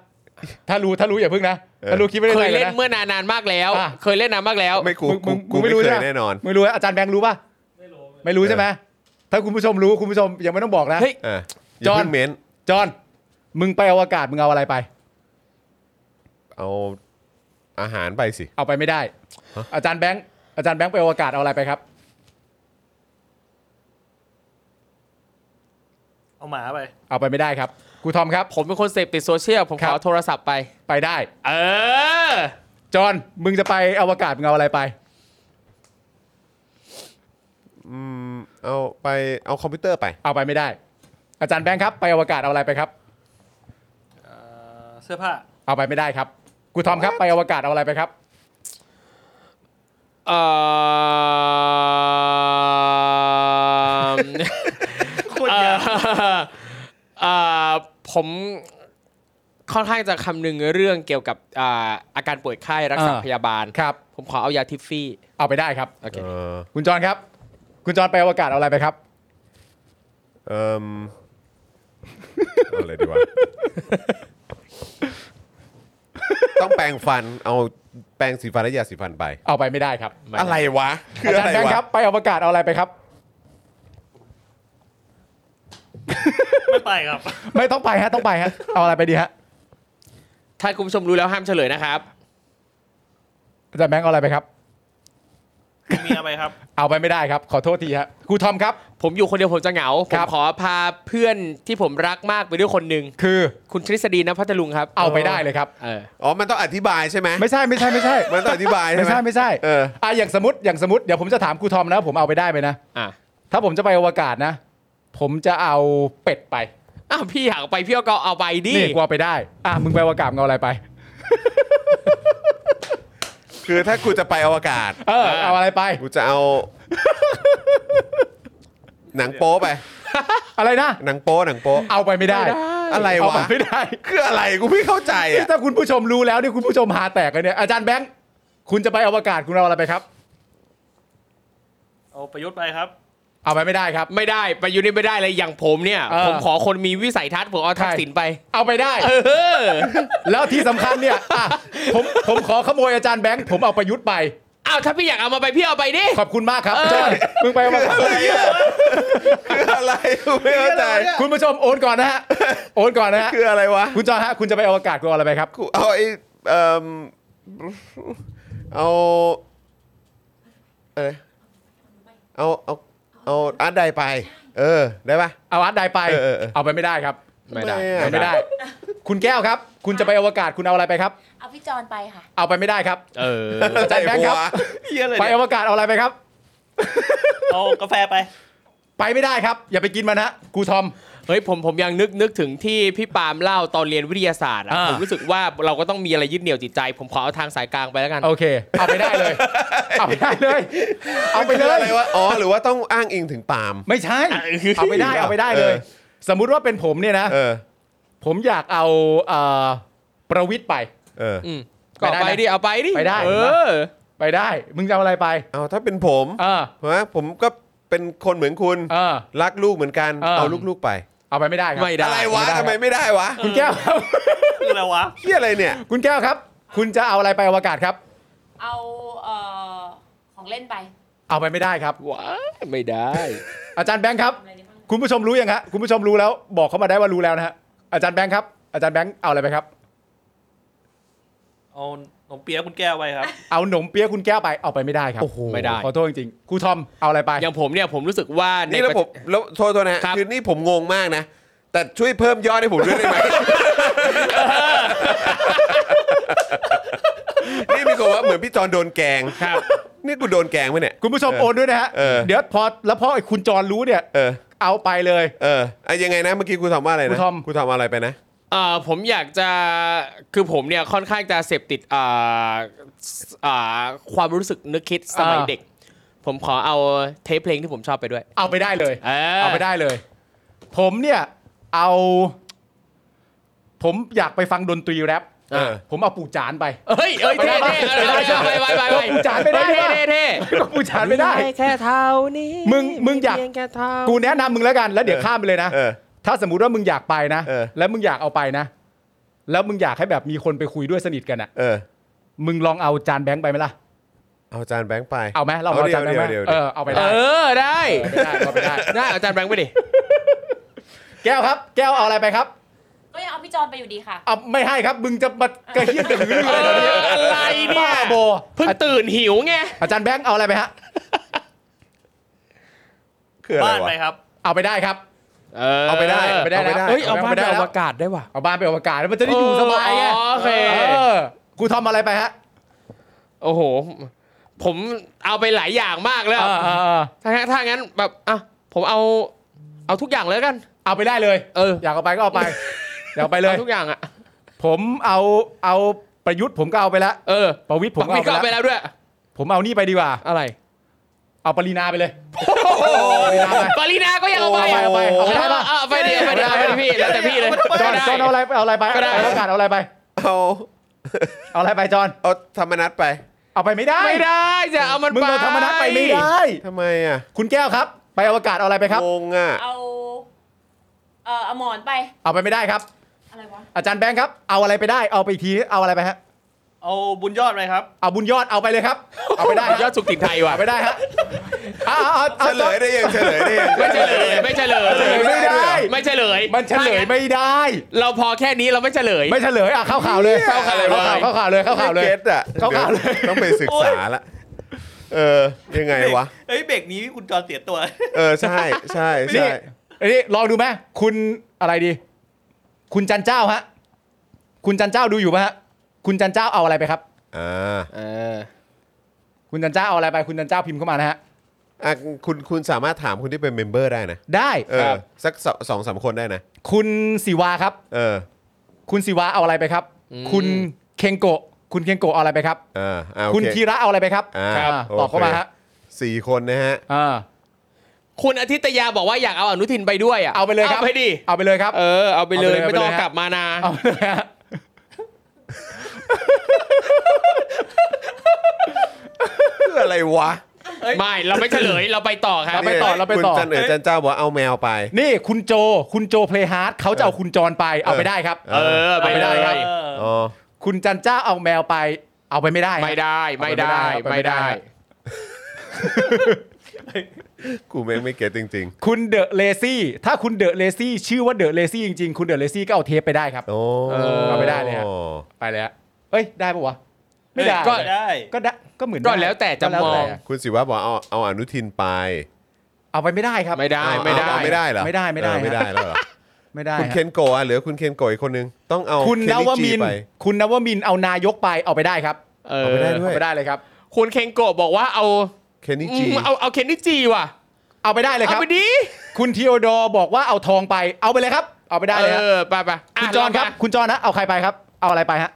ถ้ารู้ถ้ารู้อย่าพึ่งนะ
เออ
ถ้ารู้คิดไม่ได้
เค
ใจ
ย
เลย
เล่น
นะ
เมื่อนานๆมากแล้ว
อ่ะ
เคยเล่นนานมากแล้ว
ไม่กู
มึง
กู
มึง
กูไม่
มึงไม่
รู้
รู้
เค
ใช่
ย
ไหม
แน่นอน
ไม่รู้อาจารย์แบงค์รู้ปะ
ไม่รู้ไม่รู้
ไม่รู้ใช่ไหมถ้าคุณผู้ชมรู้คุณผู้ชมยังไม่ต้องบอกนะ
เฮ้ย
เอออย่า
จอห์น
เพิ่งเม้น
จอห์นมึงไปอวกาศมึงเอาอะไรไป
เอาอาหารไปสิ
เอาไปไม่ได้ อาจารย์แบงค์อาจารย์แบงค์ไปอวกาศเอาอะไรไปครับ
เอาหมาไป
เอาไปไม่ได้ครับครูทอมครับ
ผมเป็นคนเสพติดโซเชียลผม
ครั
ข
บ
อโทรศัพท์ไป
ไปได้
เออ
จอห์นมึงจะไปอวกาศมึงเอาอะไรไป
เอาไปเอาคอมพิวเตอร์ไป
เอาไปไม่ได้ อาจารย์แบงค์ครับไปอวกาศเอาอะไรไปครับ
เอ่อเสื้อผ้า
เอาไปไม่ได้ครับครูทอมครับไปอวกาศเอาอะไรไปครับ
เอ่อ
โคตรยาก
เอ่ อผมค่อนข้างจะคำนึงเรื่องเกี่ยวกับอ่าอาการป่วยไข้รักษา
อ่า
พยาบาล
ครับ
ผมขอเอายาทิฟฟี่
เอาไปได้ครับ
โอเค
เออ
คุณจอห์นครับ คุณจอห์นไปอวกาศเอาอะไรไปครับ
เอมเอาอะไรดีวะ ต้องแปรงฟัน เอาแปรงสีฟันและยาสีฟันไป
เอาไปไม่ได้ครับ
อะไรวะ คือ
อาจาร
อะ
ย์แบง
ไระ
ค์ควรับไปอวกาศเอาอะไรไปครับ
ไม่ไป ไม่ครับ
ไม่ต้องไปฮะต้องไปฮะเอาอะไรไปดีฮะ
ถ้าคุณผู้ชมรู้แล้วห้ามเฉลยนะครับ
อาจารย์แบงค์เอาอะไรไปครับ
มีอะไรครับ
เอาไปไม่ได้ครับ ขอโทษทีฮะครูทอมครับ
ผมอยู่คนเดียวผมจะเหงา ผ
ครั
ม
บ
ขอพาเพื่อนที่ผมรักมากไปด้วยคนหนึ่ง
คือ
คุณทฤษฎีนะพัทลุงครับ
เอาไปได้เลยครับ
เออ
อ๋อ มันต้องอธิบายใช่ไหม
ไม่ใช่ไม่ใช่ไม่ใช่
มันต้องอธิบายใช่
ไม่
ไหม
ใช่ไม่ใช่
เออ
อ่ะอย่างสมมติอย่างสมมติเดี๋ยวผมจะถามครูทอมนะผมเอาไปได้ไหมนะ
อ่ะ
ถ้าผมจะไปอวกาศนะ ผมจะเอาเป็ดไป
อ้าวพี่อยากเอาไปพี่เอาก็เอาไปดิ
นี่กว่าไปได้อ่ะมึงไปอวกาศมึงเอาอะไรไป
คือถ้ากูจะไปอวกาศ
เออเอาอะไรไป
กู จะเอา หนังโป๊ไป
อะไรนะ
หนังโป๊หนังโป๊
เอาไปไม่ได้
อะไร
เอา
วะ
ไปไม่ได้
คืออะไรกูไม่เข้าใจอ่ะ
ถ้าคุณผู้ชมรู้แล้วเนี่ยคุณผู้ชมหาแตกกันเนี่ยอาจารย์แบงค์คุณจะไปอวกาศคุณเอาอะไรไปครับ
เอาประยุทธ์ไปครับ
เอาไปไม่ได้ครับ
ไม่ได้ไปอยู่นี่ไม่ได้เลยอย่างผมเนี่ย
เออ
ผมขอคนมีวิสัยทัศน์ผมเอาทัก
ใช่
ษิณไป
เอาไปได้
เออ
แล้วที่สำคัญเนี่ยอ่ะผมผมขอขโมยอาจารย์แบงค์ผมเอาประยุทธ์ไป
อ้าวถ้าพี่อยากเอามาไปพี่เอาไปดิ
ขอบคุณมากครับจอนมึงไปเอามา
คืออะไรอ่ะคืออะไรกูไม่เข้าใจ
คุณผู้ชมโอนก่อนนะฮะโอนก่อนนะฮะ
คืออะไรวะ
คุณจอนฮะคุณจะไปอวกาศคุณเอาอะไรไปครับ
กูเอาไอ้เอ่มเอาเอะไรเอาเอาเอาอาร์ตไดไป เออได้ปะ
เอาอาร์ตไดไป
เออเออเออ
เอาไปไม่ได้ครับ
ไม่ได้
เอาปไม่ได้ คุณแก้วครับ คุณจะไปอวกาศคุณเอาอะไรไปครับ
เอาพี่จอนไปค่ะ
เอาไปไม่ได้ครับ
เออ
อาจารย์แบงค์ครับ
ไอ้ว
เยี่ยเลย
ไป
เนี่ย
อวกาศเอาอะไรไปครับ
เอากาแฟไป
ไปไม่ได้ครับ อย่าไปกินมันนะครูทอม
เฮ้ยผมผมยังนึกนึกถึงที่พี่ปาล์มเล่าตอนเรียนวิทยาศาสตร์อะ
อ่า
ผมรู้สึกว่าเราก็ต้องมีอะไรยึดเหนี่ยวจิตใจ ผมขอเอาทางสายกลางไปแล้วกัน
โอเค เอาไปได้เลย เอาไปได้เลย เอาไป
คือ
เล
อะ
ย
ไรวะอ๋อหรือว่าต้องอ้างอิงถึงปาล์ม
ไม่ใช่เอาไปได้เอาไปได้เลย
เออ
สมมุติว่าเป็นผมเนี่ยนะ
เออ
ผมอยากเอาเอ่อประวิทย์ไป
เออ
อืมก็เอาไป
ไปได้นะ
ดิเอาไปดิ
ไปได้
เอ
เห็นป
อ
ไปได้ มึงจะเอาอะไรไป
เอาถ้าเป็นผม
เออ
เพราะว่าผมก็เป็นคนเหมือนคุณ
เออ
รักลูกเหมือนกัน
เออ
เอาลูกๆไป
เอาไปไม่ได้ครับ
ไม่ได้
อะไรวะ
ด้ครับ
ทำไมไม่ได้วะ
คุณแก้วครับ
คืออะไรวะ
เฮียอะไรเนี่ย
คุณแก้วครับ คุณจะเอาอะไรไปอวกาศครับ
เอาเอ่อของเล่นไป
เอาไปไม่ได้ครับ
ว้ายไม่ได้
อาจารย์แบงค์ครับ
ทำอะไรได้บ้าง
คุณผู้ชมรู้ยังฮะคุณผู้ชมรู้แล้ว บอกเขามาได้ว่ารู้แล้วนะฮะอาจารย์แบงค์ครับอาจารย์แบงค์เอาอะไรไปครับ
เอาขนมเปี๊ยะคุณแก้วไปครับ
เอาหนมเปี๊ยะคุณแก้วไปเอาไปไม่ได้ครับ
ไม่ได้
ขอโทษจริงๆครูทอมเอาอะไรไป
อย่างผมเนี่ยผมรู้สึกว่าใน
นี่แล้วผมแล้วโทษโทษนะฮะ
ครับ
คือนี่ผมงงมากนะ แต่ช่วยเพิ่มยอดให้ผมด้วยได้ไหม นี่มีคนว่าเหมือนพี่จอนโดนแกล้ง
ครับ
นี่กูโดนแกล้งไหมเนี่ย
คุณผู้ชม
เออ
โอนด้วยนะฮะ
เออ
เดี๋ยวพอแล้วพอไอ้คุณจรรู้เนี่ย
เออ
เอาไปเลย
เอออะยังไงนะเมื่อกี้กูทำว่าอะไรนะ
กูทอม
กูทำอะไรไปนะ
เอ่อผมอยากจะคือผมเนี่ยค่อนข้างจะเสพติดเอ่ออ่าความรู้สึกนึกคิดสมัย
อ่า
เด็ก ผมขอเอาเทปเพลงที่ผมชอบไปด้วย
เอาไปได้เลย
เออ
เอาไปได้เลย ผมเนี่ยเอา ผมอยากไปฟังดนตรีแรป
เออ
ผมเอาปู่จานไป
เฮ้ยเอ้ยเท่เท่เออเออไปไปไปไป
ผมจ่ายไม่ได้
เท่
ว่ะ
เท่เท่
ก็ปู่จานไม่ได้
แค่เท่านี้
มึงมึงอยาก
เพีแค่เท่า
กูแนะนำมึงแล้วกันแล้วเดี๋ยวข้ามไปเลยนะ
เออ
ถ้าสมมุติว่ามึงอยากไปนะ
เออ
แล้วมึงอยากเอาไปนะ แล้วมึงอยากให้แบบมีคนไปคุยด้วยสนิทกันอ่ะ
เออ
มึงลองเอาจานแบงค์ไปไหมล่ะ
เอาจานแบงค์ไป
เอาไหมเราเอาจานแบงค์ไหม
เดี๋ยวๆๆ
เออ เอาไป
เอ
ได้
อได้
เอาไปได้เอาไปได้
ได้เอาจารย์แบงค์ไปดิ
แก้วครับ แก้วเอาอะไรไปครับ
ก็ยังเอาพี่จอนไปอยู่ดีค่ะ
เอาไม่ให้ครับ มึงจะมากระเฮี้ยนกระหือรืออะไร
เอ
เนี่ย
ออะไรเนี่ย
บ้าโบ
เพิ่ง
อา
ตื่นหิวไง
อาจารย์แบงค์เอาอะไรไปฮะ
คืออะไร
บ้าน
วะ
ไปครับ
เอาไปได้ครับ
เอาไปได้เอาไปได้
แล้ว
เฮ้
เฮ้
ย
ย
เอา
เอา
บ้าน
ไปได้
ไปอ
อ
วกาก
วา
ศ
ศ
ได้
ได้
ว่ะ
ว่ะ
เอาบ้านไปอวกาศแล้วมันจะได้อยู่สบายไง
โอเค
เออกูทำอะไรไปฮะ
โอ้โห ผมเอาไปหลายอย่างมากแล้ว
เออเออเออ
ถ้าถ้างั้นแบบอ่ะผมเอาเอาทุกอย่างเลยแล้วกัน
เอาไปได้เลย
เออ
อยากเอาไปก็เอาไป อยากเอาไปเลย
อาทุกอย่างอ่ะ
ผมเอาเอาประยุทธ์ผมก็เอาไปแล้ว
เออ
ประวิทย์ผม
ปัก
ก็
ปิดก็
เอา
เอา
ไป
ไป
แล้ว
แล้วด้วย
ผมเอานี่ไปดีกว่า
อะไร
เอาปรินาไปเลยปรินาไป
ปรินาก็ยังเอาไป
เอาไปเอาไปเอาไปได้ปะ
เอาไปดิเอาไปดิเอาไปดิพี่แล้วแต่พี่เลย
จอนจอนเอาอะไรเอาอะไรไป
ก็ได้
เอาประกาศเอาอะไรไป
เอา
เอาอะไรไปจอน
เอาธรรมนัตไป
เอาไปไม่ได้
ไม่ได้จะเอามัน
มึงเอาธรรมนัตไปไม่ได้
ทำไมอ่ะ
คุณแก้วครับ ไปอวกาศเอาอะไรไปครับ
งงอ่ะ
เอาเอ่อเอาหมอนไป
เอาไปไม่ได้ครับ
อะไรวะ
อาจารย์แบงค์ครับ เอาอะไรไปได้เอาไปอีกทีเอาอะไรไปฮะ
เอาบุญยอดไหมครับ
เอาบุญยอดเอาไปเลยครับ เอาไปได้
ยอ
ฮะ
ดสุขตินไทยว่ะ
เอาไปได้ฮะเอาเอา
เฉ
เอา
ลยได้ยังเฉลยได้ยัง
ไม่เฉลยไม่เฉลย
เฉลยไม่ได้
ไม่เฉลย
มันเฉลยไม่ได้
เราพอแค่นี้เราไม่เฉลย
ไม่เฉลยอ่ะเข้าข่าวเลย
เข้าข่าวเลย
เข้าข่าวเข้าข่าวเลยเข้าข่าวเลย
ไม่ก็ตอ่ะ
เข้าข่าวเลย
ดี๋ต้องไปศึกษาละเออ ยังไงวะ
เอ้ยเบรกนี้คุณจอเสียตัว
เออ ใช่ใช่ใช่
นี่ไอ้นี่ลองดูไหมคุณอะไรดี คุณจันเจ้าฮะ คุณจันเจ้าดูอยู่ไหมฮะ คุณจันเจ้าเอาอะไรไปครับ
อ่า
เออ
คุณจันเจ้าเอาอะไรไป คุณจันเจ้าพิมพ์เข้ามานะฮะ
อ่ะคุณคุณสามารถถามคนที่เป็นเมมเบอร์ได้นะ
ได้
เออ สักสองสองสามคนได้นะ
คุณศิวาครับ
เออ
คุณศิวาเอาอะไรไปครับ คุณเคงโกะ คุณเคงโกะเอาอะไรไปครับ
อ่าอ่าโอ
คุณ
เ
ธีระเอาอะไรไปครับ
อ่า
อ่า
โอเค
ตอบเข้ามาฮะ
สี่คนนะฮะ
อ่า
คุณอาทิตยาบอกว่าอยากเอาอนุทินไปด้วยอ่ะ
เอาไปเลยครับ
เอาไปดิ
เอาไปเลยครับ
เออเอาไปเลย
เอาไปเลย
ไม่ต้อง
เอาไปเลยฮะ
กลับมานา
เอาไปเลยฮะ
คืออะไรวะ
ไม่เราไม่เฉลยเราไปต่อครับ
ไปต่อเราไปต่อ
คุณจันเอ๋ยจันเจ้าบอกว่าเอาแมวไป
นี่คุณโจ คุณโจเพลย์ฮาร์ดเขาจะเอาคุณจรไป เอาไปได้ครับ
เออไป
เอาไปได้
ได้
ครับ
อ๋อ
คุณจันเจ้าเอาแมวไป เอาไปไม่ได้ฮะ
ไม่ได้ไม่ได้
เอาไปไม่
ไม่
ได้
ได้
กูแม่งไม่เก็ตจริง
คุณเดอะเลซี่ ถ้าคุณเดอะเลซี่ชื่อว่าเดอะเลซี่จริงๆ คุณเดอะเลซี่ก็เอาเทปไปได้ครับ
ๆ โอ้
เออ
เอาไปได้เลยฮะ ไปแล้วเอ้ย ได้ปะวะ ไม่ได้
ก็ได้
ก็ได้ ก็เหมือน
ก็แล้วแต่จะ
ก็ล้ว
มอง
แต่
คุณสิวะบอกเอาเอาอนุทินไป
เอาไปไม่ได้ครับ
ไม่ได้
เอา
ไม่ได้
เอาไม่ได้เหรอ
ไม่ได้ไม่ได้
เออไม่ได้แล้วเหรอ
ไม่ได้
คุณ
ฮะ
เคนโกะอ่ะเหลือคุณเคนโกะอีกคนนึง ต้องเอา
คุณ
เคน
น
นิ
ว
จิ
มินท
ไป
ร์คุณนวมินทร์เอานายกไป เอาไปได้ครับ
เอ
เอา
อ
ไปได้ด้ว
เอา
ย
ไปได้เลยครับ
คุณเคงโกะบอกว่าเอา
เคนนิ
อื
จิ
มเอาเอาเคนนิจีว่ะ
เอาไปได้เลยค
เอา
รับ
ไปดิ
คุณทีโอดอบอกว่าเอาทองไป เอาไปเลยครับ เอาไปได้เลยฮะ
เออไปไป
คุณจอนครับ คุณจอนนะ เอาใครไปครับ เอาอะไรไปฮะ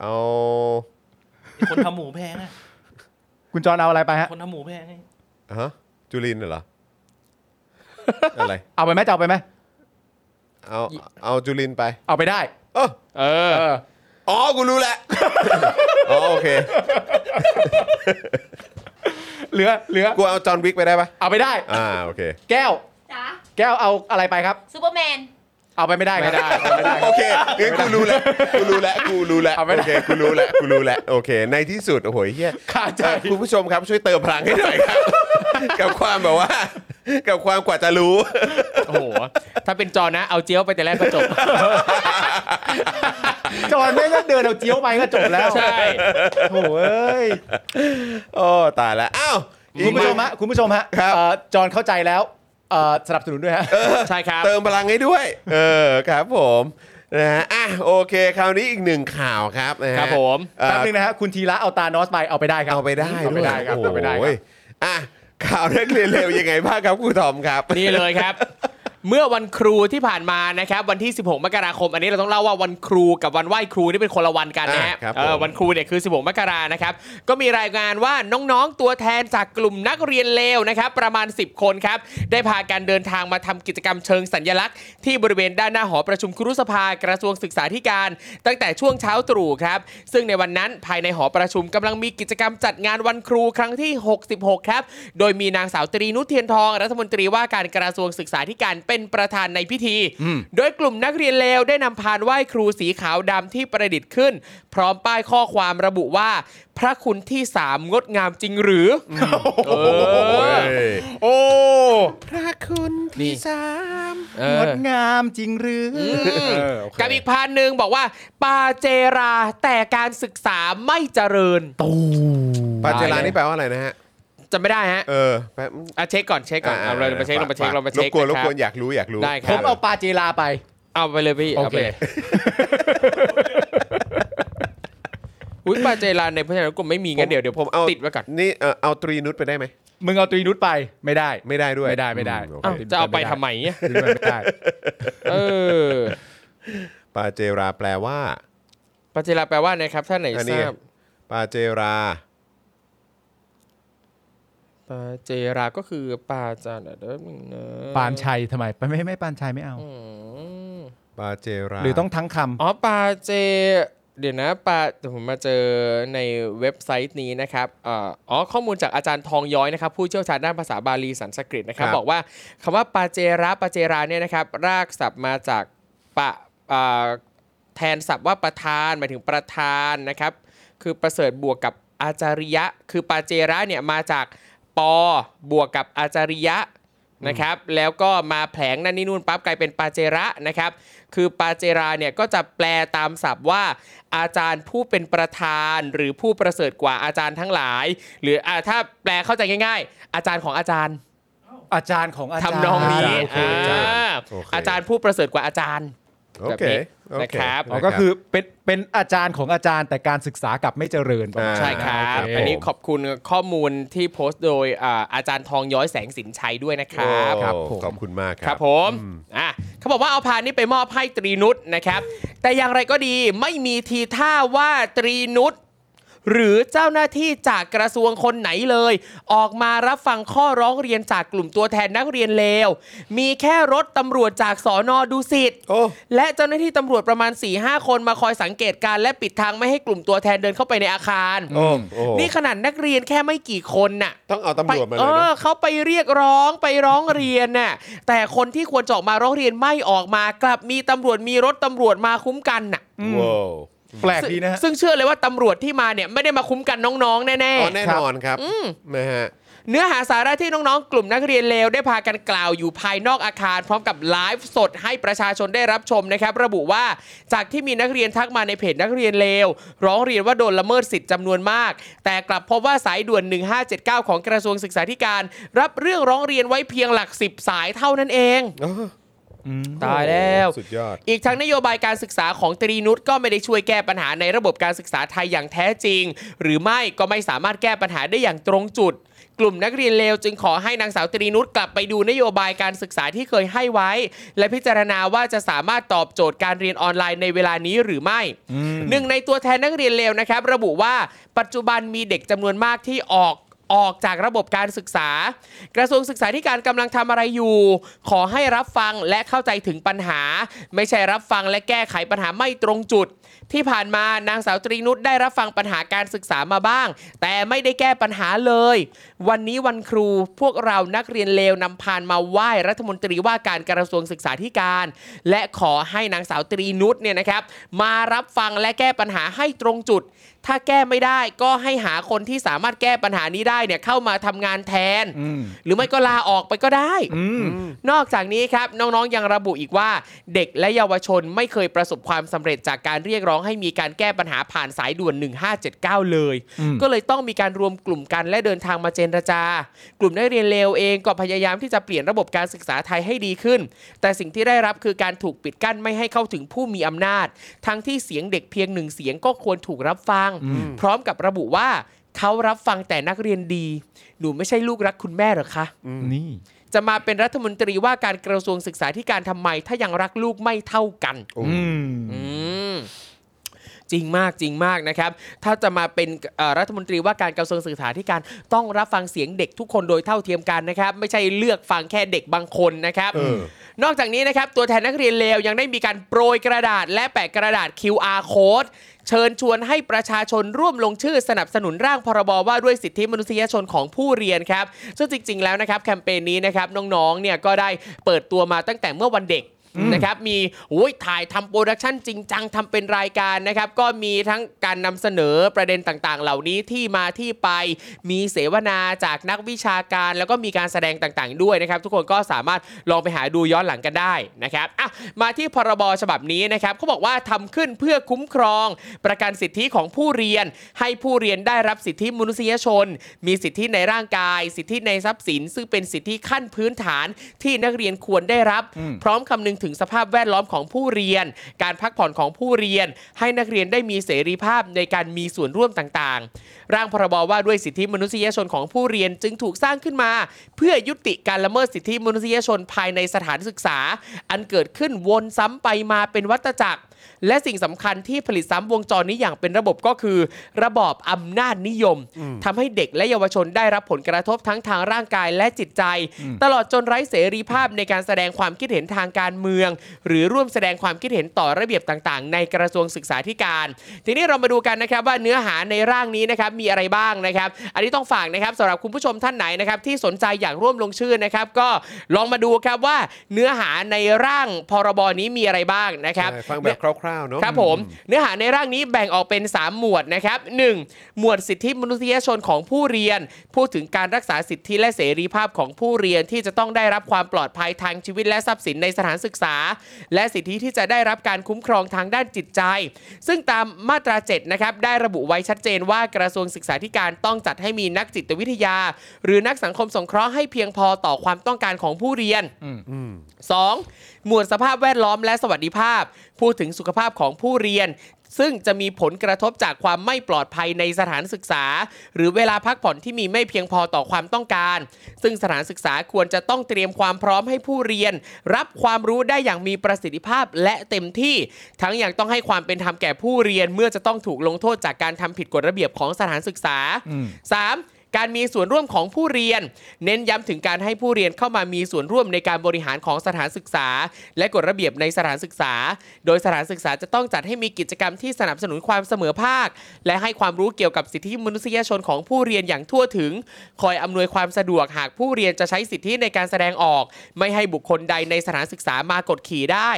เอา
คนทำหมูแพงอะ
คุณจอนเอาอะไรไปฮะ
คนทำหมูแพงไง
ฮะจุลินน่ะเหรอ อะไร
เอาไปไหมจะเอาไปไหม
เอาเอาจุลินไป
เอาไปได้
เอ้อ
เออ
เออ
อ๋อกูรู้แล้ว อ๋อโอเค
เหลือ เหลือ
กูเอาจอห์นวิกไปได้ปะ
เอาไปได้
อ่าโอเค
แก้ว
จ้า
แก้วเอาอะไรไปครับ
ซูเปอร์แมน
เอาไปไม่ได้ครับ
ไม่ได้
ไม่ได้
โอเคงั้นกูรู้แล้วกูรู้แล้วกูรู้แล้ว
เอาไม่
โอ
ได้
เคกูรู้แล้วกูรู้แล้วโอเค ในที่สุดโอ้โหเฮีย
ขาดใจ
เอ่อคุณผู้ชมครับช่วยเติมพลังให้หน่อยครับ กับความแบบว่า กับความกว่าจะรู้
โอ้โหถ้าเป็นจอนนะเอาเจียวไปแต่แรกก็จบ
จอนแม่งก็เดินเอาเจียวไปก็จบแล้ว
ใช่
โถ่เอ้ย
โอ้ตายละอ้าวอี
คุ
ก
ณผู้ชม
หนึ่ง
ฮะ คุณผู้ชมฮะ
ครับ
เอ่อจอนเข้าใจแล้วเอ่อสนับสนุนด้วยฮะ
ใช่ครับ
เติมพลังให้ด้วย เออครับผมนะฮะอ่ะโอเค คราวนี้อีกหนึ่งข่าวครับนะฮะ
ครับผม
เอ่อ
แป๊บนึงนะฮะ คุณทีละเอาตานอสไป เอาไปได้ครับ
เอาไปได้
เอา
ด้
ไป
วย
ได้ครับเอาไปได้ครับ
โอ้ยอ่ะข่าวนักเรียนเร็วยังไงบ้างครับคุณทอมครับ
นี่เลยครับ เมื่อวันครูที่ผ่านมานะครับ วันที่ 16 มกราคม อันนี้เราต้องเล่าว่าวันครูกับวันไหว้ครูนี่เป็นคนละวันกันนะฮะ
อ่าครับผม
เออวันครูเนี่ยคือ 16 มกรานะครับ ก็มีรายงานว่าน้องๆ ตัวแทนจากกลุ่มนักเรียนเลวนะครับ ประมาณ 10 คนครับ ได้พากันเดินทางมาทำกิจกรรมเชิงสัญลักษณ์ ที่บริเวณด้านหน้าหอประชุมครุสภากระทรวงศึกษาธิการ ตั้งแต่ช่วงเช้าตรู่ครับ ซึ่งในวันนั้นภายในหอประชุมกำลังมีกิจกรรมจัดงานวันครูครั้งที่ 66 ครับ โดยมีนางสาวตรีนุชเทียนทอง รัฐมนตรีว่าการกระทรวงศึกษาธิการเป็นประธานในพิธี โดยกลุ่มนักเรียนเลวได้นำพานไหว้ครูสีขาวดำที่ประดิษฐ์ขึ้น พร้อมป้ายข้อความระบุว่า พระคุณที่สามงดงามจริงหรืออเออ
เฮ้ย
โอ้
พระคุณที่สาม
งดงามจริงหรือ
ม
เออโอเค
กับอีกพานหนึ่งบอกว่า ปาเจราแต่การศึกษาไม่เจริญ
ตู
ปาเจลานี่แปลว่าอะไรนะฮะ
จำไม่ได้ฮะ
เออแป๊บ
อ่ะเช็คก่อนเช็คก่อนเอาเรามาเช็คเรามาเช็คเรามาเช็ค
รบกวนรบ
ะค
กวนอยากรู้อยากรู้
ได้ค
ผ
รับ
มเอาปาเจลาไป
เอาไปเลยพี่
โอ
เอา
เค
ไปเลยอุ้ยปาเจราในพจนานุกรมไม่มีงั้นเดี๋ยวเดี๋ยว
ผมเอา
ติดไว้ก่อน
นี่เอ่อเอาตรีนุชไปได้ไหม
มึงเอาตรีนุชไป ไม่ได้
ไม่ได้ด้วย
ไม่ได้ไม่ได้
อืโอ
อ้าว
เค
จะเอาไปทำไมเนี่ย
ตรีนุชไปไม่ได้
เออ
ปาเจราแปลว่า
ปาเจราแปลว่านะครับท่านไหน
อัน
ท
นี้
ราบ
ปาเจรา
ปาเจราก็คือปาจาเดี๋ยวมึงนะ
ปานชัยทำไม ไม่ไม่ปานชัยไม่เอา
อืม
ปาเจรา
หรือต้องทั้งคำ
อ๋อปาเจ เดี๋ยวนะปาเดี๋ยวผมมาเจอในเว็บไซต์นี้นะครับเอ่ออ๋อข้อมูลจากอาจารย์ทองย้อยนะครับ ผู้เชี่ยวชาญด้านภาษาบาลีสันสกฤตนะครับ บอกว่าคำว่าปาเจระปาเจราเนี่ยนะครับ รากศัพท์มาจากปะอ่าแทนศัพท์ว่าประธานหมายถึงประธานนะครับ คือประเสริฐบวกกับอาจาริยะ คือปาเจระเนี่ยมาจากปอบวกกับอาจาริยะนะครับแล้วก็มาแผลงนั่นนี่นู่นปั๊บกลายเป็นปาเจระนะครับ คือปาเจราเนี่ยก็จะแปลตามศัพท์ว่า อาจารย์ผู้เป็นประธาน หรือผู้ประเสริฐกว่าอาจารย์ทั้งหลาย หรืออาถ้าแปลเข้าใจง่าย ๆ อาจารย์ของอาจารย์
อาจารย์ของอาจารย์
ทำนองนี้
โอเค
อ่า
อาจารย์โอเค
อาจารย์ผู้ประเสริฐกว่าอาจารย์
โอเคโอเ
นะครับ
อ๋อก็คือเป็นเป็นอาจารย์ของอาจารย์แต่การศึกษากลับไม่เจริญประมาณ
ใช่ครับ
โเ
อันนี้ขอบคุณข้อมูลที่โพสต์โดยอ่าอาจารย์ทองย้อยแสงสินชัยด้วยนะครับ
ครับผมขอบคุณมากค
ค
รั
รับผมอ่ะเขาบอกว่าเอาพานนี้ไปมอบให้ตรีนุชนะครับ แต่อย่างไรก็ดีไม่มีทีท่าว่าตรีนุชหรือเจ้าหน้าที่จากกระทรวงคนไหนเลย ออกมารับฟังข้อร้องเรียนจากกลุ่มตัวแทนนักเรียนเลว มีแค่รถตำรวจจากสอนอดุสิต
โอ้
และเจ้าหน้าที่ตำรวจประมาณ 4-5 คนมาคอยสังเกตการณ์และปิดทางไม่ให้กลุ่มตัวแทนเดินเข้าไปในอาคาร
โอ้โอ้
นี่ขนาดนักเรียนแค่ไม่กี่คนน่ะ
ต้องเอาตำรวจมา
ไป
เลย
เอ
เน
อ
อะ
เขาไปเรียกร้องไปร้องเรียนน่ะแต่คนที่ควรจะออกมาร้องเรียนไม่ออกมากลับมีตำรวจมีรถตำรวจมาคุ้มกันน่ะ
ว้าว
แปลกดีนะฮะ
ซึ่งเชื่อเลยว่าตำรวจที่มาเนี่ยไม่ได้มาคุ้มกันน้องๆ แน่
อ๋อแน่
ๆ
นอนครับนะฮะ
เนื้อหาสาระที่น้องๆ กลุ่มนักเรียนเลวได้พากันกล่าวอยู่ภายนอกอาคาร พร้อมกับไลฟ์สดให้ประชาชนได้รับชมนะครับ ระบุว่าจากที่มีนักเรียนทักมาในเพจนักเรียนเลว ร้องเรียนว่าโดนละเมิดสิทธิ์จำนวนมาก แต่กลับพบว่าสายด่วน 1579 ของกระทรวงศึกษาธิการ รับเรื่องร้องเรียนไว้เพียงหลัก 10 สายเท่านั้นเอง ตายแล้ว
สุดยอด
อีกทั้งนโยบายการศึกษาของตรีนุชก็ไม่ได้ช่วยแก้ปัญหาในระบบการศึกษาไทยอย่างแท้จริง หรือไม่ก็ไม่สามารถแก้ปัญหาได้อย่างตรงจุด กลุ่มนักเรียนเลวจึงขอให้นางสาวตรีนุชกลับไปดูนโยบายการศึกษาที่เคยให้ไว้ และพิจารณาว่าจะสามารถตอบโจทย์การเรียนออนไลน์ในเวลานี้หรือไม่ หนึ่งในตัวแทนนักเรียนเลวนะครับ ระบุว่าปัจจุบันมีเด็กจำนวนมากที่ออกออกจากระบบการศึกษา กระทรวงศึกษาธิการกำลังทำอะไรอยู่ ขอให้รับฟังและเข้าใจถึงปัญหา ไม่ใช่รับฟังและแก้ไขปัญหาไม่ตรงจุด ที่ผ่านมานางสาวตรีนุชได้รับฟังปัญหาการศึกษามาบ้าง แต่ไม่ได้แก้ปัญหาเลย วันนี้วันครูพวกเรานักเรียนเลวนำพานมาไหว้รัฐมนตรีว่าการกระทรวงศึกษาธิการ และขอให้นางสาวตรีนุชเนี่ยนะครับ มารับฟังและแก้ปัญหาให้ตรงจุด ถ้าแก้ไม่ได้ก็ให้หาคนที่สามารถแก้ปัญหานี้ได้เนี่ยเข้ามาทำงานแทน
อืม
หรือไม่ก็ลาออกไปก็ได้
อืม
นอกจากนี้ครับ น้องๆยังระบุอีกว่า เด็กและเยาวชนไม่เคยประสบความสำเร็จจากการเรียกร้องให้มีการแก้ปัญหาผ่านสายด่วน 1579 เลย
อืม
ก็เลยต้องมีการรวมกลุ่มกันและเดินทางมาเจรจา กลุ่มนักเรียนเลวเองก็พยายามที่จะเปลี่ยนระบบการศึกษาไทยให้ดีขึ้น แต่สิ่งที่ได้รับคือการถูกปิดกั้นไม่ให้เข้าถึงผู้มีอำนาจ ทั้งที่เสียงเด็กเพียงหนึ่งเสียงก็ควรถูกรับฟัง พร้อมกับระบุว่าเขารับฟังแต่นักเรียนดี หนูไม่ใช่ลูกรักคุณแม่เหรอคะ
นี่
จะมาเป็นรัฐมนตรีว่าการกระทรวงศึกษาธิการทำไม ถ้ายังรักลูกไม่เท่ากัน
โอ้
อืม
อืม จริงมากจริงมากนะครับ ถ้าจะมาเป็นเอ่อรัฐมนตรีว่าการกระทรวงศึกษาธิการต้องรับฟังเสียงเด็กทุกคนโดยเท่าเทียมกันนะครับ ไม่ใช่เลือกฟังแค่เด็กบางคนนะครับ
เออ
นอกจากนี้นะครับ ตัวแทนนักเรียนเลวยังได้มีการโปรยกระดาษ และแปะกระดาษ QR code เชิญชวนให้ประชาชนร่วมลงชื่อสนับสนุนร่างพรบว่าด้วยสิทธิมนุษยชนของผู้เรียนครับ ซึ่งจริง ๆ แล้วนะครับ แคมเปญนี้นะครับ น้องๆเนี่ยก็ได้เปิดตัวมาตั้งแต่เมื่อวันเด็ก นะครับมีโอ้ยถ่ายทำโปรดักชันจริงจังทำเป็นรายการนะครับ ก็มีทั้งการนำเสนอประเด็นต่างๆ เหล่านี้ที่มาที่ไป มีเสวนาจากนักวิชาการ แล้วก็มีการแสดงต่างๆ ด้วยนะครับ ทุกคนก็สามารถลองไปหาดูย้อนหลังกันได้นะครับอ่ะมาที่พรบฉบับนี้นะครับเขาบอกว่าทำขึ้นเพื่อคุ้มครอง ประกันสิทธิของผู้เรียน ให้ผู้เรียนได้รับสิทธิมนุษยชน มีสิทธิในร่างกาย สิทธิในทรัพย์สิน ซึ่งเป็นสิทธิขั้นพื้นฐานที่นักเรียนควรได้รับ
อืม
พร้อมคำนึงถึงสภาพแวดล้อมของผู้เรียน การพักผ่อนของผู้เรียน ให้นักเรียนได้มีเสรีภาพในการมีส่วนร่วมต่างๆ ร่างพรบว่าด้วยสิทธิมนุษยชนของผู้เรียนจึงถูกสร้างขึ้นมา เพื่อยุติการละเมิดสิทธิมนุษยชนภายในสถานศึกษา อันเกิดขึ้นวนซ้ำไปมาเป็นวัฏจักร และสิ่งสำคัญที่ผลิตซ้ำวงจรนี้อย่างเป็นระบบก็คือ ระบอบอำนาจนิยมทำให้เด็กและเยาวชนได้รับผลกระทบทั้งทางร่างกายและจิตใจ ตลอดจนไร้เสรีภาพในการแสดงความคิดเห็นทางการเมือง หรือร่วมแสดงความคิดเห็นต่อระเบียบต่างๆ ในกระทรวงศึกษาธิการ ทีนี้เรามาดูกันนะครับว่าเนื้อหาในร่างนี้นะครับมีอะไรบ้างนะครับ อันนี้ต้องฝากนะครับสำหรับคุณผู้ชมท่านไหนนะครับที่สนใจอยากร่วมลงชื่อนะครับก็ลองมาดูครับว่าเนื้อหาในร่างพรบนี้มีอะไรบ้างนะครับ
ใช่ฟังแบบคร่าวๆ ก้าเนอะ
ครับผมเนื้อหาในร่างนี้แบ่งออกเป็น 3 หมวดนะครับ 1. หมวดสิทธิมนุษยชนของผู้เรียน พูดถึงการรักษาสิทธิและเสรีภาพของผู้เรียนที่จะต้องได้รับความปลอดภัยทางชีวิตและทรัพย์สินในสถานศึกษา และสิทธิที่จะได้รับการคุ้มครองทางด้านจิตใจ ซึ่งตามมาตรา7นะครับได้ระบุไว้ชัดเจนว่ากระทรวงศึกษาธิการต้องจัดให้มีนักจิตวิทยา หรือนักสังคมสงเคราะห์ให้เพียงพอต่อความต้องการของผู้เรียน 2. หมวดสภาพแวดล้อมและสวัสดิภาพ พูดถึงสุขภาพของผู้เรียน ซึ่งจะมีผลกระทบจากความไม่ปลอดภัยในสถานศึกษา หรือเวลาพักผ่อนที่มีไม่เพียงพอต่อความต้องการ ซึ่งสถานศึกษาควรจะต้องเตรียมความพร้อมให้ผู้เรียน รับความรู้ได้อย่างมีประสิทธิภาพและเต็มที่ ทั้งยังต้องให้ความเป็นธรรมแก่ผู้เรียนเมื่อจะต้องถูกลงโทษจากการทำผิดกฎระเบียบของสถานศึกษา 3. การมีส่วนร่วมของผู้เรียน เน้นย้ำถึงการให้ผู้เรียนเข้ามามีส่วนร่วมในการบริหารของสถานศึกษา และกฎระเบียบในสถานศึกษา โดยสถานศึกษาจะต้องจัดให้มีกิจกรรมที่สนับสนุนความเสมอภาค และให้ความรู้เกี่ยวกับสิทธิมนุษยชนของผู้เรียนอย่างทั่วถึง คอยอำนวยความสะดวกหากผู้เรียนจะใช้สิทธิในการแสดงออก ไม่ให้บุคคลใดในสถานศึกษามากดขี่ได้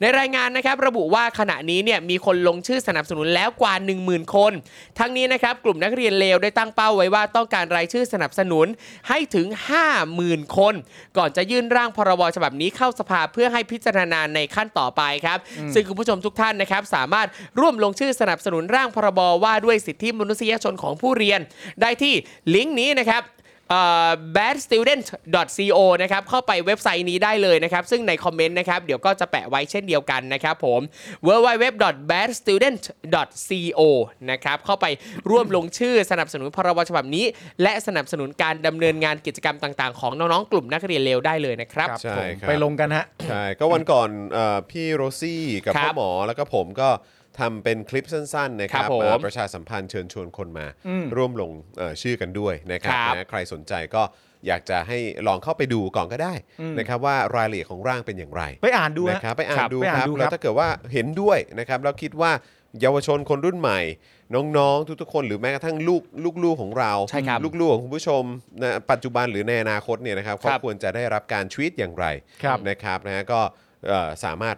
ในรายงานนะครับระบุว่าขณะนี้เนี่ยมีคนลงชื่อสนับสนุนแล้วกว่า 10,000 คน ทั้งนี้นะครับกลุ่มนักเรียนเลวได้ตั้งเป้าไว้ว่าต้องการรายชื่อสนับสนุนให้ถึง 50,000 คน ก่อนจะยื่นร่างพรบฉบับนี้เข้าสภาเพื่อให้พิจารณาในขั้นต่อไปครับ ซึ่งคุณผู้ชมทุกท่านนะครับสามารถร่วมลงชื่อสนับสนุนร่างพรบว่าด้วยสิทธิมนุษยชนของผู้เรียน ได้ที่ลิงก์นี้นะครับ badstudent.co นะครับ เข้าไปเว็บไซต์นี้ได้เลยนะครับ ซึ่งในคอมเมนต์นะครับ เดี๋ยวก็จะแปะไว้เช่นเดียวกันนะครับผม www.badstudent.co นะครับ เข้าไปร่วมลงชื่อสนับสนุนพรบฉบับนี้ และสนับสนุนการดำเนินงานกิจกรรมต่างๆ ของน้องๆ กลุ่มนักเรียนเลวได้เลยนะครับ
ใช่
ผม
ครับ
ไปลงกันฮะ
ใช่ก็วันก่อนเอ่อพี่โรซี่กับ
ค
พ่
รับ
อหมอแล้วก็ผมก็ทำเป็นคลิปสั้นๆนะครับ
ครับผม
มาประชาสัมพันธ์เชิญชวนคนมาร่วมลงเอ่อชื่อกันด้วยนะครับ
ครับ
นะใครสนใจก็อยากจะให้ลองเข้าไปดูก่อนก็ได้นะครับว่ารายละเอียดของร่างเป็นอย่างไร
ไปอ่านดู
นะ
ฮะ
ครับไปอ่าน
ครับ
ดู
ไป
ค
อ่าน
รับ
ดู
แล้ว
ครับ
ถ้าเกิดว่าเห็นด้วยนะครับแล้วคิดว่าเยาวชนคนรุ่นใหม่ น้องๆ ทุกๆคนหรือแม้กระทั่งลูกลูกๆของเรา
ใช่ครับ
ลูกๆของคุณผู้ชมนะปัจจุบันหรือในอนาคตเนี่ยนะครับเขา
ครับ
ควรจะได้รับการชีวิตอย่างไร
ครับ
นะครับนะฮะก็เอ่อสามารถ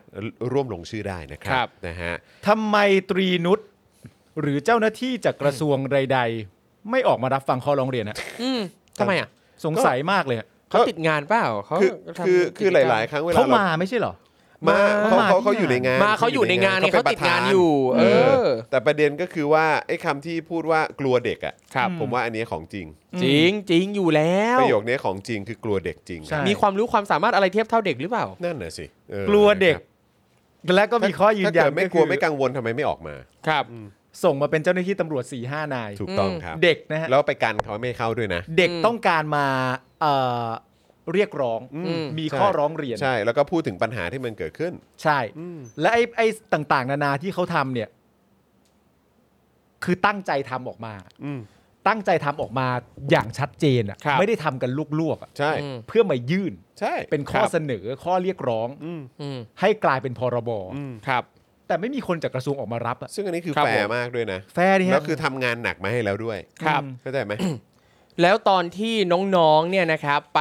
ร่วมลงชื่อได้นะค
ครั
รับ นะฮะ
ทำไมตรีนุชหรือเจ้าหน้าที่จากกระทรวงใดๆ ไม่ออกมารับฟังข้อร้องเรียนฮะ
อืมทำไมอ่ะ
สงสัยมากเลยฮะ
เขาติดงานเปล่าเขา
คือ
ทำ
คือ
กิจกร
คือ
รม
หลาย ๆ ครั้งเวลา
เขา
เรา
มาไม่ใช่เหรอ
มาเขาเขาเขา
ที่
อยู่ในงาน
มาเขาอยู่ในงานเนี่ยเขาติดงานอยู่
เป็นประธาน
เออ
แต่ประเด็นก็คือว่าไอ้คำที่พูดว่ากลัวเด็กอ่ะ
ครับ
ผมว่าอันเนี้ยของจริง
จริงจริงอยู่แล้ว
ประโยคเนี้ยของจริงคือกลัวเด็กจริง
ใช่
มีความรู้ความสามารถอะไรเทียบเท่าเด็กหรือเปล่า
นั่นน่ะสิออก
ลัวเด็ก และก็มีข้อยืน
ถ้า
ยั
เกิ
น
ดไม่
ก็
ก
คื
ลัว
อ
ไม่กังวลทำไมไม่ออกมา
ครับ
ส่งมาเป็นเจ้าหน้าที่ตำรวจ4ี่ห้านาย
ถูกต้อง
อืม
ครับ
เด็กนะฮะ
แล้วไปกันเขาไม่เข้าด้วยนะ
เด็ก
อืม
ต้องการมาเอ่อเรียกร้อง
อืม
มี
ใช่
ข้อร้องเรียน
ใช่แล้วก็พูดถึงปัญหาที่มันเกิดขึ้น
ใช่ และไอ้ไอ้ต่างๆ นานาที่เขาทำเนี่ย คือตั้งใจทำออกมา
อืม
ตั้งใจทำออกมาอย่างชัดเจนอะ
ครับ
ไม่ได้ทำกันลวกๆอะ
ใช่
อืม
เพื่อมายื่น
ใช่
เป็นข้อเสนอข้อเรียกร้อง
อืม
อืม
ให้กลายเป็นพรบ
อืม
ครับ
แต่ไม่มีคนจากกระทรวงออกมารับอะ
ซึ่งอันนี้คือ
ครับ
แฟ
ผ
ร์
ม
มากด้วยนะ
แฟร์นี่ฮะ
แล้วคือทำงานหนักมาให้แล้วด้วย
ครับ
เข้าใจไหม
แล้วตอนที่น้องๆเนี่ยนะครับไป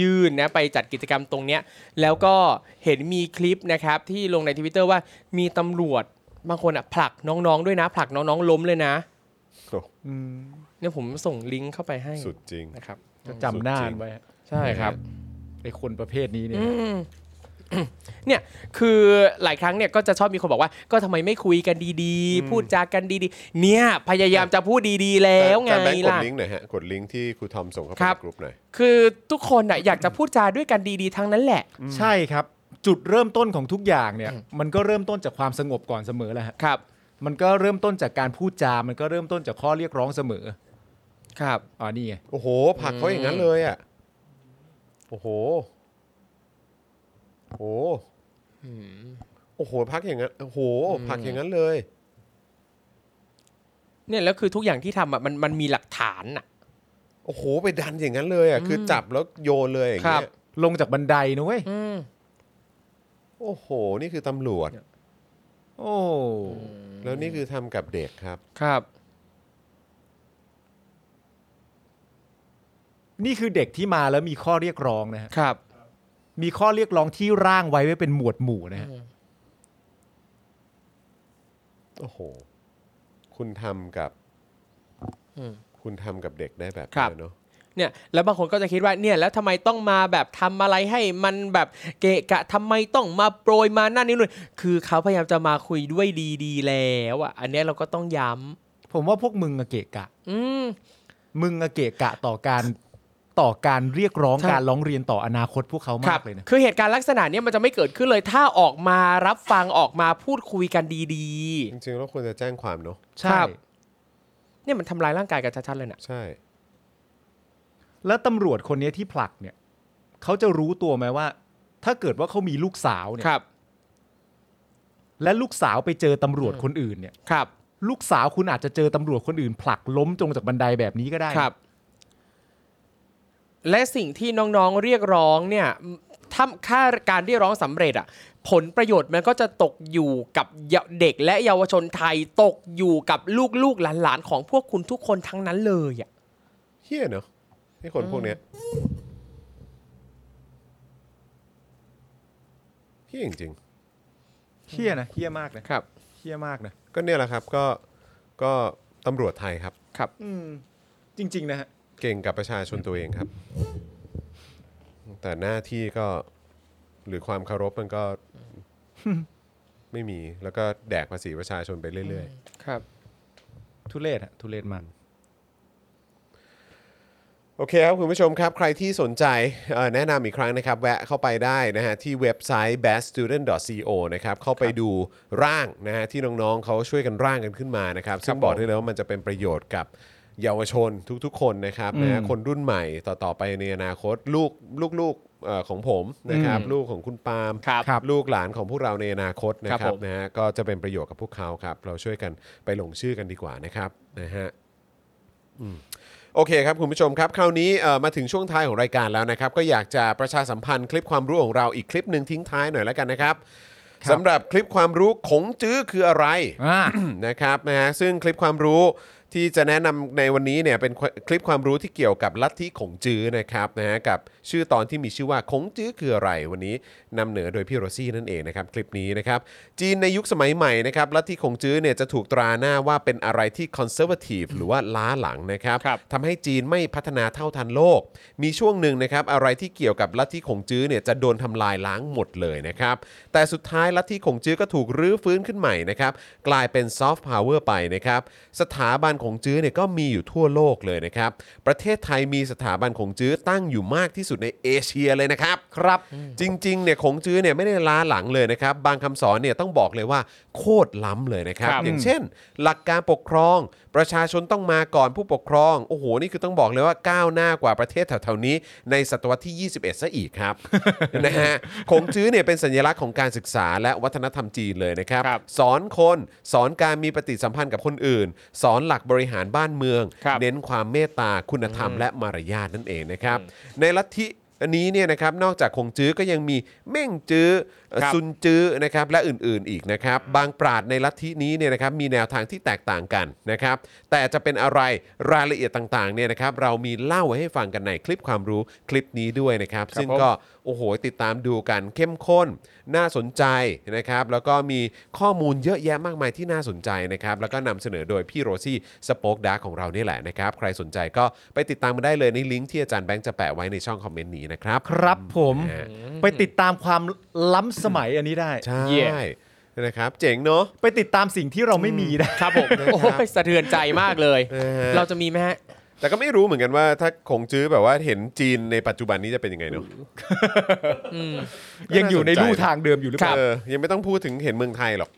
ยื่นนะไปจัดกิจกรรมตรงเนี้ยแล้วก็เห็นมีคลิปนะครับที่ลงในทวิตเตอร์ว่ามีตำรวจบางคนอ่ะผลักน้องๆด้วยนะ ผลักน้องๆล้มเลยนะ
โอ้
เนี่ยผมส่งลิงก์เข้าไปให้
สุดจริง
นะครับ
จำหน้ามันไว้
ใช่ครับ
ไอ้คนประเภทนี้เนี่ย
อืม เนี่ยคือหลายครั้งเนี่ยก็จะชอบมีคนบอกว่า ก็ทำไมไม่คุยกันดีๆ พูดจากันดีๆ เนี่ย พยายามจะพูดดีๆ แล้วไง
จานแบงค์กด
ล่ะ
ลิงก์หน่อยฮะ กดลิงก์ที่ครูทอมส่งเข้าไป
ครับ
ในกรุ๊ปหน่อย
คือทุกคนอ่ะอยากจะพูดจาด้วยกันดีๆ ทั้งนั้นแหละ
ใช่ครับ จุดเริ่มต้นของทุกอย่างเนี่ย มันก็เริ่มต้นจากความสงบก่อนเสมอแหละฮะ
ครับ
มันก็เริ่มต้นจากการพูดจา มันก็เริ่มต้นจากข้อเรียกร้องเสมอ
ครับ
อ๋อนี่ไง
โอ้โหผลักเขาอย่างนั้นเลยอ่ะ โอ้โห โอ้โหโอ้โหพักอย่างนั้น โอ้โหผลักอย่างนั้นเลย
เนี่ยแล้วคือทุกอย่างที่ทำอ่ะมันมันมีหลักฐานอ่ะ
โอ้โห ไปดันอย่างนั้นเลยอ่ะ คือจับแล้วโยนเลยอย่าง
ครั
เงี้
บ
ย
ลงจากบันไดนะเว้ย
อืม
โอ้โห นี่คือตำรวจ
โอ้
แล้วนี่คือทำกับเด็กครับ
ครับ
นี่คือเด็กที่มาแล้วมีข้อเรียกร้องนะฮะ
ครับ
มีข้อเรียกร้องที่ร่างไว้ไว้เป็นหมวดหมู่นะฮะ
โอ้โห คุณทำกับ
อืม
คุณทำกับเด็กได้แบบ
ครับ
นี้เนอะ
เนี่ยแล้วบางคนก็จะคิดว่าเนี่ยแล้วทำไมต้องมาแบบทำอะไรให้มันแบบเกะกะทำไมต้องมาโปรยมานั่นนี่นู่นคือเขาพยายามจะมาคุยด้วยดีๆแล้วอ่ะอันเนี้ยเราก็ต้องย้ำ
ผมว่าพวกมึงอะเกะกะ
อืม
มึงอะเกะกะต่อการต่อการเรียกร้อง
ใช่
การร้องเรียนต่ออนาคตพวกเขา
ครั
มา
บ
กเลยนะ
คือเหตุการณ์ลักษณะเนี้ยมันจะไม่เกิดขึ้นเลยถ้าออกมารับฟังออกมาพูดคุยกันดี
จริงๆแล้วควรจะแจ้งความเนอะ
ใช่
ๆเนี่ยมันทำลายร่างกายกันชัดๆเลยนะ
ใช่
แล้วตำรวจคนเนี้ยที่ผลักเนี่ยเขาจะรู้ตัวไหมว่า ถ้าเกิดว่าเขามีลูกสาวเนี่ย
ครับ
และลูกสาวไปเจอตำรวจคนอื่นเนี่ย
ครับ
ลูกสาวคุณอาจจะเจอตำรวจคนอื่น ผลักล้มจงจากบันไดแบบนี้ก็ได้
ครับ และสิ่งที่น้องๆเรียกร้องเนี่ยถ้าค่าการเรียกร้องสำเร็จอะผลประโยชน์มันก็จะตกอยู่กับเด็กและเยาวชนไทยตกอยู่กับลูกๆหลานๆของพวกคุณทุกคนทั้งนั้นเลยอะ
เฮี้ยเนอะไอ้คนพวกเนี้ยเฮี้ยจริง
เฮี้ยนะเฮี้ยมากนะครับ เฮี้ยมากนะ
ๆก็เนี่ยแหละครับ ก็ก็ตำรวจไทยครับ
อืมจริง ๆ นะฮะ
เก่งกับประชาชนตัวเองครับ แต่หน้าที่ก็หรือความเคารพมันก็ไม่มีแล้วก็แดกภาษีประชาชนไปเรื่อย
ครับ
ทุเรศฮะทุเรศมาก
ๆ โอเคครับ คุณผู้ชมครับ ใครที่สนใจเอ่อแนะนำอีกครั้งนะครับ แวะเข้าไปได้นะฮะ ที่เว็บไซต์ beststudent.co นะครับ เข้าไปดูร่างนะฮะ ที่น้องๆเขาช่วยกันร่างกันขึ้นมานะครับ ซึ่งบอกได้เลยว่ามันจะเป็นประโยชน์กับเยาวชนทุกๆ คนนะครับนะฮะ
อืม
คนรุ่นใหม่ต่อๆไปในอนาคตลูกลูกๆเอ่อของผมนะครับ ลูกของคุณปาล์ม
ครับ
ครับ
ลูกหลานของพวกเราในอนาคตนะค
ครั
รับบ
ผม
นะฮะก็จะเป็นประโยชน์กับพวกเขาครับ เราช่วยกันไปลงชื่อกันดีกว่านะครับนะฮะอืมโอเคครับคุณผู้ชมครับ คราวนี้เอ่อมาถึงช่วงท้ายของรายการแล้วนะครับ ก็อยากจะประชาสัมพันธ์คลิปความรู้ของเราอีกคลิปหนึ่งทิ้งท้ายหน่อยแล้วกันนะครับ
ครับ
สำหรับคลิปความรู้ขงจื้อคืออะไร
อ่า
นะครับนะฮะซึ่งคลิปความรู้ที่จะแนะนำในวันนี้เนี่ยเป็นคลิปความรู้ที่เกี่ยวกับลัทธิขงจื้อนะครับนะฮะกับชื่อตอนที่มีชื่อว่าขงจื้อคืออะไร วันนี้นำเหนือโดยพี่โรซี่นั่นเองนะครับคลิปนี้นะครับจีนในยุคสมัยใหม่นะครับลัทธิขงจื้อเนี่ยจะถูกตราหน้าว่าเป็นอะไรที่คอนเซอร์วทีฟหรือว่าล้าหลังนะครับ
ครับ
ทำให้จีนไม่พัฒนาเท่าทันโลก มีช่วงหนึ่งนะครับอะไรที่เกี่ยวกับลัทธิขงจื้อเนี่ยจะโดนทำลายล้างหมดเลยนะครับ แต่สุดท้ายลัทธิขงจื้อก็ถูกรื้อฟื้นขึ้นใหม่นะครับ กลายเป็นซอฟต์พาวเวอร์ไปนะครับ สถาบันของจื้อเนี่ยก็มีอยู่ทั่วโลกเลยนะครับ ประเทศไทยมีสถาบันของจื้อตั้งอยู่มากที่สุดในเอเชียเลยนะครับ ครับ จริงๆเนี่ยของจื้อเนี่ยไม่ได้ล้าหลังเลยนะครับ บางคำสอนเนี่ยต้องบอกเลยว่าโคตรล้ำเลยนะครับ
ครับ
อย่างเช่น หลักการปกครอง ประชาชนต้องมาก่อนผู้ปกครอง โอ้โห นี่คือต้องบอกเลยว่าก้าวหน้ากว่าประเทศแถวๆนี้ในศตวรรษที่ 21ซะอีกครับ นะฮ ะขงจื้อเนี่ยเป็นสัญลักษณ์ของการศึกษาและวัฒนธรรมจีนเลยนะครับ
ครับ
สอนคน สอนการมีปฏิสัมพันธ์กับคนอื่น สอนหลักบริหารบ้านเมือง
ครับ
เน้นความเมตตาคุณธรรมและมารยาทนั่นเองนะครับ ในลัทธิอันนี้เนี่ยนะครับนอกจากคงจื้อก็ยังมีเม่งจื้อเอ่อ
ครับ
ซุนจื้อนะครับและอื่นๆอีกนะครับ บางปราดในลัทธินี้เนี่ยนะครับมีแนวทางที่แตกต่างกันนะครับ แต่จะเป็นอะไรรายละเอียดต่างๆเนี่ยนะครับเรามีเล่าไว้ให้ฟังกันในคลิปความรู้คลิปนี้ด้วยนะครับ ซึ่ง
ผม
ก็โอ้โหติดตามดูกันเข้มข้นน่าสนใจนะครับ แล้วก็มีข้อมูลเยอะแยะมากมายที่น่าสนใจนะครับ แล้วก็นำเสนอโดยพี่โรซี่สป็อกดาร์ของเรานี่แหละนะครับ ใครสนใจก็ไปติดตามมาได้เลยในลิงก์ที่อาจารย์แบงค์จะแปะไว้ในช่องคอมเมนต์นี้นะครับ
ครับผม
นะฮะ
ไปติดตามความล้ำสมัยอันนี้ได้
ใช่
Yeah
นะครับ เจ๋งเนาะ
ไปติดตามสิ่งที่เราไม่มีได้
ครับผมโอ้ยสะเทือนใจมากเลย
เออ
เราจะมีไหมฮะ
แต่ก็ไม่รู้เหมือนกันว่าถ้าคงจื้อแบบว่าเห็นจีนในปัจจุบันนี้จะเป็นยังไงเนาะ
ยังอยู่ใน
น่าสนใจ
ลู่ทางเดิมอยู่หรือเปล่า
เออยังไม่ต้องพูดถึงเห็นเมืองไทยหรอก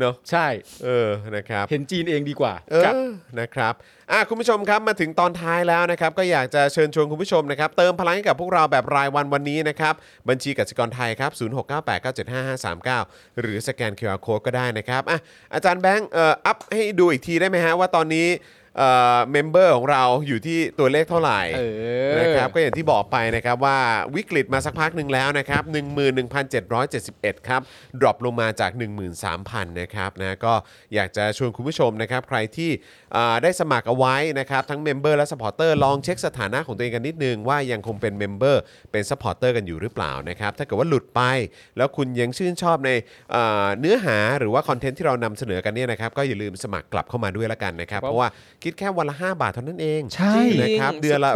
เนาะ
ใช่
เออนะครับ
เห็นจีนเองดีกว่า
เออนะครับอ่ะคุณผู้ชมครับมาถึงตอนท้ายแล้วนะครับ ก็อยากจะเชิญชวนคุณผู้ชมนะครับ เติมพลังให้กับพวกเราแบบรายวันวันนี้นะครับ บัญชีกสิกรไทยครับ 0698975539 หรือสแกน QR Code ก็ได้นะครับอ่ะอาจารย์แบงค์เอ่ออัพให้ดูอีกทีได้ไหมฮะ ว่าตอนนี้ เมมเบอร์ของเราอยู่ที่ตัวเลขเท่าไหร่
เออ
นะครับก็อย่างที่บอกไปนะครับว่าวิกฤตมาสักพักหนึ่งแล้วนะครับ11,771 ครับดรอปลงมาจาก 13,000 นะครับนะก็อยากจะชวนคุณผู้ชมนะครับ ใครที่อ่าได้สมัครเอาไว้นะครับ ทั้งเมมเบอร์และสปอร์เตอร์ลองเช็คสถานะของตัวเองกันนิดนึง ว่ายังคงเป็นเมมเบอร์เป็นสปอร์เตอร์กันอยู่หรือเปล่านะครับ ถ้าเกิดว่าหลุดไป แล้วคุณยังชื่นชอบในอ่าเนื้อหาหรือว่าคอนเทนต์ที่เรานำเสนอกันเนี่ยนะครับก็อย่าลืมสมัครกลับเข้ามาด้วยละกันนะครับเพราะว่าคิดแค่วันละ 5 บาทเท่านั้นเอง
ใช่
จริง
นะครับเดือนละ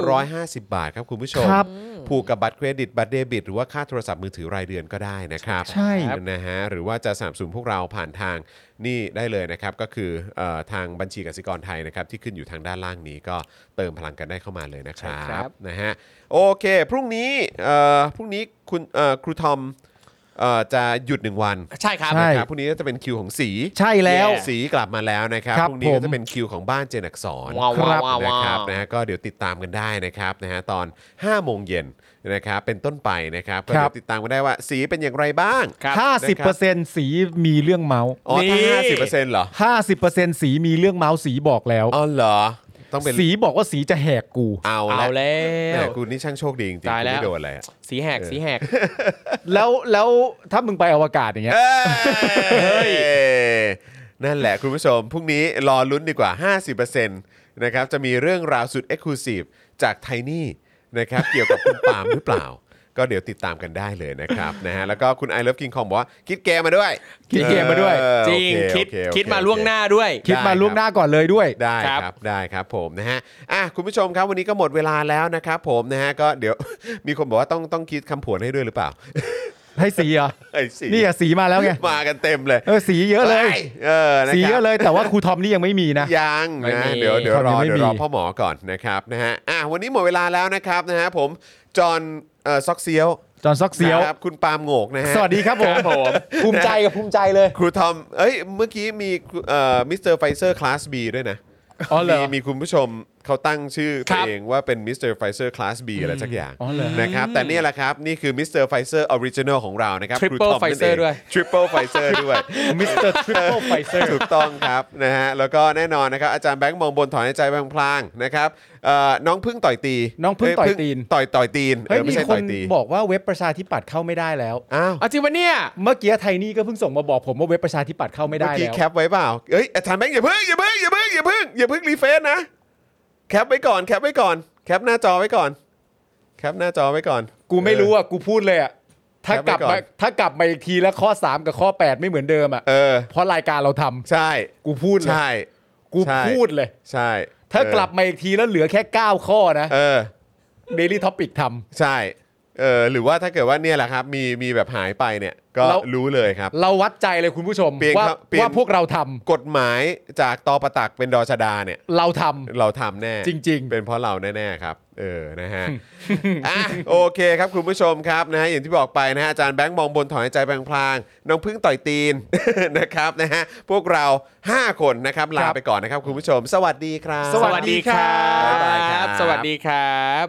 สุดคุ้
150 บาทครับคุณผู้ชม
ครับ
ผูกกับบัตรเครดิต บัตรเดบิต หรือว่าค่าโทรศัพท์มือถือรายเดือนก็ได้นะครับ
ใช่
นะฮะหรือว่าจะสามสูนพวกเราผ่านทางนี่ได้เลยนะครับ ก็คือเออทางบัญชีกสิกรไทยนะครับ ที่ขึ้นอยู่ทางด้านล่างนี้ก็เติมพลังกันได้เข้ามาเลยนะครั
ใช่ครับ บ
นะฮะโอเค พรุ่งนี้เอ่อพรุ่งนี้คุณเอ่อครูทอมเอ่อจะหยุดหนึ่งวัน
ใช่ครับ
ใช่
นะครับพรุ่งนี้ก็จะเป็นคิวของสี
ใช่แล้ว
แย่
สีกลับมาแล้วนะครับ
ครับ
พรุ่งนี้ก็
ผ
จะ
ม
เป็นคิวของบ้านเจนอักษร
ว้าว
ครับ
ว้าวว้าว
นะ
ว้า
ครับ
ว
นะฮะก็เดี๋ยวติดตามกันได้นะครับนะฮะตอน 5 โมงเย็นนะครับเป็นต้นไปนะครับก็
ค
เดี๋
รั
ยว
บ
ติดตามกันได้ว่าสีเป็นอย่างไรบ้าง
ครับ
ห้าสิบเปอร์เซ็นต์สีมีเรื่องเมาส์
อ๋อถ้า
นี่
ห้าสิบเปอร์เซ็นต์เหรอ
ห้าสิบเปอร์เซ็นต์สีมีเรื่องเมาส์สีบอกแล้ว
อ๋อเหรอ ต้องเป็น
สีบอกว่าสีจะแหกกู
เอา
เอา
ละ
แล้ว
แหมกูนี่ช่างโชคดีจริงๆ
ตายแล้ว
กูไม่โดนอะไรอะ
สีแหกสีแหก
แล้วแล้วถ้ามึงไปอวกาศอย่างเงี้ย
เอ้ยนั่นแหละคุณผู้ชม พรุ่งนี้รอลุ้นดีกว่า 50%นะครับจะมีเรื่องราวสุด Exclusive จากไทนี่นะครับเกี่ยวกับคุณปาล์มหรือเปล่า ก็เดี๋ยวติดตามกันได้เลยนะครับนะฮะแล้วก็คุณไอเลิฟกิงคองบอกว่าคิดเกมมาด้วย
คิดเกมมาด้วย
เออ
จริง
โอ
คิด
เโอเโอเ
คิดมาล่วงหน้าด้วย
คิดมาล่วงหน้าก่อนเลยด้วย
ได้ค
ครั
รับบ ได้ครับผมนะฮะอ่ะคุณผู้ชมครับวันนี้ก็หมดเวลาแล้วนะครับผมนะฮะก็เดี๋ยว มีคนบอกว่าต้องต้องคิดคำผวนให้ด้วยหรือเปล่า
ให้สีเหรอ่ะ
ไอ้สี
นี่อ่ะสีมาแล้วไง
มากันเต็มเลย
เออสีเยอะเลย
เออนะครับ
สีเยอะเลยแต่ว่าครูทอมนี่ยังไม่มีนะ
ยัง
ไม่
นะ
มี
เดี๋ยวเดี๋ยวรอ
ยังไม่
เดี๋ย
มี
วรอพ่อหมอก่อนนะครับนะฮะอ่ะวันนี้หมดเวลาแล้วนะครับนะฮะผมจอห์นเอ่อซอกเซียว
จอห์นซอกเซียว
นะครับคุณปาล์มโงกนะฮะ
สวัสดีครับผม
ภูมิใจกับภูมิใจเลย
ครูทอมเอ้ยเมื่อกี้มีครูเอ่อมิสเตอร์ไฟเซอร์คลาส B ด้วยนะ
อ๋อเหร
มี
อ
มีคุณผู้ชมเขาตั้งชื่อ
ค
ตั
รั
ว
บ
เองว่าเป็นมิสเตอร์ไฟเซอร์คลาส B อะไรสักอย่าง
อ๋อเหรอ
นะครับแต่เนี่ยแหละครับ นี่คือมิสเตอร์ไฟเซอร์ออริจินอลของเรานะครับ
Triple
คทมนั่นง
Pfizer ด้วย
Triple Pfizer ด้วย
มิสเตอร์ทริปเปิลไฟเซอร์
ถูกต้องครับนะฮะแล้วก็แน่นอนนะครับ อาจารย์แบงค์มองบนถอนหายใจพลางๆนะครับเอ่อน้องพึ่งต่อยตี
น้องพึ่งต่อย
เ
ตีน
ต่อยต่อยตีน
เฮ้ย
ออ
มี
ไใช่
คน
ต่อยตี
บอกว่าเว็บประชาธิปัตย์เข้าไม่ได้แล้ว
อ้าว
เอาจริงปะเนี่ย
เมื่อกี้ไทนี่ก็เพิ่งส่งมาบอกผมว่าเว็บประชาธิปัตย์เข้าไม่
เมื่
ได้
อกี้
แล้ว
แคปไว้เปล่าเอ้ยอาจารย์แบงค์อย่าเพิ่งอย่าเพิ่งอย่าเพิ่งอย่าเพิ่งอย่าเพิ่งรีเฟซนะแคปไว้ก่อนแคปไว้ก่อนแคปหน้าจอไว้ก่อนแคปหน้าจอไว้ก่อน
กูไม่รู้อ่ะ กูพูดเลยอ่ะ ถ้ากลับ
แคปไว้
มา
ก่อน
ถ้ากลับมาอีกทีแล้วข้อ 3 กับข้อ 8 ไม่เหมือนเดิมอ่ะ
เออ
เพราะรายการเราทำ
ใช่
กูพูดเลย
ใช่
กู
ใช่
พูดเลย
ใช่
ถ้ากลับมาอีกทีแล้วเหลือแค่ 9 ข้อนะ
เออ
Daily Topic ท
ใช่เออหรือว่าถ้าเกิดว่าเนี่ยแหละครับ มีมีแบบหายไปเนี่ยก็
เรารู้
รู้เลยครับ
ำเราวัดใจเลยคุณผู้ชม
เปลี่ยน
ว่า
ครับเปลี่ยน
ว่าพวกเราทำ
กฎหมายจากตอประตักเป็นดอชดาเนี่ย
เราทำ
เราทำแน่
จริงๆ
เป็นเพราะเราแน่ๆครับ เออนะฮะ อ่ะโอเคครับคุณผู้ชมครับนะฮะอย่างที่บอกไปนะฮะอาจารย์แบงค์มองบนถอนหายใจพลางๆน้องพึ่งต่อยตีน นะครับนะฮะพวกเรา 5 คนนะครับลาไปก่อนนะครับคุณผู้ชม สวัสดีครับ
สวัสดี
ครับ
ส
บ๊าย
วัสดีค
บายครั
รับ บ สวัสดีครับ